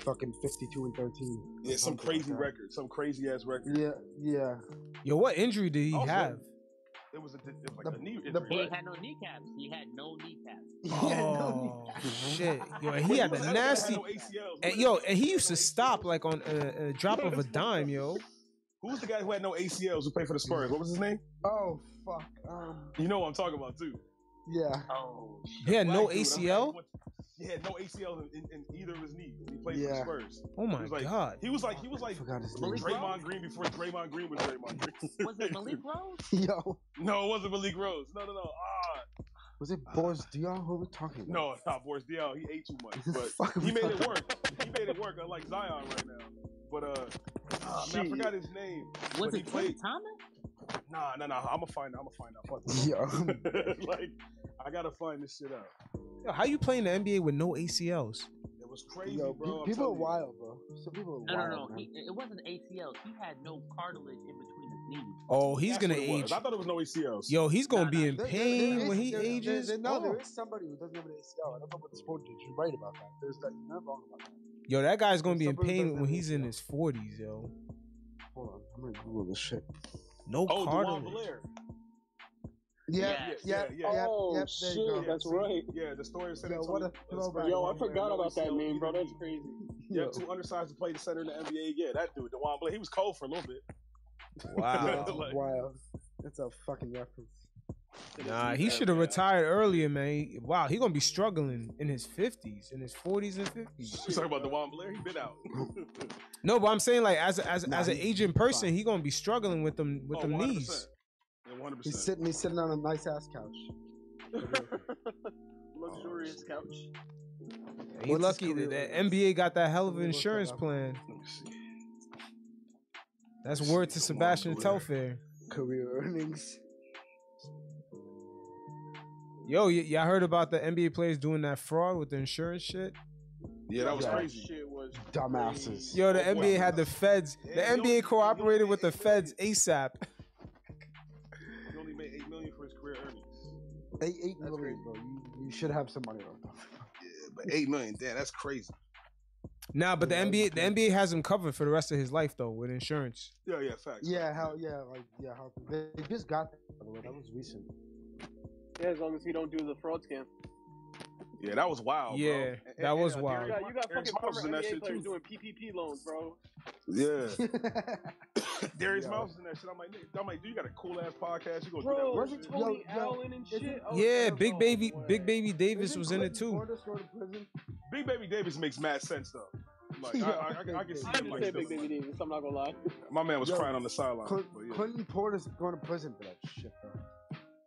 Speaker 11: fucking fifty-two and thirteen. or
Speaker 5: Yeah, some
Speaker 11: something like
Speaker 5: crazy
Speaker 11: that.
Speaker 5: record, some crazy ass record.
Speaker 11: Yeah, yeah.
Speaker 2: Yo, what injury did he
Speaker 5: Also-
Speaker 2: have?
Speaker 5: It was a, it was like
Speaker 11: The-
Speaker 5: a knee
Speaker 11: the
Speaker 5: injury.
Speaker 10: He
Speaker 5: right?
Speaker 10: had no kneecaps. He had no kneecaps.
Speaker 11: Yeah,
Speaker 2: Oh
Speaker 11: no,
Speaker 2: shit! Yo, and
Speaker 5: But
Speaker 2: he had
Speaker 5: was
Speaker 2: a
Speaker 5: the other guy that had
Speaker 2: nasty.
Speaker 5: no ACLs.
Speaker 2: And yo, and he used to stop like on a, a drop of a dime, yo.
Speaker 5: Who was the guy who had no ACLs who played for the Spurs? What was his name?
Speaker 11: oh fuck. Um.
Speaker 5: You know what I'm talking about too.
Speaker 11: Yeah.
Speaker 10: Oh,
Speaker 2: He had no
Speaker 5: Black dude, I'm
Speaker 2: ACL.
Speaker 5: like, what- He had no ACL in, in, in either of his knees. He played for the
Speaker 11: Yeah.
Speaker 5: Spurs.
Speaker 2: Oh
Speaker 5: He
Speaker 2: my
Speaker 5: was like,
Speaker 2: god.
Speaker 5: He was like, he was like
Speaker 11: Forgot his name.
Speaker 10: Malik
Speaker 5: Draymond Green before Draymond Green was Draymond Green.
Speaker 10: was it Malik Rose?
Speaker 11: Yo,
Speaker 5: no, it wasn't Malik Rose. No, no, no. Ah,
Speaker 11: was it Boris Diaw? Who are we talking about?
Speaker 5: no, it's not Boris Diaw. He ate too much, but
Speaker 11: Fuck,
Speaker 5: he
Speaker 11: we
Speaker 5: made it
Speaker 11: talking-
Speaker 5: work. He made it work, unlike Zion right now. But uh, ah, man, I forgot his name.
Speaker 10: Was
Speaker 5: But he
Speaker 10: it Tristan
Speaker 5: played.
Speaker 10: Thomas?
Speaker 5: No, Nah, nah, nah. I'm gonna find out. I'm gonna find out. Fuck this. like, I gotta find this shit out.
Speaker 2: Yo, how you playing the NBA with no ACLs?
Speaker 5: It was crazy,
Speaker 11: Yo,
Speaker 5: bro.
Speaker 11: pe-
Speaker 5: I'm
Speaker 11: people are
Speaker 5: telling you.
Speaker 11: wild, bro. Some people are
Speaker 10: No,
Speaker 11: wild.
Speaker 10: no, no.
Speaker 11: man.
Speaker 10: He, it wasn't ACL. He had no cartilage in between his knees.
Speaker 2: Oh, he's
Speaker 5: That's
Speaker 2: gonna
Speaker 5: what it was.
Speaker 2: age.
Speaker 5: I thought it was no ACLs.
Speaker 2: Yo, he's gonna
Speaker 10: Nah,
Speaker 2: be
Speaker 10: nah.
Speaker 2: in
Speaker 11: There- there-
Speaker 2: pain
Speaker 11: there is-
Speaker 2: when he
Speaker 11: there- there-
Speaker 2: ages.
Speaker 11: there- no,
Speaker 2: Oh.
Speaker 11: there is somebody who doesn't have an ACL. I don't know what the sport did. You're right about that. There's that. You're not wrong about that.
Speaker 2: Yo, that guy's gonna
Speaker 11: There's
Speaker 2: be in
Speaker 11: somebody who
Speaker 2: pain
Speaker 11: doesn't
Speaker 2: when
Speaker 11: have
Speaker 2: he's in
Speaker 11: ACL.
Speaker 2: his forties, yo.
Speaker 11: Hold on. I'm gonna Google this shit.
Speaker 2: No
Speaker 5: Oh, Duane
Speaker 2: cartilage.
Speaker 5: Blair.
Speaker 11: Yeah,
Speaker 10: Yes.
Speaker 11: yeah,
Speaker 5: Yeah, yeah.
Speaker 11: yeah.
Speaker 4: Oh
Speaker 11: yep, there you
Speaker 4: shit,
Speaker 11: go.
Speaker 4: that's
Speaker 5: see,
Speaker 4: right.
Speaker 5: Yeah, the story said
Speaker 11: Yo,
Speaker 5: it's
Speaker 11: what
Speaker 5: only-
Speaker 11: a
Speaker 5: it's
Speaker 11: throwback.
Speaker 5: only
Speaker 4: Yo, I
Speaker 5: one player,
Speaker 4: forgot
Speaker 5: no
Speaker 4: about that
Speaker 5: ACL
Speaker 4: meme, bro.
Speaker 5: either
Speaker 4: That's
Speaker 5: knee.
Speaker 4: crazy.
Speaker 5: Yeah,
Speaker 11: Yo.
Speaker 5: two undersized to play the center in the NBA. Yeah, that dude, Dewan Blair. He was cold for a little bit.
Speaker 11: Yeah,
Speaker 2: Wow.
Speaker 11: that's
Speaker 5: Like-
Speaker 11: wild. That's a fucking reference.
Speaker 2: Nah, he should have retired earlier, man. He- Wow, he gonna be struggling in his fifties, in his forties and fifties.
Speaker 5: You talking about Dewan Blair? He been out.
Speaker 2: No, but I'm saying like as a, as
Speaker 11: Nah,
Speaker 2: as an
Speaker 11: he's
Speaker 2: aging person,
Speaker 11: fine.
Speaker 2: he gonna be struggling with them with
Speaker 5: Oh,
Speaker 2: them
Speaker 5: 100%.
Speaker 2: knees.
Speaker 5: Yeah, 100%.
Speaker 11: He's sitting. He's sitting on a nice ass couch.
Speaker 4: Luxurious couch.
Speaker 2: He
Speaker 11: What's his
Speaker 2: lucky
Speaker 11: career
Speaker 2: that the
Speaker 11: right now?
Speaker 2: NBA got that hell of
Speaker 11: Let
Speaker 2: an
Speaker 11: me look that
Speaker 2: insurance
Speaker 11: up.
Speaker 2: plan.
Speaker 5: Let me see.
Speaker 2: That's word to
Speaker 5: Come on,
Speaker 2: Sebastian
Speaker 5: Blair.
Speaker 2: Telfair.
Speaker 11: Career earnings.
Speaker 2: Yo, y- y'all heard about the NBA players doing that fraud with the insurance shit?
Speaker 5: Yeah, that was
Speaker 11: Yo.
Speaker 5: crazy.
Speaker 4: Shit was
Speaker 11: Dumbasses.
Speaker 2: Yo, the
Speaker 5: Oh, boy.
Speaker 2: NBA had the feds. The
Speaker 5: Yeah, yo,
Speaker 2: NBA cooperated
Speaker 5: yo,
Speaker 2: with the
Speaker 5: yo.
Speaker 2: feds ASAP.
Speaker 5: He only made eight million for his career earnings.
Speaker 11: Eight, eight million, bro. You, you should have some money right now.
Speaker 5: Yeah, but eight million, damn, that's crazy.
Speaker 2: Nah, but the
Speaker 11: Yeah, that
Speaker 2: NBA,
Speaker 11: was
Speaker 2: the
Speaker 11: good.
Speaker 2: NBA has him covered for the rest of his life though with insurance.
Speaker 5: Yeah, yeah, facts.
Speaker 11: Yeah, how? Yeah, like yeah, how? They, they just got that, by the way. That was recent.
Speaker 4: Yeah, as long as he don't do the fraud scam.
Speaker 5: Yeah, that was wild.
Speaker 2: Yeah,
Speaker 5: bro.
Speaker 2: that was
Speaker 5: uh,
Speaker 2: wild.
Speaker 4: You
Speaker 5: Darren-
Speaker 4: got, you got
Speaker 5: Darren
Speaker 4: fucking
Speaker 5: Smiles was
Speaker 4: former
Speaker 5: in that
Speaker 4: NBA
Speaker 5: shit
Speaker 4: players
Speaker 5: too.
Speaker 4: doing PPP loans, bro.
Speaker 5: Yeah, Darius
Speaker 11: Yo.
Speaker 5: Miles was in that shit. I'm like, nigga, I'm like, dude, you got a cool ass podcast. You gonna
Speaker 4: Bro,
Speaker 5: do that?
Speaker 11: was
Speaker 4: wasn't
Speaker 11: it-
Speaker 4: Tony
Speaker 11: yo, yo,
Speaker 4: Allen and
Speaker 11: isn't-
Speaker 4: shit? Oh,
Speaker 2: Yeah,
Speaker 4: never
Speaker 2: Big
Speaker 4: go
Speaker 2: Baby,
Speaker 4: away.
Speaker 2: Big Baby Davis
Speaker 11: Isn't
Speaker 2: was in it
Speaker 11: Clinton
Speaker 2: too.
Speaker 11: Portis going to prison?
Speaker 5: Big Baby Davis makes mad sense though. Like, I, I, I, can- I can see
Speaker 4: I
Speaker 5: him like
Speaker 4: understand Big
Speaker 5: still.
Speaker 4: Baby Davis. I'm not gonna lie.
Speaker 5: My man was
Speaker 11: Yo,
Speaker 5: crying on the sideline.
Speaker 11: Clin-
Speaker 5: but yeah.
Speaker 11: Clinton Portis going to prison for that shit, bro.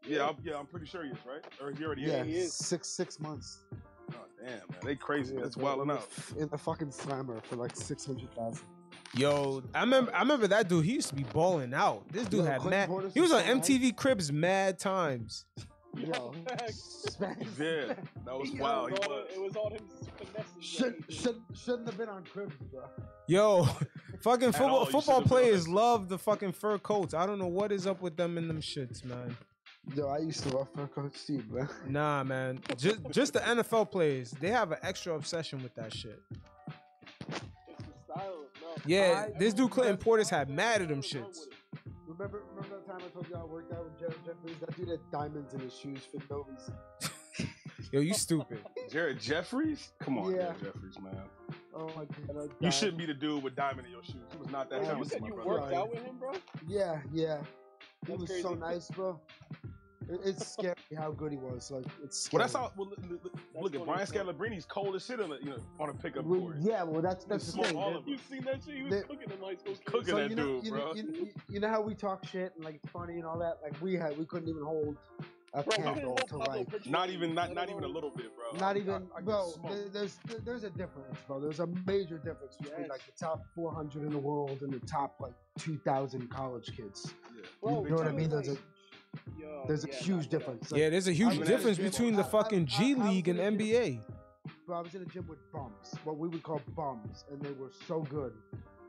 Speaker 5: Yeah, I'm, yeah, I'm pretty sure he is, right? Or he already
Speaker 11: Yeah,
Speaker 5: is.
Speaker 4: he is.
Speaker 11: six six months.
Speaker 5: Oh, damn, man, they crazy.
Speaker 11: Yeah,
Speaker 5: That's
Speaker 11: bro,
Speaker 5: wild
Speaker 11: in the
Speaker 5: enough.
Speaker 11: f- in the fucking slammer for like six hundred thousand.
Speaker 2: Yo, I remember, I remember that dude. He used to be balling out. This dude
Speaker 11: Yo,
Speaker 2: had
Speaker 11: Clinton
Speaker 2: mad.
Speaker 11: Portis
Speaker 2: He was
Speaker 11: was
Speaker 2: on
Speaker 11: so nice.
Speaker 2: MTV Cribs mad times.
Speaker 11: Yo,
Speaker 5: Yeah, that was
Speaker 11: Yo,
Speaker 5: wild.
Speaker 4: it,
Speaker 5: He
Speaker 4: was all,
Speaker 5: was.
Speaker 4: it was all him finessing.
Speaker 11: should,
Speaker 4: that he did.
Speaker 11: should, shouldn't have been on cribs, bro.
Speaker 2: Yo, fucking
Speaker 5: all,
Speaker 2: football
Speaker 5: you
Speaker 2: football
Speaker 5: should've been on
Speaker 2: players
Speaker 5: that.
Speaker 2: love the fucking fur coats. I don't know what is up with them in them shits, man.
Speaker 11: Yo, I used to love Coach Steve, bro.
Speaker 2: Nah, man. Just just the NFL players. They have an extra obsession with that shit.
Speaker 4: It's the style. No.
Speaker 2: Yeah,
Speaker 11: I-
Speaker 2: this dude Clinton
Speaker 11: that's-
Speaker 2: Portis had mad
Speaker 4: Nothing
Speaker 2: of them
Speaker 4: wrong
Speaker 2: shits.
Speaker 4: with it.
Speaker 11: Remember, remember that time I told you I worked out with Jeff Jeffries? That dude had diamonds in his shoes for no reason.
Speaker 2: Yo, you stupid.
Speaker 5: Jared Jeffries? Come on,
Speaker 11: Yeah.
Speaker 5: Jared Jeffries, man.
Speaker 11: Oh my god, I
Speaker 5: You
Speaker 11: died.
Speaker 5: shouldn't be the dude with diamond in your shoes. He was not that
Speaker 4: Wait, you
Speaker 5: talented,
Speaker 4: said
Speaker 5: my
Speaker 4: you
Speaker 5: brother.
Speaker 4: worked out with him, bro?
Speaker 11: Yeah, yeah. He
Speaker 4: That's
Speaker 11: was so
Speaker 4: crazy.
Speaker 11: nice, bro. It, it's scary how good he was. Like, it's
Speaker 5: Well,
Speaker 11: scary.
Speaker 5: that's how. Well, look, look, look, look at
Speaker 4: funny
Speaker 5: Brian
Speaker 4: as fuck.
Speaker 5: Scalabrini's cold as shit on, the, you know, on a pickup
Speaker 11: Well,
Speaker 5: court.
Speaker 11: yeah, well, that's that's the
Speaker 5: smoke
Speaker 11: thing.
Speaker 5: all
Speaker 11: that-
Speaker 5: of
Speaker 4: You seen that shit? He was
Speaker 11: That-
Speaker 4: cooking in high school. kids.
Speaker 5: Cooking
Speaker 11: so
Speaker 5: that
Speaker 11: you know,
Speaker 5: dude,
Speaker 11: you,
Speaker 5: bro.
Speaker 11: know, you, know, you know how we talk shit and like it's funny and all that. Like we had, we couldn't even hold a
Speaker 4: Bro, we
Speaker 11: candle
Speaker 4: couldn't
Speaker 11: to
Speaker 4: hold Pablo
Speaker 11: like
Speaker 4: Picture.
Speaker 5: Not even, not, not even a little bit, bro.
Speaker 11: Not
Speaker 5: I-
Speaker 11: even,
Speaker 5: I, I,
Speaker 11: bro.
Speaker 5: smoke.
Speaker 11: there- There's there- there's a difference, bro. There's a major difference between
Speaker 4: Yes.
Speaker 11: like the top 400 in the world and the top like 2,000 college kids.
Speaker 5: Yeah.
Speaker 4: Bro,
Speaker 11: you know what I
Speaker 4: tell
Speaker 11: mean?
Speaker 4: me,
Speaker 11: There's a
Speaker 4: like, Yo,
Speaker 11: there's a
Speaker 4: yeah,
Speaker 11: huge
Speaker 4: nah,
Speaker 11: difference. Like,
Speaker 2: Yeah, there's a huge
Speaker 5: mean,
Speaker 2: difference
Speaker 5: that's-
Speaker 2: between the
Speaker 11: I- I-
Speaker 2: fucking G
Speaker 11: I- I was
Speaker 2: League and
Speaker 11: gonna do-
Speaker 2: NBA.
Speaker 11: bro, I was in a gym with bums, what we would call bums, and they were so good.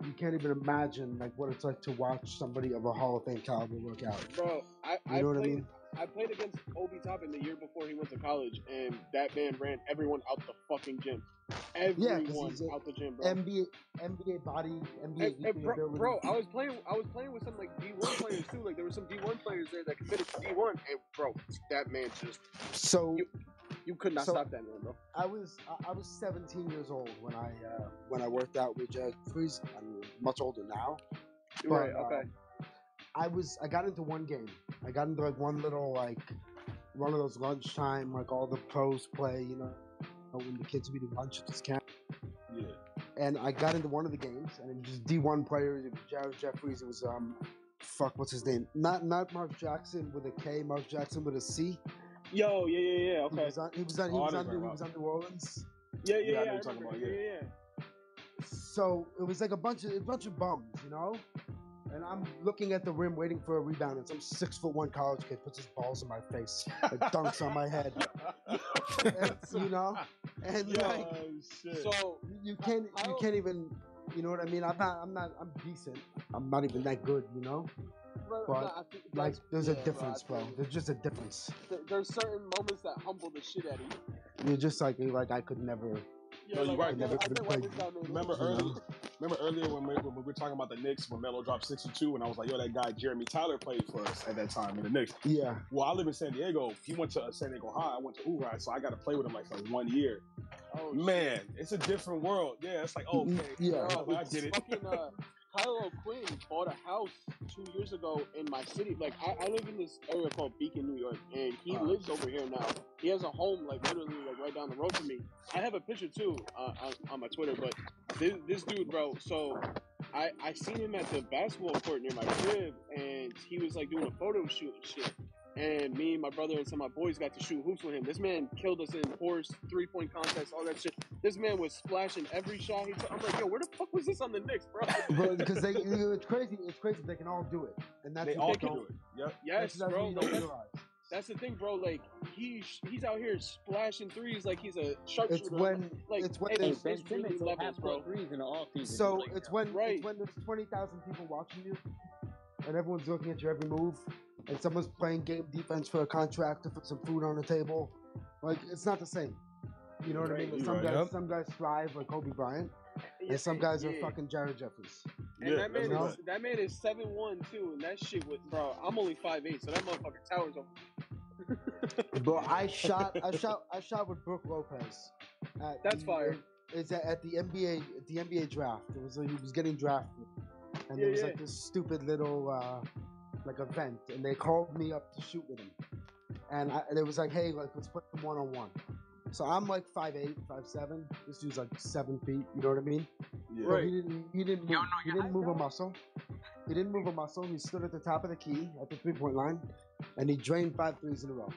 Speaker 11: You can't even imagine like what it's like to watch somebody of a Hall of Fame caliber work out.
Speaker 4: Bro, I,
Speaker 11: You
Speaker 4: I
Speaker 11: know what I
Speaker 4: played
Speaker 11: mean?
Speaker 4: I played against Obi Toppin the year before he went to college, and that man ran everyone out the fucking gym. Everyone
Speaker 11: he's a-
Speaker 4: out the gym, bro.
Speaker 11: NBA, NBA body,
Speaker 4: Hey,
Speaker 11: NBA
Speaker 4: hey,
Speaker 11: equal
Speaker 4: bro,
Speaker 11: ability.
Speaker 4: bro, I was playing. I was playing with some like D one players too. Like there were some D one players there that committed to D one, and bro, that man just
Speaker 11: so
Speaker 4: you could not
Speaker 11: So-
Speaker 4: stop that man, bro.
Speaker 11: I was I- I was 17 years old when I uh, when I worked out with Jared Freeze.
Speaker 6: um,
Speaker 11: I'm much older now. But,
Speaker 4: Right?
Speaker 11: uh,
Speaker 4: Okay.
Speaker 11: I was I got into one game. I got into like one little like one of those lunchtime like all the pros play. You know when the kids are eating lunch at this camp.
Speaker 5: Yeah.
Speaker 11: And I got into one of the games, and it was just D1 players. It was Jared Jeffries. It was um, fuck, what's his name? Not not Mark Jackson with a K. Mark Jackson with a C.
Speaker 4: Yo, yeah, yeah, yeah.
Speaker 11: He
Speaker 4: Okay.
Speaker 11: was on. He was on. He
Speaker 5: Oh, I
Speaker 11: was
Speaker 5: know
Speaker 11: on.
Speaker 5: who
Speaker 11: New,
Speaker 5: you're
Speaker 11: he was on New Orleans.
Speaker 4: Yeah, yeah,
Speaker 5: Yeah, I
Speaker 4: yeah.
Speaker 5: know
Speaker 4: I
Speaker 5: what you're talking
Speaker 4: remember.
Speaker 5: about,
Speaker 4: Yeah, yeah.
Speaker 11: So it was like a bunch of a bunch of bums, you know. and I'm looking at the rim waiting for a rebound, and some six foot one college kid puts his balls in my face and dunks on my head. And, you know, and
Speaker 5: Yo,
Speaker 11: like,
Speaker 5: shit.
Speaker 4: So,
Speaker 11: you can't, you can't even, you know what I mean? I'm not, I'm not, I'm decent. I'm not even that good, you know.
Speaker 4: Bro,
Speaker 11: But
Speaker 4: nah, I think
Speaker 11: like,
Speaker 4: that's-
Speaker 11: there's
Speaker 4: yeah,
Speaker 11: a
Speaker 4: bro, I
Speaker 11: difference,
Speaker 4: feel
Speaker 11: bro.
Speaker 4: you.
Speaker 11: There's just a difference.
Speaker 4: There- There's certain moments that humble the shit out of you.
Speaker 11: You're just like, you're like I could never.
Speaker 4: Yeah,
Speaker 11: I
Speaker 4: like,
Speaker 11: could
Speaker 4: I
Speaker 11: never
Speaker 4: think- I
Speaker 11: even
Speaker 4: think
Speaker 11: play.
Speaker 4: white is down there.
Speaker 5: Remember
Speaker 11: You
Speaker 5: earlier,
Speaker 11: know?
Speaker 5: remember earlier when we, when we were talking about the Knicks when Melo dropped 62, and I was like, yo, that guy Jeremy Tyler played for us at that time in the Knicks.
Speaker 11: Yeah.
Speaker 5: Well, I live in San Diego. He went to uh, San Diego High. I went to URI, so I got to play with him like for one year.
Speaker 4: Oh,
Speaker 5: Man, it's a different world. Yeah, it's like okay,
Speaker 11: Mm-hmm. Yeah.
Speaker 5: all right, I get it.
Speaker 4: Fucking uh, Kylo Quinn bought a house two years ago in my city. Like I, I live in this area called Beacon, New York, and he
Speaker 5: Uh.
Speaker 4: lives over here now. He has a home like literally like right down the road from me. I have a picture too uh, on, on my Twitter, but this, this dude, bro. So I I seen him at the basketball court near my crib, and he was like doing a photo shoot and shit. And me, and my brother, and some of my boys got to shoot hoops with him. This man killed us in fours, three point contests, all that shit. This man was splashing every shot he took. I'm like, yo, where the fuck was this on the Knicks, bro?
Speaker 11: But because they, you know, it's crazy. It's crazy. They can all do it, and that's
Speaker 5: They
Speaker 11: what
Speaker 5: all
Speaker 11: you
Speaker 5: can
Speaker 11: don't.
Speaker 5: do it. Yep.
Speaker 4: yes,
Speaker 11: that's
Speaker 4: bro.
Speaker 11: what you
Speaker 4: Like,
Speaker 11: don't
Speaker 4: that's,
Speaker 11: realize.
Speaker 4: that's the thing, bro. Like he sh- he's out here splashing threes like he's a sharpshooter.
Speaker 11: It's when
Speaker 4: like
Speaker 11: it's when
Speaker 4: hey,
Speaker 11: there's
Speaker 10: Hey,
Speaker 4: it's,
Speaker 10: Ben
Speaker 4: it's really
Speaker 10: Simmons will
Speaker 4: levels,
Speaker 10: have
Speaker 4: bro.
Speaker 10: four threes in the offseason.
Speaker 11: so
Speaker 10: Like,
Speaker 11: it's when
Speaker 4: Right.
Speaker 11: it's when there's twenty thousand people watching you, and everyone's looking at your every move, and someone's playing game defense for a contract to put some food on the table. Like it's not the same. You know what I mean? Like,
Speaker 5: you
Speaker 11: some
Speaker 5: right.
Speaker 11: guys
Speaker 2: Yep.
Speaker 11: some guys thrive like Kobe Bryant,
Speaker 4: Yeah,
Speaker 11: and some guys are
Speaker 4: yeah.
Speaker 11: fucking Jared Jeffers.
Speaker 4: And
Speaker 5: Yeah,
Speaker 4: that man,
Speaker 5: that's
Speaker 4: is,
Speaker 11: right.
Speaker 4: that man is seven one too, and that shit was, bro. I'm only five eight, so that motherfucker towers over.
Speaker 11: Bro, I shot, I shot, I shot with Brooke Lopez. At
Speaker 4: That's
Speaker 11: the-
Speaker 4: fire.
Speaker 11: It's at, at the NBA, at the NBA draft. It was he was getting drafted, and
Speaker 4: Yeah,
Speaker 11: there was
Speaker 4: yeah.
Speaker 11: like this stupid little uh, like event, and they called me up to shoot with him, and I, they was like, hey, like let's put them one on one. So I'm like five eight, five seven. This dude's like seven feet. You know what I mean?
Speaker 5: Yeah.
Speaker 11: But he didn't. He didn't move. he didn't move a muscle. He didn't move a muscle. He stood at the top of the key at the three point line, and he drained five threes in a row.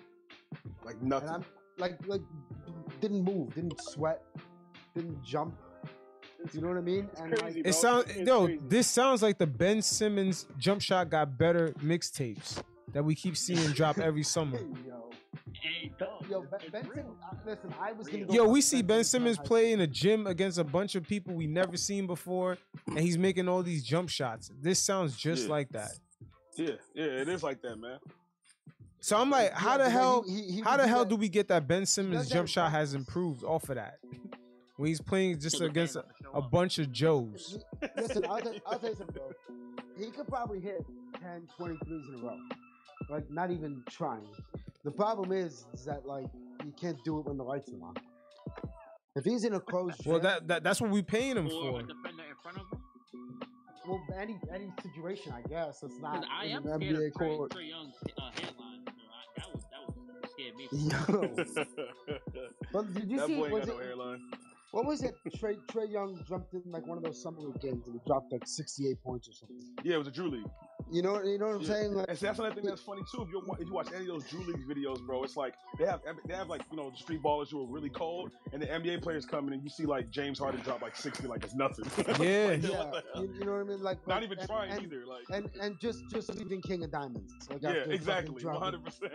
Speaker 5: Like
Speaker 11: And
Speaker 5: nothing.
Speaker 11: I'm like, like, didn't move, didn't sweat, didn't jump. You know what I mean?
Speaker 4: It's
Speaker 11: And like,
Speaker 4: crazy, bro.
Speaker 2: It sounds
Speaker 4: It's
Speaker 2: yo.
Speaker 4: crazy.
Speaker 2: This sounds like the Ben Simmons jump shot got better mixtapes that we keep seeing drop every summer.
Speaker 11: hey, yo, yo, Ben, ben Simmons. I- Listen, I was gonna go.
Speaker 2: Yo,
Speaker 11: back
Speaker 2: we
Speaker 11: to
Speaker 2: see Ben Simmons
Speaker 11: in high
Speaker 2: play in a gym against a bunch of people we never seen before, and he's making all these jump shots. This sounds just
Speaker 5: Yeah.
Speaker 2: like that.
Speaker 5: yeah, yeah, it is like that, man.
Speaker 2: So I'm
Speaker 11: school.
Speaker 2: like,
Speaker 11: Yeah,
Speaker 2: how
Speaker 11: but
Speaker 2: the
Speaker 11: like,
Speaker 2: hell?
Speaker 11: he- he- he
Speaker 2: How
Speaker 11: would
Speaker 2: the
Speaker 11: do
Speaker 2: hell
Speaker 11: that-
Speaker 2: do we get that Ben Simmons
Speaker 11: does that
Speaker 2: jump
Speaker 11: in
Speaker 2: shot has
Speaker 11: practice.
Speaker 2: improved off of that? When he's playing just against a, a bunch of Joes.
Speaker 11: Listen, I'll, tell- I'll tell you something, bro. He could probably hit 10, 20 threes in a row. Like, not even trying. The problem is, is that, like, you can't do it when the lights are on. If he's in a closed
Speaker 2: Well,
Speaker 11: gym,
Speaker 2: that, that that's what we paying him
Speaker 10: or
Speaker 2: for.
Speaker 10: a defender in front of him.
Speaker 11: well, any any situation, I guess, it's not
Speaker 10: Because I
Speaker 11: in
Speaker 10: am
Speaker 11: an
Speaker 10: scared
Speaker 11: NBA
Speaker 10: of Trey,
Speaker 11: court.
Speaker 10: Trey Young's uh, headline. So I, that was that was that scared me.
Speaker 11: Yo,
Speaker 5: that
Speaker 11: but did you see?
Speaker 5: boy ain't
Speaker 11: Was
Speaker 5: got
Speaker 11: it,
Speaker 5: no hairline.
Speaker 11: what was it? Trey Trey Young jumped in like one of those summer league games and he dropped like sixty eight points or something.
Speaker 5: Yeah, it was a Drew League.
Speaker 11: You know, you know what I'm
Speaker 5: Yeah.
Speaker 11: saying? Like,
Speaker 5: And see, that's another thing that's funny too. If you wa- if you watch any of those Drew League videos, bro, it's like they have they have like you know the street ballers who are really cold, and the NBA players come in and you see like James Harden drop like sixty, like it's nothing.
Speaker 2: Yeah.
Speaker 5: Like, yo,
Speaker 11: yeah,
Speaker 5: what the hell?
Speaker 11: you, you know what I mean? Like,
Speaker 5: not
Speaker 11: like,
Speaker 5: even
Speaker 11: and-
Speaker 5: trying
Speaker 11: and,
Speaker 5: either. Like
Speaker 11: And and just just leaving King of Diamonds. Like
Speaker 5: yeah,
Speaker 11: after fucking
Speaker 5: exactly, one
Speaker 11: dropping-
Speaker 5: hundred percent.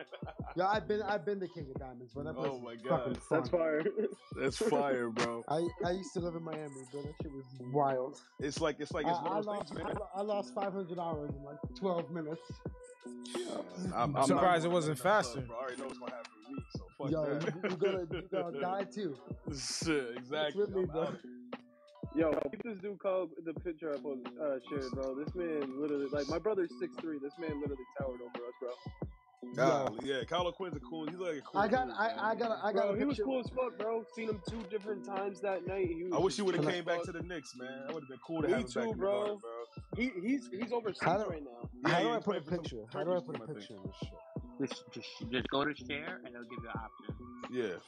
Speaker 11: Yeah, I've been I've been to King of Diamonds, but that
Speaker 5: Oh
Speaker 11: place
Speaker 5: my
Speaker 11: is
Speaker 5: God.
Speaker 11: fucking
Speaker 4: That's
Speaker 11: fun.
Speaker 4: fire.
Speaker 5: That's fire, bro.
Speaker 11: I, I used to live in Miami, but that shit was wild.
Speaker 5: It's like it's like
Speaker 11: I,
Speaker 5: it's one
Speaker 11: I
Speaker 5: of those
Speaker 11: lost
Speaker 5: things,
Speaker 11: I,
Speaker 5: man.
Speaker 11: lo- I lost five hundred dollars in like twelve minutes.
Speaker 5: I'm,
Speaker 2: I'm surprised
Speaker 5: not
Speaker 2: it wasn't
Speaker 5: going down that
Speaker 2: faster.
Speaker 5: Club, bro. I already know what's gonna happen to me, so Oh, fuck
Speaker 11: Yo,
Speaker 5: that.
Speaker 11: you, you gonna you gonna die too.
Speaker 5: Shit,
Speaker 11: It's
Speaker 5: exactly.
Speaker 11: with me,
Speaker 5: I'm
Speaker 11: bro.
Speaker 5: out.
Speaker 4: Yo, keep this dude called the picture I posted, uh, shared, bro. This man literally, like, my brother's six three. This man literally towered over us, bro.
Speaker 5: Golly, yeah, Kylo Quinn's a cool. He's like a cool.
Speaker 11: I got
Speaker 5: dude, man.
Speaker 11: I, I got a, I got
Speaker 4: Bro,
Speaker 11: a
Speaker 4: he was
Speaker 11: picture.
Speaker 4: cool as fuck, bro. Seen him two different times that night. He was
Speaker 5: I wish
Speaker 4: just
Speaker 5: you would have
Speaker 4: chill as
Speaker 5: came back
Speaker 4: fuck.
Speaker 5: to the Knicks, man. That would have been cool to
Speaker 4: Me
Speaker 5: have him
Speaker 4: too,
Speaker 5: back in
Speaker 4: bro.
Speaker 5: the garden, bro.
Speaker 4: He, he's he's overseas
Speaker 11: How do-
Speaker 4: right now.
Speaker 11: How
Speaker 5: Yeah,
Speaker 11: do
Speaker 5: yeah,
Speaker 11: I
Speaker 5: he's
Speaker 11: put a
Speaker 5: playing for some
Speaker 11: picture? How do I
Speaker 5: Turkish
Speaker 11: put
Speaker 5: team,
Speaker 11: a
Speaker 5: I think.
Speaker 11: picture of this shit?
Speaker 10: Just, just, just go to share and they'll give you an option.
Speaker 5: Yeah.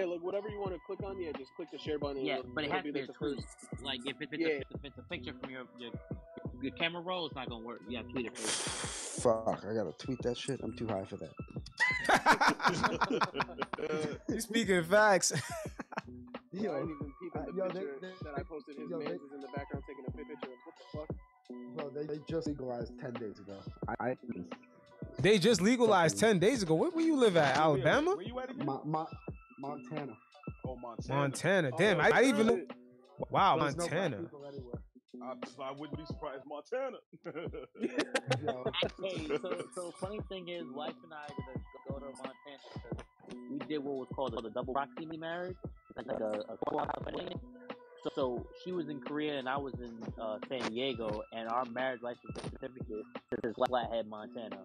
Speaker 4: Yeah, like whatever you want to click on, yeah, just click the share button. and
Speaker 10: Yeah,
Speaker 4: it'll-
Speaker 10: but it
Speaker 4: it'll
Speaker 10: has to be
Speaker 4: like
Speaker 10: a
Speaker 4: the
Speaker 10: tweet.
Speaker 4: first.
Speaker 10: Like if it's
Speaker 4: Yeah.
Speaker 10: a, if it's a picture from your your, your camera roll, it's not gonna work. You gotta tweet it first.
Speaker 11: Fuck! I gotta tweet that shit. I'm too high for that.
Speaker 2: He's speaking facts.
Speaker 4: Yo, I
Speaker 11: Yo,
Speaker 4: didn't even peep at the
Speaker 11: yo, they-
Speaker 4: picture
Speaker 11: they-
Speaker 4: that I posted. His
Speaker 11: yo,
Speaker 4: man
Speaker 11: they-
Speaker 4: is in the background taking a picture. What the fuck?
Speaker 11: Bro, they, they just legalized ten days ago. I, I
Speaker 2: They just legalized ten days ago. Where, where you live at? Alabama,
Speaker 5: Where you at again?
Speaker 11: Mo- Mo- Montana.
Speaker 5: Oh, Montana.
Speaker 2: Montana. Damn,
Speaker 5: Oh,
Speaker 2: I, I even
Speaker 5: really?
Speaker 2: know. Wow,
Speaker 11: There's no black
Speaker 2: Montana.
Speaker 11: people anywhere.
Speaker 5: I, I wouldn't be surprised, Montana.
Speaker 10: Hey, so so funny thing is, wife and I are gonna go to Montana because we did what was called a double proximity marriage, like like a, a co-op wedding. So, so she was in Korea and I was in uh, San Diego, and our marriage license certificate says Flathead, Montana.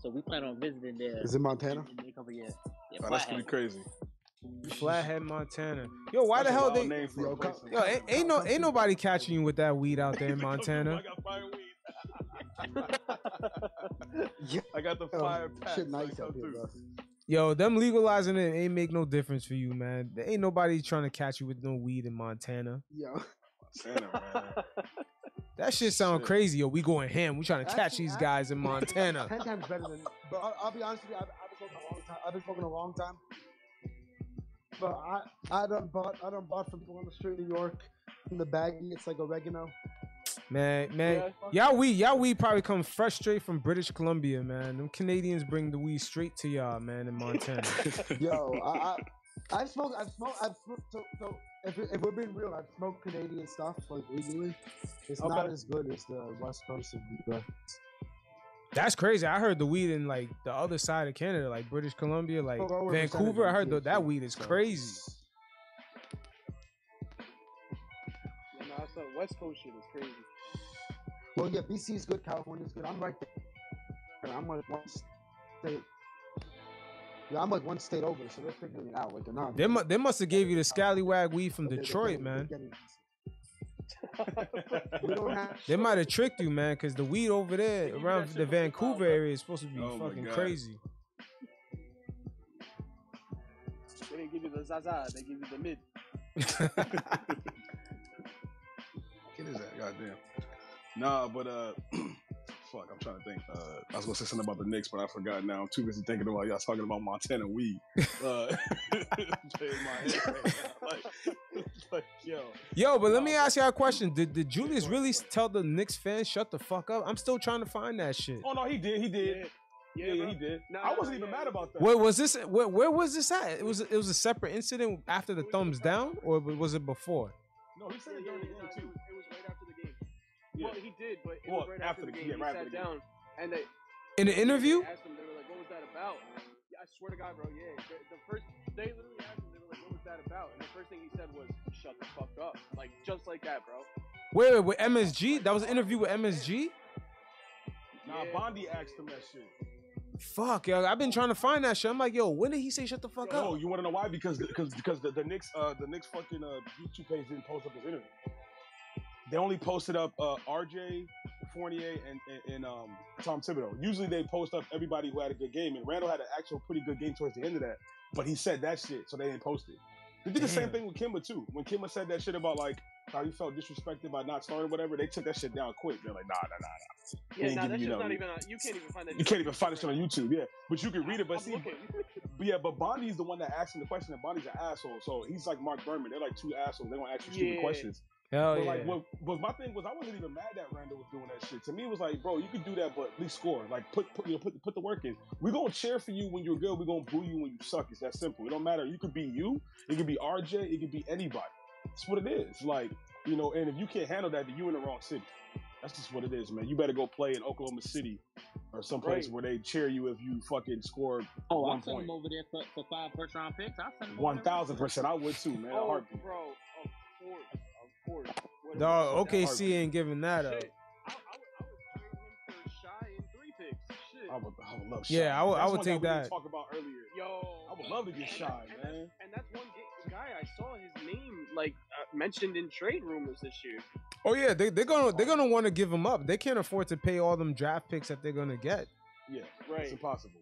Speaker 10: So we plan on visiting there.
Speaker 11: Is it Montana?
Speaker 10: in a couple years. Yeah,
Speaker 5: Oh, that's gonna
Speaker 10: Flathead.
Speaker 5: be crazy.
Speaker 2: Flathead, Montana. Yo, why the
Speaker 5: That's a
Speaker 2: hell
Speaker 5: wild
Speaker 2: they?
Speaker 5: name for a
Speaker 11: Yo,
Speaker 5: place
Speaker 11: co-
Speaker 5: in
Speaker 2: Yo, ain't, ain't no, ain't nobody catching you with that weed out there in
Speaker 5: Come
Speaker 2: Montana.
Speaker 5: through, I got fire weed.
Speaker 11: Yeah.
Speaker 5: I got the
Speaker 11: Oh,
Speaker 5: fire pack.
Speaker 11: shit,
Speaker 5: so I
Speaker 11: nice
Speaker 5: come
Speaker 11: up here,
Speaker 5: through.
Speaker 11: bro.
Speaker 2: Yo, them legalizing it ain't make no difference for you, man. There ain't nobody trying to catch you with no weed in Montana.
Speaker 11: Yo,
Speaker 5: Montana, man.
Speaker 2: That shit sound
Speaker 5: Shit.
Speaker 2: crazy. Yo, we going ham. We trying to catch
Speaker 11: Actually,
Speaker 2: these
Speaker 11: I-
Speaker 2: guys in Montana.
Speaker 11: ten times better than. But I'll, I'll be honest with you, I've, I've been smoking a long time. I've been smoking a long time. But I, I done bought, I done bought from people on the street in New York. In the baggie, it's like oregano.
Speaker 2: Man, man, y'all weed, y'all weed probably come fresh straight from British Columbia, man. Them Canadians bring the weed straight to y'all, man, in Montana.
Speaker 11: Yo, Oh, I, I, I've smoked, I've smoked, I've smoked. So, so if, we- if we're being real, I've smoked Canadian stuff like legally. It's not
Speaker 5: Okay.
Speaker 11: as good as the West Coast of weed, bro.
Speaker 2: That's crazy. I heard the weed in like the other side of Canada, like British Columbia, like
Speaker 11: Well, our percentage
Speaker 2: Vancouver. I
Speaker 11: on
Speaker 2: heard tho- that
Speaker 11: THC,
Speaker 2: weed is
Speaker 11: so-
Speaker 2: crazy.
Speaker 4: Yeah, no, that's that West Coast shit is crazy.
Speaker 11: Well, yeah, BC is good, California is good. I'm right there. I'm like one state. Yeah, I'm like one state over, so they're figuring it out. Like they're not.
Speaker 2: They, mu- they must have gave you the scallywag weed from
Speaker 11: but they're- they're
Speaker 2: Detroit,
Speaker 11: getting- they're
Speaker 2: man.
Speaker 11: getting- We don't have.
Speaker 2: They might have tricked you, man, because the weed over there around the Vancouver area is supposed to be
Speaker 5: Oh my
Speaker 2: fucking
Speaker 5: God.
Speaker 2: crazy.
Speaker 4: They didn't give you the Zaza, they give you the mid.
Speaker 5: Get his ass, goddamn. Nah, but uh, fuck, I'm trying to think. Uh, I was gonna say something about the Knicks, but I forgot now. I'm too busy thinking about y'all talking about Montana weed. Uh, in my head right now. Like, like, yo,
Speaker 2: Yo, but let
Speaker 5: No,
Speaker 2: me
Speaker 5: but-
Speaker 2: ask y'all a question. Did, did Julius
Speaker 5: Go ahead,
Speaker 2: really
Speaker 5: go ahead.
Speaker 2: tell the Knicks fans, shut the fuck up? I'm still trying to find that shit.
Speaker 5: oh no, he did, he did, yeah,
Speaker 4: Yeah,
Speaker 5: yeah,
Speaker 4: bro.
Speaker 5: he did.
Speaker 4: Nah,
Speaker 5: I wasn't
Speaker 4: nah,
Speaker 5: even
Speaker 4: yeah.
Speaker 5: mad about that.
Speaker 2: Where was this? Where, where was this at? It was it was a separate incident after the thumbs down, or was it before?
Speaker 5: No, he said
Speaker 4: Yeah,
Speaker 5: it
Speaker 4: yeah,
Speaker 5: during the
Speaker 4: yeah,
Speaker 5: game
Speaker 4: nah, it,
Speaker 5: too.
Speaker 4: was, it was right after the game.
Speaker 5: Yeah.
Speaker 4: Well, he did, but it
Speaker 5: Well,
Speaker 4: was right
Speaker 5: after
Speaker 4: after, the
Speaker 5: the-
Speaker 4: game.
Speaker 5: yeah,
Speaker 4: he
Speaker 5: right
Speaker 4: sat
Speaker 5: after the
Speaker 4: down, and they
Speaker 2: In an interview?
Speaker 4: They asked him, they were like, "What was that about?" Yeah, I swear to God, bro. Yeah, the, the first they literally asked him, they were like, "What was that about?" And the first thing he said was, "Shut the fuck up," like just like that, bro.
Speaker 2: Wait, wait, with MSG? That was an interview with MSG?
Speaker 5: Nah,
Speaker 4: Yeah,
Speaker 5: Bondi
Speaker 4: yeah,
Speaker 5: asked him
Speaker 4: yeah.
Speaker 5: that shit.
Speaker 2: Fuck, yo, I've been trying to find that shit. I'm like, yo, when did he say shut the fuck
Speaker 5: No,
Speaker 2: up?
Speaker 5: you want to know why? Because because because the, the Knicks uh the Knicks fucking uh YouTube page didn't post up his interview. They only posted up uh RJ Fournier and, and and um Tom Thibodeau. Usually they post up everybody who had a good game, and Randall had an actual pretty good game towards the end of that. But he said that shit, so they didn't post it. They did the same
Speaker 2: Damn.
Speaker 5: thing with Kimba too. When Kimba said that shit about like how he felt disrespected by not starting, whatever, they took that shit down quick. They're like, nah, nah, nah, nah. They
Speaker 4: Yeah,
Speaker 5: ain't
Speaker 4: nah,
Speaker 5: give
Speaker 4: that's
Speaker 5: you
Speaker 4: just
Speaker 5: no-
Speaker 4: not even. On, you can't even find that.
Speaker 5: You can't even find this shit on
Speaker 4: YouTube.
Speaker 5: YouTube, yeah. But you can read it. But
Speaker 4: I'm
Speaker 5: see,
Speaker 4: looking.
Speaker 5: but yeah, but Bondi's the one that asked him the question, and Bondi's an asshole. So he's like Mark Berman. They're like two assholes. They don't ask you stupid
Speaker 4: Yeah.
Speaker 5: questions.
Speaker 2: Hell
Speaker 5: but
Speaker 2: yeah.
Speaker 5: like, what, but my thing was, I wasn't even mad that Randall was doing that shit. To me, it was like, bro, you could do that, but at least score. Like, put put you know, put put the work in. We're gonna cheer for you when you're good. We're gonna boo you when you suck. It's that simple. It don't matter. You could be you. It could be RJ. It could be anybody. That's what it is. Like, you know, and if you can't handle that, then you in the wrong city. That's just what it is, man. You better go play in Oklahoma City or someplace
Speaker 4: Right.
Speaker 5: where they cheer you if you fucking score
Speaker 10: Oh,
Speaker 5: One
Speaker 10: I'll send
Speaker 5: point.
Speaker 10: him over there for, for five first round picks. I'll send him over
Speaker 5: One
Speaker 10: there.
Speaker 5: thousand percent, I would too, man. A
Speaker 4: Oh,
Speaker 5: heartbeat.
Speaker 4: bro, of course, of course. What a-
Speaker 2: Dog,
Speaker 4: that
Speaker 2: OKC ain't giving that up.
Speaker 4: Shit. I, I, would- I would trade him for Shy and three picks. Shit.
Speaker 5: I would, I would love.
Speaker 2: Yeah,
Speaker 5: Shai,
Speaker 2: I would-
Speaker 5: man.
Speaker 2: I
Speaker 5: That's
Speaker 2: would
Speaker 5: one
Speaker 2: take
Speaker 5: guy we
Speaker 2: that.
Speaker 5: didn't Talk about earlier.
Speaker 4: Yo,
Speaker 5: I would love to get
Speaker 4: and
Speaker 5: shy,
Speaker 4: that's- and
Speaker 5: man.
Speaker 4: That's, and that's one ga- guy I saw his name like uh, mentioned in trade rumors this year.
Speaker 2: Oh yeah, they, they're gonna they're gonna want to give him up. They can't afford to pay all them draft picks that they're gonna get.
Speaker 5: Yeah, it's
Speaker 4: Right.
Speaker 5: impossible.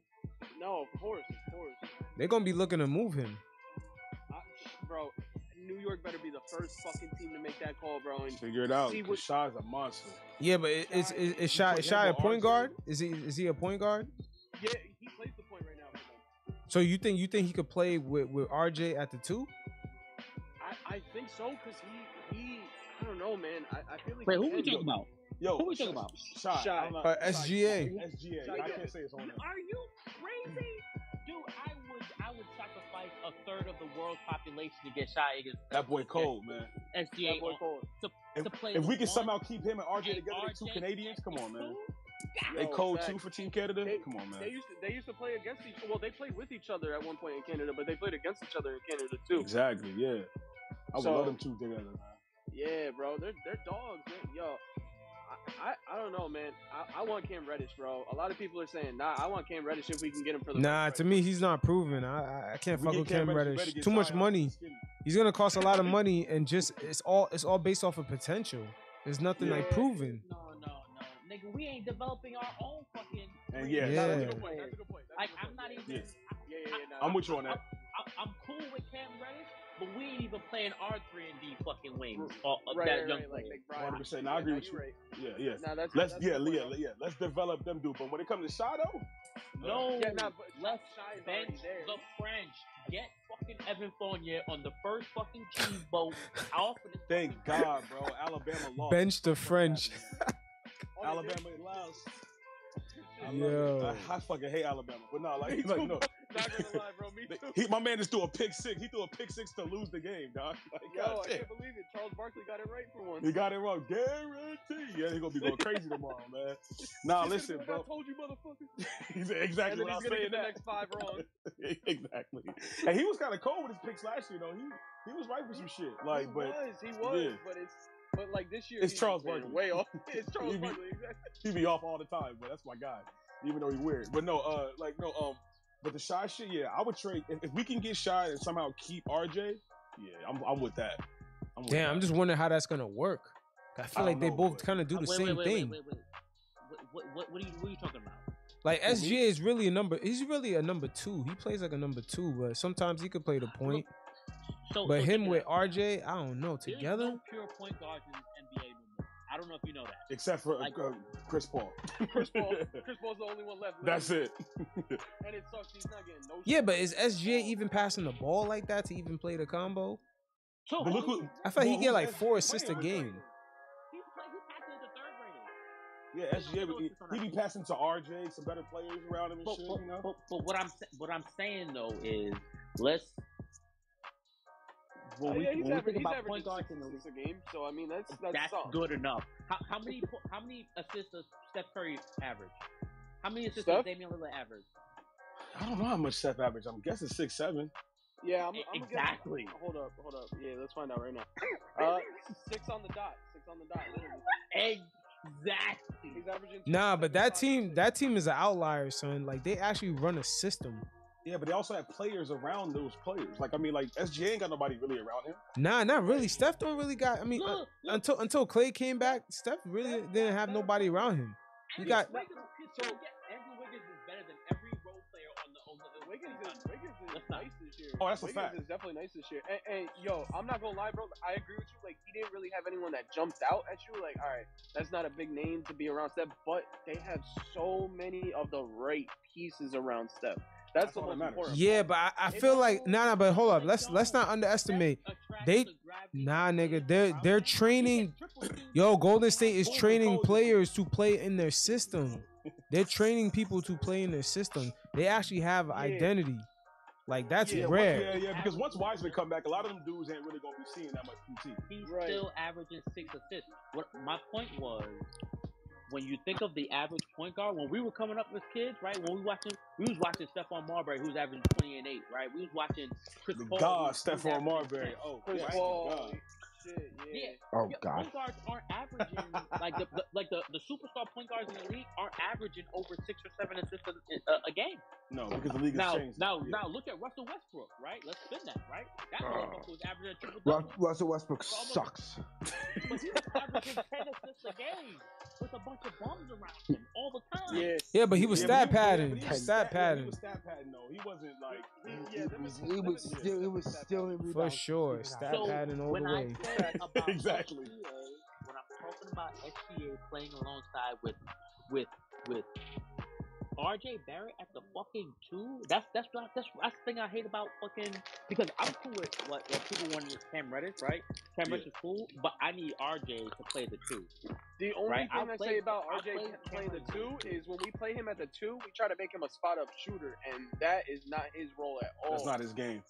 Speaker 4: No, of course, of course.
Speaker 2: They're gonna be looking to move him.
Speaker 4: I, bro, New York better be the first fucking team to make that call, bro. And
Speaker 5: Figure it out.
Speaker 4: See
Speaker 5: 'cause
Speaker 4: what-
Speaker 5: Shai's a monster.
Speaker 2: Yeah, but it- is is, is Shy
Speaker 5: put
Speaker 2: is Shy a
Speaker 5: Hannibal
Speaker 2: point
Speaker 5: RJ?
Speaker 2: guard? Is he is he a point guard?
Speaker 4: yeah, he plays the point right now. for them.
Speaker 2: So you think you think he could play with, with RJ at the two?
Speaker 4: I, I think so because he he I don't know, man. I, I feel like
Speaker 10: Wait,
Speaker 4: he
Speaker 10: who we
Speaker 4: can.
Speaker 10: talking about?
Speaker 5: Yo,
Speaker 10: Who we talking about?
Speaker 5: Shy.
Speaker 10: Shy.
Speaker 5: I'm not-
Speaker 2: Uh, SGA.
Speaker 5: SGA.
Speaker 10: Shy,
Speaker 5: I
Speaker 10: yeah.
Speaker 5: can't say his own name.
Speaker 10: Are you crazy? Dude, I would I would sacrifice a third of the world's population to get Shy against
Speaker 5: That boy cold, man.
Speaker 10: SGA
Speaker 5: That boy
Speaker 10: on-
Speaker 5: cold.
Speaker 10: to,
Speaker 5: If,
Speaker 10: to play
Speaker 5: if we
Speaker 10: with
Speaker 5: can
Speaker 10: one-
Speaker 5: somehow keep him and RJ
Speaker 10: and
Speaker 5: together, they two
Speaker 10: RJ
Speaker 5: Canadians. Come on, man.
Speaker 10: Yo,
Speaker 5: They cold
Speaker 4: facts.
Speaker 5: too for Team Canada.
Speaker 4: They-
Speaker 5: Come on, man.
Speaker 4: They used to they used to play against each. Well, they played with each other at one point in Canada, but they played against each other in Canada too.
Speaker 5: Exactly. Yeah. I would
Speaker 4: So-
Speaker 5: love them two together. man.
Speaker 4: Yeah, bro, they're they're dogs. Man. Yo, I, I I don't know, man. I, I want Cam Reddish, bro. A lot of people are saying, nah, I want Cam Reddish if we can get him for the.
Speaker 2: Nah, to me, he's not proven. I I, I can't
Speaker 5: We
Speaker 2: fuck
Speaker 5: get
Speaker 2: with
Speaker 5: Cam
Speaker 2: Cam
Speaker 5: Reddish, we
Speaker 2: Reddish.
Speaker 5: better get
Speaker 2: Too much
Speaker 5: Zion.
Speaker 2: money.
Speaker 5: Skinny.
Speaker 2: He's gonna cost a lot of money, and just it's all it's all based off of potential. There's nothing like
Speaker 4: Yeah.
Speaker 2: proven.
Speaker 10: No, no, no. Nigga, we ain't developing our own fucking.
Speaker 5: And yeah,
Speaker 2: Yeah.
Speaker 5: that's a
Speaker 4: That's a
Speaker 5: good
Speaker 4: good
Speaker 5: point.
Speaker 4: point. That's a good point. That's
Speaker 10: Like,
Speaker 4: a good
Speaker 10: I'm
Speaker 4: point.
Speaker 10: not even.
Speaker 5: Yes.
Speaker 4: Yeah, yeah, yeah. nah,
Speaker 5: I'm with you on that.
Speaker 10: I, I'm cool with Cam Reddish, but we ain't even playing our three and D fucking wings. All, of
Speaker 4: right,
Speaker 10: that
Speaker 4: right,
Speaker 10: young
Speaker 4: right, like
Speaker 10: player.
Speaker 4: McBride.
Speaker 5: 100%. Nah, I
Speaker 4: Yeah,
Speaker 5: agree
Speaker 4: nah,
Speaker 5: with
Speaker 4: you
Speaker 5: you.
Speaker 4: right.
Speaker 5: Yeah, yeah.
Speaker 4: Nah, that's
Speaker 5: Let's
Speaker 4: that's a
Speaker 5: yeah,
Speaker 4: good
Speaker 5: yeah,
Speaker 4: point.
Speaker 5: yeah. Let's develop them, dude. But when it comes to Shadow, uh,
Speaker 10: No,
Speaker 4: Yeah, nah, but
Speaker 10: let's
Speaker 4: Shy is already
Speaker 10: bench
Speaker 4: there.
Speaker 10: the French. Get fucking Evan Fournier on the first fucking cheese boat. off of this
Speaker 5: thank
Speaker 10: fucking-
Speaker 5: God, bro. Alabama lost.
Speaker 2: Bench the French.
Speaker 4: Oh, they did?
Speaker 5: Alabama lost. I,
Speaker 2: Yo.
Speaker 5: love it. I, I fucking hate Alabama, but no, like, like no.
Speaker 4: Not gonna lie, bro. Me
Speaker 5: They-
Speaker 4: too.
Speaker 5: He, my man just threw a pick six. He threw a pick six to lose the game, dog. Like,
Speaker 4: Yo,
Speaker 5: God
Speaker 4: I
Speaker 5: damn.
Speaker 4: can't believe it. Charles Barkley got it right for once.
Speaker 5: He got it wrong, guarantee. Yeah, he gonna be going crazy tomorrow, man. Nah,
Speaker 4: He said,
Speaker 5: listen,
Speaker 4: "Look, I
Speaker 5: bro.
Speaker 4: told you, motherfucker.
Speaker 5: He said exactly
Speaker 4: And then
Speaker 5: what I'm
Speaker 4: he's gonna
Speaker 5: saying.
Speaker 4: get the
Speaker 5: That.
Speaker 4: next five wrong.
Speaker 5: exactly. And he was kind of cold with his picks last year, though. He he was right with some shit, like,
Speaker 4: he
Speaker 5: but
Speaker 4: was, he was,
Speaker 5: yeah.
Speaker 4: but it's but like this year
Speaker 5: It's
Speaker 4: he's
Speaker 5: Charles
Speaker 4: been
Speaker 5: Barkley.
Speaker 4: Way off. It's Charles
Speaker 5: He be-
Speaker 4: Barkley. Exactly.
Speaker 5: he be off all the time, but that's my guy. Even though he weird. But no, uh like no, um but the shy shit, yeah, I would trade if, if we can get shy and somehow keep RJ, yeah, I'm I'm with that. I'm with
Speaker 2: Damn,
Speaker 5: that.
Speaker 2: I'm just wondering how that's gonna work. I feel
Speaker 5: I
Speaker 2: like
Speaker 5: don't
Speaker 2: they
Speaker 5: know,
Speaker 2: both
Speaker 5: but-
Speaker 2: kind of do the
Speaker 10: Uh, wait,
Speaker 2: same
Speaker 10: wait, wait,
Speaker 2: thing.
Speaker 10: Wait, wait, wait. What, what, what, are you, what are you talking about?
Speaker 2: Like
Speaker 5: me?
Speaker 2: SGA is really a number. He's really a number two. He plays like a number two, but sometimes he could play the point.
Speaker 10: So,
Speaker 2: But
Speaker 10: so
Speaker 2: him
Speaker 10: check it
Speaker 2: with
Speaker 10: out.
Speaker 2: RJ, I don't know.
Speaker 10: There's
Speaker 2: Together,
Speaker 10: no pure point guards in the NBA no more. I don't know if you know that.
Speaker 5: Except for uh,
Speaker 10: Like-
Speaker 5: uh, Chris Paul.
Speaker 4: Chris Paul. Chris Paul's the only one left.
Speaker 5: That's it.
Speaker 4: And it sucks. He's not getting no.
Speaker 2: yeah.
Speaker 4: shit.
Speaker 2: But is SGA even passing the ball like that to even play the combo?
Speaker 10: So
Speaker 5: But look
Speaker 10: who-
Speaker 5: who
Speaker 2: I thought
Speaker 5: Well,
Speaker 2: he get
Speaker 5: who's
Speaker 2: like
Speaker 5: S-
Speaker 2: four assists a
Speaker 5: wait,
Speaker 2: game.
Speaker 10: he's playing, he's passing it to third graders.
Speaker 5: Yeah, SGA would he, he be passing to RJ, some better players around him and
Speaker 10: But,
Speaker 5: shit,
Speaker 10: but,
Speaker 5: you know?
Speaker 10: but, but what I'm sa- what I'm saying though is let's
Speaker 4: Oh,
Speaker 10: when we,
Speaker 4: yeah, he's
Speaker 10: when we
Speaker 4: averaging,
Speaker 10: think
Speaker 4: he's
Speaker 10: about point
Speaker 4: averaging
Speaker 10: guards in
Speaker 4: six
Speaker 10: the
Speaker 4: assists a
Speaker 10: league,
Speaker 4: game. So I mean, that's that's,
Speaker 10: that's
Speaker 4: solid.
Speaker 10: good enough. How, how many po- how many assists does Steph Curry average? How many assists
Speaker 4: Steph?
Speaker 10: does Damian Lillard average?
Speaker 5: I don't know how much Seth average. I'm guessing six seven.
Speaker 4: Yeah, I'm,
Speaker 10: E-
Speaker 4: I'm
Speaker 10: exactly.
Speaker 4: Gonna, Oh, hold up, hold up. Yeah, let's find out right now. Uh, six on the dot. Six on the dot. literally.
Speaker 10: Exactly.
Speaker 4: He's averaging.
Speaker 2: Nah,
Speaker 4: 27
Speaker 2: but that
Speaker 4: shots.
Speaker 2: team, that team is an outlier, son. Like they actually run a system.
Speaker 5: Yeah, but they also have players around those players. Like I mean, like SGA ain't got nobody really around him.
Speaker 2: Nah, not really. Steph don't really got. I mean, uh,
Speaker 10: Look, look,
Speaker 2: until until Clay came back, Steph really didn't have nobody around him. You
Speaker 10: Andrew
Speaker 2: got-
Speaker 10: Wiggins, so, Andrew Wiggins is better than every role player on the on the
Speaker 4: Wiggins is Wiggins is
Speaker 10: That's not-
Speaker 4: nice this year.
Speaker 5: Oh, that's a
Speaker 4: Wiggins
Speaker 5: fact.
Speaker 4: is definitely nice this year. And, and yo, I'm not gonna lie, bro. I agree with you. Like he didn't really have anyone that jumped out at you. Like, all right, that's not a big name to be around Steph, but they have so many of the right pieces around Steph. That's,
Speaker 5: That's
Speaker 4: the
Speaker 5: all that
Speaker 4: most
Speaker 5: matters.
Speaker 4: important.
Speaker 2: Yeah, but I, I feel like nah, nah. But hold up, let's let's not underestimate. They- Nah, nigga, they're they're training. Yo, Golden State is training players to play in their system. They're training people to play in their system. They actually have identity. Like that's
Speaker 5: yeah, once-
Speaker 2: rare.
Speaker 5: yeah, yeah. Because once Wiseman come back, a lot of them dudes ain't really gonna be seeing that much PT.
Speaker 10: He's
Speaker 4: Right.
Speaker 10: still averaging six assists. What my point was, when you think of the average point guard, when we were coming up as kids, right? When we watching, we was watching Stephon Marbury, who's averaging twenty and eight, right? We was watching Chris
Speaker 5: The
Speaker 10: Paul.
Speaker 5: God,
Speaker 10: who's- who's
Speaker 5: Stephon
Speaker 10: averaging
Speaker 5: Marbury.
Speaker 10: 10.
Speaker 5: Oh,
Speaker 4: Chris
Speaker 5: Christ, the
Speaker 4: Paul.
Speaker 5: God.
Speaker 4: Shit, yeah.
Speaker 10: Yeah,
Speaker 11: Oh
Speaker 10: yeah,
Speaker 11: God.
Speaker 10: point guards aren't averaging like the, the like the, the superstar point guards in the league aren't averaging over six or seven assists a, a, a game.
Speaker 5: No, because the league has
Speaker 10: Now,
Speaker 5: changed.
Speaker 10: now,
Speaker 5: Yeah. Uh,
Speaker 10: now, look at Russell Westbrook, right? Let's spin that, right? That motherfucker was averaging a triple
Speaker 11: Ru-
Speaker 10: double,
Speaker 11: Russell Westbrook
Speaker 10: But almost-
Speaker 11: sucks.
Speaker 10: but he was averaging ten assists a game with a bunch of bums around him all the time.
Speaker 4: Yeah.
Speaker 2: Yeah, but he was
Speaker 5: Yeah, but
Speaker 2: stat
Speaker 5: he- yeah,
Speaker 2: padding.
Speaker 5: but he was
Speaker 2: Stat
Speaker 5: yeah, He
Speaker 2: padding
Speaker 5: was stat padding though. He wasn't like
Speaker 4: He-
Speaker 5: he-
Speaker 4: yeah,
Speaker 5: he-
Speaker 4: them is-
Speaker 11: He
Speaker 4: them
Speaker 11: was
Speaker 4: is- yeah,
Speaker 11: still, he was
Speaker 4: that's a
Speaker 11: still in
Speaker 2: for
Speaker 11: rebound.
Speaker 2: sure.
Speaker 11: Steven
Speaker 2: Stat
Speaker 11: Adams.
Speaker 10: So
Speaker 2: padding all
Speaker 10: when
Speaker 2: the
Speaker 10: I
Speaker 2: way.
Speaker 10: said about
Speaker 5: Exactly.
Speaker 10: SGA, when I'm talking about SGA playing alongside with with with RJ Barrett at the fucking two, that's that's what- that's that's the thing I hate about fucking because I'm cool with what, what people want with Cam Reddish, right? Cam
Speaker 5: Yeah.
Speaker 10: Reddish is cool, but I need RJ to play the two.
Speaker 4: The only
Speaker 10: Right,
Speaker 4: thing
Speaker 10: I
Speaker 4: I, say
Speaker 10: played-
Speaker 4: about
Speaker 10: I
Speaker 4: RJ
Speaker 10: played
Speaker 4: playing the two is when we play him at the two, we try to make him a spot up shooter, and that is not his role at all.
Speaker 5: That's not his game.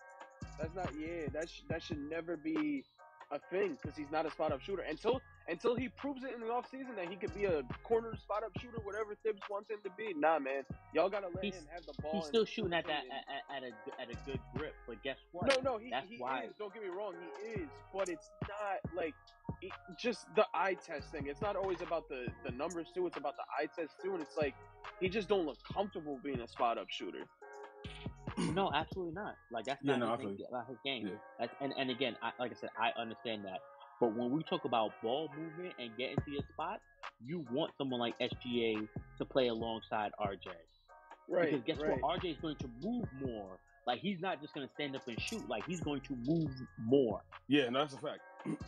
Speaker 4: That's not yeah. That sh- that should never be a thing because he's not a spot up shooter until until he proves it in the offseason that he could be a corner spot up shooter, whatever Thibs wants him to be. Nah, man, y'all gotta let
Speaker 10: He's-
Speaker 4: him have the ball.
Speaker 10: He's
Speaker 4: and
Speaker 10: still
Speaker 4: prove
Speaker 10: shooting at
Speaker 4: he
Speaker 10: that
Speaker 4: is.
Speaker 10: at, at, at a at a good grip, but guess what?
Speaker 4: No, no, he,
Speaker 10: That's
Speaker 4: he
Speaker 10: why.
Speaker 4: is. Don't get me wrong, he is. But it's not like it, just the eye test thing. It's not always about the the numbers too. It's about the eye test too, and it's like he just don't look comfortable being a spot up shooter.
Speaker 10: No, absolutely not. Like that's
Speaker 5: Yeah,
Speaker 10: not
Speaker 5: no, I
Speaker 10: his, thing,
Speaker 5: feel you.
Speaker 10: not his game. That's, and and again, I, like I said, I understand that. But when we talk about ball movement and getting to your spot, you want someone like SGA to play alongside RJ.
Speaker 4: Right,
Speaker 10: Because guess
Speaker 4: right.
Speaker 10: what? RJ is going to move more. Like he's not just going to stand up and shoot. Like he's going to move more.
Speaker 5: Yeah, no, that's a fact.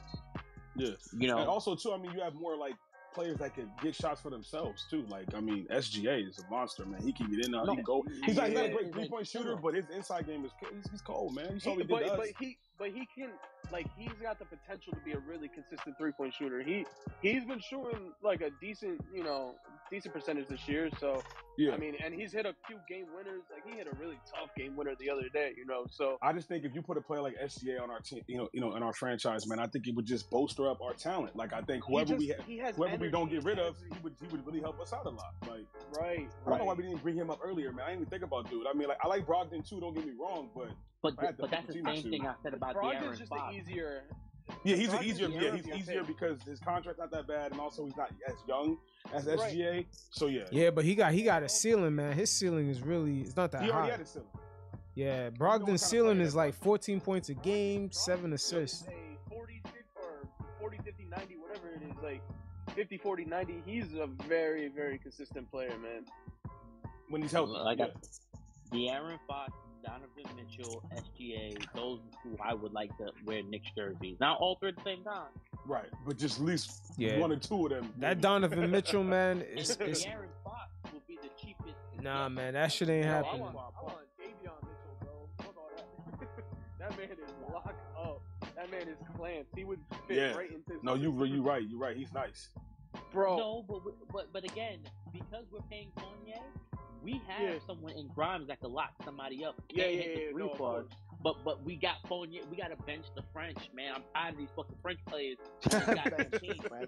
Speaker 5: Yeah,
Speaker 10: You know.
Speaker 5: and also too, I mean, you have more like players that can get shots for themselves too. Like, I mean, SGA is a monster, man. He can get in, there, he
Speaker 10: No,
Speaker 5: can go. He's not, he's not a
Speaker 4: SGA
Speaker 5: great
Speaker 10: is
Speaker 5: three
Speaker 10: a
Speaker 5: point shooter,
Speaker 10: killer.
Speaker 5: but his inside game is he's, he's cold, man. You saw what
Speaker 4: He-
Speaker 5: he did
Speaker 4: but
Speaker 5: to
Speaker 4: but
Speaker 5: us.
Speaker 4: he but he can like he's got the potential to be a really consistent three point shooter. He he's been shooting like a decent you know decent percentage this year. So
Speaker 5: Yeah.
Speaker 4: I mean, and he's hit a few game winners. Like he hit a really tough game winner the other day. You know, so
Speaker 5: I just think if you put a player like SGA on our team, you know, you know, in our franchise, man, I think it would just bolster up our talent. Like I think
Speaker 4: He
Speaker 5: whoever we
Speaker 4: just-
Speaker 5: ha-
Speaker 4: he has
Speaker 5: whoever we don't
Speaker 4: energy
Speaker 5: get rid of,
Speaker 4: every-
Speaker 5: he would he would really help us out a lot. Like
Speaker 4: right.
Speaker 5: I don't know why
Speaker 4: right.
Speaker 5: we didn't bring him up earlier, man. I didn't even think about dude. I mean, like I like Brogdon too. Don't get me wrong, but
Speaker 10: But
Speaker 5: I had to
Speaker 10: but that's
Speaker 5: put
Speaker 10: the
Speaker 5: Timo
Speaker 10: same
Speaker 5: too.
Speaker 10: thing I said about
Speaker 4: Brogdon's
Speaker 10: De'Aaron
Speaker 4: just
Speaker 10: Fox.
Speaker 4: the easier.
Speaker 5: yeah, he's
Speaker 4: Brogdon's
Speaker 5: easier.
Speaker 4: the
Speaker 5: Yeah, he's
Speaker 4: easier
Speaker 5: easier
Speaker 4: pick.
Speaker 5: because his contract's not that bad, and also he's not as young as
Speaker 4: Right.
Speaker 5: SGA. So yeah,
Speaker 2: Yeah, but he got he got a ceiling, man. His ceiling is really it's not that
Speaker 5: he already
Speaker 2: high.
Speaker 5: had a ceiling.
Speaker 2: Yeah,
Speaker 5: player
Speaker 2: Brogdon's ceiling
Speaker 5: that
Speaker 2: is like 14 points a game, seven assists.
Speaker 4: Say 40, 50, or 40, 50, 90, whatever it is, like 50, 40, 90. He's a very, very consistent player, man.
Speaker 5: when he's healthy.
Speaker 10: Like
Speaker 5: yeah.
Speaker 10: I, De'Aaron Fox, Donovan Mitchell, SGA, those who I would like to wear Knicks jerseys. Not all three at the same time.
Speaker 5: Right, but just at least
Speaker 2: Yeah.
Speaker 5: one or two of them.
Speaker 2: That Donovan Mitchell, man,
Speaker 10: And
Speaker 2: is is
Speaker 10: De'Aaron Fox will be the cheapest. to
Speaker 2: nah,
Speaker 10: get.
Speaker 2: man. That shit ain't
Speaker 4: Yo, I
Speaker 2: happening.
Speaker 4: want, I want Davion Mitchell, bro. Fuck all that. that man is locked up. That man is clamped. He would fit
Speaker 5: Yeah.
Speaker 4: right into.
Speaker 5: No, you you right, you right. He's nice.
Speaker 4: bro.
Speaker 10: No, but, we- but but again, because we're paying Kanye, we have
Speaker 4: Yeah.
Speaker 10: someone in Grimes that could lock somebody up.
Speaker 4: Yeah,
Speaker 10: can't
Speaker 4: yeah,
Speaker 10: hit
Speaker 4: yeah.
Speaker 10: the
Speaker 4: no,
Speaker 10: three
Speaker 4: of
Speaker 10: for us.
Speaker 4: course.
Speaker 10: But but we got Fournier. We got to bench the French, man. I'm tired of these fucking French players. when they got
Speaker 11: Bench
Speaker 10: Kane.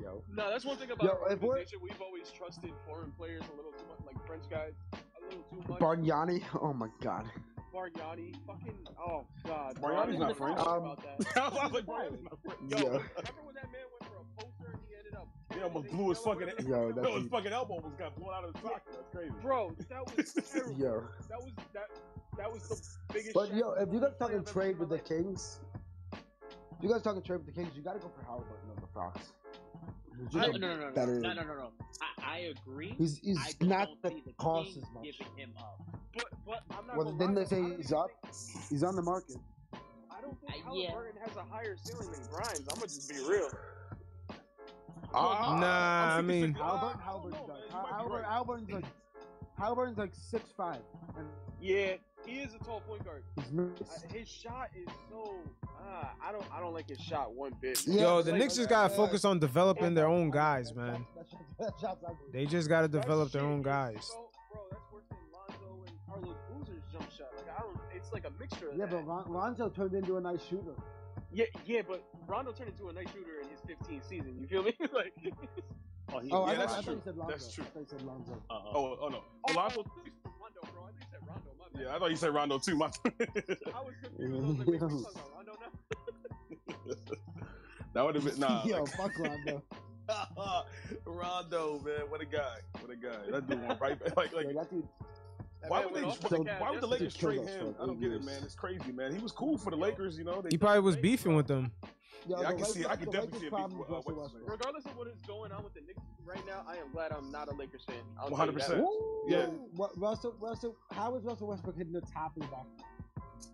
Speaker 9: Yo.
Speaker 4: No, that's one thing about
Speaker 11: Yo,
Speaker 4: our
Speaker 11: if we're-
Speaker 4: organization. We've always trusted foreign players a little too much, like French guys, a little too much.
Speaker 11: Bargnani? Oh my god.
Speaker 4: Bargnani, fucking, oh god. bro,
Speaker 5: Bargnani's
Speaker 4: I didn't
Speaker 5: not
Speaker 4: even
Speaker 5: French.
Speaker 4: talk
Speaker 11: Um,
Speaker 4: about that.
Speaker 5: I was like, Brian, that's not right.
Speaker 11: Yo,
Speaker 5: yo,
Speaker 4: Remember when that man went for a poster and he ended up?
Speaker 5: he almost blew his fucking,
Speaker 11: Yo,
Speaker 5: yo, his
Speaker 11: that's
Speaker 5: fucking elbow almost got blown out of his socket. That's crazy.
Speaker 4: Bro, that was terrible.
Speaker 11: yo.
Speaker 4: That was that. That was the biggest.
Speaker 11: But
Speaker 4: shot
Speaker 11: yo, if you guys
Speaker 4: I've
Speaker 11: talking
Speaker 4: ever seen
Speaker 11: trade
Speaker 4: in my
Speaker 11: with the
Speaker 4: life.
Speaker 11: Kings, if you guys talking trade with the Kings, you gotta go for Halliburton over Fox. He's
Speaker 10: No,
Speaker 11: just
Speaker 10: no, no, no, no,
Speaker 11: better-
Speaker 10: no, no, no, no. I, I agree.
Speaker 11: He's he's
Speaker 10: I just
Speaker 11: not
Speaker 10: don't
Speaker 11: the
Speaker 10: see the
Speaker 11: cost
Speaker 10: Kings
Speaker 11: as much.
Speaker 10: giving him up.
Speaker 4: But but I'm not.
Speaker 11: Well,
Speaker 4: gonna
Speaker 11: then they
Speaker 4: lie, though, I
Speaker 11: say
Speaker 4: don't
Speaker 11: he's
Speaker 4: even
Speaker 11: up. He's on the market.
Speaker 4: think- I don't think
Speaker 10: Uh, yeah.
Speaker 4: Halliburton has a higher ceiling than Grimes. I'm gonna just be real.
Speaker 11: Ah,
Speaker 2: Nah, Uh, I
Speaker 5: I'm 66
Speaker 2: mean-
Speaker 5: Uh,
Speaker 11: Halliburton,
Speaker 5: I don't
Speaker 11: Halliburton's
Speaker 5: know,
Speaker 11: like
Speaker 5: man. You might be
Speaker 11: Halliburton,
Speaker 5: right.
Speaker 11: Halliburton's like Halliburton's like six five, and
Speaker 4: Yeah, he is a tall point guard.
Speaker 11: he's
Speaker 4: I-
Speaker 11: missed.
Speaker 4: His shot is so. ah, I don't. I don't like his shot one bit.
Speaker 11: Yeah,
Speaker 2: Yo,
Speaker 11: it's
Speaker 2: the
Speaker 11: like-
Speaker 2: Knicks just gotta
Speaker 11: yeah.
Speaker 2: focus on developing their own
Speaker 11: That
Speaker 2: guys,
Speaker 11: shot's-
Speaker 2: man.
Speaker 11: that shot's- that shot's ugly.
Speaker 2: They just gotta
Speaker 4: That
Speaker 2: develop their
Speaker 4: shit
Speaker 2: own
Speaker 4: is
Speaker 2: guys.
Speaker 4: So, bro, that's worse than Lonzo and Carlos Boozer's jump shot. Like I don't. It's like a mixture. Of
Speaker 11: Yeah,
Speaker 4: that.
Speaker 11: but Lon- Lonzo turned into a nice shooter.
Speaker 4: yeah, yeah, but Rondo turned into a nice shooter in his 15th season. You feel me? like,
Speaker 10: Oh, he,
Speaker 11: Oh, I,
Speaker 5: Yeah,
Speaker 11: thought,
Speaker 5: that's
Speaker 11: I thought
Speaker 5: true.
Speaker 11: you said Lonzo.
Speaker 5: That's true.
Speaker 11: I thought you said Lonzo.
Speaker 10: uh-oh.
Speaker 4: Uh-huh.
Speaker 5: Oh, oh no, Alonzo.
Speaker 4: Rondo, bro. I think you said Rondo. My bad.
Speaker 5: Yeah, I thought you said Rondo too. My
Speaker 4: I was confused. I was like, wait, we talking about Rondo now?
Speaker 5: that would have been
Speaker 4: oh,
Speaker 5: nah.
Speaker 11: Yo,
Speaker 5: uh, like-
Speaker 11: fuck Lonzo.
Speaker 5: Rondo, man, what a guy, what a guy. That dude went right back. Like, like
Speaker 11: Yo, that dude.
Speaker 4: That
Speaker 5: why
Speaker 4: man
Speaker 5: would
Speaker 4: went
Speaker 5: they?
Speaker 4: off on
Speaker 11: so-
Speaker 4: the Cavs
Speaker 5: Why would the
Speaker 4: yesterday.
Speaker 5: Lakers
Speaker 11: Just killed
Speaker 5: trade
Speaker 11: us
Speaker 5: him?
Speaker 11: for
Speaker 5: I don't
Speaker 11: eight
Speaker 5: get it,
Speaker 11: years.
Speaker 5: man. It's crazy, man. He was cool for the Lakers, you know. They,
Speaker 2: He probably was beefing with them.
Speaker 11: Yo,
Speaker 5: Yeah, I
Speaker 11: the
Speaker 5: can see-
Speaker 11: Lakers-
Speaker 5: I can
Speaker 11: the
Speaker 5: definitely
Speaker 11: Lakers
Speaker 5: see it being,
Speaker 11: problem
Speaker 5: uh,
Speaker 11: is Russell
Speaker 5: Westbrook.
Speaker 11: Westbrook.
Speaker 4: Regardless of what is going on with the Knicks right now, I am glad I'm not a Lakers fan. I'll
Speaker 5: one
Speaker 4: tell you
Speaker 5: hundred
Speaker 4: that.
Speaker 5: percent. Yeah,
Speaker 11: Yo, what, Russell, Russell, how is Russell Westbrook hitting the top of the box?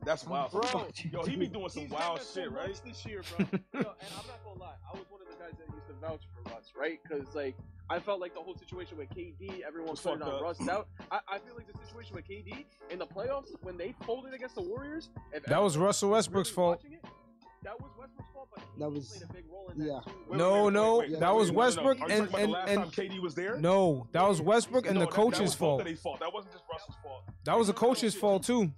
Speaker 5: that's wild.
Speaker 4: Bro,
Speaker 5: yo, he be doing some
Speaker 4: He's
Speaker 5: wild
Speaker 4: done that so
Speaker 5: shit, right?
Speaker 4: much This year, bro. Yo, and I'm not gonna lie, I was one of the guys that used to vouch for Russ, right? Because like I felt like the whole situation with KD, everyone
Speaker 5: Was
Speaker 4: put it
Speaker 5: fucked
Speaker 4: on
Speaker 5: up.
Speaker 4: Russ. Now I, I feel like the situation with KD in the playoffs when they folded against the Warriors, if
Speaker 2: That was
Speaker 4: everyone
Speaker 2: Russell Westbrook's
Speaker 4: really
Speaker 2: fault.
Speaker 4: watching it, that was Westbrook's fault,
Speaker 11: That was yeah.
Speaker 2: No, no, that was Westbrook
Speaker 5: Are you
Speaker 2: and
Speaker 5: talking about
Speaker 2: and
Speaker 5: the last
Speaker 2: and
Speaker 5: time KD was there?
Speaker 2: No, that was Westbrook and
Speaker 5: No,
Speaker 2: the
Speaker 5: that- that was
Speaker 2: coach's
Speaker 5: both
Speaker 2: fault.
Speaker 5: of their fault. That wasn't just Russell's fault.
Speaker 2: That was the coach's fault too.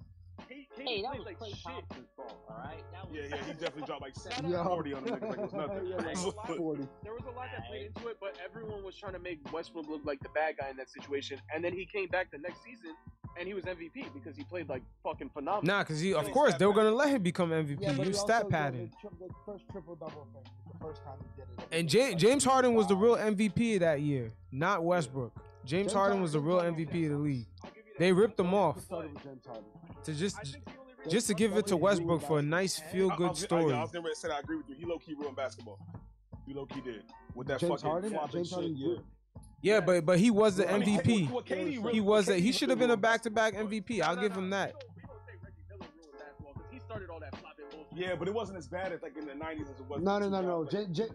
Speaker 10: Hey, that was Clay Thompson's fault, all right? That was
Speaker 5: Yeah, yeah, he definitely dropped like
Speaker 10: seven.
Speaker 5: 40 on the niggas like it was nothing.
Speaker 11: Yeah, like 40.
Speaker 4: There was a lot that played into it, but everyone was trying to make Westbrook look like the bad guy in that situation. And then he came back the next season, and he was MVP because he played like fucking phenomenal.
Speaker 2: Nah, because he, of course, they were gonna let him become MVP.
Speaker 11: Yeah, but
Speaker 2: you
Speaker 11: he also
Speaker 2: stat
Speaker 11: did
Speaker 2: padding.
Speaker 11: The, tri- the first triple double thing. The first time he did it.
Speaker 2: And Ja- James Harden was the real MVP of that year, not Westbrook. James Harden was the real MVP of the league. They ripped him off
Speaker 11: Started with James Harden.
Speaker 2: to just just to give it to Westbrook for a nice feel
Speaker 5: I- I- I-
Speaker 2: good story.
Speaker 5: I, was never said I agree with you. He low key ruined basketball. He low key did with that
Speaker 11: James
Speaker 5: fucking
Speaker 11: Harden?
Speaker 5: flopping
Speaker 11: James
Speaker 5: shit.
Speaker 11: Harden
Speaker 5: yeah.
Speaker 2: Yeah, but but he was the
Speaker 5: I mean,
Speaker 2: MVP.
Speaker 5: what- what KD really-
Speaker 2: He was
Speaker 5: what
Speaker 2: a, he
Speaker 5: KD
Speaker 2: should have been a
Speaker 5: really
Speaker 2: back to back MVP. I'll
Speaker 4: No,
Speaker 2: give
Speaker 4: no,
Speaker 2: him that.
Speaker 4: We don't say Reggie Miller ruined basketball because he started all that flopping bullshit.
Speaker 5: Yeah, but it wasn't as bad as like in the nineties as it was.
Speaker 11: No,
Speaker 5: in
Speaker 11: no, no, no.
Speaker 5: 2000.
Speaker 11: J- J-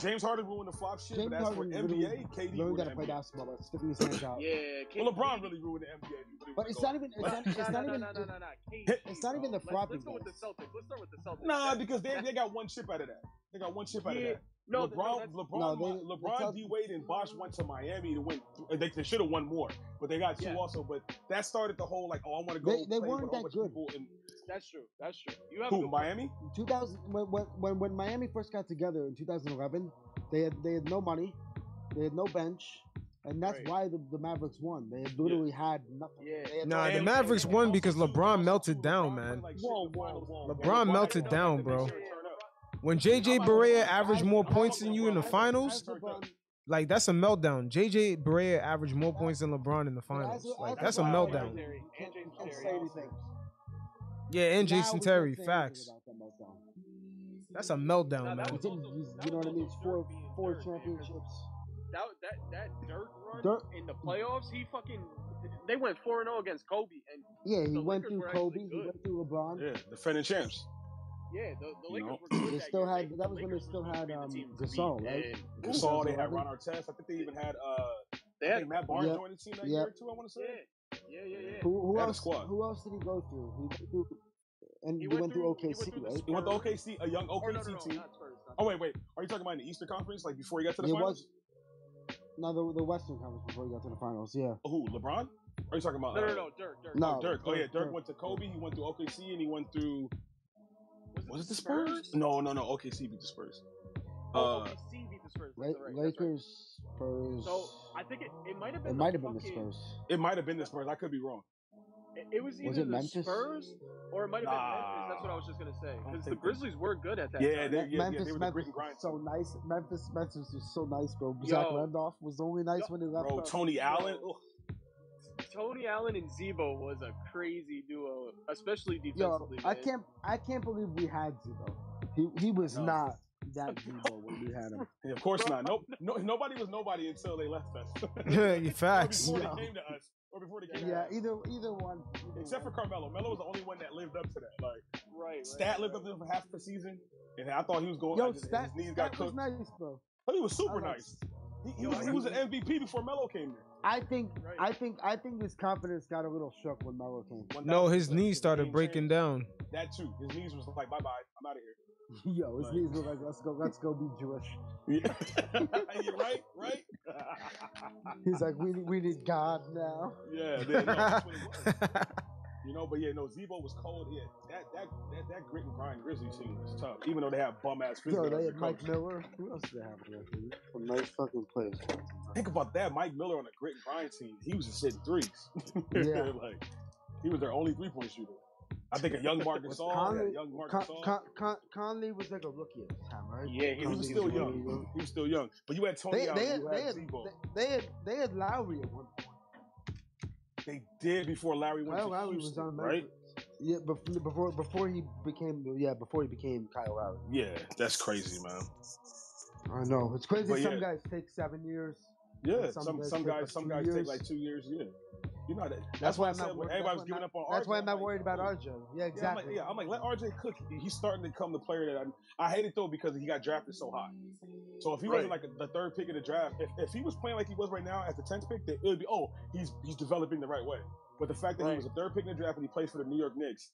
Speaker 5: James Harden ruined the flop shit,
Speaker 11: James
Speaker 5: but as for
Speaker 11: Harden really,
Speaker 5: NBA, KD
Speaker 11: really
Speaker 5: ruined the
Speaker 11: got to play
Speaker 5: NBA.
Speaker 11: basketball by sticking his hands out.
Speaker 4: Yeah, K-
Speaker 5: Well, LeBron really ruined the NBA. if you really
Speaker 11: But
Speaker 5: wanna
Speaker 11: it's
Speaker 5: go
Speaker 11: not even. It's
Speaker 5: But-
Speaker 11: not, it's
Speaker 4: No,
Speaker 11: not
Speaker 4: no,
Speaker 11: even.
Speaker 4: no, no, no, no. KD,
Speaker 11: It's not even the
Speaker 4: bro. Let's-
Speaker 11: frothing
Speaker 4: Let's go with the
Speaker 11: guys.
Speaker 4: Celtics. Let's start with the Celtics.
Speaker 5: Nah,
Speaker 4: That-
Speaker 5: because they,
Speaker 4: that-
Speaker 5: they got one chip out of that. They got one chip out
Speaker 4: Yeah.
Speaker 5: of that.
Speaker 4: no, th- no,
Speaker 5: LeBron,
Speaker 4: that's-
Speaker 5: LeBron,
Speaker 11: No, they- Mm.
Speaker 5: LeBron,
Speaker 11: because-
Speaker 5: D Wade, and Bosch went to Miami to win. They, they should have won more, but they got two
Speaker 4: Yeah.
Speaker 5: also. But that started the whole like, oh, I want to go.
Speaker 11: They- they
Speaker 5: play
Speaker 11: weren't
Speaker 5: with a
Speaker 11: that
Speaker 5: whole bunch
Speaker 11: good.
Speaker 5: of people in-
Speaker 4: that's true. That's true. You have a
Speaker 5: Who?
Speaker 4: good point.
Speaker 5: Miami?
Speaker 11: 2000 when, when- when when Miami first got together in 2011, they had they had no money, they had no bench, and that's
Speaker 4: Right.
Speaker 11: why the, the Mavericks won. They had literally had nothing.
Speaker 4: Yeah.
Speaker 11: They had
Speaker 2: Nah,
Speaker 11: no-
Speaker 2: the
Speaker 5: And-
Speaker 2: Mavericks
Speaker 5: and
Speaker 2: won
Speaker 5: also,
Speaker 2: because
Speaker 5: too,
Speaker 2: LeBron
Speaker 5: also,
Speaker 2: melted
Speaker 5: too,
Speaker 2: down,
Speaker 5: LeBron
Speaker 2: man.
Speaker 5: played like shit
Speaker 11: Whoa,
Speaker 5: in the
Speaker 11: whoa.
Speaker 5: finals. And
Speaker 2: LeBron
Speaker 5: had
Speaker 2: melted
Speaker 5: to
Speaker 2: down,
Speaker 5: make
Speaker 2: bro.
Speaker 5: sure he turned up.
Speaker 2: When JJ Barea averaged more
Speaker 5: I'm
Speaker 2: points
Speaker 5: fucking
Speaker 2: than you in the
Speaker 5: LeBron. I- I-
Speaker 2: finals,
Speaker 5: Turned up.
Speaker 2: like that's a meltdown. JJ Barea averaged more points than LeBron in the finals. Like that's a meltdown.
Speaker 4: Terry,
Speaker 11: You can't-
Speaker 4: and James
Speaker 11: you can't
Speaker 4: Terry
Speaker 11: say
Speaker 4: also.
Speaker 11: anything.
Speaker 2: Yeah, and Jason
Speaker 11: Now we can't
Speaker 2: Terry,
Speaker 11: say anything
Speaker 2: facts.
Speaker 11: about that meltdown.
Speaker 2: That's a
Speaker 4: Nah,
Speaker 2: meltdown,
Speaker 4: that
Speaker 2: man.
Speaker 11: He's
Speaker 4: was
Speaker 11: in,
Speaker 4: also-
Speaker 11: he's,
Speaker 4: that
Speaker 11: you know
Speaker 4: was
Speaker 11: what I mean?
Speaker 4: also
Speaker 11: Four
Speaker 4: Dirk being
Speaker 11: four
Speaker 4: Dirk, man, 'cause
Speaker 11: championships.
Speaker 4: That that that Dirk run
Speaker 11: Dirk-
Speaker 4: in the playoffs, he fucking they went four and zero against Kobe, and
Speaker 11: Yeah, he
Speaker 4: The
Speaker 11: went
Speaker 4: Lakers
Speaker 11: through
Speaker 4: were actually
Speaker 11: Kobe. He
Speaker 4: good.
Speaker 11: went through LeBron.
Speaker 5: Yeah, defending champs.
Speaker 4: yeah, the,
Speaker 5: You
Speaker 4: the Lakers
Speaker 5: know.
Speaker 4: were good.
Speaker 11: They
Speaker 4: that
Speaker 11: still
Speaker 4: year.
Speaker 11: had- that was when they
Speaker 4: Lakers
Speaker 11: still
Speaker 4: were supposed
Speaker 11: had,
Speaker 4: to be the
Speaker 11: um,
Speaker 4: team to
Speaker 11: Gasol,
Speaker 4: beat,
Speaker 11: right?
Speaker 4: and
Speaker 5: Gasol, they had
Speaker 11: Eleven.
Speaker 5: Ron Artest. I think they even had uh,
Speaker 4: They
Speaker 5: I
Speaker 4: had
Speaker 5: think Matt Barnes
Speaker 11: Yep.
Speaker 5: joined the team that
Speaker 11: Yep.
Speaker 5: year too. I want to say.
Speaker 4: yeah, yeah, yeah, yeah.
Speaker 11: Who, who
Speaker 5: They had
Speaker 11: else?
Speaker 5: a squad.
Speaker 11: Who else did he go through? He went through, and
Speaker 4: He
Speaker 11: he
Speaker 4: went
Speaker 11: went
Speaker 4: through-
Speaker 11: through
Speaker 4: he went
Speaker 11: OKC,
Speaker 4: through the
Speaker 11: right?
Speaker 5: It went to OKC, a young
Speaker 4: Or
Speaker 5: OKC
Speaker 4: no, no, no,
Speaker 5: team.
Speaker 4: not Spurs. not
Speaker 5: Oh
Speaker 4: Spurs.
Speaker 5: wait, wait. Are you talking about in the Eastern Conference, like before he got to the
Speaker 11: It
Speaker 5: finals?
Speaker 11: was no the, the Western Conference before he got to the finals. Yeah.
Speaker 5: Who? LeBron? Are you talking about?
Speaker 4: No,
Speaker 5: uh,
Speaker 4: no, no, Dirk, Dirk.
Speaker 11: No.
Speaker 5: Oh, Dirk. Oh yeah, Dirk,
Speaker 11: Dirk.
Speaker 5: went to Kobe. He went through OKC, and he went through. Was it the
Speaker 4: the
Speaker 5: Spurs? No, no, no. OKC beat the Spurs.
Speaker 4: Oh,
Speaker 5: Uh,
Speaker 4: OKC beat the Spurs.
Speaker 11: La-
Speaker 4: That's right. That's right.
Speaker 11: Lakers, Spurs.
Speaker 4: So I think it, it might have been
Speaker 11: it
Speaker 4: the
Speaker 11: might have been the
Speaker 4: fucking-
Speaker 11: Spurs.
Speaker 5: it might have been the Spurs. I could be wrong.
Speaker 4: It, it was either
Speaker 11: it
Speaker 4: the
Speaker 11: Memphis?
Speaker 4: Spurs or it might have been
Speaker 5: Nah.
Speaker 4: Memphis. That's what I was just gonna say.
Speaker 5: don't
Speaker 4: Because the
Speaker 5: think that-
Speaker 4: Grizzlies were good at that
Speaker 5: Yeah,
Speaker 4: time.
Speaker 5: they-
Speaker 11: Me-
Speaker 5: yeah,
Speaker 11: Memphis,
Speaker 5: they were the
Speaker 11: Memphis,
Speaker 5: grit and grind
Speaker 11: was so nice. Memphis, Memphis was so nice, bro.
Speaker 4: Yo.
Speaker 11: Zach Randolph was only nice
Speaker 4: Yo,
Speaker 11: when he left.
Speaker 5: Bro,
Speaker 11: us.
Speaker 5: Tony Allen. Ugh.
Speaker 4: Tony Allen and Zebo was a crazy duo, especially
Speaker 11: Yo,
Speaker 4: defensively.
Speaker 11: I
Speaker 4: man.
Speaker 11: can't, I can't believe we had Zebo. He, he was
Speaker 5: No.
Speaker 11: not that Zebo when we had him.
Speaker 5: Yeah, of course
Speaker 4: Bro.
Speaker 5: not. Nope. No, nobody was nobody until they left us.
Speaker 2: Facts.
Speaker 5: Or
Speaker 11: Yeah.
Speaker 5: before they came to us, or before they came
Speaker 11: Yeah,
Speaker 5: to us.
Speaker 11: either, either one. either
Speaker 5: Except for
Speaker 11: one.
Speaker 5: Carmelo. Melo was the only one that lived up to that. Like
Speaker 4: Right. right,
Speaker 5: Stat lived
Speaker 4: right.
Speaker 5: up to it for half the season, and I thought he was going.
Speaker 11: yo,
Speaker 5: like, his-
Speaker 11: Stat,
Speaker 5: his knees got
Speaker 11: Stat was
Speaker 5: cooked.
Speaker 11: nice, bro.
Speaker 5: Oh, he was super
Speaker 11: I like-
Speaker 5: nice. He, he
Speaker 11: Yo,
Speaker 5: was he
Speaker 11: he-
Speaker 5: was an MVP before Melo came there.
Speaker 11: I think,
Speaker 4: Right.
Speaker 11: I think, I think his confidence got a little shook when Melo came.
Speaker 2: No, his
Speaker 5: 1000%.
Speaker 2: knees started
Speaker 5: game
Speaker 2: breaking
Speaker 5: changed.
Speaker 2: down.
Speaker 5: That too. His knees was like, bye bye, I'm out of here.
Speaker 11: Yo, his
Speaker 5: Like-
Speaker 11: knees were like, let's go, let's go be Jewish.
Speaker 5: Yeah. You right, right.
Speaker 11: He's like, we, we need God now.
Speaker 5: yeah, then, no, that's what it was. You know, but yeah, no, Zebo was cold. Yeah, that that that, that grit and grind Grizzly team was tough. Even though they had bum ass
Speaker 11: Yo,
Speaker 5: physical
Speaker 11: they
Speaker 5: coach.
Speaker 11: had Mike Miller. Who else did they have? on that team? Some nice fucking players.
Speaker 5: Think about that, Mike Miller on a grit and grind team. He was just hitting threes.
Speaker 11: Yeah.
Speaker 5: like he was their only three point shooter. I think a young
Speaker 11: Was
Speaker 5: Marcus Gasol, they had
Speaker 11: Conley-
Speaker 5: a young
Speaker 11: Con,
Speaker 5: Marcus Gasol.
Speaker 11: Con, Con, Conley was like a rookie at the time, right?
Speaker 4: Yeah, he
Speaker 5: He was
Speaker 4: was.
Speaker 11: Conley
Speaker 5: still
Speaker 11: was a
Speaker 5: young.
Speaker 11: rookie.
Speaker 5: He was still young. But you had Tony
Speaker 11: They,
Speaker 5: out.
Speaker 11: they, had,
Speaker 5: You
Speaker 11: they,
Speaker 5: had
Speaker 11: had,
Speaker 5: Zebo.
Speaker 11: they, had, they had Lowry at one point.
Speaker 5: They did before Larry went
Speaker 11: Kyle
Speaker 5: to
Speaker 11: Lowry was
Speaker 5: Houston,
Speaker 11: on
Speaker 5: right?
Speaker 11: Yeah, bef- before before he became yeah before he became Kyle Lowry.
Speaker 5: Yeah, that's crazy, man.
Speaker 11: I know Oh, it's crazy.
Speaker 5: But
Speaker 11: some
Speaker 5: yeah.
Speaker 11: guys take seven years.
Speaker 5: Yeah,
Speaker 11: And
Speaker 5: some
Speaker 11: some guys
Speaker 5: some,
Speaker 11: take,
Speaker 5: guys
Speaker 11: like,
Speaker 5: some
Speaker 11: two
Speaker 5: guys take
Speaker 11: years.
Speaker 5: like two years. Yeah, you know that. That's,
Speaker 11: That's
Speaker 5: why
Speaker 11: why
Speaker 5: I
Speaker 11: I'm
Speaker 5: said
Speaker 11: not.
Speaker 5: when
Speaker 11: Worried,
Speaker 5: everybody
Speaker 11: that's,
Speaker 5: was
Speaker 11: why
Speaker 5: giving
Speaker 11: I'm
Speaker 5: up on
Speaker 11: not, that's
Speaker 5: RJ,
Speaker 11: why I'm not
Speaker 5: like,
Speaker 11: worried about
Speaker 5: yo,
Speaker 11: RJ. Yeah,
Speaker 5: Yeah, I'm like,
Speaker 11: exactly.
Speaker 5: yeah, I'm like, let RJ cook. He's starting to become the player that I, I hate it though because he got drafted so high. So if he wasn't like the third pick in the draft, if, if he was playing like he was right now as the tenth pick, then it would be oh he's he's developing the right way. But the fact that he was a third pick in the draft and he plays for the New York Knicks,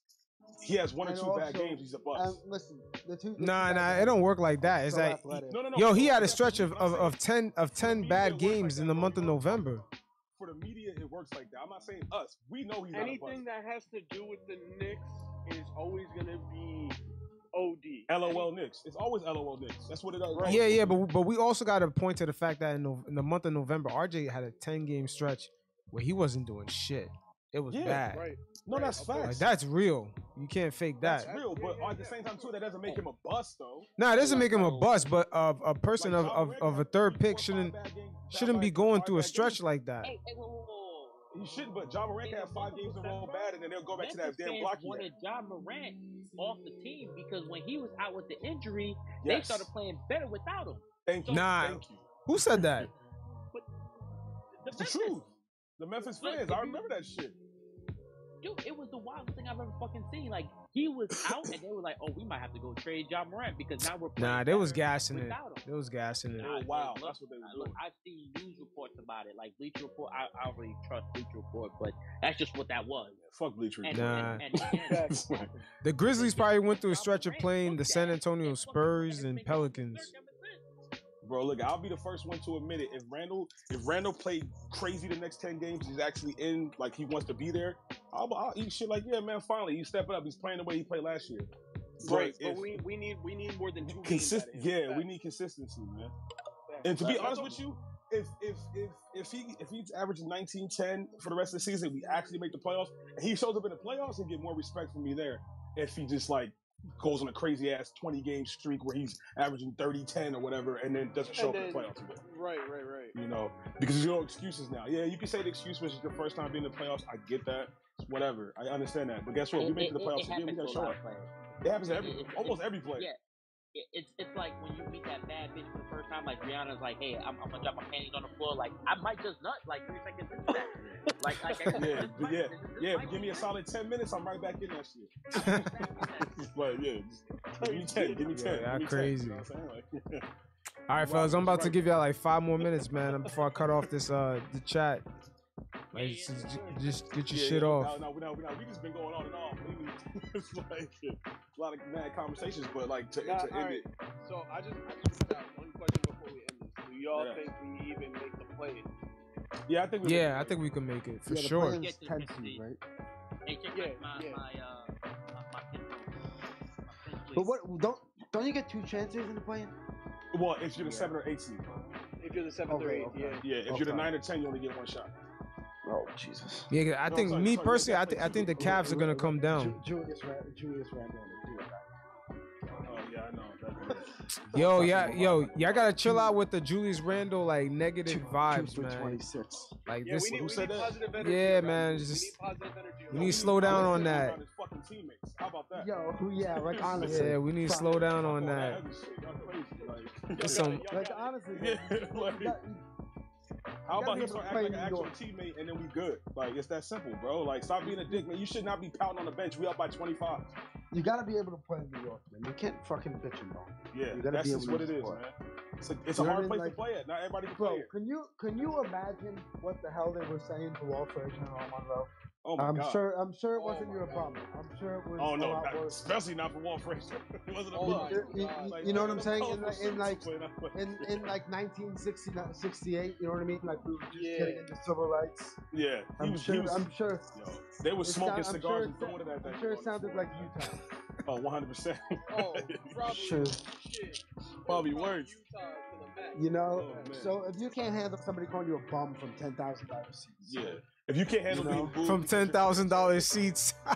Speaker 5: He has one or
Speaker 11: And
Speaker 5: two bad games. He's a bust.
Speaker 11: And listen, the two. the
Speaker 2: Nah,
Speaker 11: two
Speaker 2: nah,
Speaker 11: bad
Speaker 2: it don't work like that. It's
Speaker 11: So
Speaker 2: like
Speaker 11: athletic. No, no, no.
Speaker 2: yo, he had a stretch of, of, of ten of ten bad games in the month of November.
Speaker 5: For the media, it works like that. I'm not saying us. We know he's not a bust.
Speaker 4: Anything that has to do with the Knicks is always gonna be OD.
Speaker 5: LOL Knicks. It's always LOL Knicks. That's what it is.
Speaker 2: Yeah, yeah, but but we also got to point to the fact that in, Nov in the month of November, RJ had a ten game stretch where he wasn't doing shit. It was
Speaker 5: Yeah,
Speaker 2: bad.
Speaker 5: right. No, that's facts.
Speaker 2: Like, that's real. You can't fake that.
Speaker 5: That's real, but at the same time too, that doesn't
Speaker 4: Oh.
Speaker 5: make him a bust though.
Speaker 2: Nah, it doesn't make him a bust, but uh, a person of, of, of a third pick shouldn't shouldn't be going through a stretch like that.
Speaker 5: He shouldn't, but John Morant can have five games in a row bad, and then they'll go back to that
Speaker 10: Memphis
Speaker 5: damn
Speaker 10: fans
Speaker 5: block. he
Speaker 10: wanted
Speaker 5: had.
Speaker 10: John Morant off the team because when he was out with the injury, they
Speaker 2: Yes.
Speaker 10: started playing better without him.
Speaker 5: Thank you.
Speaker 2: Nah,
Speaker 5: Thank you.
Speaker 2: who said that?
Speaker 5: It's the truth. The Memphis fans, I remember that shit.
Speaker 10: Dude, it was the wildest thing I've ever fucking seen. Like he was out, and they were like, "Oh, we might have to go trade John Morant because now we're playing
Speaker 2: Nah, they was
Speaker 10: better
Speaker 2: gassing it.
Speaker 10: without him."
Speaker 2: They was gassing it.
Speaker 10: Nah, dude,
Speaker 5: wow,
Speaker 10: look,
Speaker 5: that's what they were
Speaker 10: nah, Look, I've seen news reports about it, like Bleacher Report. I, I already trust Bleacher Report, but that's just what that was.
Speaker 5: Fuck Bleacher
Speaker 10: And,
Speaker 2: Nah.
Speaker 10: and, and, and
Speaker 2: The Grizzlies probably went through a stretch of playing the San Antonio Spurs and Pelicans.
Speaker 5: Bro, look, I'll be the first one to admit it. If Randall, if Randall played crazy the next ten games, he's actually in, like he wants to be there. I'll, I'll eat shit like, yeah, man, finally he's stepping up. He's playing the way he played last year.
Speaker 4: Right,
Speaker 5: But
Speaker 4: but
Speaker 5: if-
Speaker 4: we, we need we need more than two games out
Speaker 5: consist-
Speaker 4: of him.
Speaker 5: yeah, we need consistency, man. And to be honest with you, if if if if he if he's averaging 19 10 for the rest of the season, we actually make the playoffs, and he shows up in the playoffs and get more respect from me there. If he just like goes on a crazy ass 20 game streak where he's averaging 30 10 or whatever, and then doesn't show
Speaker 4: And
Speaker 5: up in the
Speaker 4: then-
Speaker 5: playoffs again.
Speaker 4: Right, right, right.
Speaker 5: You know, because there's no excuses now. Yeah, you can say the excuse was your first time being in the playoffs. I get that. Whatever. I understand that. But guess what?
Speaker 10: It-
Speaker 5: We make it
Speaker 10: it-
Speaker 5: the
Speaker 10: it- it
Speaker 5: playoffs again. We
Speaker 10: happens
Speaker 5: got
Speaker 10: to
Speaker 5: to
Speaker 10: a
Speaker 5: show
Speaker 10: lot
Speaker 5: up.
Speaker 10: of players.
Speaker 5: It happens to
Speaker 10: It-
Speaker 5: every,
Speaker 10: it- it-
Speaker 5: almost
Speaker 10: it-
Speaker 5: every player.
Speaker 10: Yeah. It- It's, it's like when you meet that bad bitch for the first time, like Rihanna's like, hey, I'm, I'm gonna drop my panties on the floor. Like, I might just nut like three seconds into that. like, like,
Speaker 5: yeah,
Speaker 10: that's- this
Speaker 5: but
Speaker 10: might-
Speaker 5: yeah,
Speaker 10: this- this
Speaker 5: yeah.
Speaker 10: might
Speaker 5: but Give
Speaker 10: be
Speaker 5: me a
Speaker 10: it.
Speaker 5: solid ten minutes. I'm right back in that shit. but yeah, just give me ten. Give me
Speaker 2: Yeah,
Speaker 5: ten.
Speaker 2: y'all
Speaker 5: give me 10,
Speaker 2: crazy.
Speaker 5: you know what I'm saying? Like,
Speaker 2: All right, fellas, I'm about to
Speaker 5: Right.
Speaker 2: give y'all like five more minutes, man, before I cut off this uh the chat. Like, just, just get your
Speaker 5: yeah,
Speaker 2: shit
Speaker 5: yeah,
Speaker 2: off.
Speaker 5: No, no, no, no. We just been going on and on. We- It's like a lot of mad conversations, but like to,
Speaker 4: Nah,
Speaker 5: to end
Speaker 4: all right.
Speaker 5: it.
Speaker 4: So I just I just uh, got one question before we end this. Do y'all
Speaker 5: Yeah.
Speaker 4: think we even make the play?
Speaker 5: Yeah, I think we.
Speaker 2: Yeah, I think we can make it for
Speaker 11: Yeah, the
Speaker 2: sure.
Speaker 11: players tend to, right?
Speaker 10: Hey, check
Speaker 4: Yeah,
Speaker 10: out my,
Speaker 4: yeah.
Speaker 10: my, uh, my, my pinto. My pinto
Speaker 11: But what? Don't don't you get two chances in the playing?
Speaker 5: Well, if you're the seven or eight seed.
Speaker 4: If you're the seventh or
Speaker 11: Okay,
Speaker 4: eighth,
Speaker 11: okay.
Speaker 4: yeah.
Speaker 5: Yeah, if you're the nine or ten, you only get one shot.
Speaker 6: Oh Jesus.
Speaker 2: Yeah, 'cause I
Speaker 5: No,
Speaker 2: think
Speaker 5: sorry,
Speaker 2: me
Speaker 5: sorry, yeah,
Speaker 2: personally, I
Speaker 5: definitely
Speaker 2: think I think the
Speaker 11: two.
Speaker 2: Cavs are gonna come down.
Speaker 11: Ju- Julius Ra- Julius Randle. and Jrue.
Speaker 5: Oh yeah, I know. That's-
Speaker 2: Yo, yeah, yo, y'all gotta chill out with the Julius Randle like negative vibes,
Speaker 11: Two for
Speaker 2: man.
Speaker 11: twenty six.
Speaker 2: Like
Speaker 4: Yeah,
Speaker 2: this,
Speaker 4: we need,
Speaker 5: who
Speaker 4: we
Speaker 5: said
Speaker 4: need
Speaker 5: that?
Speaker 4: positive energy.
Speaker 2: yeah,
Speaker 4: around
Speaker 2: man.
Speaker 4: this.
Speaker 2: Just
Speaker 4: we need positive energy.
Speaker 2: we
Speaker 4: around
Speaker 2: need
Speaker 4: this.
Speaker 2: to slow down on
Speaker 5: Around
Speaker 2: that.
Speaker 5: his fucking teammates. How about that?
Speaker 11: Yo, who- yeah, like honestly.
Speaker 2: Yeah, we need to
Speaker 11: fuck.
Speaker 2: slow down on
Speaker 5: Fuck all
Speaker 2: that.
Speaker 5: other shit. Y'all crazy. Like,
Speaker 2: Just
Speaker 4: Y'all
Speaker 2: some,
Speaker 4: got
Speaker 11: Like
Speaker 4: it, y'all got it.
Speaker 11: honestly,
Speaker 5: Yeah,
Speaker 11: like,
Speaker 5: like- How
Speaker 11: You
Speaker 5: about
Speaker 11: gotta
Speaker 5: him
Speaker 11: be
Speaker 5: start
Speaker 11: able to
Speaker 5: acting like an
Speaker 11: play
Speaker 5: actual teammate and then we good? Like it's that simple, bro. Like stop being a dick, man. You should not be pouting on the bench. We up by twenty five.
Speaker 11: you gotta be able to play in New York, man. You can't fucking bitch and moan.
Speaker 5: Yeah,
Speaker 11: You gotta
Speaker 5: that's
Speaker 11: be
Speaker 5: just
Speaker 11: able
Speaker 5: what
Speaker 11: to
Speaker 5: it is,
Speaker 11: support.
Speaker 5: man. It's a, it's a
Speaker 11: You know what I
Speaker 5: hard
Speaker 11: mean?
Speaker 5: place to
Speaker 11: Like-
Speaker 5: play at. Not everybody can
Speaker 11: Bro,
Speaker 5: play it.
Speaker 11: can you can you imagine what the hell they were saying to Walford and Earl Monroe?
Speaker 5: Oh my
Speaker 11: I'm
Speaker 5: god.
Speaker 11: sure I'm sure it
Speaker 4: Oh
Speaker 11: wasn't
Speaker 4: my
Speaker 11: your
Speaker 4: God.
Speaker 11: problem. I'm sure it was
Speaker 5: Oh
Speaker 11: a
Speaker 5: no,
Speaker 11: lot
Speaker 5: not-
Speaker 11: worse.
Speaker 5: especially not for Walt Frazier. it wasn't a
Speaker 4: Oh
Speaker 5: bug.
Speaker 4: my
Speaker 11: You- you-
Speaker 4: God.
Speaker 11: you-
Speaker 5: uh, Like,
Speaker 11: you know what
Speaker 5: like,
Speaker 11: I'm
Speaker 5: them
Speaker 11: saying? In,
Speaker 5: colorful
Speaker 11: like- in
Speaker 5: suits
Speaker 11: like
Speaker 5: were not like-
Speaker 11: in, in like 1968, you know what I mean? Like we were just
Speaker 4: Yeah.
Speaker 11: getting into civil rights.
Speaker 5: yeah, he
Speaker 11: I'm
Speaker 5: was,
Speaker 11: sure.
Speaker 5: he was
Speaker 11: I'm sure.
Speaker 5: yo, they were
Speaker 11: it
Speaker 5: smoking
Speaker 11: sound- I'm sure
Speaker 5: cigars
Speaker 11: it
Speaker 5: and throwing it at that.
Speaker 11: I'm sure it sounded like Utah.
Speaker 5: Oh, 100 percent.
Speaker 4: Oh, probably
Speaker 11: Sure.
Speaker 4: shit.
Speaker 5: Probably
Speaker 4: Utah
Speaker 5: worse.
Speaker 4: to the max.
Speaker 11: You know.
Speaker 5: Oh, man.
Speaker 11: so if you can't handle somebody calling you a bum from ten thousand dollars,
Speaker 5: Yeah. If you can't handle
Speaker 11: You know?
Speaker 5: being booed
Speaker 2: from
Speaker 5: because you're-
Speaker 2: ten thousand dollars seats.
Speaker 4: Bro,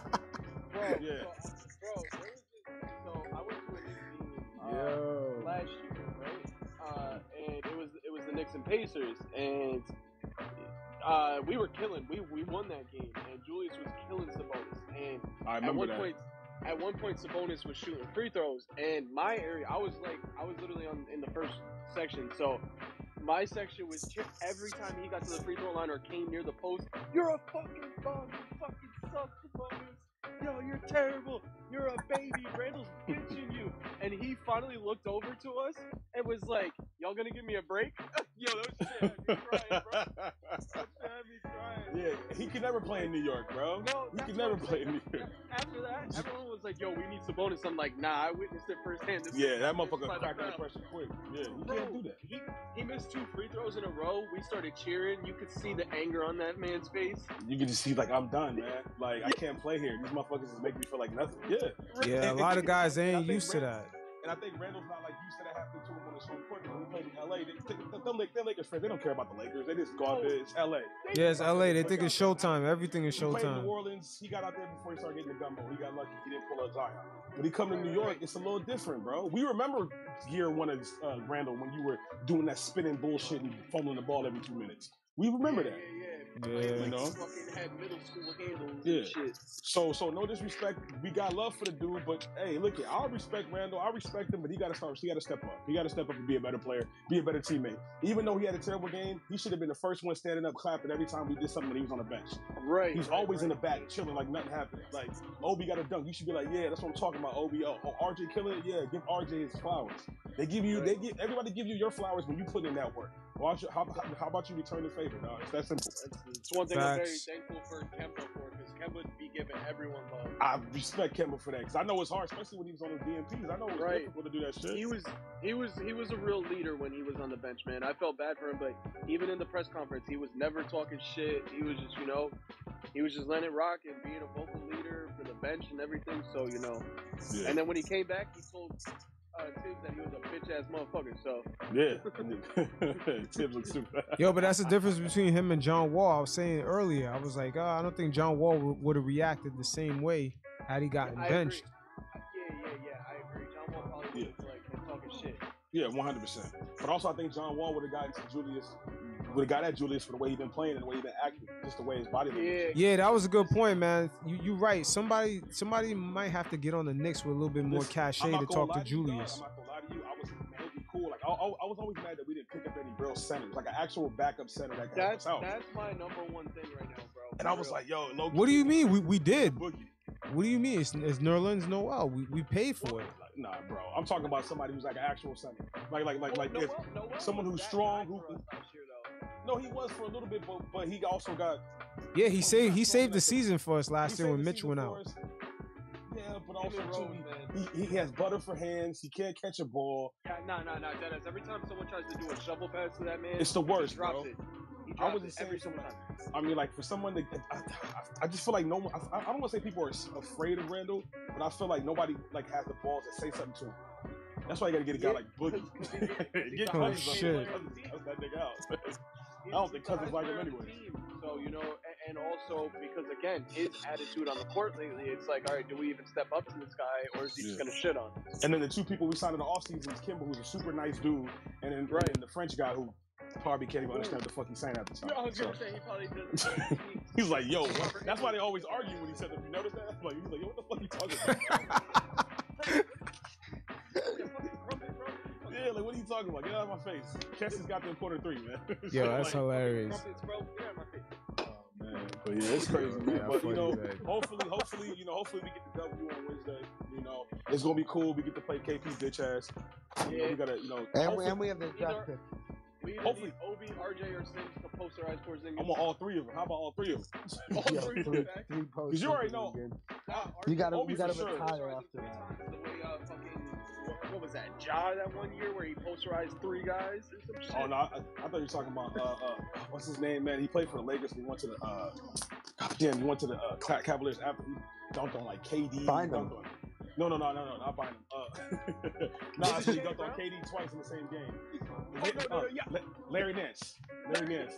Speaker 5: Yeah.
Speaker 4: so, bro, there was this, so I went to a Knicks game uh, last year, right? Uh, and it was it was the Knicks and Pacers, and uh, we were killing. We we won that game, and Julius was killing Sabonis, and
Speaker 5: I
Speaker 4: at
Speaker 5: remember
Speaker 4: one
Speaker 5: that.
Speaker 4: point, at one point, Sabonis was shooting free throws, and my area, I was like, I was literally on in the first section, so my section was chip every time he got to the free throw line or came near the post. You're a fucking bum. You fucking suck, Sabonis. Yo, you're terrible. You're a baby. Randall's bitching you. And he finally looked over to us and was like, Y'all gonna give me a break? Yo, that shit had me crying, bro. That shit had me crying.
Speaker 5: Yeah, he can never play in New York, bro.
Speaker 4: No,
Speaker 5: he
Speaker 4: that's
Speaker 5: can
Speaker 4: what
Speaker 5: never
Speaker 4: I'm
Speaker 5: play in New York.
Speaker 4: After that, everyone was like, "Yo, we need Sabonis." I'm like, "Nah, I witnessed it firsthand." This
Speaker 5: Yeah, that
Speaker 4: this
Speaker 5: motherfucker
Speaker 4: side of
Speaker 5: cracked under
Speaker 4: town.
Speaker 5: pressure quick. Yeah, you
Speaker 4: Bro,
Speaker 5: can't do that.
Speaker 4: He, he missed two free throws in a row. We started cheering. You could see the anger on that man's face.
Speaker 5: You can just see like I'm done, man. Like I can't play here. These motherfuckers just make me feel like nothing. Yeah.
Speaker 2: Yeah, a lot of guys they ain't used to that.
Speaker 5: And I think Randall's not like you said that happened to him on his home court. When we played in LA, they, they, they, them, Lake- them Lakers fans, they don't care about the Lakers. They just go out there. It's LA.
Speaker 2: Yeah, it's LA. They think it's showtime. Everything is
Speaker 5: He played in New
Speaker 2: showtime.
Speaker 5: Orleans. He got out there before he started getting the gumbo. He got lucky. He didn't pull a Zion. When he come to New York, it's a little different, bro. We remember year one of uh, Randall when you were doing that spinning bullshit and fumbling the ball every two minutes. We remember that.
Speaker 4: Yeah, yeah, yeah.
Speaker 5: You
Speaker 4: Like,
Speaker 5: know?
Speaker 4: he fucking had middle school handles.
Speaker 5: Yeah. So so no disrespect. We got love for the dude, but hey, look it. I respect Randall. I respect him, but he got to start. He got to step up. He got to step up and be a better player, be a better teammate. Even though he had a terrible game, he should have been the first one standing up, clapping every time we did something. That he was on the bench.
Speaker 4: Right.
Speaker 5: He's always in the back, chilling like nothing happened. Like Obi got a dunk. You should be like, yeah, that's what I'm talking about. Obi, oh, oh, RJ killer. Yeah, give RJ his flowers. They give you. They give everybody give you your flowers when you put in that work. Why don't you- how, how, how about you return the favor? dog? It's that simple.
Speaker 4: It's one thing I'm very thankful for Kemba for because Kemba be giving everyone love.
Speaker 5: I respect Kemba for that because I know it's hard, especially when he was on his DMPs. I know it's
Speaker 4: Right.
Speaker 5: difficult to do that shit.
Speaker 4: He was he was he was a real leader when he was on the bench, man. I felt bad for him, but even in the press conference, he was never talking shit. He was just, you know, he was just letting it rock and being a vocal leader for the bench and everything. So you know,
Speaker 5: Yeah.
Speaker 4: and then when he came back, he told uh, Tibbs that he was a bitch ass motherfucker. So
Speaker 5: yeah. Tibbs looks super.
Speaker 2: Yo, but that's the difference between him and John Wall. I was saying earlier, I was like, oh, I don't think John Wall would have reacted the same way had he gotten
Speaker 4: I agree.
Speaker 2: benched.
Speaker 4: Yeah, yeah, yeah. I agree. John Wall probably was like "They're talking shit.
Speaker 5: Yeah, one hundred percent. But also, I think John Wall would have gotten to Julius, would have got at Julius for the way he been playing and the way he been acting, just the way his body. language.
Speaker 2: Yeah, that was a good point, man. You you right. Somebody somebody might have to get on the Knicks with a little bit more
Speaker 5: Listen,
Speaker 2: cachet
Speaker 5: I'm not
Speaker 2: to
Speaker 5: gonna
Speaker 2: talk
Speaker 5: lie
Speaker 2: to
Speaker 5: to you, dog.
Speaker 2: Julius.
Speaker 5: I'm not gonna lie to you. I was mad we cool. Like I, I, I was always mad that we didn't pick up any real centers, like an actual backup center that can help
Speaker 4: That's
Speaker 5: us out.
Speaker 4: that's my number one thing right now, bro.
Speaker 5: And I was like, yo, low
Speaker 2: What do you mean? We, we did.
Speaker 5: Boogie.
Speaker 2: What do you mean? It's, it's Nerlens Noel. We, we paid for it.
Speaker 5: Nah, bro. I'm talking about somebody who's like an actual center, like like like
Speaker 4: Well,
Speaker 5: like if
Speaker 4: Noel- Noel
Speaker 5: someone
Speaker 4: was
Speaker 5: who's
Speaker 4: that
Speaker 5: strong.
Speaker 4: guy
Speaker 5: Who,
Speaker 4: for us last year, though.
Speaker 5: no, he was for a little bit, but but he also got
Speaker 2: Yeah, he saved he saved the
Speaker 5: that
Speaker 2: season for us last
Speaker 5: He
Speaker 2: year
Speaker 5: saved
Speaker 2: when
Speaker 5: the
Speaker 2: Mitch
Speaker 5: season
Speaker 2: went
Speaker 5: for
Speaker 2: out.
Speaker 5: us. Yeah, but also too, he, he, he has butter for hands. He can't catch a ball.
Speaker 4: Yeah, no, no, no, Dennis. Every time someone tries to do a shovel pass to that man,
Speaker 5: It's the
Speaker 4: he
Speaker 5: worst,
Speaker 4: drops
Speaker 5: bro.
Speaker 4: It. He
Speaker 5: I
Speaker 4: drops
Speaker 5: was the
Speaker 4: it every
Speaker 5: same.
Speaker 4: single time.
Speaker 5: I mean, like for someone that I, I, I just feel like no one. I, I don't want to say people are s- afraid of Randall, but I feel like nobody like has the balls to say something to him. That's why you got to get a guy like Boogie. get
Speaker 2: Oh,
Speaker 5: Cousins up.
Speaker 2: shit.
Speaker 5: Cousins, cuss that nigga out. I don't think Cousins like him anyway.
Speaker 4: So you know, a- and also because again, his attitude on the court lately, it's like, all right, do we even step up to this guy, or is he just
Speaker 5: Yeah.
Speaker 4: gonna shit on? us?
Speaker 5: And then the two people we signed in the offseason is Kimber, who's a super nice dude, and then and then the French guy who probably can't even understand what the fuck he's saying at the time.
Speaker 4: Yeah, I was gonna
Speaker 5: So-
Speaker 4: say he probably doesn't.
Speaker 5: He's like, yo, what? that's why they always argue with each other. You notice that? Like, he's like, yo, what the fuck you talking about? yeah, like, what are you talking about? Get out of my face. Keston's got them quarter three, man.
Speaker 2: Yo, that's
Speaker 5: Like,
Speaker 2: hilarious.
Speaker 5: man, but yeah, it's crazy, man.
Speaker 2: Yeah,
Speaker 5: But you
Speaker 2: funny,
Speaker 5: know,
Speaker 2: man.
Speaker 5: hopefully, hopefully, you know, hopefully we get the W on Wednesday. You know, it's gonna be cool. We get to play KP bitch ass. You know, we gotta, you know,
Speaker 11: And we,
Speaker 5: hopefully-
Speaker 11: and we have the draft pick.
Speaker 4: We either
Speaker 5: Hopefully.
Speaker 4: need Obi, RJ, or Sims to posterize Porzingis.
Speaker 5: I want all three of them. How about all three of them? all
Speaker 11: Yo,
Speaker 5: three of
Speaker 11: three,
Speaker 5: them.
Speaker 11: three posts.
Speaker 5: Because you already
Speaker 11: in
Speaker 5: know.
Speaker 11: one game.
Speaker 4: Nah,
Speaker 11: You
Speaker 4: RJ
Speaker 11: gotta,
Speaker 5: Obi
Speaker 11: you
Speaker 5: for
Speaker 11: gogot
Speaker 5: sure.
Speaker 11: retire
Speaker 4: posterized
Speaker 11: after
Speaker 4: three
Speaker 11: that.
Speaker 4: times the way uh, fucking what, what was that? Ja that one year where he posterized three guys or some shit.
Speaker 5: Oh no, I, I thought you were talking about uh, uh, what's his name, man. He played for the Lakers. He went to the uh, God damn, he went to the uh, Cla- Cavaliers after he dunked on like KD.
Speaker 11: Bynum.
Speaker 5: dunked on- No, no, no, no, no, not Bynum. Uh, nah, I
Speaker 4: Was
Speaker 5: think
Speaker 4: it
Speaker 5: he
Speaker 4: Jaylen
Speaker 5: dunked on
Speaker 4: Brown?
Speaker 5: KD twice in the same game.
Speaker 4: Oh, no, no, no,
Speaker 5: Uh,
Speaker 4: yeah.
Speaker 5: La- Larry Nance. Larry Nance.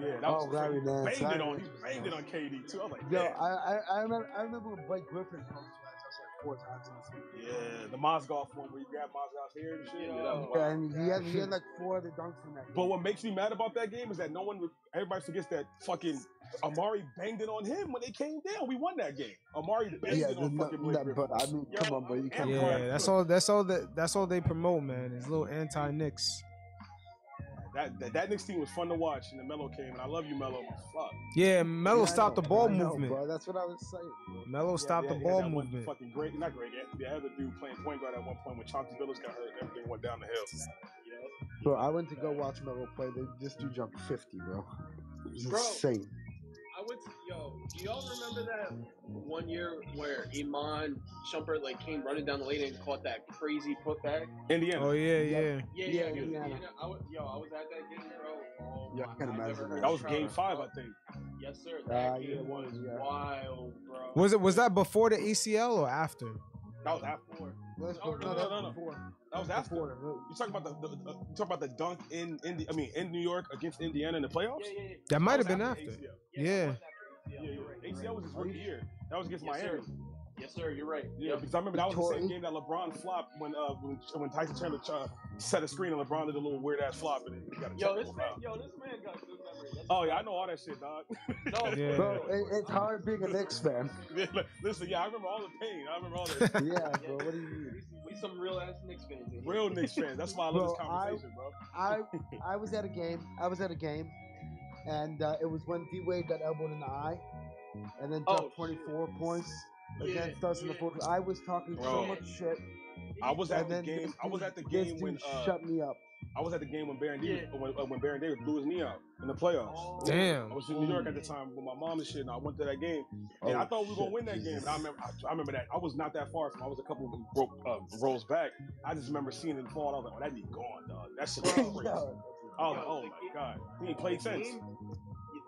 Speaker 5: Yeah, that
Speaker 11: Oh,
Speaker 5: was
Speaker 11: Larry Nance.
Speaker 5: banged it
Speaker 11: Larry
Speaker 5: on. He
Speaker 11: Nance was
Speaker 5: banged it
Speaker 11: nice.
Speaker 5: on KD too. I'm like,
Speaker 11: Yo,
Speaker 5: damn.
Speaker 11: I, I, I remember, I remember when Blake Griffin posted like four times in the season.
Speaker 5: yeah, the Mozgov one where you grab Mozgov's hair and shit. Yeah, that was
Speaker 11: Yeah,
Speaker 5: wild.
Speaker 11: and he had, he had like four of the dunks in that.
Speaker 5: But
Speaker 11: game.
Speaker 5: what makes me mad about that game is that no one, everybody forgets that fucking Amari banged it on him when they came down. We won that game. Amari banged
Speaker 11: yeah,
Speaker 5: it on
Speaker 11: no,
Speaker 5: fucking Blake
Speaker 11: no,
Speaker 5: Griffin.
Speaker 11: but I mean,
Speaker 5: Yo,
Speaker 11: come on, bro, you can't.
Speaker 5: and
Speaker 2: Yeah, that's all. That's all that. That's all they promote, man. Is little anti Knicks.
Speaker 5: That that, that Knicks team was fun to watch, and the Melo came, and I love you, Melo. Fuck.
Speaker 2: Yeah, Melo
Speaker 5: Yeah, I
Speaker 2: stopped the
Speaker 5: know,
Speaker 2: ball
Speaker 5: I know,
Speaker 2: movement.
Speaker 5: bro.
Speaker 11: That's what I was saying.
Speaker 2: Melo stopped
Speaker 5: yeah,
Speaker 2: the
Speaker 5: yeah,
Speaker 2: ball
Speaker 5: that one
Speaker 2: movement.
Speaker 5: Fucking great, not great. The other dude playing point guard at one point when Chauncey Billups got hurt, everything went down the hill. You know.
Speaker 11: Bro, I went to go watch Melo play. They- This dude jumped 50, bro. It was
Speaker 4: Bro.
Speaker 11: insane.
Speaker 4: I would. Yo, do y'all remember that one year where Iman Shumpert like came running down the lane and caught that crazy putback?
Speaker 5: Indiana.
Speaker 2: Oh yeah, yeah.
Speaker 4: Yeah, yeah,
Speaker 11: Yeah,
Speaker 4: dude.
Speaker 11: Indiana.
Speaker 4: Indiana, I was, yo, I was at that game, bro. Oh,
Speaker 11: Yeah, I can
Speaker 4: I've never
Speaker 11: imagine.
Speaker 4: heard
Speaker 5: That was
Speaker 4: the
Speaker 5: game
Speaker 4: crowd.
Speaker 5: five, I think.
Speaker 4: Yes, sir. That
Speaker 11: Ah, yeah,
Speaker 4: game
Speaker 11: it
Speaker 4: was
Speaker 11: was, yeah.
Speaker 4: wild, bro.
Speaker 2: Was it was that before the ACL or after?
Speaker 5: That was after.
Speaker 11: That's
Speaker 5: No, no, no, no, no. That was after.
Speaker 11: Before.
Speaker 5: You talking about the, the, the you talking about the dunk in in I mean in New York against Indiana in the playoffs?
Speaker 4: Yeah, yeah, yeah.
Speaker 2: That might have
Speaker 5: was
Speaker 2: been after.
Speaker 5: ACL.
Speaker 2: Yeah.
Speaker 5: Yeah, yeah, yeah. ACL was his rookie year. That was against
Speaker 4: Yes, sir.
Speaker 5: Miami.
Speaker 4: Yes, sir. You're right.
Speaker 5: Yeah, because I remember that was the same game that LeBron flopped when uh when, when Tyson Chandler uh, set a screen and LeBron did a little weird ass flop and he got a
Speaker 4: Yo, this
Speaker 5: technical
Speaker 4: man,
Speaker 5: foul.
Speaker 4: yo, this man got good memory. That's
Speaker 5: Oh yeah, I know all that shit, dog.
Speaker 4: No,
Speaker 2: Yeah.
Speaker 11: Bro, it, it's hard being a Knicks fan.
Speaker 5: Listen, yeah, I remember all the pain. I remember all the
Speaker 11: Yeah, bro. What do you mean?
Speaker 4: we, we some real ass Knicks fans. in here.
Speaker 5: real Knicks fans. That's why I love this
Speaker 11: Bro, I-
Speaker 5: conversation, bro.
Speaker 11: I I was at a game. I was at a game, and uh, it was when D Wade got elbowed in the eye, and then dropped
Speaker 4: Oh, shit.
Speaker 11: 24 points
Speaker 4: Yeah,
Speaker 11: against us in the
Speaker 4: yeah.
Speaker 11: fourth. I was talking so
Speaker 5: Bro.
Speaker 11: much shit,
Speaker 5: I was
Speaker 11: and
Speaker 5: at the
Speaker 11: then
Speaker 5: game.
Speaker 11: this
Speaker 5: I was
Speaker 11: dude-
Speaker 5: at the
Speaker 11: this
Speaker 5: game
Speaker 11: dude
Speaker 5: when uh,
Speaker 11: shut me up.
Speaker 5: I was at the game when Baron Davis
Speaker 4: Yeah.
Speaker 5: when, uh, when Baron Davis blew his knee out in the playoffs.
Speaker 4: Oh,
Speaker 5: I
Speaker 2: Damn.
Speaker 5: was in New York at the time with my mom and shit, and I went to that game, and I
Speaker 11: Oh,
Speaker 5: thought we were gonna
Speaker 11: shit.
Speaker 5: win that game. And I remember, I, I remember that I was not that far from. I was a couple of ro- uh, rows back. I just remember seeing it fall. and I was like, "Oh, that be gone, dog. That shit was
Speaker 4: Bro.
Speaker 5: crazy."
Speaker 11: Yeah.
Speaker 5: I was like, "Oh my god, he ain't played
Speaker 4: The
Speaker 5: since."
Speaker 4: game,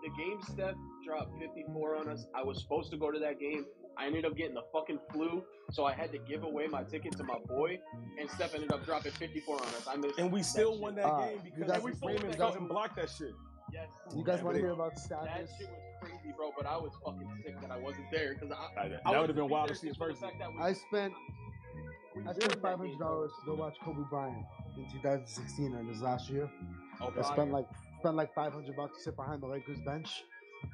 Speaker 4: the game Steph dropped 54 on us. I was supposed to go to that game. I ended up getting the fucking flu, so I had to give away my ticket to my boy, and Steph ended up dropping 54 on us. I missed.
Speaker 5: And we still
Speaker 4: that
Speaker 5: won
Speaker 4: shit.
Speaker 5: that
Speaker 11: Uh,
Speaker 5: game
Speaker 11: you
Speaker 5: because
Speaker 11: guys-
Speaker 5: we
Speaker 4: you
Speaker 5: Raymond
Speaker 4: guys-
Speaker 5: Felton blocked that shit.
Speaker 4: Yes.
Speaker 11: You guys
Speaker 5: Yeah,
Speaker 11: want
Speaker 5: but
Speaker 11: to hear
Speaker 5: it-
Speaker 11: about
Speaker 4: That
Speaker 11: sadness?
Speaker 4: shit was crazy, bro. But I was fucking sick that I wasn't there because I.
Speaker 5: Like, that
Speaker 4: I
Speaker 5: would have been
Speaker 4: wasn't
Speaker 5: wild to
Speaker 4: there
Speaker 5: see in
Speaker 4: just for the
Speaker 5: person.
Speaker 4: fact that we-
Speaker 11: I spent
Speaker 4: we
Speaker 11: I
Speaker 4: won
Speaker 11: spent
Speaker 4: that
Speaker 11: five hundred
Speaker 4: game, bro.
Speaker 11: dollars to go watch Kobe Bryant in 2016 and his last year. I
Speaker 5: Oh, God.
Speaker 11: spent like spent like 500 bucks to sit behind the Lakers bench,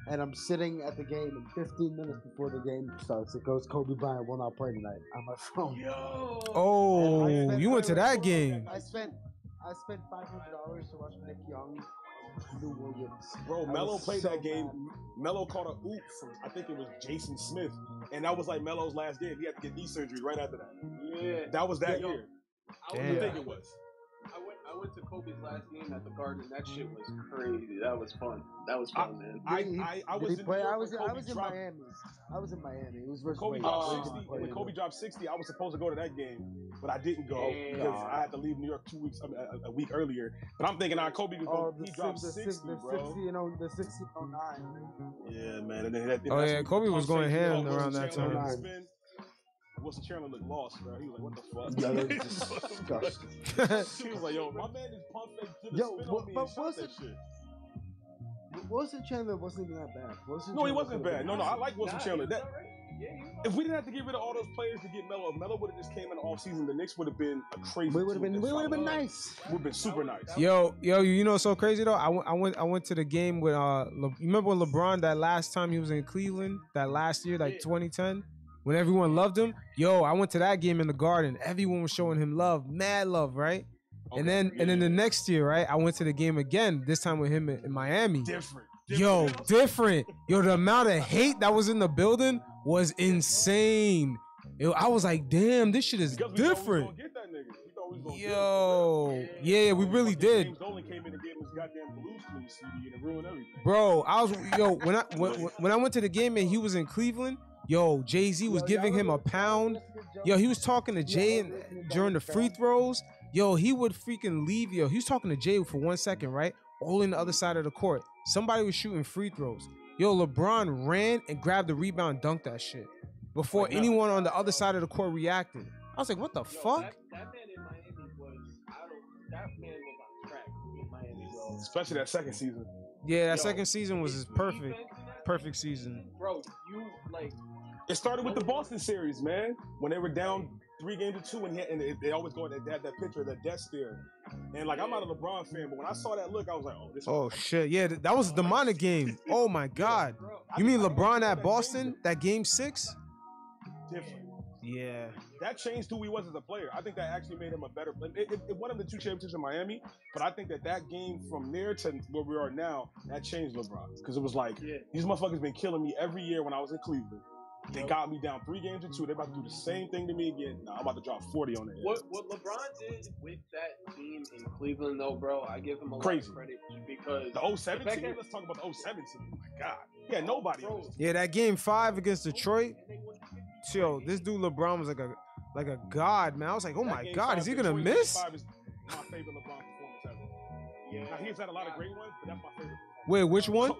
Speaker 11: and I'm sitting at the game. And 15 minutes before the game starts, it goes Kobe Bryant will not play tonight on my phone.
Speaker 4: Yo.
Speaker 2: Oh, you went to that game.
Speaker 11: I spent I spent 500 dollars to watch Nick Young, and Lou Williams.
Speaker 5: Bro,
Speaker 11: I
Speaker 5: Melo
Speaker 11: was
Speaker 5: played
Speaker 11: so
Speaker 5: that game.
Speaker 11: mad.
Speaker 5: Melo caught a oop from I think it was Jason Smith, and that was like Melo's last game. He had to get knee surgery right after that.
Speaker 4: Yeah.
Speaker 5: That was that
Speaker 4: Yeah, yo.
Speaker 5: year.
Speaker 4: I
Speaker 2: Damn.
Speaker 5: I
Speaker 4: was-
Speaker 5: think it was.
Speaker 4: I went, I went to Kobe's last game at the Garden. and That shit was crazy. That was fun. That was fun, man.
Speaker 5: I,
Speaker 11: Did he-
Speaker 5: I, I
Speaker 11: did
Speaker 5: was
Speaker 11: he
Speaker 5: in New
Speaker 11: play?
Speaker 5: York
Speaker 11: I was
Speaker 5: when
Speaker 11: I
Speaker 5: Kobe
Speaker 11: was in
Speaker 5: dropped-
Speaker 11: Miami. I was in Miami. It was
Speaker 5: When
Speaker 11: versus
Speaker 5: Kobe
Speaker 11: Wade.
Speaker 5: dropped
Speaker 11: I
Speaker 4: Oh,
Speaker 11: didn't
Speaker 5: 60,
Speaker 11: play
Speaker 5: when
Speaker 11: it.
Speaker 5: Kobe dropped 60, I was supposed to go to that game, but I didn't go
Speaker 4: Damn.
Speaker 5: because I had to leave New York two weeks, I mean, a, a week earlier. But I'm thinking, ah, Kobe, was
Speaker 11: Oh,
Speaker 5: gonna
Speaker 11: the,
Speaker 5: he
Speaker 11: si-
Speaker 5: dropped
Speaker 11: the,
Speaker 5: 60,
Speaker 11: six, the
Speaker 5: bro.
Speaker 11: 60 and oh, the 60 and 09.
Speaker 5: Yeah, man. And then that,
Speaker 2: Oh,
Speaker 5: that's
Speaker 2: yeah,
Speaker 5: when
Speaker 2: Kobe was
Speaker 5: Tom
Speaker 2: going
Speaker 5: Shanks, you know,
Speaker 2: ham
Speaker 5: Wilson
Speaker 2: around that
Speaker 5: Chandler
Speaker 11: time.
Speaker 5: had to spin. Wilson Chandler looked lost, bro. He was like, what
Speaker 11: Yeah,
Speaker 5: the
Speaker 11: that was
Speaker 5: fuck?
Speaker 11: disgusting.
Speaker 5: She was like, yo, my man is pump fake to the
Speaker 11: Yo,
Speaker 5: spin
Speaker 11: but-
Speaker 5: on me
Speaker 11: but
Speaker 5: and shot that
Speaker 11: Wilson-
Speaker 5: shit.
Speaker 11: Wilson Chandler wasn't even that bad. Wilson
Speaker 5: No, he
Speaker 11: Chandler
Speaker 5: wasn't
Speaker 11: could've
Speaker 5: bad.
Speaker 11: been
Speaker 5: No, no, I
Speaker 11: decent.
Speaker 5: like Wilson
Speaker 4: Nah,
Speaker 5: Chandler.
Speaker 4: he was
Speaker 5: That
Speaker 4: alright. Yeah, he was
Speaker 5: if we didn't have to get rid of all those players to get Melo, if Melo would have just came in the offseason, the Knicks would have been a crazy.
Speaker 11: We would have been.
Speaker 5: team that
Speaker 11: We would have been
Speaker 5: followed.
Speaker 11: nice.
Speaker 5: Would've been super nice.
Speaker 2: Yo, yo, you know what's so crazy though. I went, I went, I went to the game with uh. Le- you remember when LeBron that last time he was in Cleveland that last year, like
Speaker 4: Yeah.
Speaker 2: 2010, when everyone loved him. Yo, I went to that game in the Garden. Everyone was showing him love, mad love, right? and then, and then the next year, right? I went to the game again. This time with him in, in Miami.
Speaker 5: different.
Speaker 2: Yo, different. Yo, the amount of hate that was in the building was insane. Yo, I was like, damn, this shit is
Speaker 5: Because we thought we was
Speaker 2: different.
Speaker 5: gonna get that nigga. We thought we was gonna get him.
Speaker 2: Yo, yeah, we really
Speaker 5: Fucking
Speaker 2: did.
Speaker 5: James Dolan came in and gave him his goddamn Blues Clues CD and it ruined everything.
Speaker 2: Bro, I was yo when I when, when I went to the game and he was in Cleveland. Yo, Jay Z was
Speaker 11: Yo,
Speaker 2: giving
Speaker 11: y'all
Speaker 2: him a
Speaker 11: remember-
Speaker 2: pound. Yo, he was talking to Jay and, during the free throws. Yo, he would freaking leave. Yo, he was talking to Jay for one second, right? All in the other side of the court. Somebody was shooting free throws. Yo, LeBron ran and grabbed the rebound, dunked that shit before
Speaker 5: Like nothing.
Speaker 2: anyone on the other side of the court reacted. I was like, what the
Speaker 4: Yo,
Speaker 2: fuck?
Speaker 4: That, that man in Miami was. I don't. That man was on track in Miami, bro.
Speaker 5: Especially that second season.
Speaker 2: Yeah, that
Speaker 4: Yo,
Speaker 2: second season was
Speaker 4: His
Speaker 2: his perfect,
Speaker 4: defense in that-
Speaker 2: perfect season.
Speaker 4: Bro, you like.
Speaker 5: It started with the Boston series, man. When they were down three games to two, and, he, and they, they always go that that, that picture of that death stare. And like, I'm not a LeBron fan, but when I saw that look, I was like, oh, this.
Speaker 2: Oh shit! Yeah, th- that was a demonic game. Oh my god!
Speaker 4: Bro,
Speaker 5: I
Speaker 2: You
Speaker 5: think-
Speaker 2: mean
Speaker 5: I think
Speaker 2: LeBron
Speaker 5: that
Speaker 2: at
Speaker 5: changed
Speaker 2: Boston?
Speaker 5: him.
Speaker 2: That game six?
Speaker 5: Different.
Speaker 2: Yeah.
Speaker 5: That changed who he was as a player. I think that actually made him a better player. It, it, it won him the two championships in Miami, but I think that that game from there to where we are now, that changed LeBron. Because it was like, these motherfuckers been killing me every year when I was in Cleveland. They got me down three games to two. They're about to do the same thing to me again. Nah, I'm about to drop 40 on it.
Speaker 4: What what LeBron did with that team in Cleveland though, bro, I give him a
Speaker 5: Crazy.
Speaker 4: lot of credit because
Speaker 5: The 07
Speaker 4: fact
Speaker 5: team?
Speaker 4: that-
Speaker 5: Let's talk about the 07 team. My God. Yeah, nobody. on this team.
Speaker 2: Yeah, that game five against Detroit. Yo, this dude LeBron was like a like a god, man. I was like, oh
Speaker 5: That
Speaker 2: my
Speaker 5: game
Speaker 2: god,
Speaker 5: five
Speaker 2: is he
Speaker 5: against
Speaker 2: gonna
Speaker 5: Detroit, game
Speaker 2: miss?
Speaker 5: five is my favorite LeBron performance ever. Now, he's had a lot of great ones, but that's my favorite.
Speaker 2: Wait, which one?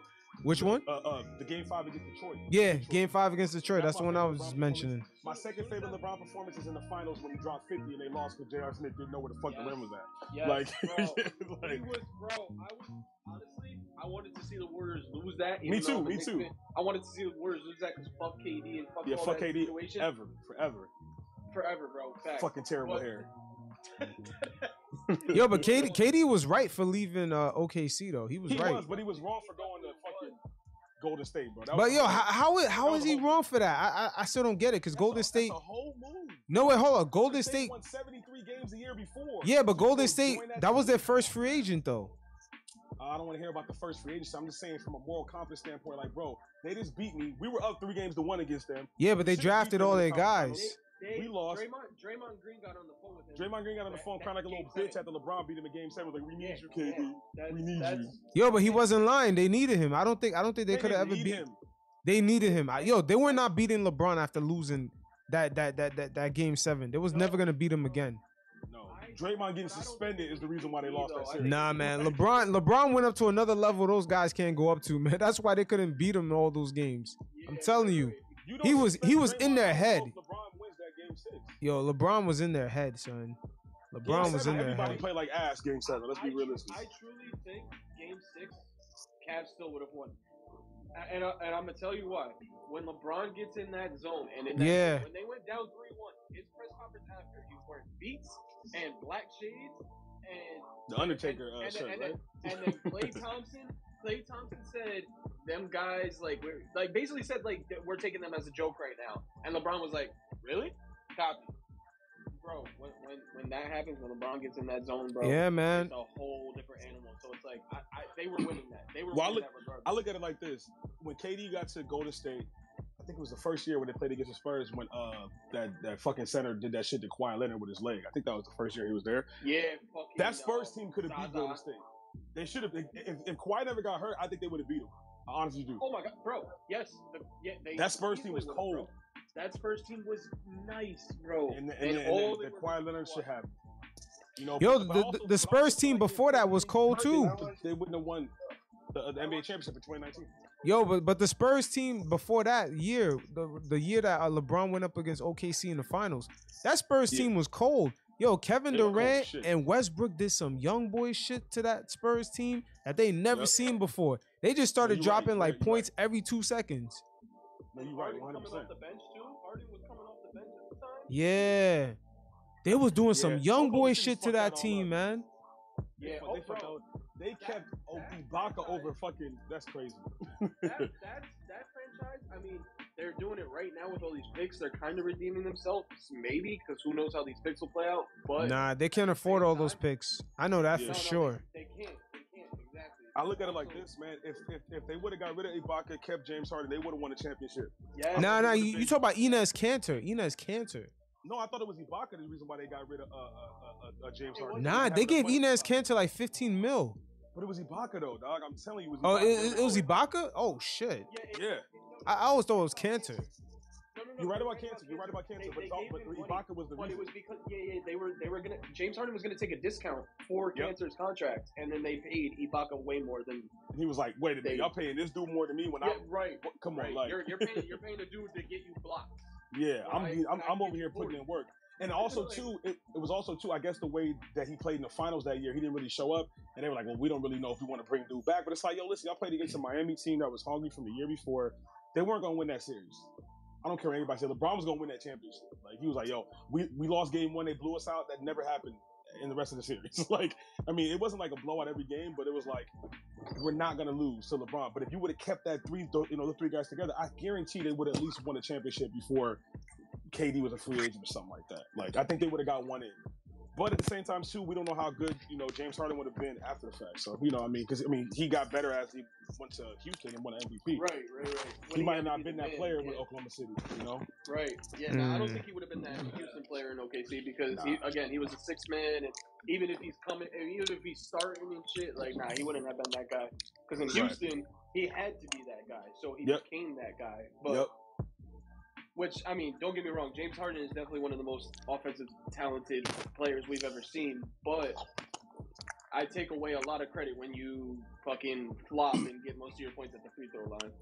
Speaker 2: Which one?
Speaker 5: Uh, uh, the game five against Detroit.
Speaker 2: Yeah, game five against Detroit. That's the one I was mentioning.
Speaker 5: My second favorite LeBron performance is in the finals when he dropped 50 and they lost because J.R. Smith didn't know where the fuck the rim was at.
Speaker 4: Yes,
Speaker 5: like,
Speaker 4: bro.
Speaker 5: like-
Speaker 4: he was, bro. I was honestly, I wanted to see the Warriors lose that.
Speaker 5: Me
Speaker 4: even though
Speaker 5: too,
Speaker 4: I'm a
Speaker 5: me
Speaker 4: Knicks
Speaker 5: too.
Speaker 4: fan. I wanted to see the Warriors lose that because fuck KD and fuck
Speaker 5: yeah,
Speaker 4: all
Speaker 5: fuck
Speaker 4: that
Speaker 5: KD
Speaker 4: situation
Speaker 5: ever, forever.
Speaker 4: forever, bro. Facts.
Speaker 5: Fucking terrible
Speaker 4: But-
Speaker 5: hair.
Speaker 2: Yo, but Katie, Katie was right for leaving uh, OKC though. He was
Speaker 5: He
Speaker 2: right.
Speaker 5: was, but he was wrong for going to fucking Golden State, bro. That
Speaker 2: But
Speaker 5: was-
Speaker 2: yo, how how, i-
Speaker 5: that
Speaker 2: how
Speaker 5: was
Speaker 2: is
Speaker 5: a
Speaker 2: he
Speaker 5: whole-
Speaker 2: wrong for that? I I, I still don't get it because Golden State.
Speaker 5: That's a whole move.
Speaker 2: No wait, hold on. Golden State.
Speaker 5: won 73 games the year before.
Speaker 2: Yeah, but
Speaker 5: So
Speaker 2: Golden
Speaker 5: join
Speaker 2: State.
Speaker 5: that
Speaker 2: That was
Speaker 5: team.
Speaker 2: their first free agent though.
Speaker 5: I don't want to hear about the first free agency. I'm just saying from a moral confidence standpoint, like, bro, they just beat me. We were up three games to one against them.
Speaker 2: Yeah, but they
Speaker 5: Should've beat
Speaker 2: drafted
Speaker 5: them
Speaker 2: all
Speaker 5: in the
Speaker 2: their
Speaker 5: conference
Speaker 2: guys.
Speaker 5: finals. We lost.
Speaker 4: Draymond, Draymond Green got on the phone with him.
Speaker 5: Draymond Green got on the phone crying like a little bitch after LeBron beat him in game seven. Like, we need you, KD. we need you.
Speaker 2: Yo, but he wasn't lying. They needed him. I don't think I don't think they,
Speaker 5: They
Speaker 2: could have ever
Speaker 5: didn't
Speaker 2: beat.
Speaker 5: need him.
Speaker 2: They needed him. I- Yo, they were not beating LeBron after losing that that that that, that game seven. They was never gonna beat him again.
Speaker 5: No. Draymond getting suspended is the reason why they lost that series.
Speaker 2: Nah, man. LeBron LeBron went up to another level those guys can't go up to, man. That's why they couldn't beat him in all those games. I'm telling you.
Speaker 5: You
Speaker 2: He
Speaker 5: don't
Speaker 2: was he
Speaker 5: suspend
Speaker 2: was in
Speaker 5: Draymond
Speaker 2: their
Speaker 5: Green,
Speaker 2: head.
Speaker 5: so LeBron wins that game six.
Speaker 2: Yo, LeBron was in their head, son.
Speaker 5: Game
Speaker 2: LeBron was
Speaker 5: seven,
Speaker 2: in their
Speaker 5: Everybody
Speaker 2: head.
Speaker 5: played like ass game seven. Let's be realistic.
Speaker 4: I truly think Game Six, Cavs still would have won. A- And, I, and I'm gonna tell you why. When LeBron gets in that zone, and in that
Speaker 2: Yeah.
Speaker 4: when they went down three one, his press conference after he was wearing beats and black shades and
Speaker 5: The Undertaker uh,
Speaker 4: and,
Speaker 5: shirt,
Speaker 4: then, and,
Speaker 5: right?
Speaker 4: then, and then Clay Thompson, Clay Thompson said, "Them guys like we're like basically said like that we're taking them as a joke right now." And LeBron was like, "Really? Copy, bro." When when, when that happens, when LeBron gets in that zone, bro,
Speaker 2: Yeah, man.
Speaker 4: it's a whole different animal. So it's like I, I, they were winning that. They were
Speaker 5: Well, I
Speaker 4: winning
Speaker 5: look,
Speaker 4: that regardless.
Speaker 5: I look at it like this: when KD got to Golden State, I think it was the first year when they played against the Spurs when uh that that fucking center did that shit to Kawhi Leonard with his leg. I think that was the first year he was there.
Speaker 4: yeah, fucking
Speaker 5: That Spurs team could have
Speaker 4: Zaza.
Speaker 5: beat Golden State. They should have. If, if Kawhi never got hurt, I think they would have beat him. I honestly do.
Speaker 4: Oh my god, bro! Yes, the, yeah, they,
Speaker 5: That Spurs team
Speaker 4: easily
Speaker 5: was
Speaker 4: would've,
Speaker 5: cold.
Speaker 4: bro. That Spurs team was nice, bro.
Speaker 5: And, and, and, and,
Speaker 4: all
Speaker 5: the
Speaker 4: they were
Speaker 5: Kawhi Leonard should have. You know,
Speaker 2: Yo,
Speaker 5: but-
Speaker 2: the,
Speaker 5: but
Speaker 2: the,
Speaker 5: also-
Speaker 2: the Spurs team before that was cold too.
Speaker 5: They wouldn't have won the, the NBA championship in 2019.
Speaker 2: Yo, but but the Spurs team before that year, the the year that uh, LeBron went up against OKC in the finals, that Spurs team was cold. Yo, Kevin
Speaker 5: They were cold as
Speaker 2: Durant
Speaker 5: shit.
Speaker 2: and Westbrook did some young boy shit to that Spurs team that they never
Speaker 5: Yep.
Speaker 2: seen before. They just started
Speaker 5: You're right,
Speaker 2: dropping
Speaker 5: you're
Speaker 2: like
Speaker 5: right, you're
Speaker 2: points every two seconds.
Speaker 5: No, you're right,
Speaker 4: Harden
Speaker 5: 100.
Speaker 4: coming
Speaker 5: percent
Speaker 4: off the bench too. Harden was coming off the bench at the time.
Speaker 2: Yeah, they was doing some
Speaker 5: Yeah.
Speaker 2: young
Speaker 5: Oklahoma
Speaker 2: boy
Speaker 5: City
Speaker 2: shit to
Speaker 5: fucked
Speaker 2: that
Speaker 5: that all
Speaker 2: team,
Speaker 5: up.
Speaker 2: man.
Speaker 5: They,
Speaker 4: Yeah,
Speaker 5: fu-
Speaker 4: oh,
Speaker 5: they, fucked
Speaker 4: bro.
Speaker 5: out- they kept O- Ibaka over fucking. That's crazy.
Speaker 4: That that that franchise. I mean, they're doing it right now with all these picks. They're kind of redeeming themselves, maybe because who knows how these picks will play out. But
Speaker 2: Nah, they can't afford all those picks. I know that for
Speaker 5: Yeah. No, no,
Speaker 2: sure.
Speaker 4: they can't. They can't exactly.
Speaker 5: I look at it like this, man. If if, if they would have got rid of Ibaka, kept James Harden, they would have won a championship.
Speaker 4: Yeah.
Speaker 2: Nah, nah, you, you talk about Inez Cantor. Inez Cantor.
Speaker 5: No, I thought it was Ibaka the reason why they got rid of uh, uh, uh, uh, James Harden.
Speaker 2: Nah,
Speaker 5: didn't
Speaker 2: they
Speaker 5: have the
Speaker 2: gave
Speaker 5: money.
Speaker 2: Inez Cantor like 15 mil.
Speaker 5: But it was Ibaka though, dog. I'm telling you, it was.
Speaker 2: Oh, it,
Speaker 5: Ibaka.
Speaker 2: it- it was Ibaka? Oh, shit.
Speaker 5: Yeah,
Speaker 2: I, I always thought it was Cantor.
Speaker 5: you're right about cancer. You're right about cancer. But, it's all- but Ibaka was the
Speaker 4: But
Speaker 5: reason.
Speaker 4: it was because yeah, yeah, they were they were gonna James Harden was gonna take a discount for
Speaker 5: Yep.
Speaker 4: Cancer's contract, and then they paid Ibaka way more than
Speaker 5: And he was like, "Wait a
Speaker 4: They-
Speaker 5: minute, y'all paying this dude more than me when
Speaker 4: yeah,
Speaker 5: I
Speaker 4: right.
Speaker 5: What- come on,
Speaker 4: right.
Speaker 5: like-
Speaker 4: you're you're paying you're paying a dude to get you blocked.
Speaker 5: Yeah, I'm
Speaker 4: Right?
Speaker 5: being- I'm,
Speaker 4: And I
Speaker 5: I'm
Speaker 4: think
Speaker 5: over here putting
Speaker 4: forty.
Speaker 5: in work. And also too, it, it was also too. I guess the way that he played in the finals that year, he didn't really show up, and they were like, "Well, we don't really know if we want to bring dude back." But it's like, yo, listen, y'all played against a Miami team that was hungry from the year before. They weren't gonna win that series. I don't care what anybody said. LeBron was gonna win that championship. Like he was like, "Yo, we we lost game one. They blew us out. That never happened in the rest of the series." like, I mean, it wasn't like a blowout every game, but it was like we're not gonna lose to LeBron. But if you would have kept that three, you know, the three guys together, I guarantee they would at least won a championship before KD was a free agent or something like that. Like I think they would have got one in. But at the same time, too, we don't know how good you know James Harden would have been after the fact. So you know, what I mean, because I mean, he got better as he went to Houston and won an MVP.
Speaker 4: Right, right, right. When
Speaker 5: he
Speaker 4: he
Speaker 5: might
Speaker 4: had
Speaker 5: have not
Speaker 4: to be
Speaker 5: been
Speaker 4: the
Speaker 5: that
Speaker 4: man,
Speaker 5: player with
Speaker 4: yeah.
Speaker 5: Oklahoma City. You know,
Speaker 4: Right. Yeah. No, I don't
Speaker 5: Mm.
Speaker 4: think he would have been that Houston player in OKC because he, again, he was a six man, and even if he's coming, and even if he's starting and shit, like, nah, he wouldn't have been that guy. Because in
Speaker 5: Right.
Speaker 4: Houston, he had to be that guy, so he
Speaker 5: Yep.
Speaker 4: became that guy. But
Speaker 5: Yep.
Speaker 4: which, I mean, don't get me wrong, James Harden is definitely one of the most offensive talented players we've ever seen. But I take away a lot of credit when you fucking flop and get most of your points at the free throw line.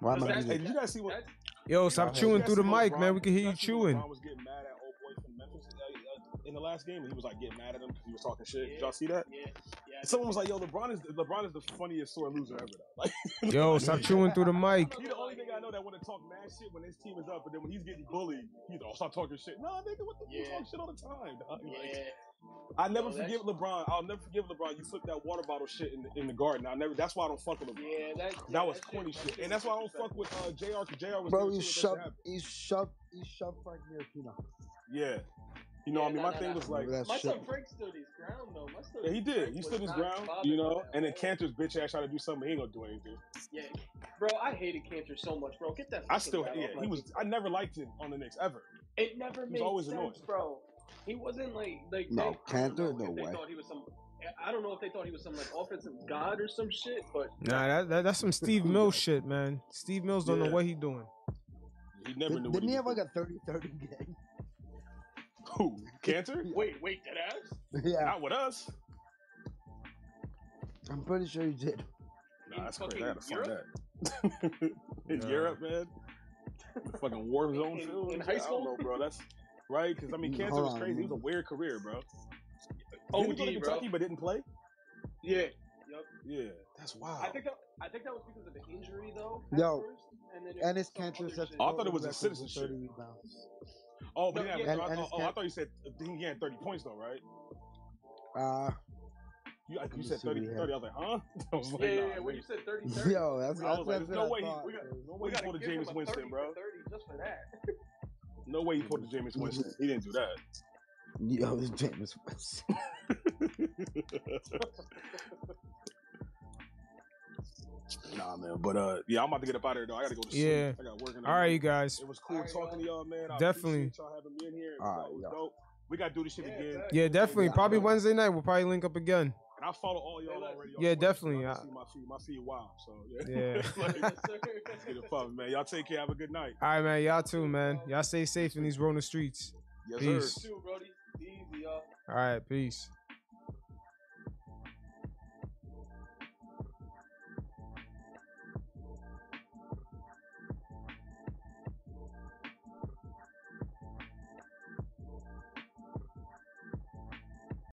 Speaker 2: Why
Speaker 4: Because
Speaker 2: am I
Speaker 4: that-
Speaker 2: muted?
Speaker 4: that-
Speaker 5: you guys see what?
Speaker 2: Yo, stop chewing through the mic, man. We can hear you chewing.
Speaker 5: Ron was getting mad at old boy from Memphis uh, uh, in the last game, and he was like getting mad at him because he was talking shit. Did y'all see that?
Speaker 4: Yeah. yeah
Speaker 5: Someone was like, "Yo, LeBron is LeBron is the funniest sore loser ever." Though. Like,
Speaker 2: Yo, stop chewing through the mic.
Speaker 5: He the only thing I know that want to talk mad shit when his team is up, and then when he's getting bullied, he's all stop talking shit. No, nigga, what the you
Speaker 4: Yeah.
Speaker 5: talk shit all the time. Dog. Like,
Speaker 4: Yeah.
Speaker 5: I never
Speaker 4: Yo, that
Speaker 5: forgive LeBron. I'll never forgive LeBron. You flipped that water bottle shit in the, in the garden. I never. That's why I don't fuck with LeBron.
Speaker 4: Yeah, that, yeah,
Speaker 5: that was
Speaker 4: that shit-
Speaker 5: corny
Speaker 4: that
Speaker 5: shit,
Speaker 4: shit
Speaker 5: and
Speaker 4: was
Speaker 5: that's why I don't fuck with uh, Jr. Because Jr. was
Speaker 11: Bro,
Speaker 5: there,
Speaker 11: he
Speaker 5: too, if that shit
Speaker 11: shoved,
Speaker 5: happened.
Speaker 11: he shoved, he shoved Frank Ntilikina.
Speaker 5: Yeah. You know, what I mean,
Speaker 4: nah,
Speaker 5: my
Speaker 4: nah,
Speaker 5: thing
Speaker 4: nah.
Speaker 5: was like,
Speaker 11: Remember that
Speaker 4: My
Speaker 11: shit?
Speaker 4: son Frank stood his ground though. My son
Speaker 5: Yeah, he did. He
Speaker 4: was
Speaker 5: stood his
Speaker 4: not
Speaker 5: ground,
Speaker 4: bothered
Speaker 5: you
Speaker 4: by
Speaker 5: know.
Speaker 4: that.
Speaker 5: And then Cantor's bitch ass tried to do something. He ain't gonna do anything.
Speaker 4: Yeah, bro, I hated Cantor so much, bro. Get that.
Speaker 5: I
Speaker 4: fucking
Speaker 5: still,
Speaker 4: guy off
Speaker 5: yeah,
Speaker 4: my
Speaker 5: he was.
Speaker 4: team.
Speaker 5: I never liked him on the Knicks ever.
Speaker 4: It never
Speaker 5: was
Speaker 4: made
Speaker 5: always
Speaker 4: sense,
Speaker 5: annoying.
Speaker 4: bro. He wasn't like like.
Speaker 11: No,
Speaker 4: they, I don't
Speaker 11: Cantor,
Speaker 4: know
Speaker 11: no
Speaker 4: if they
Speaker 11: way.
Speaker 4: Thought he was some. I don't know if they thought he was some like offensive god or some shit, but
Speaker 2: Nah, that, that, that's some Steve Mills shit, man. Steve Mills don't know
Speaker 5: Yeah.
Speaker 2: what he doing.
Speaker 5: He never
Speaker 11: Did,
Speaker 5: knew.
Speaker 11: didn't
Speaker 5: what
Speaker 11: he have
Speaker 5: was
Speaker 11: like a 30-30 game?
Speaker 5: Who? Cantor?
Speaker 4: wait, wait, that ass.
Speaker 11: yeah,
Speaker 5: Not with us.
Speaker 11: I'm pretty sure he did.
Speaker 5: Nah,
Speaker 4: In
Speaker 5: that's crazy. I
Speaker 4: fucking
Speaker 5: gotta find
Speaker 4: Europe?
Speaker 5: that. in
Speaker 2: Nah.
Speaker 5: Europe, man. The fucking war zone
Speaker 4: In- in
Speaker 5: field.
Speaker 4: high school?
Speaker 5: I don't know, bro. That's right. Because I mean,
Speaker 11: Mm,
Speaker 5: Cantor
Speaker 11: hold
Speaker 5: was
Speaker 11: on,
Speaker 5: crazy. He was a
Speaker 11: man.
Speaker 5: weird career, bro. Didn't he go to
Speaker 4: OD, bro.
Speaker 5: Kentucky, but didn't play.
Speaker 4: Yeah.
Speaker 5: Yeah, that's wild.
Speaker 4: I think that, I think that was because of the injury though. at
Speaker 11: Yo,
Speaker 4: first, and then it
Speaker 11: Ennis
Speaker 4: was some
Speaker 11: Cantor
Speaker 4: other
Speaker 11: set
Speaker 4: shit.
Speaker 5: I thought
Speaker 11: the
Speaker 5: it was
Speaker 11: record
Speaker 5: a
Speaker 11: with
Speaker 5: citizenship.
Speaker 11: 30 rebounds.
Speaker 5: Oh, but
Speaker 4: No,
Speaker 5: yeah,
Speaker 4: yeah.
Speaker 5: I,
Speaker 11: And- and
Speaker 5: thought-
Speaker 11: it's
Speaker 5: oh, I
Speaker 11: Can-
Speaker 5: thought you said he had thirty points though, right?
Speaker 11: Uh,
Speaker 5: You, I- you
Speaker 11: me
Speaker 5: said
Speaker 11: see what he
Speaker 5: 30
Speaker 11: had.
Speaker 5: 30. I was like, huh? I was like,
Speaker 4: Yeah, yeah,
Speaker 5: nah,
Speaker 4: yeah. When you
Speaker 5: nigga.
Speaker 4: said 30 30,
Speaker 11: yo, that's,
Speaker 5: I
Speaker 11: that's,
Speaker 5: was like,
Speaker 11: that's
Speaker 5: there's no
Speaker 11: what
Speaker 5: way
Speaker 11: I
Speaker 5: he-
Speaker 11: thought.
Speaker 4: we got-
Speaker 11: man.
Speaker 5: no
Speaker 4: we
Speaker 5: way he
Speaker 4: got
Speaker 5: pulled
Speaker 4: to
Speaker 5: a
Speaker 4: give him
Speaker 5: James
Speaker 4: a 30
Speaker 5: Winston, bro.
Speaker 4: for 30 just for that.
Speaker 5: No way he pulled a James Winston. He didn't do
Speaker 11: Yo, this James was.
Speaker 5: that. nah, man. But uh, yeah, I'm about to get up out of here though. I gotta go to sleep.
Speaker 2: Yeah.
Speaker 5: I got work in the
Speaker 2: All right,
Speaker 5: morning.
Speaker 2: you guys.
Speaker 5: It was cool
Speaker 4: All right,
Speaker 5: talking to y'all, man. I
Speaker 2: Definitely.
Speaker 5: appreciate y'all having me in here. It was,
Speaker 11: All right,
Speaker 5: uh, it was
Speaker 11: y'all.
Speaker 5: dope. We gotta do this shit
Speaker 4: Yeah,
Speaker 5: again.
Speaker 4: facts.
Speaker 2: Yeah, definitely.
Speaker 11: Yeah,
Speaker 2: Probably
Speaker 11: I know.
Speaker 2: Wednesday night. We'll probably link up again.
Speaker 5: And I follow all y'all already. on
Speaker 2: Yeah,
Speaker 5: Twitter, so
Speaker 2: definitely.
Speaker 5: I
Speaker 2: I-
Speaker 5: can see my feed. My feed wild. So yeah.
Speaker 2: Yeah.
Speaker 5: Like,
Speaker 4: Yes, sir.
Speaker 5: let's get it poppin', man. Y'all take care. Have a good night.
Speaker 2: All right, man. Y'all too, man. Y'all stay safe in these rolling streets.
Speaker 5: Yes,
Speaker 2: Peace.
Speaker 4: Two, Brody. Easy, y'all.
Speaker 2: All right, peace.